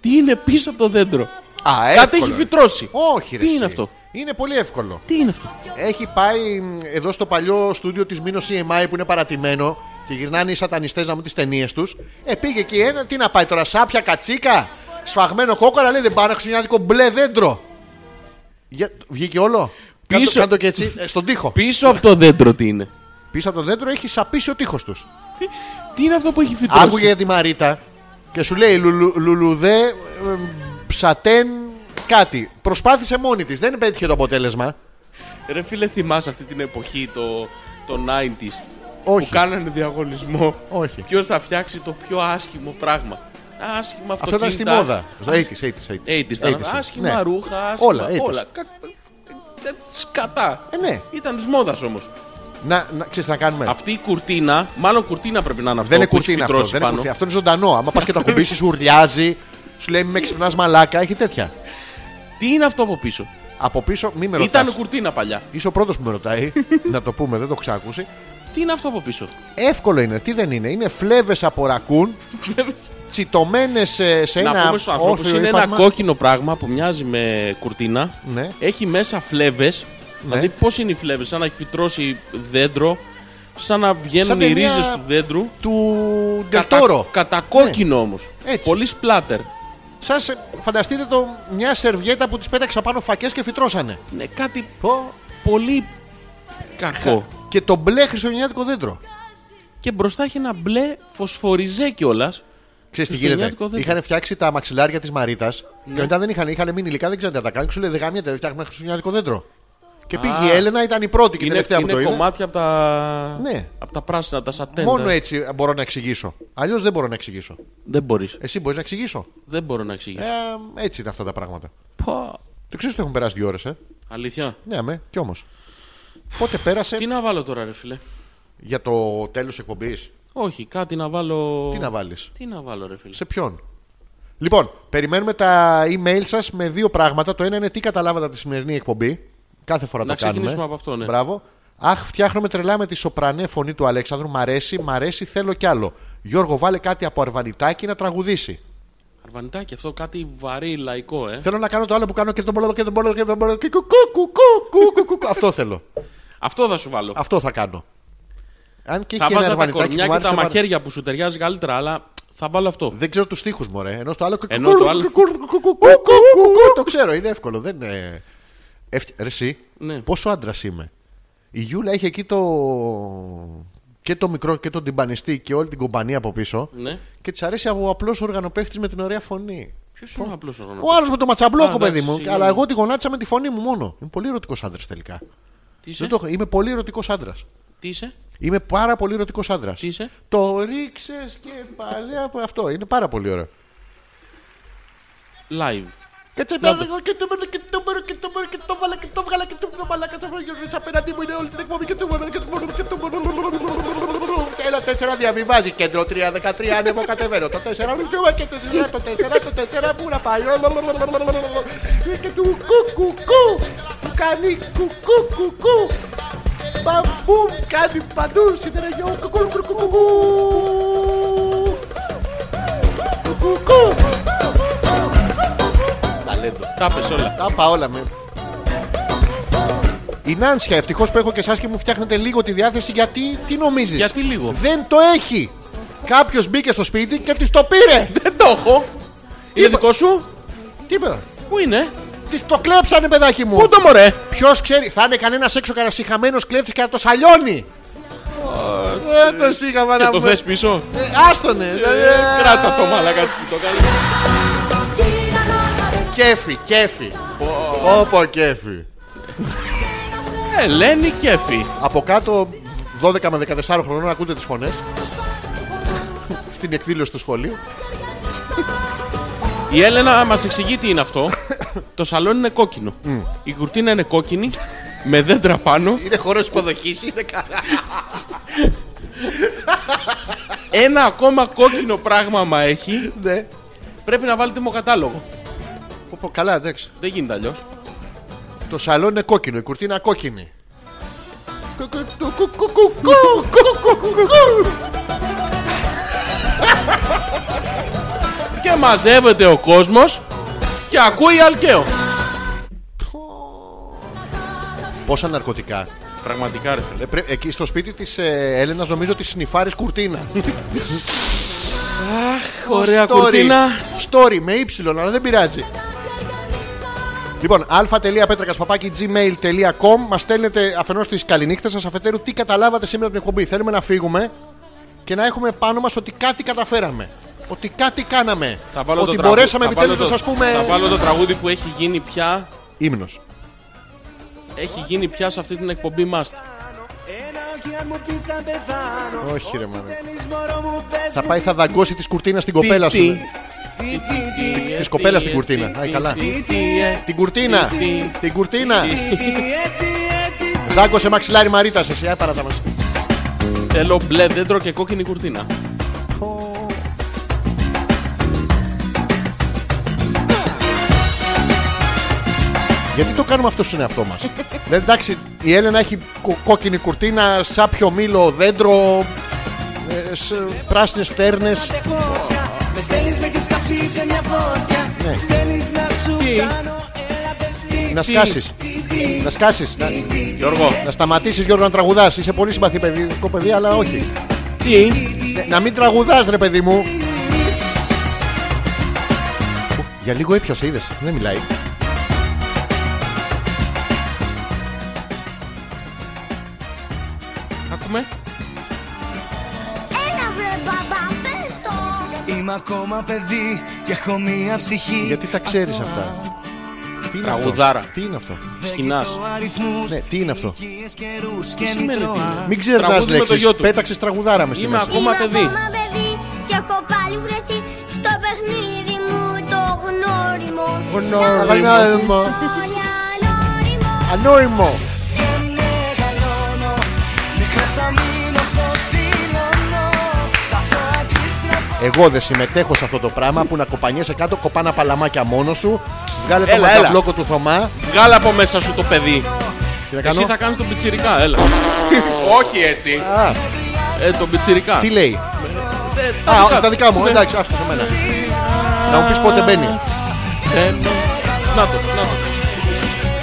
Speaker 2: τι είναι πίσω από το δέντρο.
Speaker 1: Α,
Speaker 2: Κάτι
Speaker 1: Ε, εύκολο
Speaker 2: έχει
Speaker 1: είναι.
Speaker 2: φυτρώσει.
Speaker 1: Όχι, ρε.
Speaker 2: Τι
Speaker 1: εσύ.
Speaker 2: είναι αυτό.
Speaker 1: Είναι πολύ εύκολο.
Speaker 2: Τι είναι αυτό.
Speaker 1: Έχει πάει μ, εδώ στο παλιό στούντιο της Μήνος CMI που είναι παρατημένο και γυρνάνε οι σατανιστές να μου τις ταινίες τους. Ε, πήγε εκεί ένα, τι να πάει τώρα, σάπια κατσίκα, σφαγμένο κόκορα, λέει δεν πάρω ξενιάτικο μπλε δέντρο. Για... Βγήκε όλο. Κάντο,
Speaker 2: Πίσω.
Speaker 1: κάντο και έτσι, ε, στον τοίχο.
Speaker 2: Πίσω από το δέντρο τι είναι.
Speaker 1: Πίσω από το δέντρο έχει σαπίσει ο τοίχος τους.
Speaker 2: Τι, τι είναι αυτό που έχει φυτρώσει.
Speaker 1: Άκουγε για τη Μαρίτα και σου λέει «Λουλου- λουλουδέ ε, ψατέν κάτι. Προσπάθησε μόνη της, δεν πέτυχε το αποτέλεσμα.
Speaker 2: Ρε φίλε θυμάσαι αυτή την εποχή το, το 90s.
Speaker 1: Όχι.
Speaker 2: Που κάνανε διαγωνισμό.
Speaker 1: Όχι.
Speaker 2: Ποιος θα φτιάξει το πιο άσχημο πράγμα. Άσχημα
Speaker 1: Αυτό
Speaker 2: αυτοκίνητα.
Speaker 1: ήταν στη μόδα. Στο 80s, 80s,
Speaker 2: 80s ήταν. Άσχημα
Speaker 1: Ναι.
Speaker 2: ρούχα, άσχημα,
Speaker 1: Όλα, 80s.
Speaker 2: όλα. Κα- ε, ε, Σκατά.
Speaker 1: Ε, ναι.
Speaker 2: Ήταν της μόδας όμως.
Speaker 1: Να, να, ξέρεις τι να κάνουμε.
Speaker 2: Αυτή η κουρτίνα, μάλλον κουρτίνα πρέπει να είναι αυτό.
Speaker 1: δεν είναι
Speaker 2: που έχει
Speaker 1: κουρτίνα αυτό.
Speaker 2: φυτρώσει
Speaker 1: Δεν είναι
Speaker 2: πάνω.
Speaker 1: κουρτίνα. Αυτό είναι ζωντανό. Άμα πας και το ακουμπήσει, σου ουρλιάζει, σου λέει με ξυπνάς μαλάκα, έχει τέτοια.
Speaker 2: Τι είναι αυτό από πίσω.
Speaker 1: Από πίσω, μη με ρωτάς.
Speaker 2: Ήταν κουρτίνα παλιά.
Speaker 1: Είσαι ο πρώτος που με ρωτάει, να το πούμε, δεν το ξάκουσε.
Speaker 2: Τι είναι αυτό από πίσω.
Speaker 1: Εύκολο είναι. Τι δεν είναι. Είναι φλέβες από ρακούν. τσιτωμένες σε, σε
Speaker 2: Να
Speaker 1: ένα ε,
Speaker 2: πούμε στους ανθρώπους
Speaker 1: όρθιο
Speaker 2: είναι ένα
Speaker 1: ύφασμα.
Speaker 2: κόκκινο πράγμα που μοιάζει με κουρτίνα.
Speaker 1: Ναι.
Speaker 2: Έχει μέσα φλέβες. Δηλαδή πώς είναι οι φλέβε, σαν να έχει φυτρώσει δέντρο, σαν να βγαίνουν
Speaker 1: Σαν
Speaker 2: οι
Speaker 1: ταινία
Speaker 2: ρίζες του δέντρου.
Speaker 1: Του Ντελτόρο.
Speaker 2: Κατα, κατακόκκινο όμω.
Speaker 1: Ναι. Έτσι.
Speaker 2: Πολύ σπλάτερ.
Speaker 1: Σα φανταστείτε το, μια σερβιέτα που τη πέταξε πάνω φακές και φυτρώσανε.
Speaker 2: Ναι, κάτι
Speaker 1: Πω.
Speaker 2: πολύ κακό.
Speaker 1: Και το μπλε χριστουγεννιάτικο δέντρο.
Speaker 2: Και μπροστά έχει ένα μπλε φωσφοριζέ κιόλας.
Speaker 1: Ξέρεις τι γίνεται.
Speaker 2: Χριστουγεννιάτικο δέντρο. Ναι.
Speaker 1: Είχαν φτιάξει τα μαξιλάρια της Μαρίτας και μετά δεν είχαν, είχαν μείνει υλικά, δεν ξέρετε τι θα τα κάνουν. Και σου λέει Δεν γαμιέται, δεν φτιάχνουμε χριστουγεννιάτικο δέντρο. Και πήγε η Έλενα, ήταν η πρώτη και η
Speaker 2: Είναι,
Speaker 1: τελευταία που
Speaker 2: είναι
Speaker 1: το είδε.
Speaker 2: κομμάτια από τα...
Speaker 1: Ναι.
Speaker 2: από τα πράσινα, τα σατέν.
Speaker 1: Μόνο
Speaker 2: τα-
Speaker 1: έτσι μπορώ να εξηγήσω. Αλλιώς δεν μπορώ να εξηγήσω.
Speaker 2: Δεν μπορείς.
Speaker 1: Εσύ μπορείς να εξηγήσω.
Speaker 2: Δεν μπορώ να εξηγήσω.
Speaker 1: Ε, έτσι είναι αυτά τα πράγματα.
Speaker 2: Πω.
Speaker 1: Το ξέρεις ότι έχουν περάσει δύο ώρες, ε.
Speaker 2: Αλήθεια.
Speaker 1: Ναι, αμέ, κι όμως. Πότε πέρασε
Speaker 2: Τι να βάλω τώρα, ρε φίλε.
Speaker 1: για το τέλος εκπομπής.
Speaker 2: Όχι, κάτι να βάλω.
Speaker 1: Τι να βάλεις.
Speaker 2: Τι να βάλω, ρε φίλε.
Speaker 1: Σε ποιον. Λοιπόν, περιμένουμε τα email σας με δύο πράγματα. Το ένα είναι τι καταλάβατε από τη σημερινή εκπομπή. Κάθε φορά
Speaker 2: Να
Speaker 1: το κάνουμε.
Speaker 2: ξεκινήσουμε από αυτό, ναι.
Speaker 1: Μπράβο. Αχ, φτιάχνουμε τρελά με τη σοπρανέ φωνή του Αλέξανδρου. Μ' αρέσει, μ' αρέσει, θέλω κι άλλο. Γιώργο, βάλε κάτι από αρβανιτάκι να τραγουδήσει.
Speaker 2: Αρβανιτάκι, αυτό κάτι βαρύ λαϊκό, ε.
Speaker 1: Θέλω να κάνω το άλλο που κάνω και τον μπορώ και τον μπορώ και τον μπορώ. Και κου, κου, κου, κου, κου, κου, κου, κου. Αυτό θέλω.
Speaker 2: Αυτό θα σου βάλω.
Speaker 1: Αυτό θα κάνω. Αν και
Speaker 2: θα
Speaker 1: έχει ένα
Speaker 2: βάζα τα
Speaker 1: αρβανιτάκι
Speaker 2: κορμιά
Speaker 1: που μου
Speaker 2: και
Speaker 1: άρεσε,
Speaker 2: τα
Speaker 1: μ' αρέσει.
Speaker 2: μαχαίρια που σου ταιριάζει καλύτερα, αλλά θα βάλω αυτό.
Speaker 1: Δεν ξέρω τους τοίχου, μωρέ. Ενώ στο άλλο.
Speaker 2: Ενώ το άλλο-
Speaker 1: Το ξέρω, είναι εύκολο. Δεν είναι. Εύτη- Ρε Εσύ,
Speaker 2: Ναι.
Speaker 1: πόσο άντρας είμαι. Η Γιούλα έχει εκεί το. και το μικρό και τον τυμπανιστή και όλη την κομπανία από πίσω.
Speaker 2: Ναι.
Speaker 1: Και της αρέσει ο απλός οργανοπαίχτης με την ωραία φωνή.
Speaker 2: Ποιος είναι ο απλός
Speaker 1: Ο άλλος με το ματσαμπλόκο,
Speaker 2: Α,
Speaker 1: παιδί
Speaker 2: εντάξει,
Speaker 1: μου.
Speaker 2: συγγνώμη.
Speaker 1: Αλλά εγώ τη γονάτισα με τη φωνή μου μόνο. Είμαι πολύ ερωτικός άντρας τελικά.
Speaker 2: Τι είσαι,
Speaker 1: Δεν το έχω- Είμαι πολύ ερωτικός άντρας.
Speaker 2: τι είσαι,
Speaker 1: Είμαι πάρα πολύ ερωτικός άντρας.
Speaker 2: τι είσαι.
Speaker 1: Το ρίξες και πάλι από αυτό. Είναι πάρα πολύ ωραίο.
Speaker 2: Live.
Speaker 1: Κάτσε με λίγο και το μέρα και το μέρα και το μέρα και το βάλα και το βγάλα και το βγάλα και το βγάλα και το βγάλα απέναντί μου είναι όλη την εκπομπή και το μέρα και το μέρα και το μέρα Έλα τέσσερα διαβιβάζει κέντρο 3-13 ανεβώ κατεβαίνω το τέσσερα μου και το τέσσερα το τέσσερα το τέσσερα που να πάει και του κου κου κου που κάνει κου κου κου κου μπαμπούμ κάνει παντού σιδεραγιό κου κου κου κου κου κου κου ταλέντο
Speaker 2: Τα πες όλα.
Speaker 1: τα πάω όλα με. Η Νάνσια, ευτυχώς που έχω και εσάς και μου φτιάχνετε λίγο τη διάθεση γιατί τι νομίζεις.
Speaker 2: Γιατί λίγο?
Speaker 1: Δεν το έχει. Κάποιος μπήκε στο σπίτι και της το πήρε.
Speaker 2: Δεν το έχω. Είναι δικό σου.
Speaker 1: τι πέρα.
Speaker 2: Πού είναι.
Speaker 1: Της το κλέψανε, παιδάκι μου.
Speaker 2: Πού το μωρέ.
Speaker 1: Ποιος ξέρει, θα είναι κανένας έξω κανένας συχαμένο κλέφτης και να το σαλιώνει. Ε, το σίγαμα να
Speaker 2: Το θες πίσω.
Speaker 1: Ε, Άστονε. Ε,
Speaker 2: Κράτα το μαλακά που το κάνεις.
Speaker 1: Κέφι, κέφι. Όπω κέφι.
Speaker 2: Ελένη Κέφη.
Speaker 1: Από κάτω 12 με 14 χρονών ακούτε τις φωνές Στην εκδήλωση του σχολείου
Speaker 2: Η Έλενα μας εξηγεί τι είναι αυτό. το σαλόνι είναι κόκκινο. Η κουρτίνα είναι κόκκινη. με δέντρα πάνω.
Speaker 1: Είναι χώρος υποδοχής είναι καλά
Speaker 2: Ένα ακόμα κόκκινο πράγμα μα έχει.
Speaker 1: Ναι
Speaker 2: Πρέπει να βάλει τιμοκατάλογο.
Speaker 1: Πω, πω, Καλά εντάξει
Speaker 2: Δεν γίνεται αλλιώς.
Speaker 1: Το σαλόν είναι κόκκινο, η κουρτίνα κόκκινη Κου, κου, του, κου, κου, κου, κου, κου, κου, κου, κου.
Speaker 2: Και μαζεύεται ο κόσμος και ακούει αλκαίο.
Speaker 1: Πόσα ναρκωτικά
Speaker 2: Πραγματικά ρε φίλε.
Speaker 1: Ε, πρέ- Εκεί στο σπίτι της ε, Έλενας νομίζω ότι σνιφάρεις κουρτίνα
Speaker 2: Ωραία
Speaker 1: story.
Speaker 2: κουρτίνα.
Speaker 1: Story με ύψιλον, αλλά δεν πειράζει. Λοιπόν, α.πέτρακα.gmail.com Μας στέλνετε αφενός τις καληνύχτες σας, αφετέρου τι καταλάβατε σήμερα από την εκπομπή. Θέλουμε να φύγουμε και να έχουμε πάνω μας ότι κάτι καταφέραμε. Ότι κάτι κάναμε.
Speaker 2: Θα βάλω
Speaker 1: ότι
Speaker 2: το τραγούδι-
Speaker 1: μπορέσαμε
Speaker 2: θα
Speaker 1: επιτέλου
Speaker 2: βάλω
Speaker 1: να
Speaker 2: το-
Speaker 1: σας πούμε.
Speaker 2: Θα βάλω το τραγούδι που έχει γίνει πια.
Speaker 1: Ύμνος.
Speaker 2: Έχει γίνει πια σε αυτή την εκπομπή Must.
Speaker 4: Ένα όχι αν μου πεις να πεθάνω
Speaker 1: Όχι, ρε μάνα.
Speaker 4: Θέλεις μωρό μου πες
Speaker 1: Θα
Speaker 4: μου
Speaker 1: πάει, θα δαγκώσει τη κουρτίνα στην κοπέλα
Speaker 2: Τι,
Speaker 1: σου. ναι.
Speaker 2: τι,
Speaker 4: τι, τι, τι,
Speaker 1: Τη κοπέλα στην κουρτίνα.
Speaker 2: τι,
Speaker 1: Α,
Speaker 2: τι,
Speaker 1: καλά.
Speaker 2: τι, τι, ε.
Speaker 1: Την κουρτίνα.
Speaker 2: τι, τι.
Speaker 1: Την κουρτίνα.
Speaker 4: τι, τι, ε, τι, ε, τι, τι.
Speaker 1: Δάγκωσε μαξιλάρι Μαρίτα, εσύ. Α, παράτα μας.
Speaker 2: Θέλω μπλε δέντρο και κόκκινη κουρτίνα.
Speaker 1: Γιατί το κάνουμε αυτό στον εαυτό μας. δηλαδή, εντάξει, η Έλενα έχει κο- κόκκινη κουρτίνα, σάπιο μήλο, δέντρο, ε, σ- πράσινες φτέρνες
Speaker 4: Με στέλνεις με έχεις κάψει σε μια φωτιά
Speaker 1: Ναι.
Speaker 4: Θέλεις να σου
Speaker 2: Τι?
Speaker 4: κάνω έλα πες τι
Speaker 1: Να σκάσεις Να σκάσεις Να,
Speaker 2: Γιώργο,
Speaker 1: να σταματήσεις Γιώργο να τραγουδάς Είσαι πολύ συμπαθή παιδικό παιδί αλλά όχι
Speaker 2: τι.
Speaker 1: Ε, Να μην τραγουδάς ρε παιδί μου Για λίγο έπιασε είδες Δεν μιλάει
Speaker 2: Ακούμε.
Speaker 6: Έλα βρε μπαμπά, πες το.
Speaker 4: Είμαι ακόμα παιδί και έχω μια ψυχή
Speaker 1: Γιατί τα ξέρεις αυτά Τι είναι αυτό?
Speaker 2: Τραγουδάρα.
Speaker 1: Τι είναι αυτό
Speaker 2: Σκηνάς.
Speaker 4: Κοιτώ αριθμούς,
Speaker 1: Ναι τι είναι αυτό
Speaker 4: ηλικίες, καιρούς και
Speaker 2: σημαίνει
Speaker 4: μητρώα.
Speaker 2: τι είναι?
Speaker 1: Μην ξερνάς
Speaker 2: Τραγούδι με το
Speaker 1: λέξεις
Speaker 2: γιο του.
Speaker 1: Πέταξες τραγουδάρα μες στη
Speaker 2: Είμαι
Speaker 1: μέση
Speaker 2: ακόμα παιδί.
Speaker 6: Ακόμα παιδί και έχω πάλι βρεθεί στο παιχνίδι μου το γνώριμο.
Speaker 1: Αγανάδεμα.
Speaker 6: Ωραία, νόριμο.
Speaker 1: Ανώριμο
Speaker 4: Και μεγαλώνω, μικρός θα μείνω στο θύλωνο Θα σ' αντιστραφώ
Speaker 1: Εγώ δεν συμμετέχω σε αυτό το πράγμα που να κοπανιέσαι κάτω, κοπάνα παλαμάκια μόνο σου. Βγάλε το
Speaker 2: Έλα, έλα.
Speaker 1: ματσαμπλόκο του Θωμά.
Speaker 2: Βγάλε από μέσα σου το παιδί.
Speaker 1: Τι να
Speaker 2: Εσύ
Speaker 1: κάνω.
Speaker 2: θα κάνεις τον πιτσιρικά, έλα. Όχι έτσι.
Speaker 1: Α,
Speaker 2: Ε, τον πιτσιρικά.
Speaker 1: τι λέει.
Speaker 2: Ε, τα
Speaker 1: Α,
Speaker 2: δικά
Speaker 1: τα
Speaker 2: του.
Speaker 1: δικά μου,
Speaker 2: Ναι.
Speaker 1: εντάξει, άφησε σε μένα. Να μου πεις πότε μπαίνει.
Speaker 2: Ε, ναι. Να το, να το.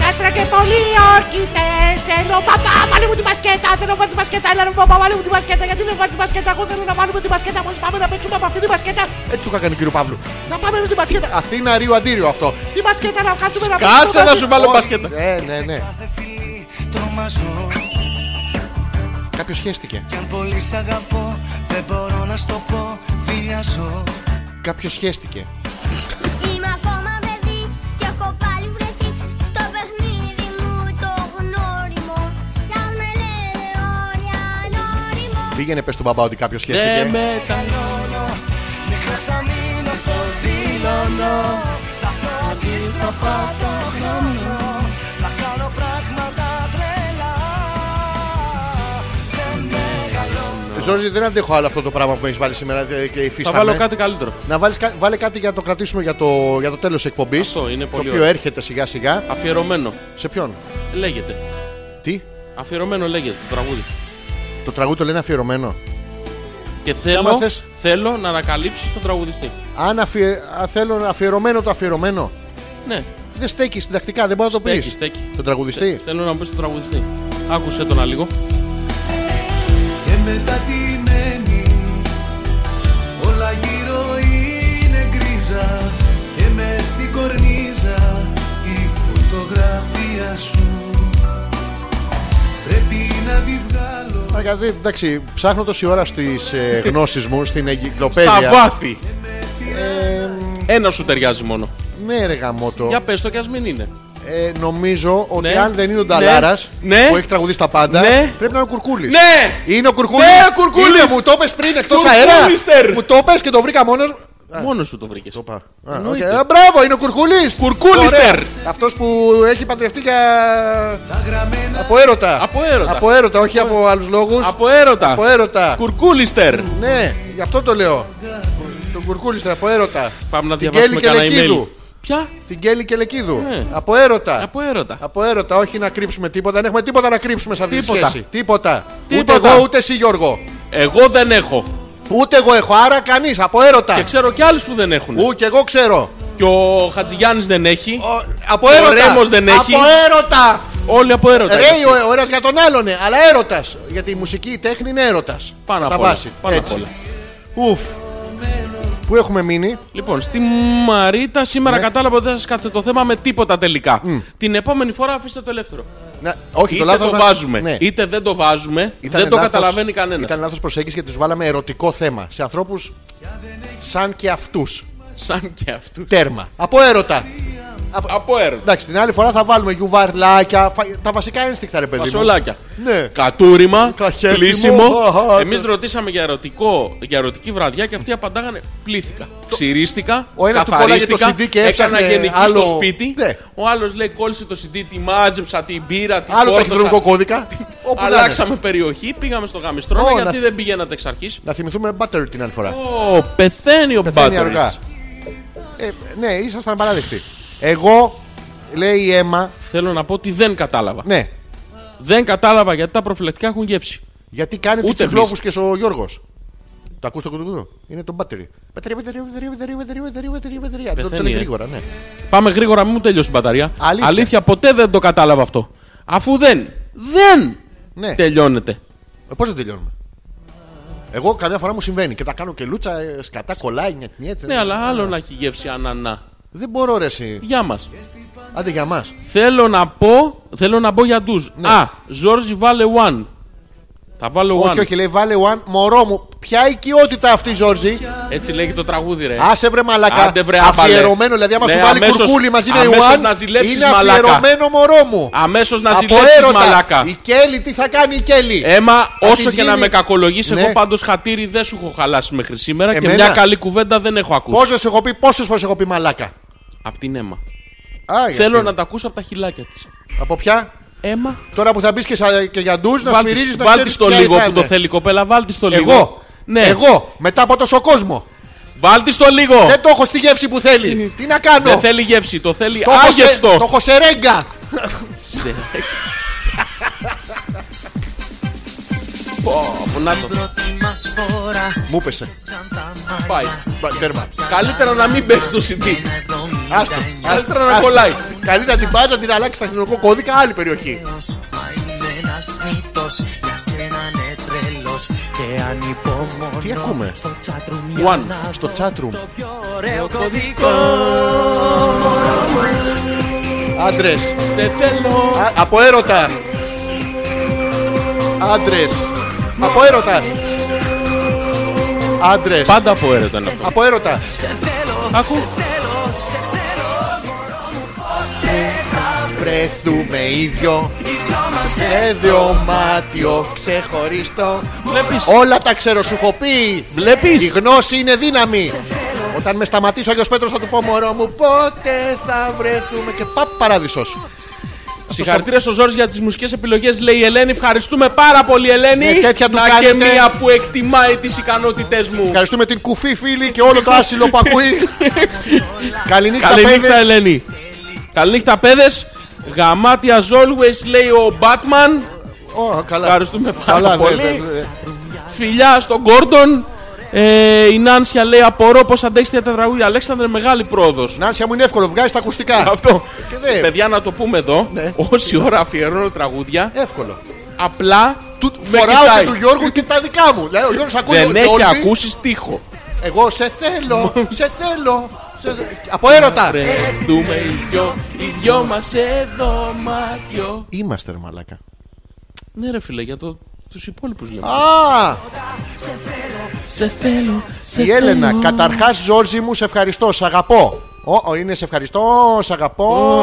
Speaker 7: Κάστρα και πολύ όρκητες Θέλω παπά, βάλε μου την μπασκέτα. Θέλω βάλει την μπασκέτα. Έλα ρε παπά, βάλε μου την μπασκέτα. Γιατί δεν βάλεις την μπασκέτα. Εγώ θέλω να βάλουμε την μπασκέτα. Μόλις πάμε να παίξουμε από αυτή την μπασκέτα.
Speaker 1: Έτσι του είχα κάνει κύριο Παύλου.
Speaker 7: Να πάμε με την μπασκέτα.
Speaker 1: Αθήνα, Ρίο, Αντίριο αυτό.
Speaker 7: Την μπασκέτα να κάτσουμε να
Speaker 2: Κάσε
Speaker 7: παίξουμε
Speaker 2: να
Speaker 7: μαζί.
Speaker 2: σου βάλω
Speaker 1: Όχι,
Speaker 2: μπασκέτα.
Speaker 1: Ναι, ναι, ναι.
Speaker 4: Κάθε φιλί τρομάζω
Speaker 1: Κάποιος σχέστηκε.
Speaker 4: Κι αν πολύ σ' αγαπώ δεν μπορώ να σ' το πω Φιλιάζω
Speaker 1: Κάποιος σχέστηκε.
Speaker 6: Είμαι ακόμα παιδί και έχω πάλι βρεθεί στο παιχνίδι μου το γνώριμο. Κι αν με λένε ωραία, νόριμο.
Speaker 1: Πήγαινε πες στον μπαμπά ότι κάποιος
Speaker 2: Δεν
Speaker 1: σχέστηκε.
Speaker 2: Ε, με τα
Speaker 4: Μικρός θα μείνω στο θύλωνο Θα σ' αντιστραφώ το χρόνο Θα κάνω πράγματα τρελά Δεν μεγαλώνω
Speaker 1: Ζόρζι, δεν αντέχω άλλο αυτό το πράγμα που έχεις βάλει σήμερα ε, και
Speaker 2: Θα βάλω
Speaker 1: υφίσταμε.
Speaker 2: κάτι καλύτερο.
Speaker 1: Να βάλεις, κα- βάλε κάτι για να το κρατήσουμε για το, για το τέλος εκπομπής.
Speaker 2: Αυτό είναι
Speaker 1: Το
Speaker 2: πολύ
Speaker 1: οποίο
Speaker 2: ωραίο.
Speaker 1: έρχεται σιγά σιγά.
Speaker 2: Αφιερωμένο.
Speaker 1: Σε ποιον.
Speaker 2: Λέγεται.
Speaker 1: Τι.
Speaker 2: Αφιερωμένο λέγεται το τραγούδι.
Speaker 1: Το τραγούδι το λένε αφιερωμένο.
Speaker 2: Και θέλω,
Speaker 1: μάθες.
Speaker 2: θέλω να ανακαλύψεις τον τραγουδιστή.
Speaker 1: Αν αφιε... α, θέλω να αφιερωμένο το αφιερωμένο.
Speaker 2: Ναι,
Speaker 1: Δεν στέκει συντακτικά, δεν μπορώ να το πει.
Speaker 2: Στέκει, στέκει.
Speaker 1: Τον τραγουδιστή.
Speaker 2: θέλω να μπω στον τραγουδιστή. Άκουσε τον λίγο.
Speaker 4: Και μετά τι μένει Όλα γύρω είναι γκρίζα Και μες στην κορνίζα Η φωτογραφία σου Πρέπει να τη βγάλω
Speaker 1: Άρα, δε- εντάξει, ψάχνω τόση ώρα στις ε, γνώσεις μου στην
Speaker 2: Τα
Speaker 1: εγκυκλοπαίδεια.
Speaker 2: βάθη.
Speaker 1: Ε,
Speaker 2: Ένα σου ταιριάζει μόνο.
Speaker 1: ναι, ρε γαμότο.
Speaker 2: Για πες το και ας μην είναι.
Speaker 1: Ε, νομίζω ότι
Speaker 2: Ναι.
Speaker 1: αν δεν είναι ο
Speaker 2: Ναι.
Speaker 1: Νταλάρας
Speaker 2: Ναι.
Speaker 1: που έχει τραγουδίσει τα πάντα,
Speaker 2: Ναι.
Speaker 1: πρέπει να είναι ο Κουρκούλης.
Speaker 2: Ναι!
Speaker 1: Είναι ο Κουρκούλη.
Speaker 2: Ναι, ο Κουρκούλης.
Speaker 1: μου το πε πριν εκτός
Speaker 2: Κουρκούλης,
Speaker 1: αέρα.
Speaker 2: τέρ.
Speaker 1: Μου το πε και το βρήκα μόνος.
Speaker 2: Μόνος σου το βρήκες. Εννοείται.
Speaker 1: Μπράβο, είναι ο Κουρκούλης.
Speaker 2: Κουρκούλης, τέρ.
Speaker 1: Αυτός που έχει παντρευτεί για. Από έρωτα.
Speaker 2: Από έρωτα.
Speaker 1: Από έρωτα, όχι από άλλους λόγους.
Speaker 2: Από έρωτα.
Speaker 1: Από έρωτα.
Speaker 2: Κουρκούλιστερ.
Speaker 1: Ναι, γι' αυτό το λέω. Τον Κουρκούλη ήταν από έρωτα.
Speaker 2: Πάμε να
Speaker 1: Την
Speaker 2: διαβάσουμε
Speaker 1: Κέλλη
Speaker 2: κανένα email.
Speaker 1: Κελεκίδου.
Speaker 2: Ποια?
Speaker 1: Την Κέλλη Κελεκίδου.
Speaker 2: Ναι.
Speaker 1: Από έρωτα.
Speaker 2: Από έρωτα.
Speaker 1: Από έρωτα, όχι να κρύψουμε τίποτα. Δεν έχουμε τίποτα να κρύψουμε σε αυτή τη
Speaker 2: Τίποτα.
Speaker 1: σχέση. Τίποτα.
Speaker 2: Τίποτα.
Speaker 1: Ούτε εγώ, ούτε εσύ Γιώργο.
Speaker 2: Εγώ δεν έχω.
Speaker 1: Ούτε εγώ έχω. Άρα κανείς. Από έρωτα.
Speaker 2: Και ξέρω κι άλλους που δεν έχουν.
Speaker 1: Ού και εγώ ξέρω.
Speaker 2: Και ο Χατζηγιάννης δεν έχει.
Speaker 1: Ο- από
Speaker 2: Ο
Speaker 1: έρωτα.
Speaker 2: Ρέμος δεν έχει.
Speaker 1: Από έρωτα.
Speaker 2: Όλοι από έρωτα.
Speaker 1: Ρέει
Speaker 2: είναι.
Speaker 1: ο, ο ένας για τον άλλον, ναι, αλλά έρωτας. Γιατί η μουσική, η τέχνη είναι έρωτας.
Speaker 2: Πάνω απ' όλα. Πάνω απ' όλα.
Speaker 1: Ουφ. Πού έχουμε μείνει.
Speaker 2: Λοιπόν, στη Μαρίτα σήμερα
Speaker 1: Ναι.
Speaker 2: κατάλαβα ότι δεν σας κάθεται το θέμα με τίποτα τελικά. Την επόμενη φορά αφήστε το ελεύθερο.
Speaker 1: Να, όχι,
Speaker 2: είτε
Speaker 1: το λάθος.
Speaker 2: το βάζουμε, είτε δεν το βάζουμε, δεν το καταλαβαίνει κανένας.
Speaker 1: Ήταν λάθος προσέγγιση γιατί τους βάλαμε ερωτικό θέμα σε ανθρώπους σαν και αυτούς.
Speaker 2: Σαν και αυτούς.
Speaker 1: Τέρμα. Από έρωτα.
Speaker 2: Από έρωτα.
Speaker 1: Εντάξει, την άλλη φορά θα βάλουμε γιουβαρλάκια, φα- τα βασικά ένστικτα ρε παιδί. μου.
Speaker 2: Φασολάκια.
Speaker 1: Ναι.
Speaker 2: Κατούριμα,
Speaker 1: Καχέθιμο.
Speaker 2: πλήσιμο.
Speaker 1: Αχα,
Speaker 2: Εμεί
Speaker 1: ναι.
Speaker 2: ρωτήσαμε για, ερωτικό, για ερωτική βραδιά και αυτοί απαντάγανε πλήθηκα. Ξυρίστηκα,
Speaker 1: Ο ένας του κόλλαγε το
Speaker 2: καθαρίστηκα,
Speaker 1: CD και
Speaker 2: έκανα
Speaker 1: έψαχνε
Speaker 2: γενική
Speaker 1: άλλο-
Speaker 2: στο σπίτι.
Speaker 1: Ναι.
Speaker 2: Ο άλλος λέει κόλλησε το CD, τη μάζεψα, την πήρα, την
Speaker 1: Άλλο
Speaker 2: φόρτωσα.
Speaker 1: ταχυδρομικό κώδικα. όπου να είναι.
Speaker 2: Αλλάξαμε περιοχή, πήγαμε στο γαμιστρόνο
Speaker 1: Ω,
Speaker 2: γιατί
Speaker 1: να-
Speaker 2: δεν πηγαίνατε εξ αρχής.
Speaker 1: Να θυμηθούμε battery την άλλη φορά.
Speaker 2: Ω, πεθαίνει ο
Speaker 1: Πεθαίνει
Speaker 2: Μπάτορης.
Speaker 1: αργά. Ε, ναι, ήσασταν παράδεκτοι. Εγώ Λέει η Έμα.
Speaker 2: Θέλω να πω ότι δεν κατάλαβα.
Speaker 1: Ναι.
Speaker 2: Δεν κατάλαβα γιατί τα προφυλακτικά έχουν γεύση.
Speaker 1: Γιατί κάνει του
Speaker 2: Ούτε
Speaker 1: τσιγλόφου και ο Γιώργος. Το ακούς το κουτουκουδού. Είναι το battery. Battery, battery, battery, battery, battery, battery, battery, battery. Το- Το
Speaker 2: Πεθαίνει,
Speaker 1: λέει
Speaker 2: ε.
Speaker 1: γρήγορα, ναι.
Speaker 2: Πάμε γρήγορα, μην μου τελειώσει η μπαταρία.
Speaker 1: Αλήθεια.
Speaker 2: ποτέ δεν το κατάλαβα αυτό. Αφού δεν, δεν
Speaker 1: Ναι.
Speaker 2: τελειώνεται.
Speaker 1: Ε, Πώς δεν τελειώνουμε. Εγώ καμιά φορά μου συμβαίνει και τα κάνω και λούτσα, ε, σκατά, κολλάει, νιατ, νιατ,
Speaker 2: Ναι, αλλά άλλο να έχει γεύση ανανά.
Speaker 1: Δεν μπορώ ρε εσύ.
Speaker 2: Γεια μας.
Speaker 1: Άντε για μας.
Speaker 2: Θέλω να πω, θέλω να πω για ντουζ.
Speaker 1: Ναι.
Speaker 2: Α, Ζόρζι βάλε one. Θα βάλω one.
Speaker 1: Όχι, όχι, λέει βάλε one, μωρό μου. Ποια οικειότητα αυτή, Ζόρζη.
Speaker 2: Έτσι λέγει το τραγούδι, ρε.
Speaker 1: Άσε βρε μαλακά.
Speaker 2: Άντε, βρε, άμπαλε.
Speaker 1: αφιερωμένο, δηλαδή άμα
Speaker 2: Ναι,
Speaker 1: σου βάλει
Speaker 2: αμέσως-
Speaker 1: κουρκούλι μαζί με
Speaker 2: αμέσως
Speaker 1: one,
Speaker 2: να ζηλέψεις,
Speaker 1: είναι
Speaker 2: μαλάκα.
Speaker 1: αφιερωμένο μωρό μου.
Speaker 2: Αμέσως να
Speaker 1: Από
Speaker 2: ζηλέψεις
Speaker 1: έρωτα.
Speaker 2: μαλάκα. Ε,
Speaker 1: Η Κέλλη, τι θα κάνει η Κέλλη.
Speaker 2: Έμα,
Speaker 1: της
Speaker 2: όσο και να
Speaker 1: γίνει-
Speaker 2: με κακολογήσει,
Speaker 1: Ναι.
Speaker 2: εγώ πάντως χατήρι δεν σου έχω χαλάσει μέχρι σήμερα και
Speaker 1: Εμένα?
Speaker 2: μια καλή κουβέντα δεν έχω ακούσει.
Speaker 1: Πόσες έχω πει, πόσες φορές έχω πει μαλάκα.
Speaker 2: Απ' την αίμα.
Speaker 1: Α, για
Speaker 2: Θέλω
Speaker 1: φίλο.
Speaker 2: να τα ακούσω από τα χιλάκια της.
Speaker 1: Από ποια,
Speaker 2: Έμα,
Speaker 1: τώρα που θα μπει και, σα- και για ντουζ, να σφυρίζει να
Speaker 2: βάλτε
Speaker 1: ξέρει
Speaker 2: το λίγο που το θέλει η κοπέλα, βάλτε το λίγο.
Speaker 1: Εγώ.
Speaker 2: Ναι,
Speaker 1: Εγώ, μετά από τόσο κόσμο.
Speaker 2: βάλτε το λίγο.
Speaker 1: Δεν το έχω στη γεύση που θέλει. Τι να κάνω.
Speaker 2: Ε. Δεν θέλει γεύση, το θέλει
Speaker 1: Το έχω σε-
Speaker 2: άγευστο.
Speaker 1: Το έχω σε ρέγγα.
Speaker 2: Πω, να το.
Speaker 8: Πρώτη μας φορά
Speaker 1: Μου πέσε.
Speaker 8: σαν τα μάτια
Speaker 2: Πάει.
Speaker 1: Μπα- Τέρμα.
Speaker 2: Καλύτερα να μην μπες στο CD.
Speaker 1: Άστο.
Speaker 2: Καλύτερα να κολλάει.
Speaker 1: Καλύτερα την πας να την αλλάξει στα αστυνομικό κώδικα άλλη περιοχή.
Speaker 8: Μα είναι ένας μύτος για σένα είναι τρελός Και ανυπομονώ
Speaker 1: Τι ακούμε?
Speaker 8: στο chatroom για
Speaker 2: One.
Speaker 8: να
Speaker 1: Στο
Speaker 8: δω
Speaker 1: chatroom.
Speaker 8: το πιο ωραίο κωδικό
Speaker 1: Άντρες.
Speaker 2: Σε θέλω.
Speaker 1: Από έρωτα. Άντρες. Από έρωτα. Άντρες.
Speaker 2: Πάντα από έρωτα είναι αυτό.
Speaker 1: Από έρωτα.
Speaker 2: Άκου.
Speaker 1: Βρεθούμε ίδιο σε δυομάτιο ξεχωριστό.
Speaker 2: Βλέπεις.
Speaker 1: Όλα τα ξέρω, σου έχω πει. Η
Speaker 2: Βλέπεις.
Speaker 1: γνώση είναι δύναμη. Όταν με σταματήσει ο Άγιος Πέτρος θα του πω μωρό μου πότε θα βρεθούμε και παπ παράδεισος.
Speaker 2: Συγχαρητήρια στο Ζόρι για τις μουσικές επιλογές, λέει η Ελένη. Ευχαριστούμε πάρα πολύ, Ελένη.
Speaker 1: Ναι, τέτοια του
Speaker 2: Να και
Speaker 1: κάνετε.
Speaker 2: μία που εκτιμάει τις ικανότητές μου.
Speaker 1: Ευχαριστούμε την κουφή φίλη και όλο το άσυλο που ακούει. Καληνύχτα,
Speaker 2: Καληνύχτα,
Speaker 1: παιδες.
Speaker 2: Ελένη. Καληνύχτα, παιδε. Γαμάτια as always, λέει ο Batman.
Speaker 1: Ω, καλά.
Speaker 2: Ευχαριστούμε πάρα
Speaker 1: Καλά,
Speaker 2: πολύ.
Speaker 1: δε, δε, δε.
Speaker 2: Φιλιά στον Gordon. Ε, η Νάνσια λέει: Απορώ πώς αντέχετε τα τραγούδια. Αλέξανδρε, μεγάλη πρόοδος.
Speaker 1: Νάνσια μου είναι εύκολο, βγάζει τα ακουστικά.
Speaker 2: Αυτό.
Speaker 1: Ναι. Και δε-
Speaker 2: Παιδιά, να το πούμε εδώ.
Speaker 1: Ναι.
Speaker 2: Όση ώρα αφιερώνω τραγούδια,
Speaker 1: Εύκολο.
Speaker 2: απλά
Speaker 1: Του,
Speaker 2: με
Speaker 1: φοράω
Speaker 2: κοιτάει.
Speaker 1: και του Γιώργου και τα δικά μου. Δηλαδή, ο Γιώργος ακούει
Speaker 2: Δεν
Speaker 1: το-
Speaker 2: έχει
Speaker 1: Dolby.
Speaker 2: ακούσει στίχο.
Speaker 1: Εγώ σε θέλω, σε θέλω. σε- Από έρωτα.
Speaker 2: Βρεθούμε οι δυο, οι δυο μας σε δωμάτιο.
Speaker 1: Είμαστε ρε μαλάκα.
Speaker 2: Ναι, ρε φίλε, για το, τους υπόλοιπους λέμε.
Speaker 1: Α,
Speaker 2: Σε θέλω, σε
Speaker 1: η Έλενα. Καταρχάς Ζόρζι μου, σε ευχαριστώ, σ' αγαπώ. Ω, ω, είναι σε ευχαριστώ, σ' αγαπώ.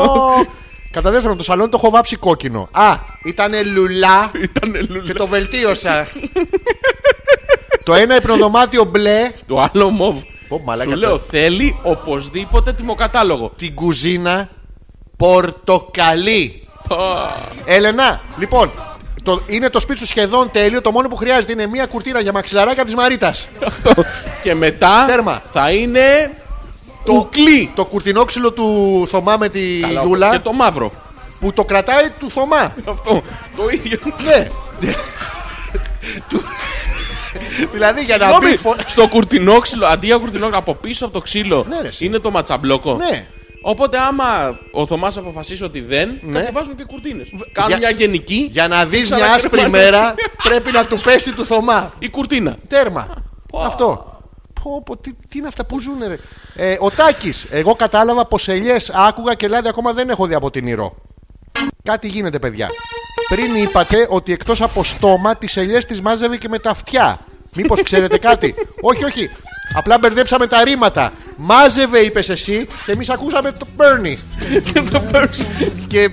Speaker 1: Κατά δεύτερον, το σαλόνι το έχω βάψει κόκκινο. Α, ήτανε λουλά.
Speaker 2: Ήταν
Speaker 1: Και το βελτίωσα. το ένα υπνοδωμάτιο μπλε,
Speaker 2: Το άλλο μοβ.
Speaker 1: Πω, μαλάκα,
Speaker 2: Σου
Speaker 1: το-
Speaker 2: λέω, θέλει οπωσδήποτε τιμοκατάλογο.
Speaker 1: την κουζίνα, πορτοκαλί. Έλενα, λοιπόν, το, είναι το σπίτι σου σχεδόν τέλειο. Το μόνο που χρειάζεται είναι μία κουρτίνα για μαξιλαράκια από τη Μαρίτας.
Speaker 2: Και μετά
Speaker 1: Τέρμα.
Speaker 2: θα είναι. Το κουκλί.
Speaker 1: το κουρτινό ξύλο του Θωμά με τη
Speaker 2: Καλά,
Speaker 1: Δούλα
Speaker 2: Και το μαύρο.
Speaker 1: που το κρατάει του Θωμά.
Speaker 2: Αυτό. Το ίδιο.
Speaker 1: ναι. Του- δηλαδή για να μπει.
Speaker 2: Συγγνώμη,
Speaker 1: φω-
Speaker 2: στο κουρτινόξυλο, αντί για κουρτινόξυλο, από πίσω από το ξύλο
Speaker 1: Ναι, ρε, εσύ.
Speaker 2: είναι το ματσαμπλόκο.
Speaker 1: Ναι.
Speaker 2: Οπότε, άμα ο Θωμάς αποφασίσει ότι δεν,
Speaker 1: Ναι.
Speaker 2: κατεβάζουν και κουρτίνες. Κάνουν
Speaker 1: για-
Speaker 2: μια γενική.
Speaker 1: Για να δεις μια
Speaker 2: ξανακρεμάνε.
Speaker 1: άσπρη μέρα πρέπει να του πέσει του Θωμά.
Speaker 2: Η κουρτίνα.
Speaker 1: Τέρμα. Αυτό. Πω, πω, τι, τι είναι αυτά που ζουνε ρε. Ε, ο Τάκης. Εγώ κατάλαβα πως ελιές άκουγα και λάδι ακόμα δεν έχω δει από την Ηρώ. Κάτι γίνεται, παιδιά. Πριν είπατε ότι εκτός από στόμα τις ελιές τις μάζευε και με τα αυτιά. Μήπως ξέρετε κάτι. όχι, όχι. Απλά μπερδέψαμε τα ρήματα. Μάζευε, είπες εσύ, και εμείς ακούσαμε το Bernie.
Speaker 2: Και το παίρνεις.
Speaker 1: Και.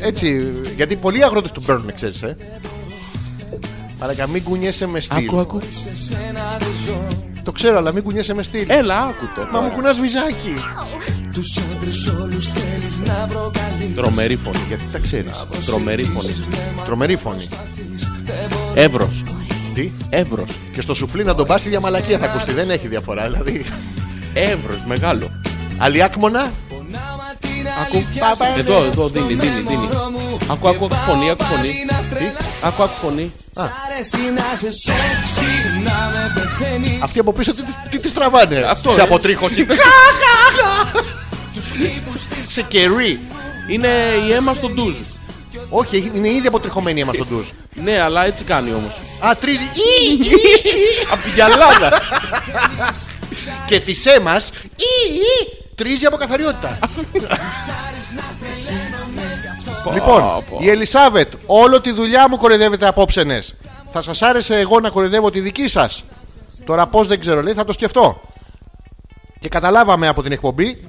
Speaker 1: Έτσι, γιατί πολλοί αγρότες του Burn, ξέρεις, ε. Μαλάκα, μην κουνιέσαι με στυλ.
Speaker 2: Ακού, ακού.
Speaker 1: Το ξέρω, αλλά μην κουνιέσαι με στυλ.
Speaker 2: Έλα, άκου το.
Speaker 1: Μα μου κουνάς βυζάκι.
Speaker 2: Τρομερή φωνή.
Speaker 1: Γιατί τα ξέρεις.
Speaker 2: Τρομερή φωνή.
Speaker 1: Τρομερή φωνή.
Speaker 2: Εύρος.
Speaker 1: Τι.
Speaker 2: Εύρος.
Speaker 1: Και στο σουφλί να τον πας για μαλακία θα ακουστεί. Δεν έχει διαφορά. Δηλαδή.
Speaker 2: Εύρος, μεγάλο.
Speaker 1: Αλλιάκμονα.
Speaker 2: Ακού. Εδώ, εδώ, δίνει, δίνει, δίνει. Ακού, ακού, ακού φωνή, ακού φωνή. Ακού, ακού φωνή.
Speaker 1: Αυτοί από πίσω τι, τι τις τραβάνε
Speaker 2: Αυτό,
Speaker 1: σε
Speaker 2: ε.
Speaker 1: αποτρίχωση. σε κερί.
Speaker 2: Είναι η αίμα στον ντουζ.
Speaker 1: Όχι, έχει- είναι ήδη αποτριχωμένη αίμα στον ντουζ.
Speaker 2: Ναι, αλλά έτσι κάνει όμως.
Speaker 1: Α, τρίζει.
Speaker 2: Απ' τη γυαλάδα.
Speaker 1: και της αίμα τρίζει από καθαριότητα. λοιπόν,
Speaker 2: Πω, πω.
Speaker 1: η Ελισάβετ, όλο τη δουλειά μου κοροϊδεύετε απόψενε. Θα σας άρεσε εγώ να κοροϊδεύω τη δική σας Τώρα πώς δεν ξέρω, λέει, θα το σκεφτώ. Και καταλάβαμε από την εκπομπή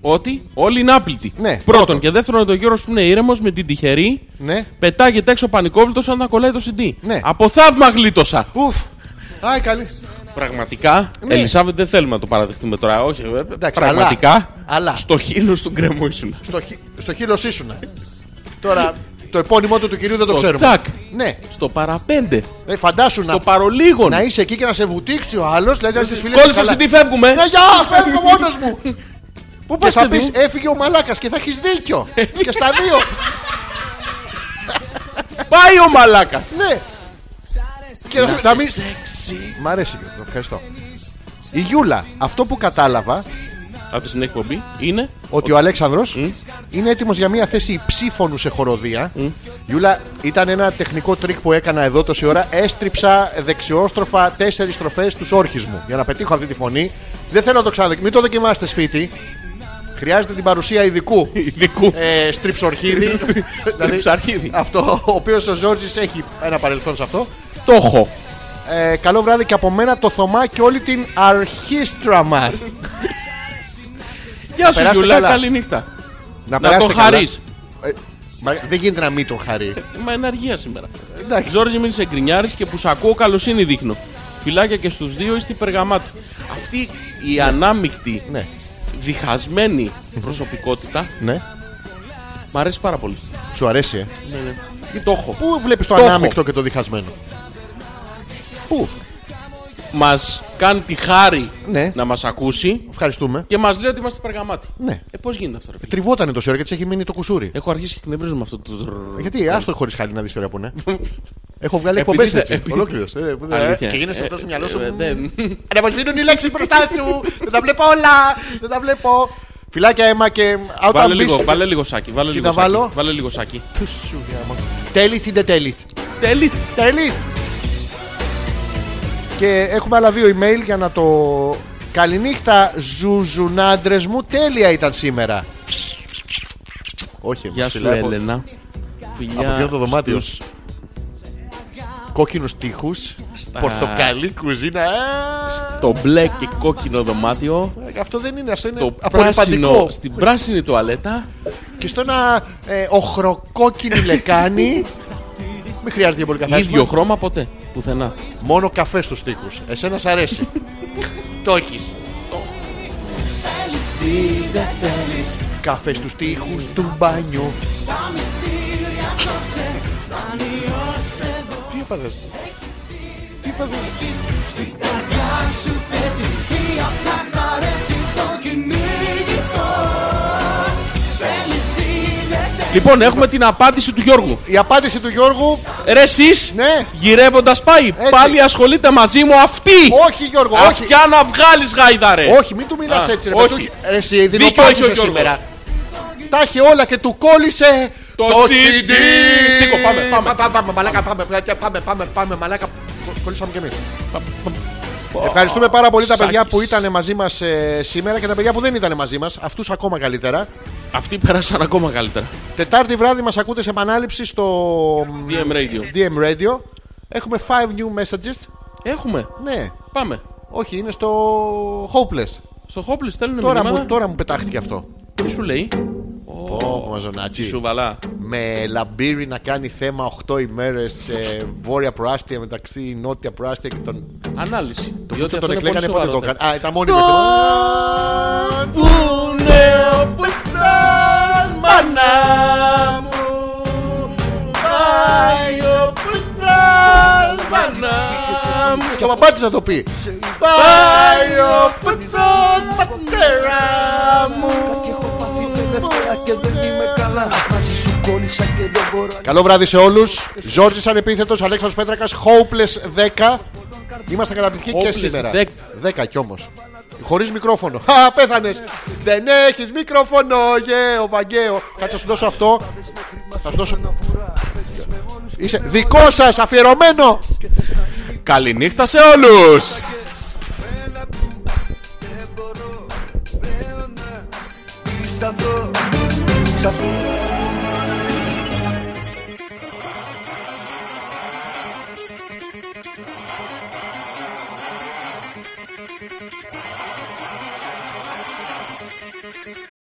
Speaker 2: Ότι όλοι είναι άπλητοι.
Speaker 1: Ναι,
Speaker 2: Πρώτον. Και δεύτερον, το Γιώργο που είναι ήρεμος με την τυχερή.
Speaker 1: Ναι.
Speaker 2: Πετάγεται έξω πανικόβλητος σαν να κολλάει το CD.
Speaker 1: Ναι.
Speaker 2: Από θαύμα γλίτωσα.
Speaker 1: Ουφ. Άι, καλή.
Speaker 2: Πραγματικά,
Speaker 1: Ναι.
Speaker 2: Ελισάβετ, δεν θέλουμε να το παραδεχτούμε τώρα. Όχι, ε,
Speaker 1: Εντάξει,
Speaker 2: πραγματικά.
Speaker 1: αλλά- αλλά.
Speaker 2: Στο χείλος του γκρεμού ήσουν.
Speaker 1: Στο, χι... στο χείλος ήσουνα. Τώρα, το επώνυμο του του κυρίου δεν το
Speaker 2: Στο
Speaker 1: ξέρουμε.
Speaker 2: τσακ.
Speaker 1: Ναι,
Speaker 2: Στο παραπέντε.
Speaker 1: ε, φαντάσου
Speaker 2: Στο Ε,
Speaker 1: να...
Speaker 2: παρολίγον.
Speaker 1: να είσαι εκεί και να σε βουτήξει ο άλλος. Δηλαδή, στι φίλε
Speaker 2: Κόλλησε το CD, φεύγουμε.
Speaker 1: Ναι, γεια, φεύγω μόνος μου.
Speaker 2: Πού
Speaker 1: και
Speaker 2: πας,
Speaker 1: θα
Speaker 2: παιδί
Speaker 1: πεις
Speaker 2: μου?
Speaker 1: έφυγε ο μαλάκας και θα έχεις δίκιο. και στα δύο. ε,
Speaker 2: Πάει ο μαλάκας.
Speaker 1: ναι. και θα, θα μην. Μ' αρέσει Γιώργο, ευχαριστώ. Η Γιούλα, αυτό που κατάλαβα
Speaker 2: Από την εκπομπή είναι.
Speaker 1: ότι ο Αλέξανδρος είναι έτοιμος για μια θέση ψήφωνου σε χοροδία. Γιούλα, ήταν ένα τεχνικό τρίκ που έκανα εδώ τόση ώρα. Έστριψα δεξιόστροφα τέσσερις στροφές τους όρχης μου για να πετύχω αυτή τη φωνή. Δεν θέλω να το ξαναδοκιμάσω. Μην το δοκιμάσετε σπίτι. Χρειάζεται την παρουσία ειδικού.
Speaker 2: Ειδικού.
Speaker 1: ε, στριψορχίδι. Δηλαδή,
Speaker 2: Στριψαρχίδι.
Speaker 1: Αυτό, ο οποίος ο Ζόρτζης έχει ένα παρελθόν σε αυτό.
Speaker 2: Το έχω.
Speaker 1: Ε, καλό βράδυ και από μένα το Θωμά και όλη την αρχίστρα μας.
Speaker 2: Γεια σου,
Speaker 1: περάσετε
Speaker 2: Γιουλά,
Speaker 1: καλά.
Speaker 2: καλή νύχτα. Να
Speaker 1: περάσετε
Speaker 2: τον
Speaker 1: καλά.
Speaker 2: χαρείς.
Speaker 1: Ε, μα δεν γίνεται να μην τον χαρεί.
Speaker 2: Μα είναι αργία σήμερα.
Speaker 1: Εντάξει.
Speaker 2: Ζόρζι, μην σε γκρινιάρη και που σ' ακούω καλοσύνη δείχνω. Φιλάκια και στους δύο ή στην περγαμάτη. Αυτή η ανάμεικτη,
Speaker 1: Ναι.
Speaker 2: διχασμένη προσωπικότητα
Speaker 1: ναι.
Speaker 2: μ' αρέσει πάρα πολύ.
Speaker 1: Σου αρέσει, ε.
Speaker 2: Και το έχω.
Speaker 1: Πού βλέπεις το,
Speaker 2: Το
Speaker 1: ανάμεικτο και το διχασμένο. Πού.
Speaker 2: Μας κάνει τη χάρη
Speaker 1: Ναι.
Speaker 2: να μας ακούσει
Speaker 1: Ευχαριστούμε.
Speaker 2: και μας λέει ότι είμαστε περγαμάτη.
Speaker 1: Ναι.
Speaker 2: Ε, πώς γίνεται αυτό, ρε φίλε.
Speaker 1: Τριβότανε τόση ώρα γιατί τη έχει μείνει το κουσούρι.
Speaker 2: Έχω αρχίσει και εκνευρίζομαι με αυτό το. τρρρρ.
Speaker 1: Γιατί άστο χωρί χάλι να δει τώρα που είναι. Έχω βγάλει
Speaker 2: ε, Επειδή
Speaker 1: εκπομπέ
Speaker 2: θα-
Speaker 1: έτσι.
Speaker 2: επειδή-
Speaker 1: Ολόκληρο.
Speaker 2: Αλήθεια.
Speaker 1: Και γίνεται
Speaker 2: Ε,
Speaker 1: αυτό στο μυαλό σου.
Speaker 2: ε, δεν-
Speaker 1: Να μα βγαίνουν οι λέξει μπροστά σου. Δεν τα βλέπω όλα. Δεν τα βλέπω. Φιλάκια αίμα και όταν
Speaker 2: Βάλε
Speaker 1: μπεις-
Speaker 2: λίγο, βάλε λίγο σάκι. Βάλε λίγο
Speaker 1: να
Speaker 2: σάκι.
Speaker 1: βάλω?
Speaker 2: Βάλε λίγο σάκι.
Speaker 1: Πού σου διάμα. Τέλειθ είναι τέλειθ.
Speaker 2: Τέλει.
Speaker 1: Τέλειθ. Και έχουμε άλλα δύο email για να το. Καληνύχτα, ζουζουνάντρες μου. Τέλεια ήταν σήμερα. Όχι,
Speaker 2: Γεια σου, Έλενα. Φιλιά.
Speaker 1: πιάνω το δωμάτιο.
Speaker 2: στους-
Speaker 1: Κόκκινους τείχους.
Speaker 2: Στα-
Speaker 1: Πορτοκαλί κουζίνα. Α,
Speaker 2: Το μπλε και κόκκινο δωμάτιο.
Speaker 1: Αυτό δεν είναι, αυτό
Speaker 2: Το
Speaker 1: είναι
Speaker 2: πράσινο,
Speaker 1: απορριπαντικό.
Speaker 2: στην πράσινη τουαλέτα.
Speaker 1: Και στο ένα ε, οχροκόκκινη λεκάνη. Μην χρειάζεται για πολύ καθάρισμα.
Speaker 2: ίδιο χρώμα ποτέ. Πουθενά.
Speaker 1: Μόνο καφέ στους τείχου. Εσένα σ' αρέσει. Το έχεις. Καφέ στους τείχου του μπάνιου. Τι έπαθε. Τι έπαθε.
Speaker 2: Λοιπόν, έχουμε την απάντηση του Γιώργου.
Speaker 1: Η απάντηση του Γιώργου.
Speaker 2: Ρε εσείς,
Speaker 1: Ναι.
Speaker 2: γυρεύοντας πάει, πάλι ασχολείται μαζί μου αυτή.
Speaker 1: Όχι, Γιώργο, όχι.
Speaker 2: Αυτιά να βγάλεις γάιδαρε.
Speaker 1: Όχι, μην του μιλάς
Speaker 2: Α,
Speaker 1: έτσι. Ρε,
Speaker 2: όχι.
Speaker 1: όχι. Ρε, εσύ,
Speaker 2: Δίκιο έχει ο
Speaker 1: δεινοπάθησε
Speaker 2: Γιώργος.
Speaker 1: σήμερα. Τα είχε όλα και του κόλλησε
Speaker 2: Το CD. Σήκω, πάμε, πάμε.
Speaker 1: Πα- Πάμε, μαλάκα, πάμε, πάμε, πάμε, πάμε, μαλάκα. Κο- Κολλήσαμε κι εμείς. Ευχαριστούμε πάρα πολύ τα παιδιά
Speaker 2: Σάκης.
Speaker 1: που ήταν μαζί μας ε, σήμερα και τα παιδιά που δεν ήταν μαζί μας. Αυτούς ακόμα καλύτερα.
Speaker 2: Αυτοί πέρασαν ακόμα καλύτερα.
Speaker 1: Τετάρτη βράδυ μας ακούτε σε επανάληψη στο
Speaker 2: DM Radio.
Speaker 1: DM Radio. Έχουμε 5 new messages.
Speaker 2: Έχουμε.
Speaker 1: Ναι,
Speaker 2: Πάμε.
Speaker 1: όχι, είναι στο Hopeless.
Speaker 2: Στο Χόπλι στέλνουν
Speaker 1: Τώρα
Speaker 2: μηνύματα.
Speaker 1: μου, τώρα μου πετάχτηκε αυτό.
Speaker 2: Τι σου λέει.
Speaker 1: Ω, μαζονάκι.
Speaker 2: Τι σου βαλά.
Speaker 1: με λαμπύρι να κάνει θέμα 8 ημέρε σε βόρεια προάστια μεταξύ νότια προάστια και τον.
Speaker 2: Ανάλυση.
Speaker 1: Το
Speaker 2: Διότι
Speaker 1: κούτσο τον
Speaker 2: αυτό είναι πολύ
Speaker 1: εκλέγανε πότε
Speaker 2: σοβαρό
Speaker 1: το
Speaker 2: θέμα.
Speaker 1: έκανε. Α, ήταν μόνοι με το.
Speaker 2: Που νέο που ήταν μάνα μου Πάει ο πουτάς μάνα μου
Speaker 1: Στο παπάτσι να το πει.
Speaker 2: Πάει ο πουτός πατέρα μου
Speaker 4: μέρα και δεν είμαι καλά. Μαζί σου κόλλησα και δεν μπορώ.
Speaker 1: Καλό βράδυ σε όλους. Ζόρζη ανεπίθετο, Αλέξανδρος Πέτρακας, Hopeless 10. Είμαστε καταπληκτικοί και
Speaker 2: Hopeless
Speaker 1: σήμερα.
Speaker 2: 10.
Speaker 1: 10 κι όμως. Χωρίς μικρόφωνο. Χα, πέθανες. Δεν έχεις μικρόφωνο, γέο, βαγκαίο. Κάτσε να σου δώσω αυτό. Θα σου δώσω. Είσαι δικό σας, αφιερωμένο.
Speaker 2: Καληνύχτα σε όλους!
Speaker 4: Σταθώ σε αυτό.